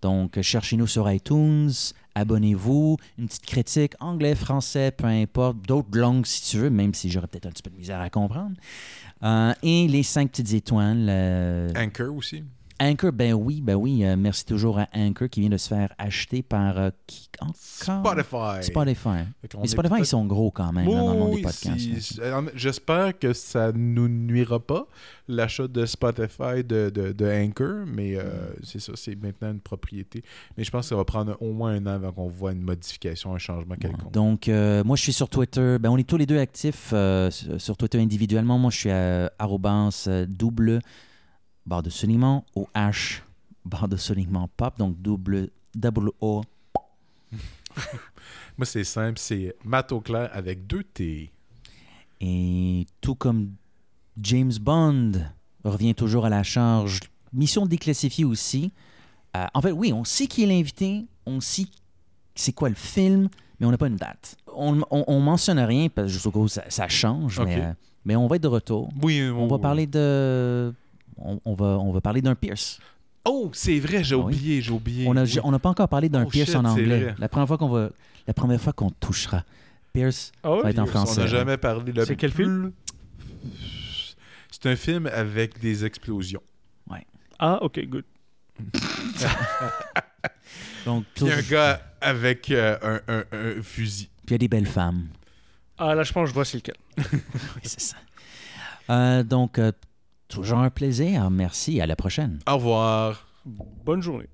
[SPEAKER 8] Donc, euh, cherchez-nous sur iTunes, abonnez-vous, une petite critique, anglais, français, peu importe, d'autres langues si tu veux, même si j'aurais peut-être un petit peu de misère à comprendre. Euh, et les cinq petites étoiles. euh,
[SPEAKER 9] Anchor aussi.
[SPEAKER 8] Anchor, ben oui, ben oui, euh, merci toujours à Anchor qui vient de se faire acheter par euh, qui encore?
[SPEAKER 9] Spotify.
[SPEAKER 8] Spotify.
[SPEAKER 9] Fait qu'on
[SPEAKER 8] Mais
[SPEAKER 9] est
[SPEAKER 8] Spotify, ils
[SPEAKER 9] peut-être-
[SPEAKER 8] sont gros quand même là, dans le monde des podcasts.
[SPEAKER 9] si-
[SPEAKER 8] là.
[SPEAKER 9] euh, J'espère que ça nous nuira pas, l'achat de Spotify de, de, de Anchor, mais euh,
[SPEAKER 8] Mm.
[SPEAKER 9] c'est ça, c'est maintenant une propriété. Mais je pense que ça va prendre au moins un an avant qu'on voit une modification, un changement quelconque.
[SPEAKER 8] Donc, euh, moi, je suis sur Twitter. Ben, on est tous les deux actifs euh, sur sur Twitter individuellement. Moi, je suis à arrobance euh, double barre de soulignement au H barre de soulignement pop. Donc, double double O.
[SPEAKER 9] Moi, c'est simple, c'est Matt Auclair avec deux T.
[SPEAKER 8] Et tout comme James Bond revient toujours à la charge, mission déclassifiée aussi. Euh, en fait, oui, on sait qui est l'invité, on sait c'est quoi le film, mais on n'a pas une date. On, on, on mentionne rien, parce que juste au cas où ça, ça change,
[SPEAKER 9] Ok. Oh.
[SPEAKER 8] mais, euh, mais on va être de retour.
[SPEAKER 9] Oui,
[SPEAKER 8] On va parler de... On, on va, on va parler d'un Pierce.
[SPEAKER 9] Oh, c'est vrai, j'ai
[SPEAKER 8] Ah oui.
[SPEAKER 9] oublié, j'ai oublié.
[SPEAKER 8] On n'a
[SPEAKER 9] Oui.
[SPEAKER 8] on n'a pas encore parlé d'un
[SPEAKER 9] Oh
[SPEAKER 8] Pierce
[SPEAKER 9] shit,
[SPEAKER 8] en
[SPEAKER 9] c'est
[SPEAKER 8] anglais.
[SPEAKER 9] vrai.
[SPEAKER 8] La première fois qu'on va... La première fois qu'on touchera Pierce,
[SPEAKER 10] Ah ouais?
[SPEAKER 8] ça va être en
[SPEAKER 10] Pierce,
[SPEAKER 9] On
[SPEAKER 8] français.
[SPEAKER 9] n'a jamais parlé. le
[SPEAKER 10] C'est quel film?
[SPEAKER 9] plus- C'est un film avec des explosions.
[SPEAKER 10] Ah, ok, good.
[SPEAKER 8] Donc,
[SPEAKER 9] Puis un
[SPEAKER 8] tout-
[SPEAKER 9] gars avec euh, un- un- un fusil.
[SPEAKER 8] Puis il y a des belles femmes.
[SPEAKER 10] Ah, là, je pense que je vois c'est lequel.
[SPEAKER 8] Oui, c'est ça. Euh, donc, euh, toujours un plaisir. Merci. À la prochaine.
[SPEAKER 9] Au revoir.
[SPEAKER 10] Bonne journée.